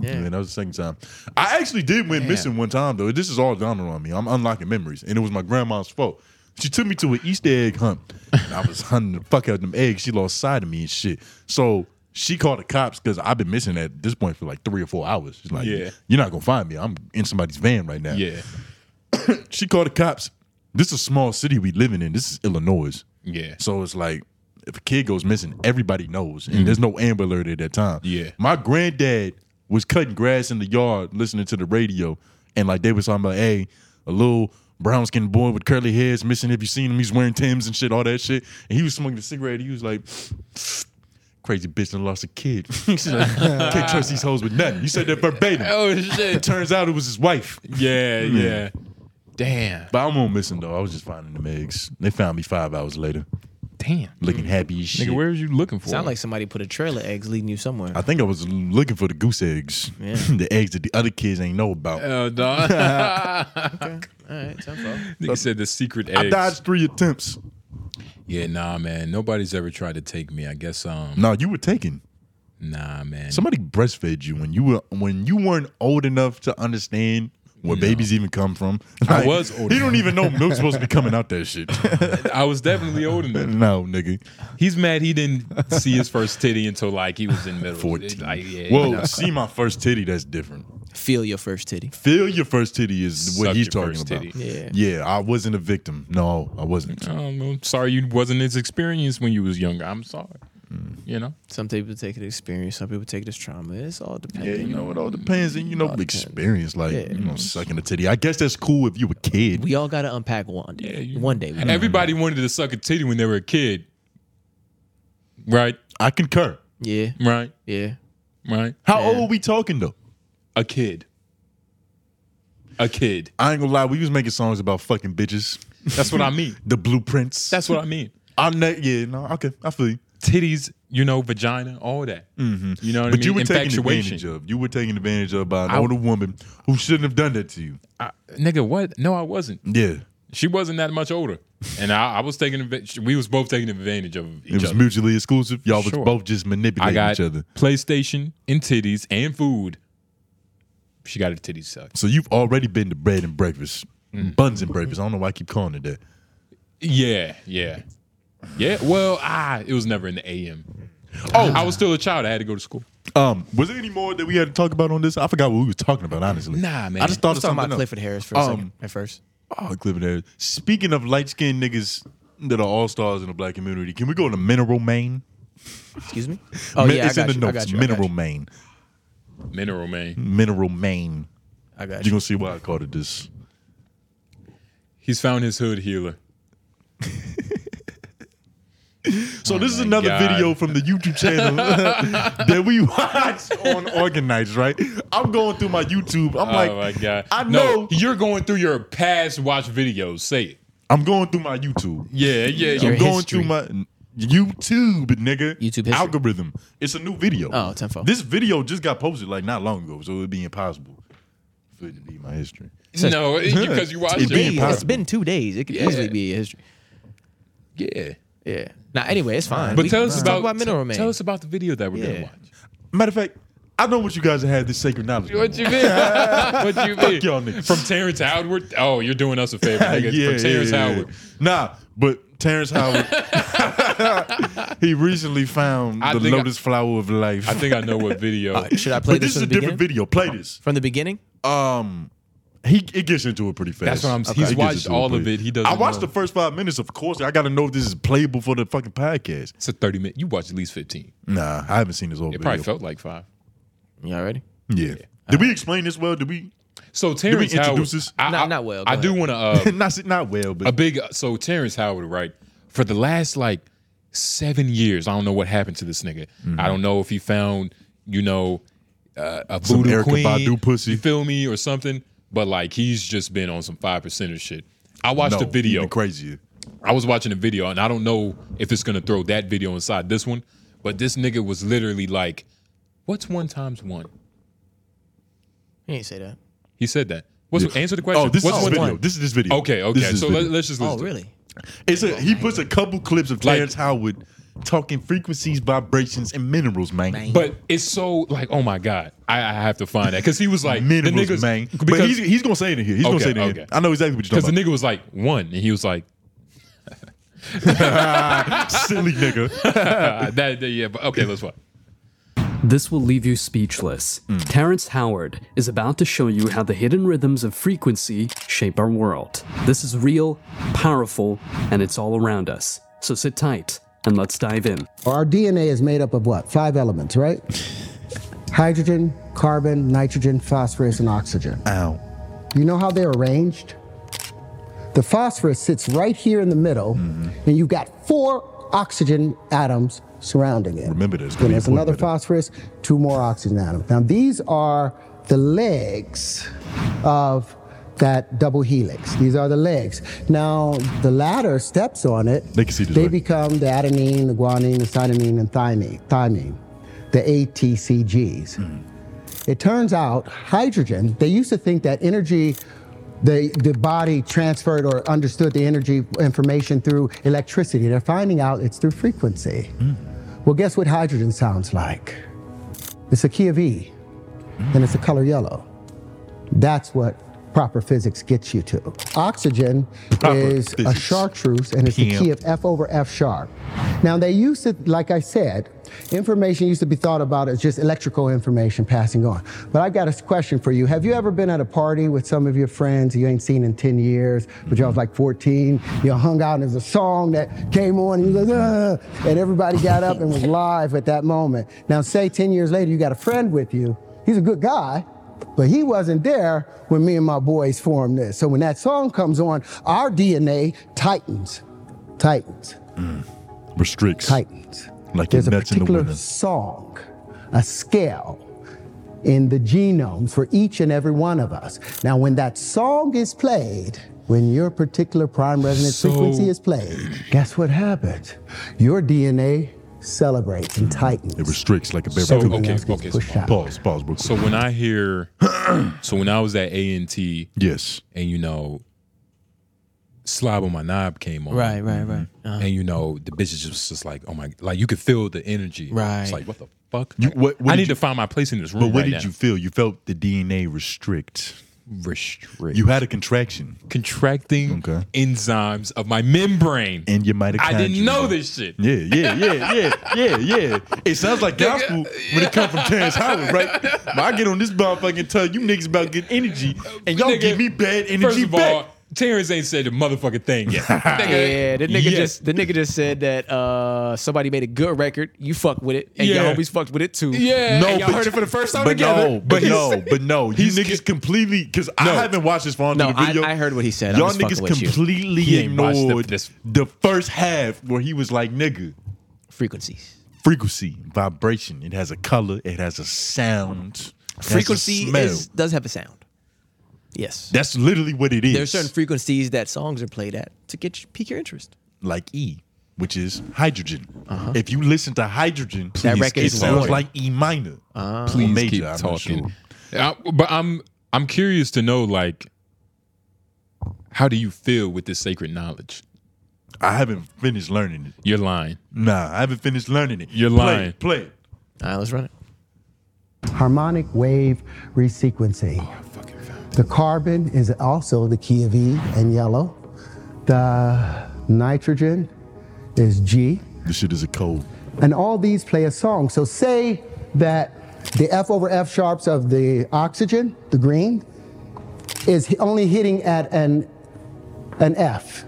[SPEAKER 1] yeah, that was the second time. I actually did went missing one time though. This is all domino on me. I'm unlocking memories, and it was my grandma's fault. She took me to an Easter egg hunt. And I was hunting the fuck out of them eggs. She lost sight of me and shit. So she called the cops because I've been missing at this point for like three or four hours. She's like,
[SPEAKER 2] Yeah.
[SPEAKER 1] you're not gonna find me. I'm in somebody's van right now.
[SPEAKER 2] Yeah,
[SPEAKER 1] She called the cops. This is a small city we living in. This is Illinois.
[SPEAKER 2] yeah.
[SPEAKER 1] So it's like if a kid goes missing, everybody knows, and there's no Amber Alert at that time.
[SPEAKER 2] Mm. Yeah.
[SPEAKER 1] my granddad was cutting grass in the yard, listening to the radio, and like they was talking about, hey, a little brown skinned boy with curly hair's missing. If you seen him, he's wearing Tim's and shit, all that shit. And he was smoking a cigarette. He was like. Crazy bitch and lost a kid. She's like, can't trust these hoes with nothing. You said that verbatim.
[SPEAKER 2] Oh shit.
[SPEAKER 1] It turns out it was his wife.
[SPEAKER 2] Yeah, yeah. Damn.
[SPEAKER 1] But I'm on missing though. I was just finding them eggs. They found me five hours later,
[SPEAKER 2] Damn.
[SPEAKER 1] looking happy as shit.
[SPEAKER 2] Nigga, where was you looking for?
[SPEAKER 3] Sound like somebody put a trailer eggs leading you somewhere.
[SPEAKER 1] I think I was looking for the goose eggs,
[SPEAKER 3] Yeah.
[SPEAKER 1] the eggs that the other kids ain't know about.
[SPEAKER 2] Oh, dog.
[SPEAKER 3] All right, tempo.
[SPEAKER 2] Nigga said the secret
[SPEAKER 1] I
[SPEAKER 2] eggs.
[SPEAKER 1] dodged three attempts.
[SPEAKER 2] Yeah, nah, man. Nobody's ever tried to take me. I guess um
[SPEAKER 1] No, you were taken.
[SPEAKER 2] nah, man.
[SPEAKER 1] Somebody breastfed you when you were when you weren't old enough to understand where babies even come from.
[SPEAKER 2] I was old
[SPEAKER 1] You don't even know milk's supposed to be coming out that shit.
[SPEAKER 2] I was definitely old enough.
[SPEAKER 1] no, nigga.
[SPEAKER 2] He's mad he didn't see his first titty until like he was in middle
[SPEAKER 1] 14.
[SPEAKER 2] Like, yeah,
[SPEAKER 1] Well,
[SPEAKER 2] you know.
[SPEAKER 1] see my first titty, that's different.
[SPEAKER 3] Feel your first titty.
[SPEAKER 1] Feel your first titty is what
[SPEAKER 2] Suck
[SPEAKER 1] he's
[SPEAKER 2] your
[SPEAKER 1] talking
[SPEAKER 2] first
[SPEAKER 1] about.
[SPEAKER 2] titty.
[SPEAKER 3] Yeah.
[SPEAKER 1] Yeah, I wasn't a victim. No, I wasn't.
[SPEAKER 2] Um, I'm sorry you wasn't as experienced when you was younger. I'm sorry. You know?
[SPEAKER 3] Some people take it as experience. Some people take it as trauma. It's all
[SPEAKER 1] Yeah,
[SPEAKER 3] dependent.
[SPEAKER 1] you know, it all depends and you know experience, like you know, sucking a titty. I guess that's cool if you were a kid.
[SPEAKER 3] We all got to unpack one day.
[SPEAKER 2] Yeah, you-
[SPEAKER 3] one day. We
[SPEAKER 2] Everybody wanted to suck a titty when they were a kid. Right?
[SPEAKER 1] I concur.
[SPEAKER 3] yeah,
[SPEAKER 2] Right?
[SPEAKER 3] yeah.
[SPEAKER 2] Right?
[SPEAKER 1] How old are we talking though?
[SPEAKER 2] A kid. A kid.
[SPEAKER 1] I ain't gonna lie, we was making songs about fucking bitches.
[SPEAKER 2] That's what I mean.
[SPEAKER 1] The blueprints.
[SPEAKER 2] That's what I mean.
[SPEAKER 1] I'm not yeah, no, okay, I feel you.
[SPEAKER 2] Titties, you know, vagina, all that. Mm-hmm. You know what I
[SPEAKER 1] But
[SPEAKER 2] mean?
[SPEAKER 1] you were taken
[SPEAKER 2] Infatuation.
[SPEAKER 1] advantage of. You were taken advantage of by an older woman who shouldn't have done that to you.
[SPEAKER 2] I, nigga, what? No, I wasn't.
[SPEAKER 1] Yeah.
[SPEAKER 2] She wasn't that much older, and I, I was taking. advan- We was both taking advantage of
[SPEAKER 1] It
[SPEAKER 2] each
[SPEAKER 1] was
[SPEAKER 2] other.
[SPEAKER 1] mutually exclusive. Y'all
[SPEAKER 2] Sure.
[SPEAKER 1] was both just
[SPEAKER 2] I
[SPEAKER 1] manipulating
[SPEAKER 2] got
[SPEAKER 1] each other.
[SPEAKER 2] PlayStation and titties and food. She got her titties sucked.
[SPEAKER 1] So you've already been to bread and breakfast.
[SPEAKER 3] Mm.
[SPEAKER 1] Buns and breakfast. I don't know why I keep calling it that.
[SPEAKER 2] Yeah, yeah, yeah. Well, ah, it was never in the AM. Oh, I was still a child. I had to go to school.
[SPEAKER 1] Um, was there any more that we had to talk about on this? I forgot what we was talking about, honestly.
[SPEAKER 2] Nah, man.
[SPEAKER 1] I just thought
[SPEAKER 3] Let's
[SPEAKER 1] of
[SPEAKER 3] talk
[SPEAKER 1] something
[SPEAKER 3] about
[SPEAKER 1] else.
[SPEAKER 3] Clifford Harris for a second
[SPEAKER 1] Um,
[SPEAKER 3] at first.
[SPEAKER 1] Oh, Clifford Harris. Speaking of light skinned niggas that are all stars in the black community, can we go to Mineral Maine?
[SPEAKER 3] Excuse me. Oh
[SPEAKER 1] Min-
[SPEAKER 3] yeah,
[SPEAKER 1] it's
[SPEAKER 3] I got
[SPEAKER 1] in the
[SPEAKER 3] you. I
[SPEAKER 1] notes.
[SPEAKER 3] got you.
[SPEAKER 1] Mineral Maine.
[SPEAKER 2] Mineral man.
[SPEAKER 1] Mineral Maine.
[SPEAKER 3] I got
[SPEAKER 1] You're
[SPEAKER 3] you.
[SPEAKER 1] gonna see why I called it this.
[SPEAKER 2] He's found his hood healer.
[SPEAKER 1] So
[SPEAKER 3] Oh
[SPEAKER 1] this is
[SPEAKER 2] my
[SPEAKER 1] another
[SPEAKER 2] God.
[SPEAKER 1] video from the YouTube channel that we watched on Organized, right? I'm going through my YouTube. I'm like,
[SPEAKER 2] oh my god!
[SPEAKER 1] I
[SPEAKER 2] No,
[SPEAKER 1] know.
[SPEAKER 2] you're going through your past watch videos. Say it.
[SPEAKER 1] I'm going through my YouTube.
[SPEAKER 2] Yeah, yeah.
[SPEAKER 1] I'm
[SPEAKER 2] You're
[SPEAKER 1] going
[SPEAKER 3] history.
[SPEAKER 1] through my YouTube, nigga.
[SPEAKER 3] YouTube history.
[SPEAKER 1] algorithm. It's a new video.
[SPEAKER 3] Oh, tenfold.
[SPEAKER 1] This video just got posted like not long ago, so it'd be impossible. Wouldn't be my history.
[SPEAKER 2] No, it- because you watched
[SPEAKER 1] It'd
[SPEAKER 2] it.
[SPEAKER 1] be
[SPEAKER 2] Days.
[SPEAKER 3] It's
[SPEAKER 1] impossible.
[SPEAKER 3] been two days. It could
[SPEAKER 2] Yeah.
[SPEAKER 3] easily be a history.
[SPEAKER 2] Yeah.
[SPEAKER 3] Yeah. Now, anyway, it's fine.
[SPEAKER 2] But
[SPEAKER 3] We-
[SPEAKER 2] tell us
[SPEAKER 3] let's
[SPEAKER 2] about,
[SPEAKER 3] talk about Mineral
[SPEAKER 2] tell-
[SPEAKER 3] Man.
[SPEAKER 2] Tell us about the video that we're
[SPEAKER 3] Yeah.
[SPEAKER 2] gonna watch.
[SPEAKER 1] Matter of fact, I know what you guys have had this sacred knowledge.
[SPEAKER 2] What you mean? what you mean?
[SPEAKER 1] Fuck y'all niggas.
[SPEAKER 2] From Terrence Howard? Oh, you're doing us a favor, nigga.
[SPEAKER 1] Yeah,
[SPEAKER 2] From Terrence
[SPEAKER 1] yeah, yeah,
[SPEAKER 2] Howard.
[SPEAKER 1] yeah. Nah, but Terrence Howard, he recently found
[SPEAKER 2] I
[SPEAKER 1] the
[SPEAKER 2] think I-
[SPEAKER 1] lotus flower of life.
[SPEAKER 2] I think I know what video.
[SPEAKER 3] Should I play
[SPEAKER 1] but this is
[SPEAKER 3] from
[SPEAKER 1] a
[SPEAKER 3] the
[SPEAKER 1] different
[SPEAKER 3] beginning?
[SPEAKER 1] video. Play this.
[SPEAKER 3] From the beginning?
[SPEAKER 1] Um, he it gets into it pretty fast.
[SPEAKER 2] That's what I'm- Uh-huh. he's
[SPEAKER 1] It gets
[SPEAKER 2] watched
[SPEAKER 1] into
[SPEAKER 2] all of
[SPEAKER 1] pretty-
[SPEAKER 2] it. He doesn't
[SPEAKER 1] I watched
[SPEAKER 2] know.
[SPEAKER 1] the first five minutes. Of course, I got to know if this is playable for the fucking podcast.
[SPEAKER 2] It's a 30 minute. You watched at least 15.
[SPEAKER 1] Nah, I haven't seen this whole
[SPEAKER 2] It
[SPEAKER 1] video.
[SPEAKER 2] probably felt like five.
[SPEAKER 3] Y'all ready?
[SPEAKER 1] yeah. Did we explain this well? Did we?
[SPEAKER 2] So Terrence Howard.
[SPEAKER 1] introduce this?
[SPEAKER 2] I,
[SPEAKER 3] Not-
[SPEAKER 2] I-
[SPEAKER 3] not well, go
[SPEAKER 2] I do
[SPEAKER 3] ahead.
[SPEAKER 2] want to. Uh,
[SPEAKER 1] not not well, but
[SPEAKER 2] a big. uh, So Terrence Howard, right? For the last like seven years, I don't know what happened to this nigga.
[SPEAKER 1] Mm-hmm.
[SPEAKER 2] I don't know if he found, you know, uh, a
[SPEAKER 1] Some
[SPEAKER 2] voodoo
[SPEAKER 1] Erykah
[SPEAKER 2] queen,
[SPEAKER 1] Badu pussy.
[SPEAKER 2] You feel me, or something? But like, he's just been on some five percenter shit. I watched
[SPEAKER 1] no,
[SPEAKER 2] a video.
[SPEAKER 1] even crazier.
[SPEAKER 2] I was watching a video, and I don't know if it's gonna throw that video inside this one, but this nigga was literally like, "What's one times one?"
[SPEAKER 3] He ain't say that.
[SPEAKER 2] He said that. What's
[SPEAKER 1] Yeah.
[SPEAKER 2] answer the question?
[SPEAKER 1] Oh, this
[SPEAKER 2] What's
[SPEAKER 1] is
[SPEAKER 2] one
[SPEAKER 1] this video.
[SPEAKER 2] times-
[SPEAKER 1] This is this video.
[SPEAKER 2] Okay,
[SPEAKER 1] This
[SPEAKER 2] okay.
[SPEAKER 1] is this
[SPEAKER 2] So let,
[SPEAKER 1] video.
[SPEAKER 2] let's just
[SPEAKER 3] Oh,
[SPEAKER 2] listen.
[SPEAKER 3] really?
[SPEAKER 1] It's a, he puts a couple clips of
[SPEAKER 2] Like-
[SPEAKER 1] Terrence Howard talking frequencies, vibrations, and minerals, man.
[SPEAKER 2] But it's so like, oh my god, I, I have to find that because he was like
[SPEAKER 1] minerals,
[SPEAKER 2] the niggas,
[SPEAKER 1] man. but
[SPEAKER 2] because-
[SPEAKER 1] he's, he's gonna say it in here. He's gonna
[SPEAKER 2] Okay,
[SPEAKER 1] say it in
[SPEAKER 2] okay.
[SPEAKER 1] here. I know exactly what you're
[SPEAKER 2] Because the
[SPEAKER 1] talking
[SPEAKER 2] nigga was like one, and he was like
[SPEAKER 1] about. Silly nigga.
[SPEAKER 2] "Ah, that, that- Yeah, but okay, let's watch.
[SPEAKER 12] This will leave you speechless. Terrence Howard is about to show you how the hidden rhythms of frequency shape our world. This is real, powerful, and it's all around us. So sit tight and let's dive in.
[SPEAKER 13] Our DNA is made up of what? Five elements, right? Hydrogen, carbon, nitrogen, phosphorus, and oxygen.
[SPEAKER 1] Ow.
[SPEAKER 13] You know how they're arranged? The phosphorus sits right here in the middle, and you've got four oxygen atoms surrounding it.
[SPEAKER 1] Remember this.
[SPEAKER 13] Then there's another phosphorus, two more oxygen atoms. Now, these are the legs of that double helix. These are the legs. Now, the ladder steps on it.
[SPEAKER 1] They can see this
[SPEAKER 13] They
[SPEAKER 1] right.
[SPEAKER 13] become the adenine, the guanine, the cytidine, and thymine, thymine the ATCGs.
[SPEAKER 12] Hmm.
[SPEAKER 13] It turns out hydrogen, they used to think that energy, the, the body transferred or understood the energy information through electricity. They're finding out it's through frequency.
[SPEAKER 1] Hmm.
[SPEAKER 13] Well, guess what hydrogen sounds like? It's a key of E, and it's a color yellow. That's what proper physics gets you to. Oxygen
[SPEAKER 1] Proper
[SPEAKER 13] is a
[SPEAKER 1] physics.
[SPEAKER 13] chartreuse, and it's the key
[SPEAKER 1] Pimp.
[SPEAKER 13] of of F over F sharp. Now, they used to, like I said, information used to be thought about as just electrical information passing on. But I've got a question for you. Have you ever been at a party with some of your friends you ain't seen in 10 years, but y'all was like 14? You hung out and there's a song that came on and you was like, "Ah," and everybody got up and was live at that moment. Now, say 10 years later, you got a friend with you. He's a good guy. But he wasn't there when me and my boys formed this. So when that song comes on, our DNA tightens, tightens,
[SPEAKER 1] Restricts.
[SPEAKER 13] tightens.
[SPEAKER 1] Like
[SPEAKER 13] There's
[SPEAKER 1] your
[SPEAKER 13] a
[SPEAKER 1] nuts in the
[SPEAKER 13] particular
[SPEAKER 1] winter.
[SPEAKER 13] song, a scale in the genomes for each and every one of us. Now, when that song is played, when your particular prime resonance
[SPEAKER 2] So-
[SPEAKER 13] frequency is played, guess what happens? Your DNA celebrates and tightens.
[SPEAKER 1] It restricts like a beverage.
[SPEAKER 2] So
[SPEAKER 13] Everything
[SPEAKER 2] okay,
[SPEAKER 13] else gets
[SPEAKER 2] okay.
[SPEAKER 13] pushed
[SPEAKER 2] So,
[SPEAKER 13] out.
[SPEAKER 1] Pause. Pause. Real quick.
[SPEAKER 2] so when I hear, so when I was at A and T,
[SPEAKER 1] yes.
[SPEAKER 2] and you know, slob on my knob came on,
[SPEAKER 3] Right, right, right.
[SPEAKER 1] Mm-hmm.
[SPEAKER 3] Uh-huh.
[SPEAKER 2] And you know, the bitches just just like, oh my, like you could feel the energy,
[SPEAKER 3] Right.
[SPEAKER 2] It's like what the fuck?
[SPEAKER 1] You,
[SPEAKER 2] Like,
[SPEAKER 1] what, what
[SPEAKER 2] I
[SPEAKER 1] did
[SPEAKER 2] need
[SPEAKER 1] you-
[SPEAKER 2] to find my place in this room.
[SPEAKER 1] But what
[SPEAKER 2] right
[SPEAKER 1] did
[SPEAKER 2] now.
[SPEAKER 1] you feel? You felt the DNA restrict.
[SPEAKER 2] restrict?
[SPEAKER 1] You had a contraction
[SPEAKER 2] contracting
[SPEAKER 1] Okay.
[SPEAKER 2] enzymes of my membrane.
[SPEAKER 1] in your mitochondria.
[SPEAKER 2] I didn't know this shit.
[SPEAKER 1] Yeah, yeah, yeah, yeah, yeah, yeah. It sounds like gospel when it come from Terrence Howard, right? But I get on this motherfucker and tell you niggas about good energy, and y'all
[SPEAKER 2] Nigga,
[SPEAKER 1] give me bad energy
[SPEAKER 2] First of
[SPEAKER 1] back.
[SPEAKER 2] all, Terrence ain't said the motherfucking thing yet. Nigga,
[SPEAKER 3] Yeah, the nigga
[SPEAKER 2] yes.
[SPEAKER 3] just the nigga just said that uh, somebody made a good record. You fuck with it, and
[SPEAKER 2] Yeah.
[SPEAKER 3] your homies fucked with it too.
[SPEAKER 2] Yeah.
[SPEAKER 1] No,
[SPEAKER 3] and y'all
[SPEAKER 1] but-
[SPEAKER 3] heard it for the first time
[SPEAKER 1] but
[SPEAKER 3] together.
[SPEAKER 1] no, but no, but no. You
[SPEAKER 2] he's
[SPEAKER 1] niggas
[SPEAKER 2] ki-
[SPEAKER 1] completely because I
[SPEAKER 2] No.
[SPEAKER 1] haven't watched this far into
[SPEAKER 3] No,
[SPEAKER 1] the video.
[SPEAKER 3] I- I heard what he said. I'm
[SPEAKER 1] Y'all
[SPEAKER 3] just fucking
[SPEAKER 1] niggas
[SPEAKER 3] with you.
[SPEAKER 1] completely
[SPEAKER 2] He ain't watched the-
[SPEAKER 1] ignored
[SPEAKER 2] this-
[SPEAKER 1] the first half where he was like, "Nigga,
[SPEAKER 3] frequencies.
[SPEAKER 1] frequency, vibration. It has a color. It has a sound. it has a
[SPEAKER 3] Frequency
[SPEAKER 1] smell."
[SPEAKER 3] is, does have a sound. Yes,
[SPEAKER 1] That's literally what it is.
[SPEAKER 3] there are certain frequencies that songs are played at to get you, pique your interest.
[SPEAKER 1] like E, which is hydrogen. If you listen to hydrogen,
[SPEAKER 3] Uh-huh. That
[SPEAKER 1] please,
[SPEAKER 3] record
[SPEAKER 1] it
[SPEAKER 3] is Ah.
[SPEAKER 1] sounds
[SPEAKER 3] water.
[SPEAKER 1] like E minor.
[SPEAKER 2] please
[SPEAKER 1] Major,
[SPEAKER 2] keep
[SPEAKER 1] I'm not
[SPEAKER 2] talking.
[SPEAKER 1] sure.
[SPEAKER 2] Uh, but I'm I'm curious to know, like, how do you feel with this sacred knowledge?
[SPEAKER 1] I haven't finished learning it.
[SPEAKER 2] You're lying.
[SPEAKER 1] Nah, I haven't finished learning it.
[SPEAKER 2] You're
[SPEAKER 1] Play it,
[SPEAKER 2] lying.
[SPEAKER 1] Play it.
[SPEAKER 3] All right, let's run it.
[SPEAKER 13] Harmonic wave resequencing. the carbon is also the key of E and yellow. The nitrogen is G.
[SPEAKER 1] This shit is a code.
[SPEAKER 13] And all these play a song. So say that the F over F sharps of the oxygen, the green, is hi- only hitting at an, an F.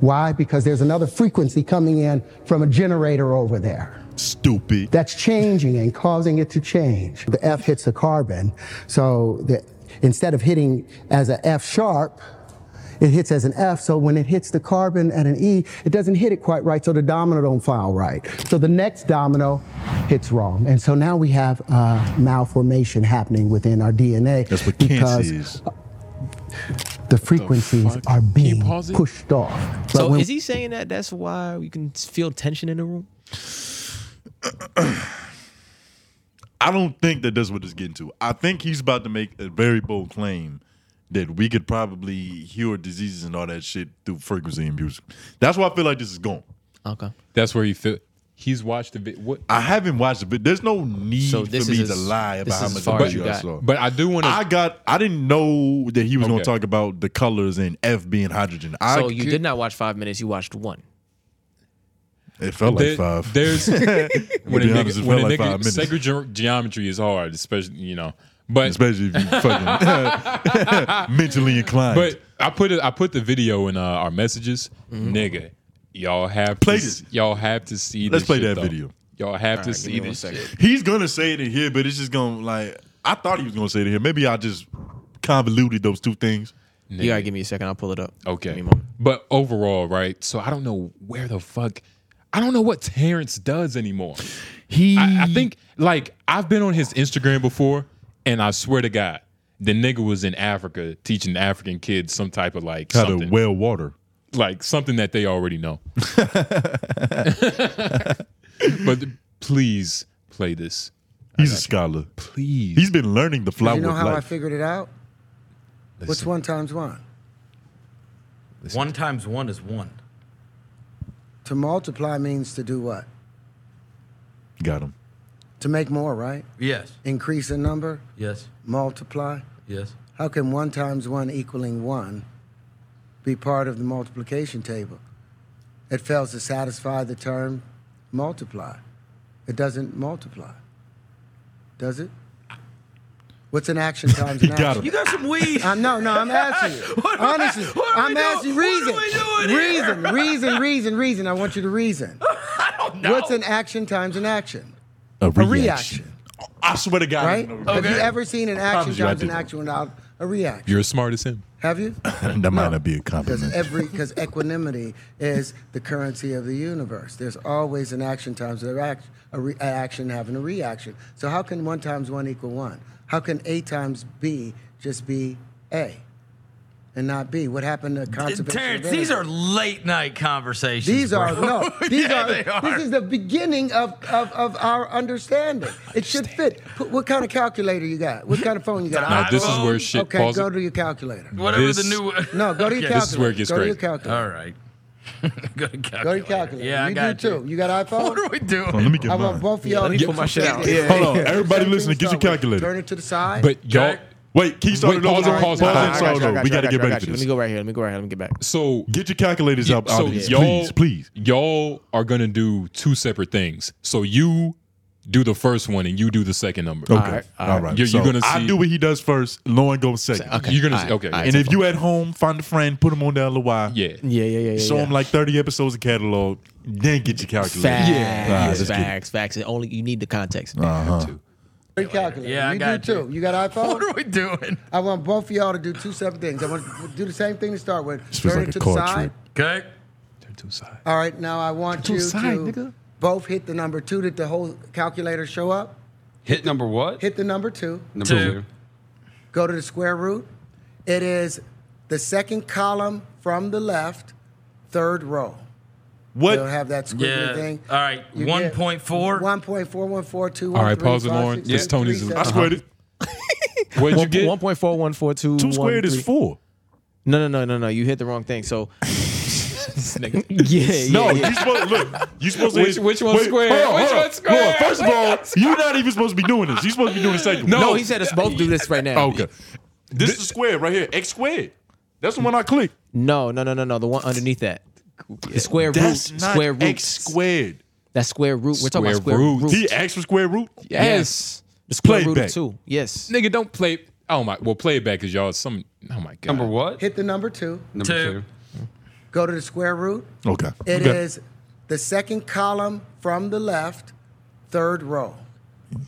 [SPEAKER 13] Why? Because there's another frequency coming in from a generator over there.
[SPEAKER 1] Stupid.
[SPEAKER 13] That's changing and causing it to change. The F hits the carbon. So the, instead of hitting as a F sharp, it hits as an F, so when it hits the carbon at an E, it doesn't hit it quite right, so the domino don't file right. So the next domino hits wrong, and so now we have uh, malformation happening within our DNA That's what
[SPEAKER 1] cancer
[SPEAKER 13] because
[SPEAKER 1] is.
[SPEAKER 13] the frequencies are being pushed off. But
[SPEAKER 3] So
[SPEAKER 13] when-
[SPEAKER 3] is he saying that that's why you can feel tension in the room?
[SPEAKER 1] I don't think that that's what it's getting to. I think he's about to make a very bold claim that we could probably cure diseases and all that shit through frequency and music. That's why I feel like this is going.
[SPEAKER 3] Okay.
[SPEAKER 2] That's where you feel. He's watched the video. What?
[SPEAKER 1] I haven't watched it, but there's no need
[SPEAKER 2] So
[SPEAKER 1] for
[SPEAKER 2] this
[SPEAKER 1] me
[SPEAKER 2] is
[SPEAKER 1] to
[SPEAKER 2] as-
[SPEAKER 1] lie
[SPEAKER 2] this is
[SPEAKER 1] about how
[SPEAKER 2] as
[SPEAKER 1] much
[SPEAKER 2] far as
[SPEAKER 1] video
[SPEAKER 2] you
[SPEAKER 1] I
[SPEAKER 2] got.
[SPEAKER 1] saw.
[SPEAKER 2] But I do wanna-
[SPEAKER 1] I got. I didn't know that he was going
[SPEAKER 2] Okay.
[SPEAKER 1] to talk about the colors and F being hydrogen. I
[SPEAKER 3] so you did not watch five minutes. You watched one.
[SPEAKER 1] It felt like
[SPEAKER 2] There-
[SPEAKER 1] five.
[SPEAKER 2] There's
[SPEAKER 1] To
[SPEAKER 2] when a
[SPEAKER 1] be honest,
[SPEAKER 2] nigga,
[SPEAKER 1] it
[SPEAKER 2] when a
[SPEAKER 1] felt like
[SPEAKER 2] nigga-
[SPEAKER 1] five minutes.
[SPEAKER 2] sacred ge- geometry is hard, especially you know. But
[SPEAKER 1] especially if you fucking mentally inclined.
[SPEAKER 2] But I put it. I put the video in uh, our messages, nigga. Y'all have
[SPEAKER 1] Mm-hmm. Play
[SPEAKER 2] to, s- Y'all have to see.
[SPEAKER 1] Let's
[SPEAKER 2] this
[SPEAKER 1] play
[SPEAKER 2] shit,
[SPEAKER 1] that
[SPEAKER 2] though.
[SPEAKER 1] video.
[SPEAKER 2] Y'all have
[SPEAKER 1] All
[SPEAKER 2] to
[SPEAKER 1] right,
[SPEAKER 2] see
[SPEAKER 1] give me
[SPEAKER 2] this
[SPEAKER 1] one
[SPEAKER 2] shit.
[SPEAKER 1] second. He's gonna say it in here, but it's just gonna like I thought he was gonna say it in here. Maybe I just convoluted those two things.
[SPEAKER 3] You gotta give me a second. I'll pull it up.
[SPEAKER 2] Okay. But overall, right? So I don't know where the fuck. I don't know what Terrence does anymore.
[SPEAKER 1] He.
[SPEAKER 2] I, I think like I've been on his Instagram before, and I swear to God, the nigga was in Africa teaching African kids some type of like
[SPEAKER 1] How
[SPEAKER 2] something
[SPEAKER 1] to well water.
[SPEAKER 2] like something that they already know. but please play this.
[SPEAKER 1] He's a scholar.
[SPEAKER 2] Please.
[SPEAKER 1] He's been learning the flower
[SPEAKER 14] you know
[SPEAKER 1] of
[SPEAKER 14] how I
[SPEAKER 1] life.
[SPEAKER 14] figured it out? What's one times one?
[SPEAKER 15] One times one is one.
[SPEAKER 14] To multiply means to do what?
[SPEAKER 1] Got him.
[SPEAKER 14] To make more, right?
[SPEAKER 15] Yes.
[SPEAKER 14] Increase in number,
[SPEAKER 15] Yes.
[SPEAKER 14] multiply.
[SPEAKER 15] Yes.
[SPEAKER 14] How can one times one equaling one be part of the multiplication table? It fails to satisfy the term multiply. It doesn't multiply. Does it? What's an action times an
[SPEAKER 15] He got
[SPEAKER 14] action?
[SPEAKER 15] him. You got some weed.
[SPEAKER 14] I'm, no, no, I'm asking you.
[SPEAKER 15] What are we-
[SPEAKER 14] Honestly,
[SPEAKER 15] what are we
[SPEAKER 14] I'm asking
[SPEAKER 15] doing-
[SPEAKER 14] reason.
[SPEAKER 15] what are we doing here?
[SPEAKER 14] reason, reason, reason, reason. I want you to reason. What's an action times an action?
[SPEAKER 1] A
[SPEAKER 14] reaction.
[SPEAKER 1] I swear to God. I
[SPEAKER 14] Right?
[SPEAKER 1] didn't know-
[SPEAKER 14] Have you ever seen an
[SPEAKER 1] I
[SPEAKER 14] action
[SPEAKER 1] promise you I
[SPEAKER 14] times an
[SPEAKER 1] didn't.
[SPEAKER 14] action without a reaction?
[SPEAKER 2] You're as smart as him.
[SPEAKER 14] Have you?
[SPEAKER 1] that might not be a compliment.
[SPEAKER 14] Because every because equanimity is the currency of the universe. There's always an action times a reac- a re- an action having a reaction. So how can one times one equal one? How can a times b just be a, and not b? What happened to conservation?
[SPEAKER 15] Terrence,
[SPEAKER 14] of
[SPEAKER 15] these
[SPEAKER 14] energy?
[SPEAKER 15] are late night conversations.
[SPEAKER 14] These are
[SPEAKER 15] bro.
[SPEAKER 14] no. These
[SPEAKER 15] yeah,
[SPEAKER 14] are,
[SPEAKER 15] They are.
[SPEAKER 14] This is the beginning of, of, of our understanding. It should fit. Put, what kind of calculator you got? What kind of phone you got?
[SPEAKER 2] Now, this is where
[SPEAKER 14] iPhone?
[SPEAKER 2] shit-
[SPEAKER 14] Okay,
[SPEAKER 2] pause
[SPEAKER 14] go
[SPEAKER 2] it.
[SPEAKER 14] to your calculator.
[SPEAKER 2] Whatever the This- new-
[SPEAKER 14] No, go to your calculator.
[SPEAKER 2] This is where it gets
[SPEAKER 14] go
[SPEAKER 2] crazy.
[SPEAKER 14] To your calculator.
[SPEAKER 15] All right. Go to calculator.
[SPEAKER 14] Go to your calculator.
[SPEAKER 15] Yeah, I
[SPEAKER 14] you
[SPEAKER 15] got
[SPEAKER 14] do too. You got iPhone? What are
[SPEAKER 15] we doing?
[SPEAKER 1] Hold on, let me get
[SPEAKER 14] I
[SPEAKER 1] mine.
[SPEAKER 14] want both of
[SPEAKER 1] Yeah,
[SPEAKER 14] y'all.
[SPEAKER 1] let me put my shit out. Yeah, Hold yeah. on, everybody listening, get your calculator.
[SPEAKER 14] Turn it to the side.
[SPEAKER 2] But y'all,
[SPEAKER 1] wait, keep starting
[SPEAKER 2] pause
[SPEAKER 1] over.
[SPEAKER 2] it, pause it,
[SPEAKER 1] Pause it,
[SPEAKER 2] pause it.
[SPEAKER 1] start over. We got to get ready
[SPEAKER 3] back
[SPEAKER 1] for
[SPEAKER 3] Let
[SPEAKER 1] this.
[SPEAKER 3] me go right here. Let me go right here. Let me get back.
[SPEAKER 2] So
[SPEAKER 1] get your calculators out,
[SPEAKER 2] So
[SPEAKER 1] audience,
[SPEAKER 2] y'all,
[SPEAKER 1] please, please.
[SPEAKER 2] Y'all are gonna do two separate things. So you do the first one and you do the second number.
[SPEAKER 1] Okay. All right.
[SPEAKER 2] You're,
[SPEAKER 1] So
[SPEAKER 2] you're gonna see.
[SPEAKER 1] I do what he does first. Lauren goes second.
[SPEAKER 2] Okay. You're gonna All see- right. okay. All right.
[SPEAKER 1] And if you at home, find a friend, put him on the LOI.
[SPEAKER 2] Yeah.
[SPEAKER 3] Yeah, yeah, yeah. yeah
[SPEAKER 1] Show
[SPEAKER 3] yeah.
[SPEAKER 1] him like 30 episodes of catalog. Then get your calculator.
[SPEAKER 3] Facts,
[SPEAKER 1] Nah,
[SPEAKER 3] yeah,
[SPEAKER 1] just kidding.
[SPEAKER 3] facts, facts. And only you need the context.
[SPEAKER 1] Uh-huh.
[SPEAKER 14] Your calculator.
[SPEAKER 3] Yeah, I
[SPEAKER 14] you
[SPEAKER 3] got
[SPEAKER 14] do
[SPEAKER 3] you.
[SPEAKER 14] too. You got iPhone? What
[SPEAKER 15] are we doing?
[SPEAKER 14] I want both of y'all to do two separate things. I want to do the same thing to start with.
[SPEAKER 1] This feels
[SPEAKER 14] Turn
[SPEAKER 1] like
[SPEAKER 14] it to
[SPEAKER 1] a
[SPEAKER 14] the
[SPEAKER 1] card
[SPEAKER 14] side.
[SPEAKER 1] trick.
[SPEAKER 15] Okay.
[SPEAKER 14] All right, now I want
[SPEAKER 15] Turn
[SPEAKER 14] you
[SPEAKER 15] to the side,
[SPEAKER 14] to
[SPEAKER 15] nigga.
[SPEAKER 14] both hit the number two. Did the whole calculator show up?
[SPEAKER 15] Hit number what?
[SPEAKER 14] Hit the number two.
[SPEAKER 15] Number two.
[SPEAKER 14] Go to the square root. It is the second column from the left, third row.
[SPEAKER 1] What?
[SPEAKER 14] You'll have that squiggly
[SPEAKER 15] Yeah.
[SPEAKER 14] thing.
[SPEAKER 15] All right.
[SPEAKER 14] You get-
[SPEAKER 15] 1.4.
[SPEAKER 14] 1.4142.
[SPEAKER 2] All right, pause it, Lauren. This Tony's-
[SPEAKER 14] Tony's.
[SPEAKER 2] I swear to- What'd you get?
[SPEAKER 3] One point four one four two.
[SPEAKER 1] Two squared is four.
[SPEAKER 3] No, no, no, no, no. You hit the wrong thing. So. yeah, yeah,
[SPEAKER 1] No,
[SPEAKER 3] yeah.
[SPEAKER 1] you supposed look. You supposed to
[SPEAKER 2] Which- which one's square?
[SPEAKER 1] hold on,
[SPEAKER 2] Which
[SPEAKER 1] hold on.
[SPEAKER 2] one's square?
[SPEAKER 1] Hold on. First of
[SPEAKER 2] Which
[SPEAKER 1] all,
[SPEAKER 2] one's
[SPEAKER 1] you're not even supposed to be doing this. You're supposed to be doing the second.
[SPEAKER 3] No,
[SPEAKER 1] one. Oh,
[SPEAKER 3] he said us both do this right now.
[SPEAKER 1] Okay, this is square right here. X squared. That's the one I clicked.
[SPEAKER 3] No, no, no, no, no. The one underneath that. The square root.
[SPEAKER 1] That's not
[SPEAKER 3] Square root.
[SPEAKER 1] X squared.
[SPEAKER 3] That square root. We're talking about
[SPEAKER 2] Square
[SPEAKER 3] square root.
[SPEAKER 2] root.
[SPEAKER 1] He asked for square root.
[SPEAKER 2] Yes.
[SPEAKER 3] The square
[SPEAKER 1] Play
[SPEAKER 3] root of
[SPEAKER 1] back.
[SPEAKER 3] two. Yes.
[SPEAKER 2] Nigga, don't play. Oh my. Well, play it back because y'all some. Oh my god. Number
[SPEAKER 10] what?
[SPEAKER 13] Hit the number two.
[SPEAKER 2] Number two.
[SPEAKER 13] Go to the square root.
[SPEAKER 1] Okay.
[SPEAKER 13] It is
[SPEAKER 1] Okay.
[SPEAKER 13] the second column from the left, third row.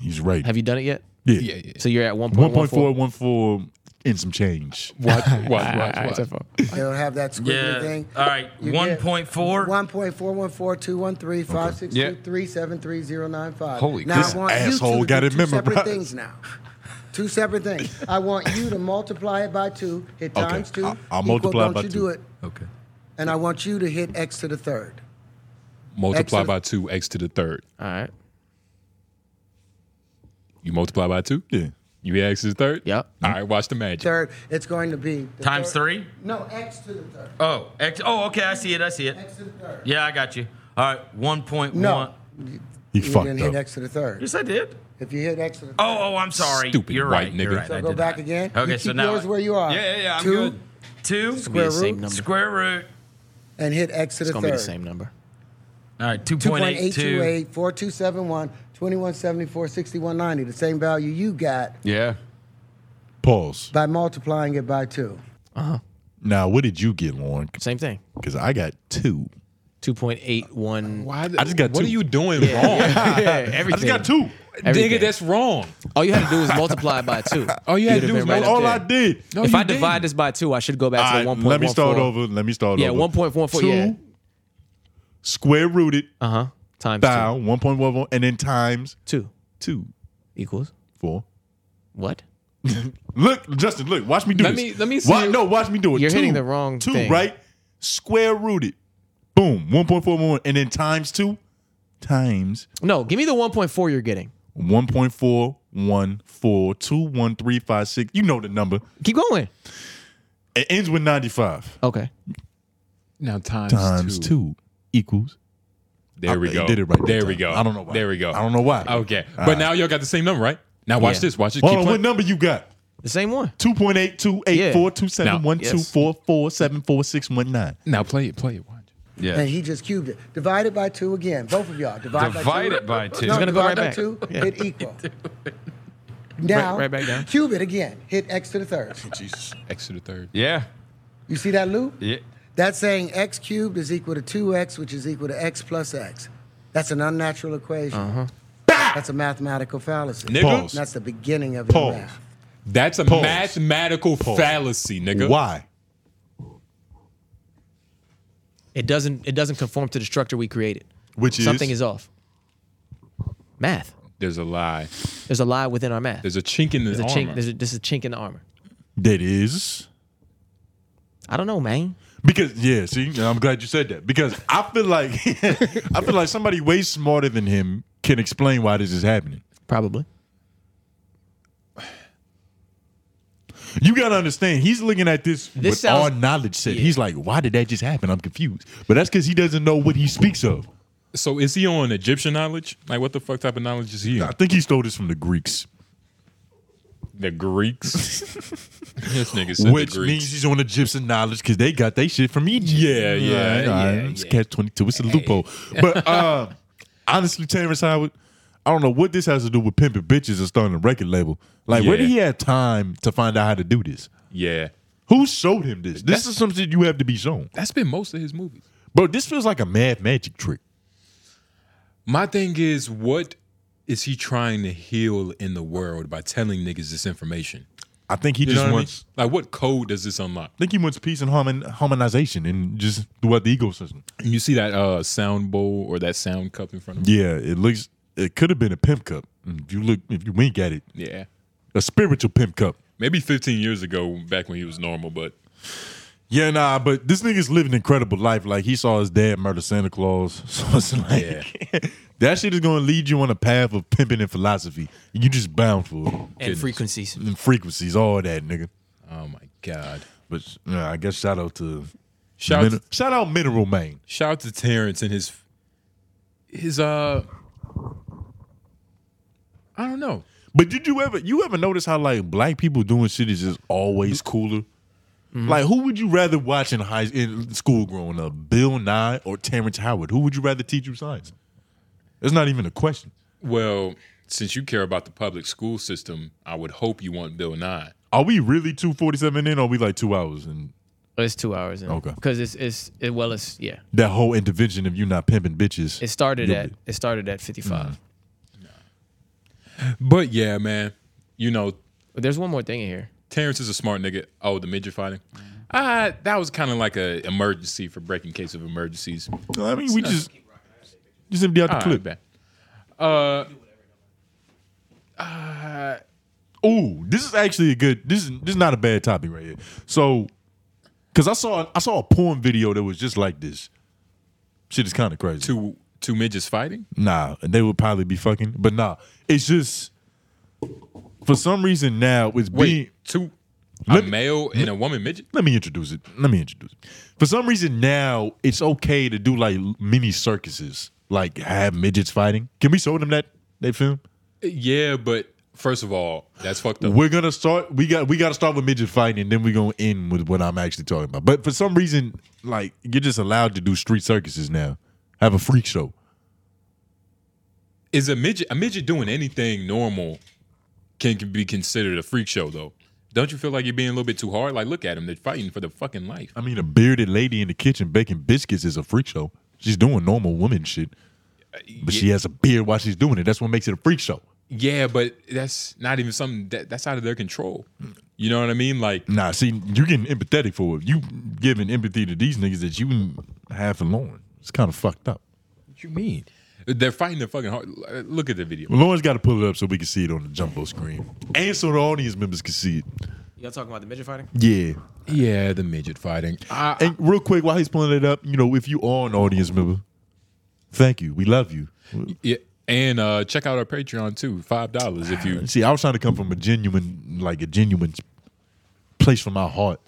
[SPEAKER 1] He's right.
[SPEAKER 3] Have you done it yet?
[SPEAKER 1] Yeah.
[SPEAKER 3] So you're at one
[SPEAKER 1] One
[SPEAKER 3] point
[SPEAKER 1] point four one four and some change.
[SPEAKER 2] What? What?
[SPEAKER 13] It'll have that squiggly
[SPEAKER 10] Yeah.
[SPEAKER 13] thing.
[SPEAKER 10] Uh,
[SPEAKER 1] Uh,
[SPEAKER 10] All right.
[SPEAKER 13] You get
[SPEAKER 10] 1.4?
[SPEAKER 13] 1.4142135623730950.
[SPEAKER 1] Holy
[SPEAKER 13] now,
[SPEAKER 1] crap.
[SPEAKER 13] I want
[SPEAKER 1] This
[SPEAKER 13] you
[SPEAKER 1] asshole
[SPEAKER 13] to
[SPEAKER 1] got
[SPEAKER 13] do
[SPEAKER 1] it
[SPEAKER 13] two separate
[SPEAKER 1] memorized.
[SPEAKER 13] things now. Two separate things. I want you to multiply it by two, hit
[SPEAKER 1] Okay.
[SPEAKER 13] times two.
[SPEAKER 1] I'll- I'll
[SPEAKER 13] equal,
[SPEAKER 1] multiply
[SPEAKER 13] don't
[SPEAKER 1] by
[SPEAKER 13] you
[SPEAKER 1] two.
[SPEAKER 13] do it.
[SPEAKER 10] Okay.
[SPEAKER 13] And I want you to hit x to the third.
[SPEAKER 2] Multiply
[SPEAKER 13] X to the-
[SPEAKER 2] by two, x to the third.
[SPEAKER 3] All right.
[SPEAKER 2] You multiply by two.
[SPEAKER 1] Yeah.
[SPEAKER 2] You get x to the third.
[SPEAKER 3] Yep.
[SPEAKER 2] All right. Watch the magic.
[SPEAKER 13] Third, it's going to be the
[SPEAKER 10] Times
[SPEAKER 13] third-
[SPEAKER 10] three?
[SPEAKER 13] No, x to the third.
[SPEAKER 10] Oh, X. Oh, okay. I see it. I see it.
[SPEAKER 13] X to the third.
[SPEAKER 10] Yeah, I got you. All right. 1.1.
[SPEAKER 13] No.
[SPEAKER 1] He
[SPEAKER 13] you
[SPEAKER 1] fucked
[SPEAKER 13] didn't hit
[SPEAKER 1] up.
[SPEAKER 13] x to the third.
[SPEAKER 10] Yes, I did.
[SPEAKER 13] If you hit x to the third.
[SPEAKER 10] Oh, oh, I'm sorry.
[SPEAKER 2] Stupid
[SPEAKER 10] You're
[SPEAKER 2] white
[SPEAKER 10] right. You're
[SPEAKER 2] nigga.
[SPEAKER 10] right.
[SPEAKER 2] So
[SPEAKER 10] I
[SPEAKER 13] go
[SPEAKER 10] did
[SPEAKER 13] back
[SPEAKER 10] not.
[SPEAKER 13] again.
[SPEAKER 10] Okay,
[SPEAKER 13] You
[SPEAKER 10] so
[SPEAKER 13] keep
[SPEAKER 10] now.
[SPEAKER 13] yours where you are.
[SPEAKER 10] Yeah, yeah, yeah. I'm
[SPEAKER 13] Two.
[SPEAKER 10] good. Two.
[SPEAKER 3] be the same number.
[SPEAKER 10] Square root.
[SPEAKER 13] and hit x to
[SPEAKER 3] It's
[SPEAKER 13] the
[SPEAKER 3] gonna
[SPEAKER 13] third.
[SPEAKER 3] be the same number.
[SPEAKER 10] All right. 2.82.
[SPEAKER 13] 2.828, 4271, 2174, 6190, the same value you got
[SPEAKER 10] Yeah.
[SPEAKER 1] Pause.
[SPEAKER 13] by multiplying it by two.
[SPEAKER 1] Now, what did you get, Lauren?
[SPEAKER 3] Same thing.
[SPEAKER 1] Because I got two.
[SPEAKER 3] Two point eight one.
[SPEAKER 2] Why the-
[SPEAKER 1] I just got
[SPEAKER 2] What
[SPEAKER 1] two.
[SPEAKER 2] are you doing
[SPEAKER 3] Yeah,
[SPEAKER 2] wrong?
[SPEAKER 3] yeah, yeah,
[SPEAKER 1] I just
[SPEAKER 3] everything.
[SPEAKER 1] got two.
[SPEAKER 3] Everything.
[SPEAKER 2] Nigga, that's wrong.
[SPEAKER 3] All you had to do was multiply by two.
[SPEAKER 2] All you had
[SPEAKER 3] You'd
[SPEAKER 2] to do
[SPEAKER 3] have
[SPEAKER 2] was
[SPEAKER 3] been right
[SPEAKER 1] That's
[SPEAKER 3] up
[SPEAKER 1] all I
[SPEAKER 3] there.
[SPEAKER 1] did.
[SPEAKER 2] No,
[SPEAKER 3] if
[SPEAKER 2] you
[SPEAKER 3] I
[SPEAKER 2] didn't.
[SPEAKER 3] divide this by two, I should go back to
[SPEAKER 1] All
[SPEAKER 3] the
[SPEAKER 1] right,
[SPEAKER 3] one point
[SPEAKER 1] let me
[SPEAKER 3] one
[SPEAKER 1] start
[SPEAKER 3] four.
[SPEAKER 1] over. Let me start
[SPEAKER 3] Yeah,
[SPEAKER 1] over.
[SPEAKER 3] one point one four. Yeah.
[SPEAKER 1] Two square rooted
[SPEAKER 3] Uh huh. Times two.
[SPEAKER 1] down one point one one, and then times
[SPEAKER 3] Two
[SPEAKER 1] two
[SPEAKER 3] equals
[SPEAKER 1] four.
[SPEAKER 3] what?
[SPEAKER 1] Look, Justin, look, watch me do
[SPEAKER 2] Let
[SPEAKER 1] this.
[SPEAKER 2] me- let me
[SPEAKER 1] Wa-
[SPEAKER 2] see-
[SPEAKER 1] no, watch me do it.
[SPEAKER 3] You're
[SPEAKER 1] two,
[SPEAKER 3] hitting the wrong
[SPEAKER 1] two,
[SPEAKER 3] thing.
[SPEAKER 1] right? Square rooted. Boom. One point four one, and then times two, times
[SPEAKER 3] No, give me the one point four you're getting.
[SPEAKER 1] one point four one four two one three five six. You know the number.
[SPEAKER 3] Keep going.
[SPEAKER 1] It ends with ninety five.
[SPEAKER 3] Okay.
[SPEAKER 2] Now times,
[SPEAKER 1] Times
[SPEAKER 2] two.
[SPEAKER 1] two equals.
[SPEAKER 2] There we
[SPEAKER 1] I-
[SPEAKER 2] go.
[SPEAKER 1] Did it right. that
[SPEAKER 2] There
[SPEAKER 1] time.
[SPEAKER 2] we go.
[SPEAKER 1] I don't know why.
[SPEAKER 2] There we go.
[SPEAKER 1] I don't know why.
[SPEAKER 2] Okay. but now y'all got the same number, right? Now watch
[SPEAKER 3] Yeah.
[SPEAKER 2] this. Watch this.
[SPEAKER 1] Hold
[SPEAKER 2] Keep
[SPEAKER 1] on, what
[SPEAKER 2] playing.
[SPEAKER 1] number you got?
[SPEAKER 3] The same one.
[SPEAKER 1] Two point eight two eight four two seven one
[SPEAKER 3] Now-
[SPEAKER 1] two
[SPEAKER 3] yes.
[SPEAKER 1] four four seven four six one nine.
[SPEAKER 2] Now play it. Play it. Watch.
[SPEAKER 10] Yeah.
[SPEAKER 13] And he just cubed it. Divide it by two again. Both of y'all. Divide, by
[SPEAKER 10] Divide
[SPEAKER 13] two.
[SPEAKER 10] it by two.
[SPEAKER 13] No,
[SPEAKER 10] It's
[SPEAKER 3] gonna go
[SPEAKER 13] divide
[SPEAKER 3] right
[SPEAKER 13] by
[SPEAKER 3] back.
[SPEAKER 13] two.
[SPEAKER 3] Yeah.
[SPEAKER 13] Hit equal. Now,
[SPEAKER 3] right back down.
[SPEAKER 13] cube it again. Hit x to the third.
[SPEAKER 1] Jesus.
[SPEAKER 2] X to the third.
[SPEAKER 10] Yeah.
[SPEAKER 13] You see that loop?
[SPEAKER 10] Yeah.
[SPEAKER 13] That's saying x cubed is equal to 2x, which is equal to x plus x. That's an unnatural equation. That's a mathematical fallacy.
[SPEAKER 2] Nigga.
[SPEAKER 1] Pause.
[SPEAKER 13] And that's the beginning of your
[SPEAKER 1] Pause.
[SPEAKER 13] math.
[SPEAKER 2] That's a
[SPEAKER 1] Pause.
[SPEAKER 2] mathematical fallacy, nigga.
[SPEAKER 1] Why?
[SPEAKER 3] It doesn't. It doesn't conform to the structure we created.
[SPEAKER 1] Which is
[SPEAKER 3] Something is off. Math.
[SPEAKER 2] There's a lie.
[SPEAKER 3] There's a lie within our math.
[SPEAKER 2] There's a chink in the
[SPEAKER 3] There's a
[SPEAKER 2] armor.
[SPEAKER 3] chink. There's a, this is a chink in the armor.
[SPEAKER 1] that is
[SPEAKER 3] I don't know, man.
[SPEAKER 1] Because yeah, see, and I'm glad you said that. Because I feel like I feel like somebody way smarter than him can explain why this is happening.
[SPEAKER 3] Probably.
[SPEAKER 1] You gotta understand, he's looking at this, with
[SPEAKER 3] sounds-
[SPEAKER 1] our knowledge set.
[SPEAKER 3] yeah.
[SPEAKER 1] He's like, why did that just happen? I'm confused. But that's because he doesn't know what he speaks of.
[SPEAKER 2] so is he on Egyptian knowledge? Like what the fuck type of knowledge is he?
[SPEAKER 1] I
[SPEAKER 2] on?
[SPEAKER 1] think he stole this from the Greeks.
[SPEAKER 2] The Greeks. this nigga said
[SPEAKER 1] Which
[SPEAKER 2] the Greeks.
[SPEAKER 1] means he's on Egyptian knowledge because they got they shit from Egypt.
[SPEAKER 2] Yeah, yeah,
[SPEAKER 1] Alright, alright.
[SPEAKER 2] yeah,
[SPEAKER 1] It's
[SPEAKER 2] yeah.
[SPEAKER 1] catch twenty two. It's a loophole. But uh, honestly, Terrence Howard, I don't know what this has to do with pimping bitches and starting a record label. Like, where
[SPEAKER 2] Yeah.
[SPEAKER 1] did he have time to find out how to do this?
[SPEAKER 2] yeah.
[SPEAKER 1] Who showed him this? This
[SPEAKER 2] That's-
[SPEAKER 1] is something you have to be shown,
[SPEAKER 2] That's been most of his movies.
[SPEAKER 1] bro. This feels like a mad magic trick.
[SPEAKER 2] My thing is, what is he trying to heal in the world by telling niggas this information?
[SPEAKER 1] I think he
[SPEAKER 2] You know
[SPEAKER 1] just
[SPEAKER 2] what I
[SPEAKER 1] wants.
[SPEAKER 2] mean? like what code does this unlock?
[SPEAKER 1] I think he wants peace and harmon, harmonization and just throughout the ecosystem.
[SPEAKER 2] You see that uh, sound bowl or that sound cup in front of me?
[SPEAKER 1] Yeah, it looks. It could have been a pimp cup. Mm, If you look, if you wink at it,
[SPEAKER 2] Yeah.
[SPEAKER 1] a spiritual pimp cup.
[SPEAKER 2] Maybe 15 years ago, back when he was normal, but
[SPEAKER 1] Yeah, nah, but this nigga's living an incredible life. Like he saw his dad murder Santa Claus, so it's like that shit is going to lead you on a path of pimping and philosophy. You just bound for it. And
[SPEAKER 3] frequencies,
[SPEAKER 1] and frequencies, all that, nigga.
[SPEAKER 2] Oh my god.
[SPEAKER 1] But nah, I guess shout out to
[SPEAKER 2] Shout-
[SPEAKER 1] Min- shout out Mineral Main.
[SPEAKER 2] Shout out to Terrence and his his uh I don't know.
[SPEAKER 1] But did you ever you ever notice how like black people doing shit is just always cooler? Like who would you rather watch in high in school growing up, Bill Nye or Terrence Howard? Who would you rather teach you science? It's not even a question.
[SPEAKER 2] Well, since you care about the public school system, I would hope you want Bill Nye.
[SPEAKER 1] Are we really two forty seven in? Or are we like two hours and
[SPEAKER 3] It's two hours. In.
[SPEAKER 1] Okay.
[SPEAKER 3] Because it's it's it, well it's yeah.
[SPEAKER 1] that whole intervention of you not pimping bitches?
[SPEAKER 3] It started
[SPEAKER 1] You'll
[SPEAKER 3] at it started at fifty five.
[SPEAKER 2] But yeah, man, you know,
[SPEAKER 3] there's one more thing in here.
[SPEAKER 2] Terrence is a smart nigga. Oh, the midget fighting. Uh, that was kind of like a emergency for breaking case of emergencies.
[SPEAKER 1] I mean, we just just empty out the
[SPEAKER 2] All right,
[SPEAKER 1] clip.
[SPEAKER 2] bet. Uh,
[SPEAKER 1] Oh, this is actually a good. This is this is not a bad topic right here. So, because I saw I saw a porn video that was just like this. Shit is kind of crazy.
[SPEAKER 2] Two two midgets fighting.
[SPEAKER 1] Nah, and they would probably be fucking. But nah, it's just for some reason now it's being
[SPEAKER 2] Wait, two a male and a woman midget.
[SPEAKER 1] let me introduce it. Let me introduce it. For some reason now, it's okay to do like mini circuses, like have midgets fighting. Can we show them that they film?
[SPEAKER 2] Yeah, but first of all, that's fucked up.
[SPEAKER 1] We're gonna start. We got we got to start with midget fighting, and then we're gonna end with what I'm actually talking about. But for some reason, like you're just allowed to do street circuses now. Have a freak show.
[SPEAKER 2] Is a midget a midget doing anything normal can, can be considered a freak show though? Don't you feel like you're being a little bit too hard? Like, look at them. They're fighting for their fucking life.
[SPEAKER 1] I mean, a bearded lady in the kitchen baking biscuits is a freak show. She's doing normal woman shit, but she has a beard while she's doing it. That's what makes it a freak show.
[SPEAKER 2] Yeah, but that's not even something that that's out of their control. You know what I mean? Like,
[SPEAKER 1] Nah, see, you're getting empathetic for it. You giving empathy to these niggas that you have for Lauren. It's kind of fucked up.
[SPEAKER 2] what you mean? They're fighting their fucking hard. uh, Look at the video.
[SPEAKER 1] Well, Lauren's got to pull it up so we can see it on the jumbo screen, and so the audience members can see it.
[SPEAKER 3] Y'all talking about the midget fighting?
[SPEAKER 1] Yeah.
[SPEAKER 2] Yeah, the midget fighting.
[SPEAKER 1] and real quick, while he's pulling it up, you know, if you are an audience member, thank you. We love you.
[SPEAKER 2] Yeah, and uh, check out our Patreon too. Five dollars if you.
[SPEAKER 1] See, I was trying to come from a genuine, like a genuine place from my heart,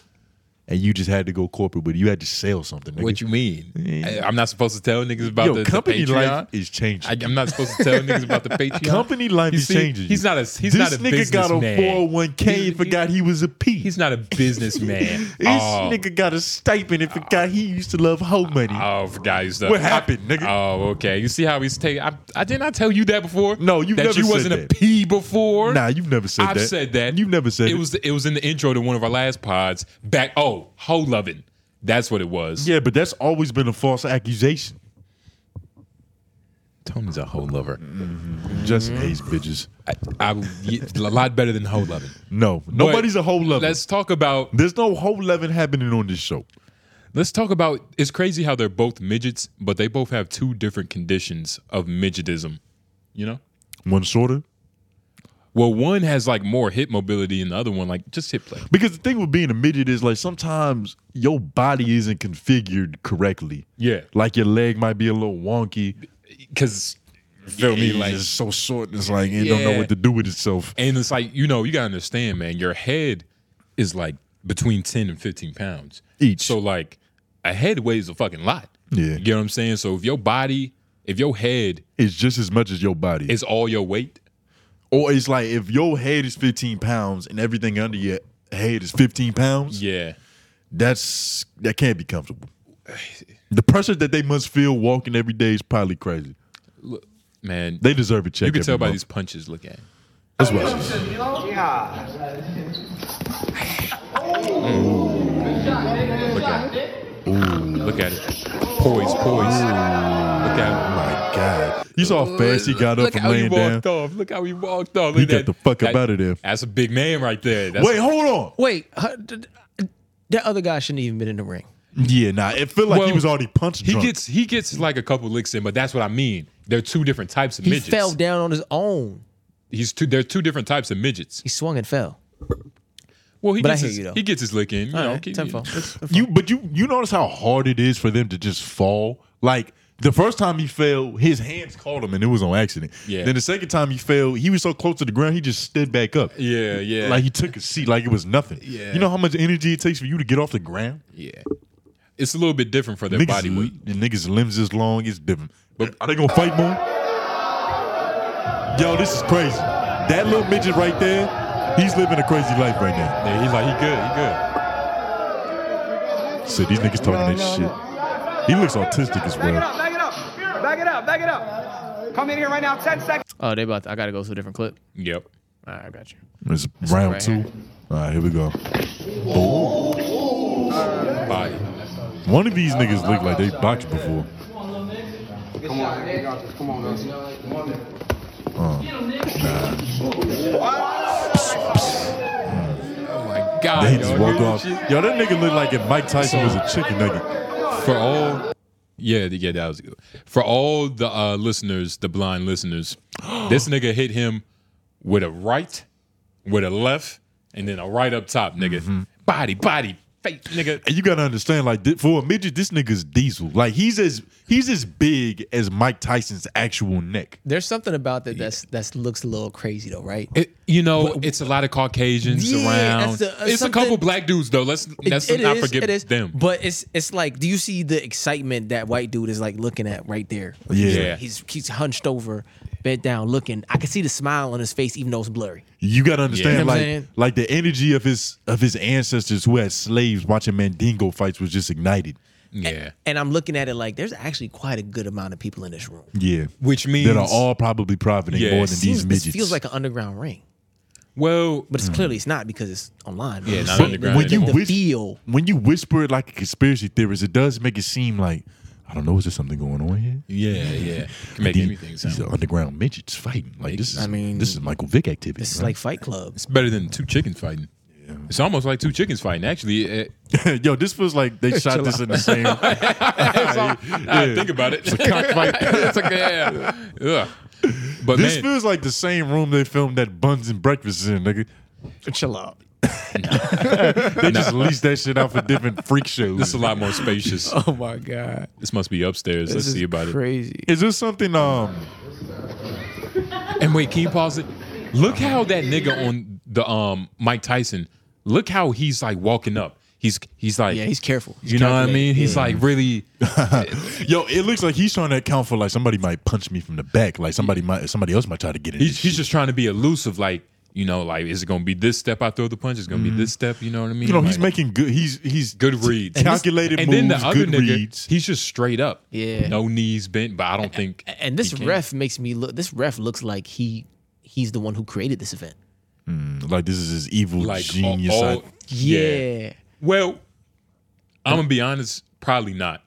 [SPEAKER 1] and you just had to go corporate with it. You had to sell something. Nigga.
[SPEAKER 2] What you mean? I, am not supposed to tell niggas about
[SPEAKER 1] Yo,
[SPEAKER 2] the, the
[SPEAKER 1] company
[SPEAKER 2] Patreon.
[SPEAKER 1] life is changing.
[SPEAKER 2] I, am not supposed to tell niggas about the Patreon.
[SPEAKER 1] Company life
[SPEAKER 2] You
[SPEAKER 1] is
[SPEAKER 2] see,
[SPEAKER 1] changing.
[SPEAKER 2] He's not a. He's
[SPEAKER 1] this
[SPEAKER 2] not a
[SPEAKER 1] nigga got a
[SPEAKER 2] businessman.
[SPEAKER 1] 401k and forgot he was a P.
[SPEAKER 2] He's not a businessman.
[SPEAKER 1] This
[SPEAKER 2] oh,
[SPEAKER 1] nigga got a stipend and forgot he used to love hoe money.
[SPEAKER 2] oh, forgot you stuff.
[SPEAKER 1] What happened, nigga?
[SPEAKER 2] Oh, okay. You see how he's taking? I, I did not tell you that before.
[SPEAKER 1] No, you've
[SPEAKER 2] that
[SPEAKER 1] never
[SPEAKER 2] you
[SPEAKER 1] said
[SPEAKER 2] wasn't
[SPEAKER 1] that.
[SPEAKER 2] a P before.
[SPEAKER 1] Nah, you've never said
[SPEAKER 2] I've
[SPEAKER 1] that.
[SPEAKER 2] said that.
[SPEAKER 1] You've never said
[SPEAKER 2] it
[SPEAKER 1] it.
[SPEAKER 2] was it was in the intro to one of our last pods. Back oh, hoe loving. That's what it was.
[SPEAKER 1] Yeah, but that's always been a false accusation.
[SPEAKER 2] Tony's a hoe lover.
[SPEAKER 1] Justin
[SPEAKER 2] Mm-hmm.
[SPEAKER 1] hates bitches.
[SPEAKER 2] I, I y- a lot better than hoe loving.
[SPEAKER 1] No, nobody's a hoe lover.
[SPEAKER 2] Let's talk about.
[SPEAKER 1] There's no hoe loving happening on this show.
[SPEAKER 2] Let's talk about. It's crazy how they're both midgets, but they both have two different conditions of midgetism. You know.
[SPEAKER 1] One shorter.
[SPEAKER 2] Well, one has like more hip mobility, and the other one like just hip play.
[SPEAKER 1] Because the thing with being a midget is like sometimes your body isn't configured correctly.
[SPEAKER 2] Yeah.
[SPEAKER 1] Like your leg might be a little wonky.
[SPEAKER 2] Because feel me,
[SPEAKER 1] It's
[SPEAKER 2] like
[SPEAKER 1] just so short and it's like it don't know
[SPEAKER 2] Yeah.
[SPEAKER 1] what to do with itself.
[SPEAKER 2] And it's like, you know, you gotta understand, man, your head is like between 10 and 15 pounds.
[SPEAKER 1] Each.
[SPEAKER 2] So like a head weighs a fucking lot.
[SPEAKER 1] Yeah.
[SPEAKER 2] You get what I'm saying? So if your body, if your head
[SPEAKER 1] It's just as much as your body.
[SPEAKER 2] is all your weight,
[SPEAKER 1] or it's like if your head is 15 pounds and everything under your head is 15 pounds,
[SPEAKER 2] yeah.
[SPEAKER 1] that's that can't be comfortable. The pressure that they must feel walking every day is probably crazy.
[SPEAKER 2] Man,
[SPEAKER 1] They deserve a check.
[SPEAKER 2] you can tell
[SPEAKER 1] every
[SPEAKER 2] by
[SPEAKER 1] month.
[SPEAKER 2] these punches look at.
[SPEAKER 1] That's what I said.
[SPEAKER 2] Look at it. Poise, poise. Look at him.
[SPEAKER 1] My God. You saw how fast he got up
[SPEAKER 2] Look
[SPEAKER 1] from
[SPEAKER 2] how he
[SPEAKER 1] laying down.
[SPEAKER 2] walked off. Look how he walked off.
[SPEAKER 1] He
[SPEAKER 2] Look
[SPEAKER 1] got
[SPEAKER 2] at
[SPEAKER 1] the fuck up
[SPEAKER 2] that-
[SPEAKER 1] out of there.
[SPEAKER 2] That's a big man right there. That's
[SPEAKER 1] Wait, hold on.
[SPEAKER 3] Wait, huh, d- d- that other guy shouldn't even been in the ring.
[SPEAKER 1] Yeah, nah. It feel like he
[SPEAKER 2] Well,
[SPEAKER 1] was already punched.
[SPEAKER 2] He
[SPEAKER 1] drunk.
[SPEAKER 2] gets he gets like a couple licks in, but that's what I mean. They're two different types of
[SPEAKER 3] He
[SPEAKER 2] midgets.
[SPEAKER 3] fell down on his own.
[SPEAKER 2] He's two. They're two different types of midgets.
[SPEAKER 3] He swung and fell.
[SPEAKER 2] Well, he
[SPEAKER 1] But I
[SPEAKER 2] gets
[SPEAKER 1] hear
[SPEAKER 2] his,
[SPEAKER 1] you, though.
[SPEAKER 2] he gets his lick in. You
[SPEAKER 1] All
[SPEAKER 2] know,
[SPEAKER 1] right,
[SPEAKER 2] keep-
[SPEAKER 1] tenfold. You but you you notice how hard it is for them to just fall. Like the first time he fell, his hands caught him and it was on accident.
[SPEAKER 2] Yeah.
[SPEAKER 1] Then the second time he fell, he was so close to the ground, he just stood back up.
[SPEAKER 2] Yeah, yeah.
[SPEAKER 1] Like he took a seat like it was nothing.
[SPEAKER 2] Yeah.
[SPEAKER 1] You know how much energy it takes for you to get off the ground?
[SPEAKER 2] Yeah. It's a little bit different for their
[SPEAKER 1] niggas,
[SPEAKER 2] body weight.
[SPEAKER 1] The niggas' limbs is long, it's different. But are they gonna fight more? Yo, this is crazy. That little midget right there, he's living a crazy life right now.
[SPEAKER 2] Yeah, he's like, he good, he good.
[SPEAKER 1] So these niggas talking this shit. He looks autistic as well.
[SPEAKER 16] Back it up. Back it up. Back it up. Come in here right now. 10 seconds.
[SPEAKER 3] Oh, they about. To, I gotta go to a different clip.
[SPEAKER 2] Yep.
[SPEAKER 3] All right, I got you.
[SPEAKER 1] It's
[SPEAKER 3] It's
[SPEAKER 1] round
[SPEAKER 3] right
[SPEAKER 1] two.
[SPEAKER 3] hand.
[SPEAKER 1] All right, here we go. Body. One of these niggas look like they boxed before.
[SPEAKER 8] Come on, you got this. Come on, Nelson. Come on, Nelson.
[SPEAKER 1] Uh, nah.
[SPEAKER 3] Oh
[SPEAKER 2] God,
[SPEAKER 1] they just
[SPEAKER 2] yo,
[SPEAKER 1] walk
[SPEAKER 2] good
[SPEAKER 1] off.
[SPEAKER 2] shit.
[SPEAKER 1] Yo, that nigga look like if Mike Tyson was a chicken nugget.
[SPEAKER 2] For all, yeah, th- yeah, that was good. For all the uh, listeners, the blind listeners, this nigga hit him with a right, with a left, and then a right up top, nigga. Body, body, fake, nigga.
[SPEAKER 1] And you gotta understand, like thi- for a midget, this nigga's diesel. Like he's as he's as big as Mike Tyson's actual neck.
[SPEAKER 3] There's something about that that's that's looks a little crazy though, right?
[SPEAKER 2] It, you know, it's a lot of Caucasians
[SPEAKER 3] Yeah,
[SPEAKER 2] around.
[SPEAKER 3] that's a- uh,
[SPEAKER 2] it's a couple
[SPEAKER 3] something-
[SPEAKER 2] black dudes though. Let's let's not forget them.
[SPEAKER 3] But it's it's like, do you see the excitement that white dude is like looking at right there? He's,
[SPEAKER 1] Yeah.
[SPEAKER 3] like- he's he's hunched over, bent down, looking. I can see the smile on his face, even though it's blurry.
[SPEAKER 1] You gotta understand,
[SPEAKER 3] You know what I'm
[SPEAKER 1] like
[SPEAKER 3] saying?
[SPEAKER 1] like the energy of his of his ancestors who had slaves watching Mandingo fights was just ignited.
[SPEAKER 2] Yeah.
[SPEAKER 3] And I'm looking at it like there's actually quite a good amount of people in this room.
[SPEAKER 1] Yeah.
[SPEAKER 2] Which
[SPEAKER 1] that
[SPEAKER 2] means-
[SPEAKER 1] are all probably profiting
[SPEAKER 2] Yeah.
[SPEAKER 1] more
[SPEAKER 2] It
[SPEAKER 1] than
[SPEAKER 3] Seems-
[SPEAKER 1] these midgets. Hmm.
[SPEAKER 3] This feels like an underground ring,
[SPEAKER 2] well,
[SPEAKER 3] but it's clearly it's not because it's online.
[SPEAKER 1] Yeah,
[SPEAKER 3] I'm
[SPEAKER 1] not
[SPEAKER 3] saying
[SPEAKER 1] underground
[SPEAKER 3] the-
[SPEAKER 1] anymore.
[SPEAKER 3] the
[SPEAKER 1] Which-
[SPEAKER 3] feel.
[SPEAKER 1] when you whisper it like a conspiracy theorist, it does make it seem like I don't know. Is there something going on here?
[SPEAKER 2] Yeah, yeah. Can make
[SPEAKER 1] These-
[SPEAKER 2] anything sound.
[SPEAKER 1] These are underground midgets fighting. Like this is. I mean, this is Michael Vick activity.
[SPEAKER 3] This is
[SPEAKER 1] right?
[SPEAKER 3] like Fight Club.
[SPEAKER 2] It's better than two chickens fighting. It's almost like two chickens fighting. Actually,
[SPEAKER 1] yo, this feels like they shot this in the same- Yeah.
[SPEAKER 2] Think about it.
[SPEAKER 1] It's a cockfight.
[SPEAKER 2] It's like, yeah. Ugh. But
[SPEAKER 1] this
[SPEAKER 2] man,
[SPEAKER 1] feels like the same room they filmed that Buns and Breakfast in, nigga.
[SPEAKER 3] Chill out.
[SPEAKER 1] they just leased that shit out for different freak shows.
[SPEAKER 2] this is a lot more spacious.
[SPEAKER 3] Oh my god.
[SPEAKER 2] This must be upstairs.
[SPEAKER 1] This
[SPEAKER 2] Let's
[SPEAKER 1] is
[SPEAKER 2] see about
[SPEAKER 3] crazy.
[SPEAKER 1] Is this something? Um,
[SPEAKER 2] it. And wait, can you pause it? Look
[SPEAKER 1] Uh-huh.
[SPEAKER 2] how that nigga on the um Mike Tyson. Look how he's like walking up. He's he's like
[SPEAKER 3] Yeah, he's careful. He's
[SPEAKER 2] you know what I mean?
[SPEAKER 3] calculated.
[SPEAKER 2] He's
[SPEAKER 3] Yeah.
[SPEAKER 2] like really.
[SPEAKER 1] yo, it looks like he's trying to account for like somebody might punch me from the back, like somebody might somebody else might try to get in.
[SPEAKER 2] He's, he's just trying to be elusive. Like you know, like is it gonna be this step I throw the punch? Is it gonna be this step? You know what I mean?
[SPEAKER 1] Mm-hmm. you know, he's
[SPEAKER 2] Like-
[SPEAKER 1] making good. He's he's
[SPEAKER 2] good reads,
[SPEAKER 1] calculated
[SPEAKER 2] and
[SPEAKER 1] moves,
[SPEAKER 2] then the other
[SPEAKER 1] good
[SPEAKER 2] nigga,
[SPEAKER 1] reads.
[SPEAKER 2] he's just straight up,
[SPEAKER 3] Yeah.
[SPEAKER 2] no knees bent. But I don't think
[SPEAKER 3] And this
[SPEAKER 2] he can.
[SPEAKER 3] ref makes me look. This ref looks like he he's the one who created this event.
[SPEAKER 1] Mm, like this is his evil
[SPEAKER 2] like
[SPEAKER 1] genius.
[SPEAKER 2] all-
[SPEAKER 1] I-
[SPEAKER 2] all- Well, I'm gonna be honest, probably not.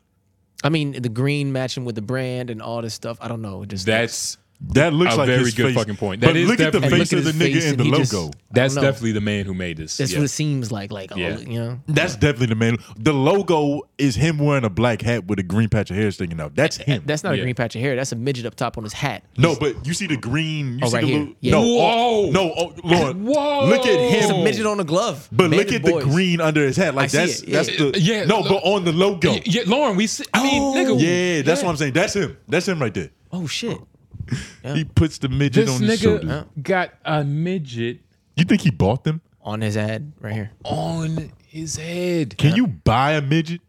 [SPEAKER 3] I mean, the green matching with the brand and all this stuff. I don't know. It Just
[SPEAKER 2] That's
[SPEAKER 1] that looks
[SPEAKER 2] a
[SPEAKER 1] like
[SPEAKER 2] very
[SPEAKER 1] his
[SPEAKER 2] good
[SPEAKER 1] face.
[SPEAKER 2] fucking point.
[SPEAKER 1] But
[SPEAKER 2] That is
[SPEAKER 1] look at the
[SPEAKER 2] definitely-
[SPEAKER 1] face And look of at the his nigga face and and the he just- logo.
[SPEAKER 3] I
[SPEAKER 2] That's
[SPEAKER 3] don't know.
[SPEAKER 2] definitely the man who made this.
[SPEAKER 3] That's
[SPEAKER 2] Yeah.
[SPEAKER 3] what it seems like. Like, oh,
[SPEAKER 2] Yeah.
[SPEAKER 3] you know,
[SPEAKER 1] That's definitely the man. The logo is him wearing a black hat with a green patch of hair sticking out. That's him.
[SPEAKER 3] that's not a green patch of hair. That's a midget up top on his hat.
[SPEAKER 1] No, but you see the green. You
[SPEAKER 3] Oh,
[SPEAKER 1] see
[SPEAKER 3] right
[SPEAKER 1] the
[SPEAKER 3] here.
[SPEAKER 1] little-
[SPEAKER 3] Yeah.
[SPEAKER 1] No,
[SPEAKER 2] Whoa.
[SPEAKER 1] oh, no, oh, Lord. Look at him.
[SPEAKER 3] It's a midget on a glove.
[SPEAKER 1] But
[SPEAKER 3] Made
[SPEAKER 1] look
[SPEAKER 3] in
[SPEAKER 1] at the
[SPEAKER 3] boys.
[SPEAKER 1] green under his hat.
[SPEAKER 3] I
[SPEAKER 1] Like
[SPEAKER 3] see
[SPEAKER 1] that's
[SPEAKER 3] it, yeah.
[SPEAKER 1] that's the
[SPEAKER 2] Yeah,
[SPEAKER 1] no,
[SPEAKER 2] look.
[SPEAKER 1] but on the logo.
[SPEAKER 2] Y- Yeah, Lauren, we. See, I mean, nigga,
[SPEAKER 1] Oh, yeah, that's what I'm saying. That's him. That's him right there.
[SPEAKER 3] Oh shit.
[SPEAKER 1] He puts the midget
[SPEAKER 2] This
[SPEAKER 1] on his
[SPEAKER 2] nigga uh,
[SPEAKER 1] shoulder.
[SPEAKER 2] got a midget
[SPEAKER 1] You think he bought them?
[SPEAKER 3] On his head, right here.
[SPEAKER 1] Oh.
[SPEAKER 2] on his head.
[SPEAKER 1] Can you buy a midget?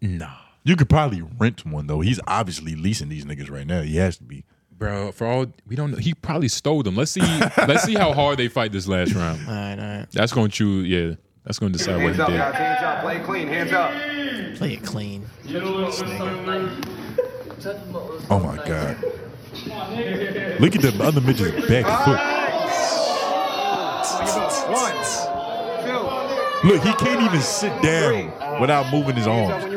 [SPEAKER 2] Nah.
[SPEAKER 1] You could probably rent one though. He's obviously leasing these niggas right now. He has to be.
[SPEAKER 2] bro? For all we don't know, he probably stole them. Let's see. let's see how hard they fight this last round.
[SPEAKER 3] All right, all right.
[SPEAKER 2] That's going to choose. Yeah, that's going to decide what
[SPEAKER 16] Hands
[SPEAKER 2] he
[SPEAKER 16] up,
[SPEAKER 2] did.
[SPEAKER 16] guys. Hands up. Play it clean. Hands up.
[SPEAKER 3] Play it clean.
[SPEAKER 1] Oh my god! Look at the other midget's back foot. Look, he can't even sit down without moving his arms. He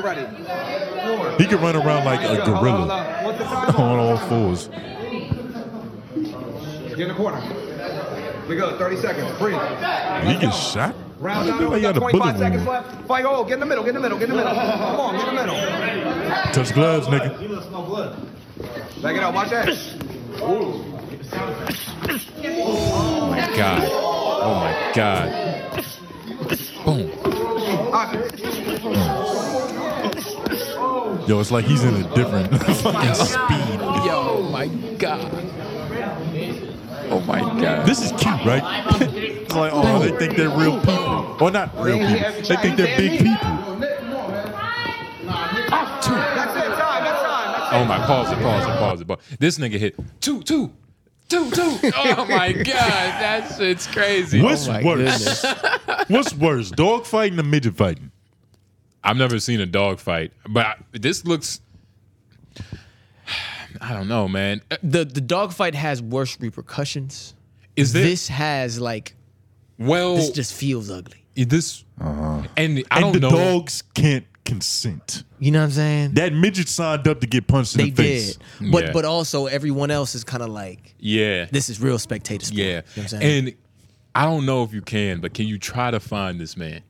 [SPEAKER 1] can run around like a gorilla on all fours.
[SPEAKER 16] Get in the corner. We go. 30 seconds. Breathe.
[SPEAKER 1] He gets shot. Why
[SPEAKER 16] Round
[SPEAKER 1] do you
[SPEAKER 16] down.
[SPEAKER 1] think I
[SPEAKER 16] We
[SPEAKER 1] got
[SPEAKER 16] got
[SPEAKER 1] a
[SPEAKER 16] 25
[SPEAKER 1] bullet
[SPEAKER 16] seconds
[SPEAKER 1] wound?
[SPEAKER 16] left. Fight. Oh, get in the middle. Get in the middle. Get in the middle. Come on. Get in the middle.
[SPEAKER 1] Touch gloves, nigga.
[SPEAKER 16] No blood. Back it up. Watch that.
[SPEAKER 1] Oh
[SPEAKER 2] God. Oh my God.
[SPEAKER 1] Yo, it's like he's in a different fucking speed.
[SPEAKER 5] Yo, my God.
[SPEAKER 1] Oh my god. This is cute, right? it's like, oh, they think they're real people. Or not real people. They think they're big people.
[SPEAKER 2] Oh my, pause it, pause it, pause it. But this nigga hit two, two, two, two. Oh my god, that shit's crazy.
[SPEAKER 5] Oh
[SPEAKER 1] What's worse? What's worse, dog fighting or midget fighting?
[SPEAKER 2] I've never seen a dog fight, but I- this looks. I don't know, man.
[SPEAKER 3] The the dog fight has worse repercussions.
[SPEAKER 2] Is there-
[SPEAKER 3] this has like
[SPEAKER 2] well
[SPEAKER 1] Oh.
[SPEAKER 3] this just feels ugly.
[SPEAKER 2] This and I
[SPEAKER 1] Uh-huh. and
[SPEAKER 2] don't
[SPEAKER 1] the
[SPEAKER 2] know-
[SPEAKER 1] dogs can't consent.
[SPEAKER 3] You know what I'm saying?
[SPEAKER 1] That midget signed up to get punched
[SPEAKER 3] They
[SPEAKER 1] in the face.
[SPEAKER 3] did. But but also everyone else is kind of like
[SPEAKER 2] Yeah.
[SPEAKER 3] This is real spectator sport.
[SPEAKER 2] Yeah.
[SPEAKER 3] You know what I'm saying?
[SPEAKER 2] And I don't know if you can, but can you try to find this man?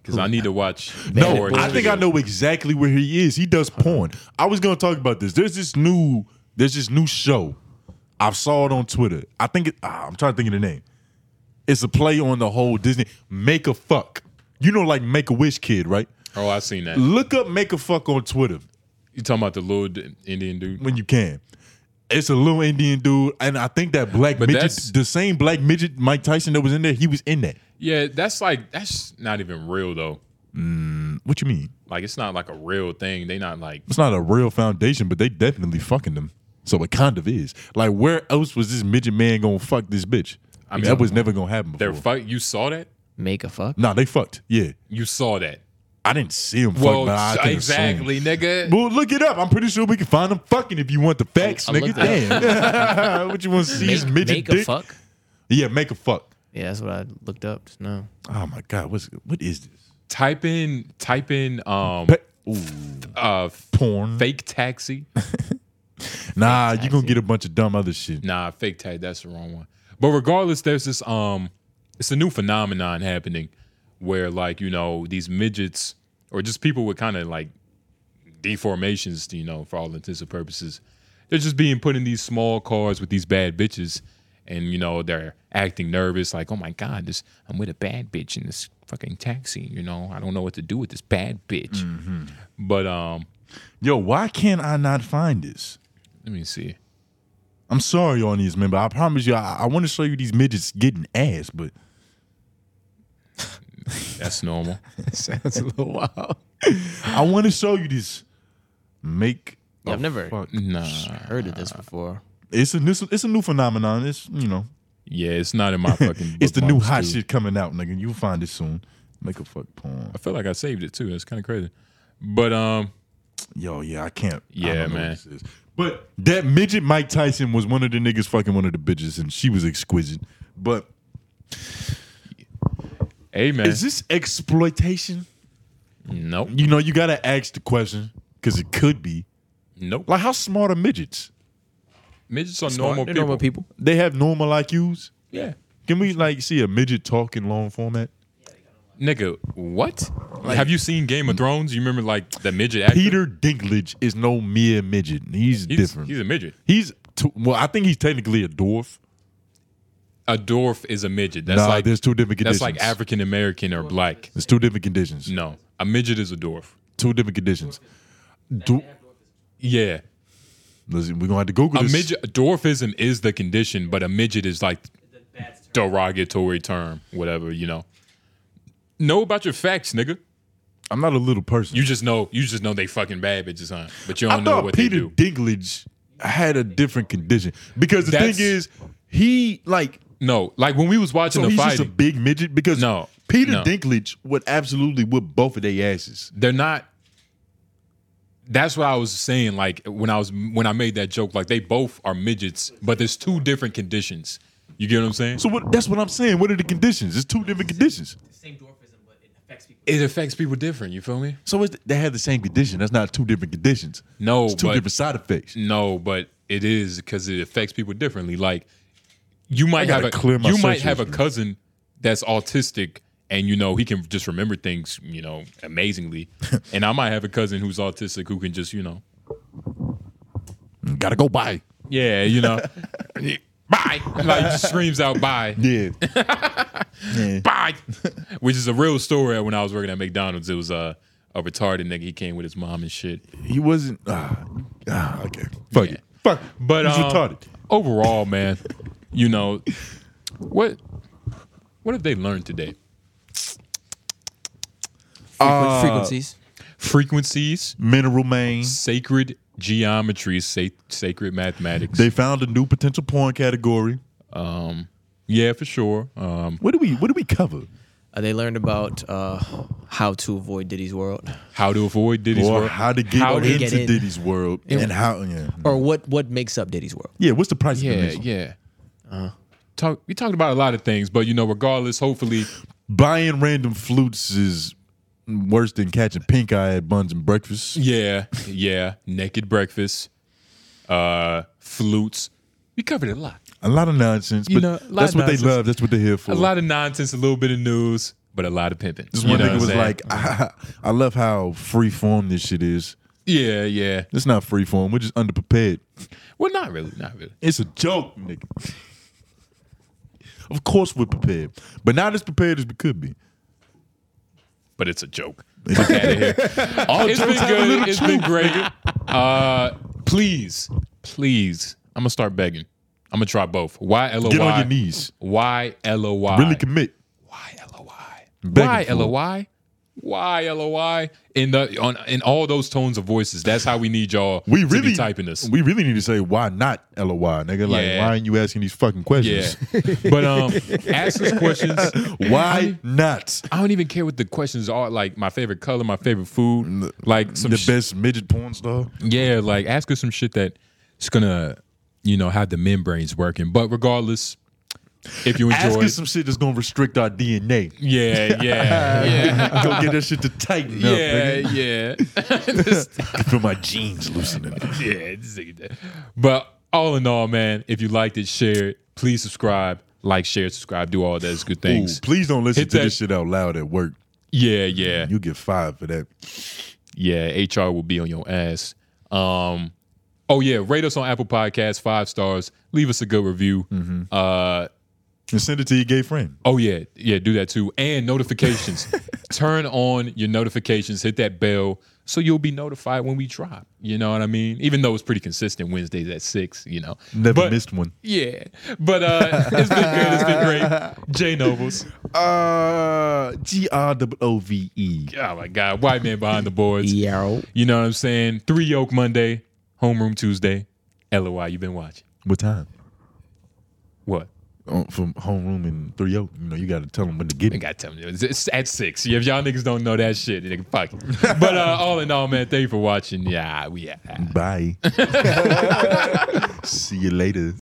[SPEAKER 2] Because I need to watch.
[SPEAKER 1] No,
[SPEAKER 2] more of
[SPEAKER 1] I
[SPEAKER 2] this
[SPEAKER 1] think I
[SPEAKER 2] video.
[SPEAKER 1] know exactly where he is. He does porn. I was gonna talk about this. There's this new, there's this new show. I saw it on Twitter. I think it, ah, I'm trying to think of the name. It's a play on the whole Disney Make a Fuck. You know, like Make a Wish Kid, right?
[SPEAKER 2] Oh, I seen that.
[SPEAKER 1] Look up Make a Fuck on Twitter.
[SPEAKER 2] You talking about the little d- Indian dude?
[SPEAKER 1] when you can. It's a little Indian dude, and I think that black midget,
[SPEAKER 2] that's-
[SPEAKER 1] the same black midget Mike Tyson that was in there, he was in that.
[SPEAKER 2] Yeah, that's like that's not even real though.
[SPEAKER 1] Mm, what you mean?
[SPEAKER 2] Like it's not like a real thing. They not like
[SPEAKER 1] It's not a real foundation, but they definitely fucking them. So it kind of is. Like, where else was this midget man gonna fuck this bitch? I mean, that was never gonna happen. Before.
[SPEAKER 2] they're fuck. You saw that?
[SPEAKER 3] Make a fuck?
[SPEAKER 1] Nah, they fucked. Yeah,
[SPEAKER 2] You saw that?
[SPEAKER 1] I didn't see him fuck,
[SPEAKER 2] Well,
[SPEAKER 1] but I can
[SPEAKER 2] exactly, nigga.
[SPEAKER 1] Assume. Well, look it up. I'm pretty sure we can find them fucking if you want the facts,
[SPEAKER 2] I
[SPEAKER 1] nigga.
[SPEAKER 2] looked it up.
[SPEAKER 1] Damn, what you want to see? is
[SPEAKER 2] Make-
[SPEAKER 1] midget
[SPEAKER 2] make a
[SPEAKER 1] dick?
[SPEAKER 2] fuck?
[SPEAKER 1] Yeah, make a fuck.
[SPEAKER 3] Yeah, that's what I looked up just now.
[SPEAKER 1] Oh my god, what's what is this?
[SPEAKER 2] Type in type in um f- uh
[SPEAKER 1] porn
[SPEAKER 2] fake taxi.
[SPEAKER 1] Nah, you gonna get a bunch of dumb other shit.
[SPEAKER 2] Nah, fake tag. That's the wrong one. But regardless, there's this um, it's a new phenomenon happening where like you know these midgets or just people with kind of like deformations, you know, for all intents and purposes, they're just being put in these small cars with these bad bitches, and you know they're acting nervous, like oh my god, this I'm with a bad bitch in this fucking taxi, you know, I don't know what to do with this bad bitch. But um,
[SPEAKER 1] yo, why can't I not find this?
[SPEAKER 2] Let me see.
[SPEAKER 1] I'm sorry, audience member. I promise you, I, I want to show you these midgets getting ass, but
[SPEAKER 2] that's normal.
[SPEAKER 1] Sounds a little wild. I want to show you this. Make.
[SPEAKER 3] Yeah, I've
[SPEAKER 1] a
[SPEAKER 3] never
[SPEAKER 1] Oh, fuck.
[SPEAKER 3] heard of this before.
[SPEAKER 1] It's a this, it's a new phenomenon. It's you know.
[SPEAKER 2] Yeah, it's not in my fucking.
[SPEAKER 1] it's the new
[SPEAKER 2] bookmarks,
[SPEAKER 1] hot
[SPEAKER 2] dude.
[SPEAKER 1] shit coming out, nigga. You'll find it soon. Make a fuck porn.
[SPEAKER 2] I feel like I saved it too. That's kind of crazy. But um,
[SPEAKER 1] yo, yeah, I can't.
[SPEAKER 2] Yeah,
[SPEAKER 1] don't know
[SPEAKER 2] man.
[SPEAKER 1] what this is. But that midget Mike Tyson was one of the niggas fucking one of the bitches, and she was exquisite. But
[SPEAKER 2] hey, man,
[SPEAKER 1] is this exploitation?
[SPEAKER 2] Nope.
[SPEAKER 1] You know, you gotta ask the question because it could be.
[SPEAKER 2] Nope.
[SPEAKER 1] Like, how smart are midgets?
[SPEAKER 2] midgets are normal people.
[SPEAKER 1] They have normal IQs.
[SPEAKER 2] Yeah.
[SPEAKER 1] Can we like see a midget talk in long format?
[SPEAKER 2] Nigga, what? Have you seen Game of Thrones? You remember like the midget actor?
[SPEAKER 1] Peter Dinklage is no mere midget. He's, different.
[SPEAKER 2] he's a midget.
[SPEAKER 1] He's t- well, I think he's technically a dwarf.
[SPEAKER 2] A dwarf is a midget. That's
[SPEAKER 1] Nah,
[SPEAKER 2] like
[SPEAKER 1] there's two different
[SPEAKER 2] That's like
[SPEAKER 1] conditions.
[SPEAKER 2] African American or black.
[SPEAKER 1] There's two different conditions.
[SPEAKER 2] No, a midget is a dwarf.
[SPEAKER 1] Two different conditions. Do-
[SPEAKER 2] Yeah,
[SPEAKER 1] Listen, we're gonna have to Google
[SPEAKER 2] a
[SPEAKER 1] this.
[SPEAKER 2] midget dwarfism is the condition, but a midget is like derogatory term, whatever you know. Know about your facts, nigga.
[SPEAKER 1] I'm not a little person.
[SPEAKER 2] You just know. You just know they fucking bad bitches, huh? But you
[SPEAKER 1] I
[SPEAKER 2] don't know
[SPEAKER 1] thought
[SPEAKER 2] what they
[SPEAKER 1] Peter
[SPEAKER 2] do.
[SPEAKER 1] Dinklage had a different condition because the
[SPEAKER 2] That's-
[SPEAKER 1] thing is, he like
[SPEAKER 2] No, like when we was watching
[SPEAKER 1] so
[SPEAKER 2] the
[SPEAKER 1] he's
[SPEAKER 2] fight,
[SPEAKER 1] just a big midget because
[SPEAKER 2] No,
[SPEAKER 1] Peter
[SPEAKER 2] no.
[SPEAKER 1] Dinklage would absolutely whip both of their asses.
[SPEAKER 2] they're not. That's what I was saying. Like when I was when I made that joke, like they both are midgets, but there's two different conditions. You get what I'm saying?
[SPEAKER 1] So what, that's what I'm saying. What are the conditions? It's two different conditions.
[SPEAKER 2] It affects people different. You feel me?
[SPEAKER 1] So it's, they have the same condition. That's not two different conditions.
[SPEAKER 2] No,
[SPEAKER 1] it's two
[SPEAKER 2] but-
[SPEAKER 1] different side effects.
[SPEAKER 2] No, but it is because it affects people differently. Like you might have
[SPEAKER 1] gotta
[SPEAKER 2] a
[SPEAKER 1] clear my
[SPEAKER 2] you might
[SPEAKER 1] search
[SPEAKER 2] have a
[SPEAKER 1] history.
[SPEAKER 2] cousin that's autistic, and you know he can just remember things, you know, amazingly. and I might have a cousin who's autistic who can just, you know, Mm,
[SPEAKER 1] Gotta go by.
[SPEAKER 2] yeah, you know, bye. Like just screams out bye.
[SPEAKER 1] Yeah.
[SPEAKER 2] bye. Which is a real story when I was working at McDonald's. It was uh, a retarded nigga. He came with his mom and shit.
[SPEAKER 1] He wasn't. Uh, okay. Fuck it. Fuck.
[SPEAKER 2] But
[SPEAKER 1] He's
[SPEAKER 2] um,
[SPEAKER 1] retarded.
[SPEAKER 2] overall, man, you know, what what have they learned today?
[SPEAKER 1] Uh, Frequencies.
[SPEAKER 2] Frequencies.
[SPEAKER 1] Mineral main.
[SPEAKER 2] Sacred geometry, sa- sacred mathematics.
[SPEAKER 1] They found a new potential porn category.
[SPEAKER 2] Um, yeah, for sure. Um,
[SPEAKER 1] what do we What do we cover?
[SPEAKER 3] Uh, they learned about uh, how to avoid Diddy's world,
[SPEAKER 2] how to avoid Diddy's
[SPEAKER 1] Or
[SPEAKER 2] world.
[SPEAKER 1] how to get
[SPEAKER 2] How to
[SPEAKER 1] into
[SPEAKER 3] get in.
[SPEAKER 1] Diddy's world
[SPEAKER 3] Yeah.
[SPEAKER 1] and how. Yeah.
[SPEAKER 3] or what what makes up Diddy's world.
[SPEAKER 1] Yeah. What's the Uh-huh. price?
[SPEAKER 2] yeah,
[SPEAKER 1] of admission?
[SPEAKER 2] yeah. Talk. We talked about a lot of things, but you know, regardless, hopefully,
[SPEAKER 1] Buying random flutes is worse than catching pink eye at buns and breakfast.
[SPEAKER 2] yeah, yeah. Naked breakfast, uh, flutes. We covered a lot.
[SPEAKER 1] A lot of nonsense, but
[SPEAKER 2] You know, a lot
[SPEAKER 1] that's
[SPEAKER 2] of
[SPEAKER 1] what
[SPEAKER 2] nonsense.
[SPEAKER 1] they love. That's what they're here for.
[SPEAKER 2] A lot of nonsense, a little bit of news, but a lot of pimping.
[SPEAKER 1] This
[SPEAKER 2] You
[SPEAKER 1] one
[SPEAKER 2] know
[SPEAKER 1] nigga
[SPEAKER 2] what I'm
[SPEAKER 1] was
[SPEAKER 2] saying?
[SPEAKER 1] like, I, I love how free form this shit is.
[SPEAKER 2] yeah, yeah.
[SPEAKER 1] It's not free form. We're just underprepared.
[SPEAKER 2] Well, not really, not really.
[SPEAKER 1] It's a joke, nigga. Of course we're prepared, but not as prepared as we could be.
[SPEAKER 2] But it's a joke. Fuck outta here.
[SPEAKER 1] All
[SPEAKER 2] it's
[SPEAKER 1] jokes
[SPEAKER 2] been
[SPEAKER 1] have a
[SPEAKER 2] good.
[SPEAKER 1] little
[SPEAKER 2] It's
[SPEAKER 1] truth,
[SPEAKER 2] been great. Uh, please, please, I'm gonna start begging. I'm gonna try both. Y L O Y.
[SPEAKER 1] Get on your knees.
[SPEAKER 2] Y L O Y.
[SPEAKER 1] Really commit.
[SPEAKER 2] Why
[SPEAKER 1] Begging for
[SPEAKER 2] L O Y? Why L O Y? In the on in all those tones of voices. That's how we need y'all.
[SPEAKER 1] We
[SPEAKER 2] to be
[SPEAKER 1] really
[SPEAKER 2] typing this.
[SPEAKER 1] We really need to say why not L O Y, nigga. Like
[SPEAKER 2] Yeah.
[SPEAKER 1] why aren't you asking these fucking questions?
[SPEAKER 2] Yeah. But um, ask us questions.
[SPEAKER 1] why not?
[SPEAKER 2] I don't even care what the questions are. Like my favorite color, my favorite food, like some
[SPEAKER 1] the
[SPEAKER 2] sh-
[SPEAKER 1] best midget porn star.
[SPEAKER 2] Yeah, like ask us some shit that it's gonna, you know, have the membranes working. But regardless, if you
[SPEAKER 1] Ask
[SPEAKER 2] enjoy,
[SPEAKER 1] us some shit that's gonna restrict our DNA.
[SPEAKER 2] yeah, yeah, yeah,
[SPEAKER 1] Go get that shit to tighten up,
[SPEAKER 2] yeah,
[SPEAKER 1] nigga.
[SPEAKER 2] yeah.
[SPEAKER 1] I feel my jeans loosening.
[SPEAKER 2] yeah. just like that. But all in all, man, if you liked it, share it. Please subscribe, like, share, subscribe, do all those good
[SPEAKER 1] Ooh,
[SPEAKER 2] things.
[SPEAKER 1] please don't listen
[SPEAKER 2] Hit
[SPEAKER 1] to
[SPEAKER 2] that-
[SPEAKER 1] this shit out loud at work.
[SPEAKER 2] Yeah, yeah,
[SPEAKER 1] You get fired for that.
[SPEAKER 2] yeah. HR will be on your ass. Um, oh yeah, rate us on Apple Podcasts, five stars. Leave us a good review.
[SPEAKER 1] Mm-hmm.
[SPEAKER 2] Uh.
[SPEAKER 1] And send it to your gay friend.
[SPEAKER 2] Oh yeah, yeah, do that too. And notifications. Turn on your notifications, hit that bell so you'll be notified when we drop. You know what I mean? Even though it's pretty consistent Wednesdays at 6, you know.
[SPEAKER 1] Never
[SPEAKER 2] But-
[SPEAKER 1] missed one.
[SPEAKER 2] Yeah. But uh it's been good, it's been great. Jay Nobles.
[SPEAKER 1] Uh, G R W O V E.
[SPEAKER 2] Oh my god, white man behind the boards. Yo. You know what I'm saying? Three yoke Monday, homeroom Tuesday. LOI, you've been watching.
[SPEAKER 1] What time?
[SPEAKER 2] What?
[SPEAKER 1] On, from homeroom in three oak. You know, you got to tell them when to get
[SPEAKER 2] I
[SPEAKER 1] it.
[SPEAKER 2] gotta tell me it's at six. If y'all niggas don't know that shit, nigga, fuck it. But uh, all in all, man, thank you for watching. Yeah, we out.
[SPEAKER 1] Bye. See you later.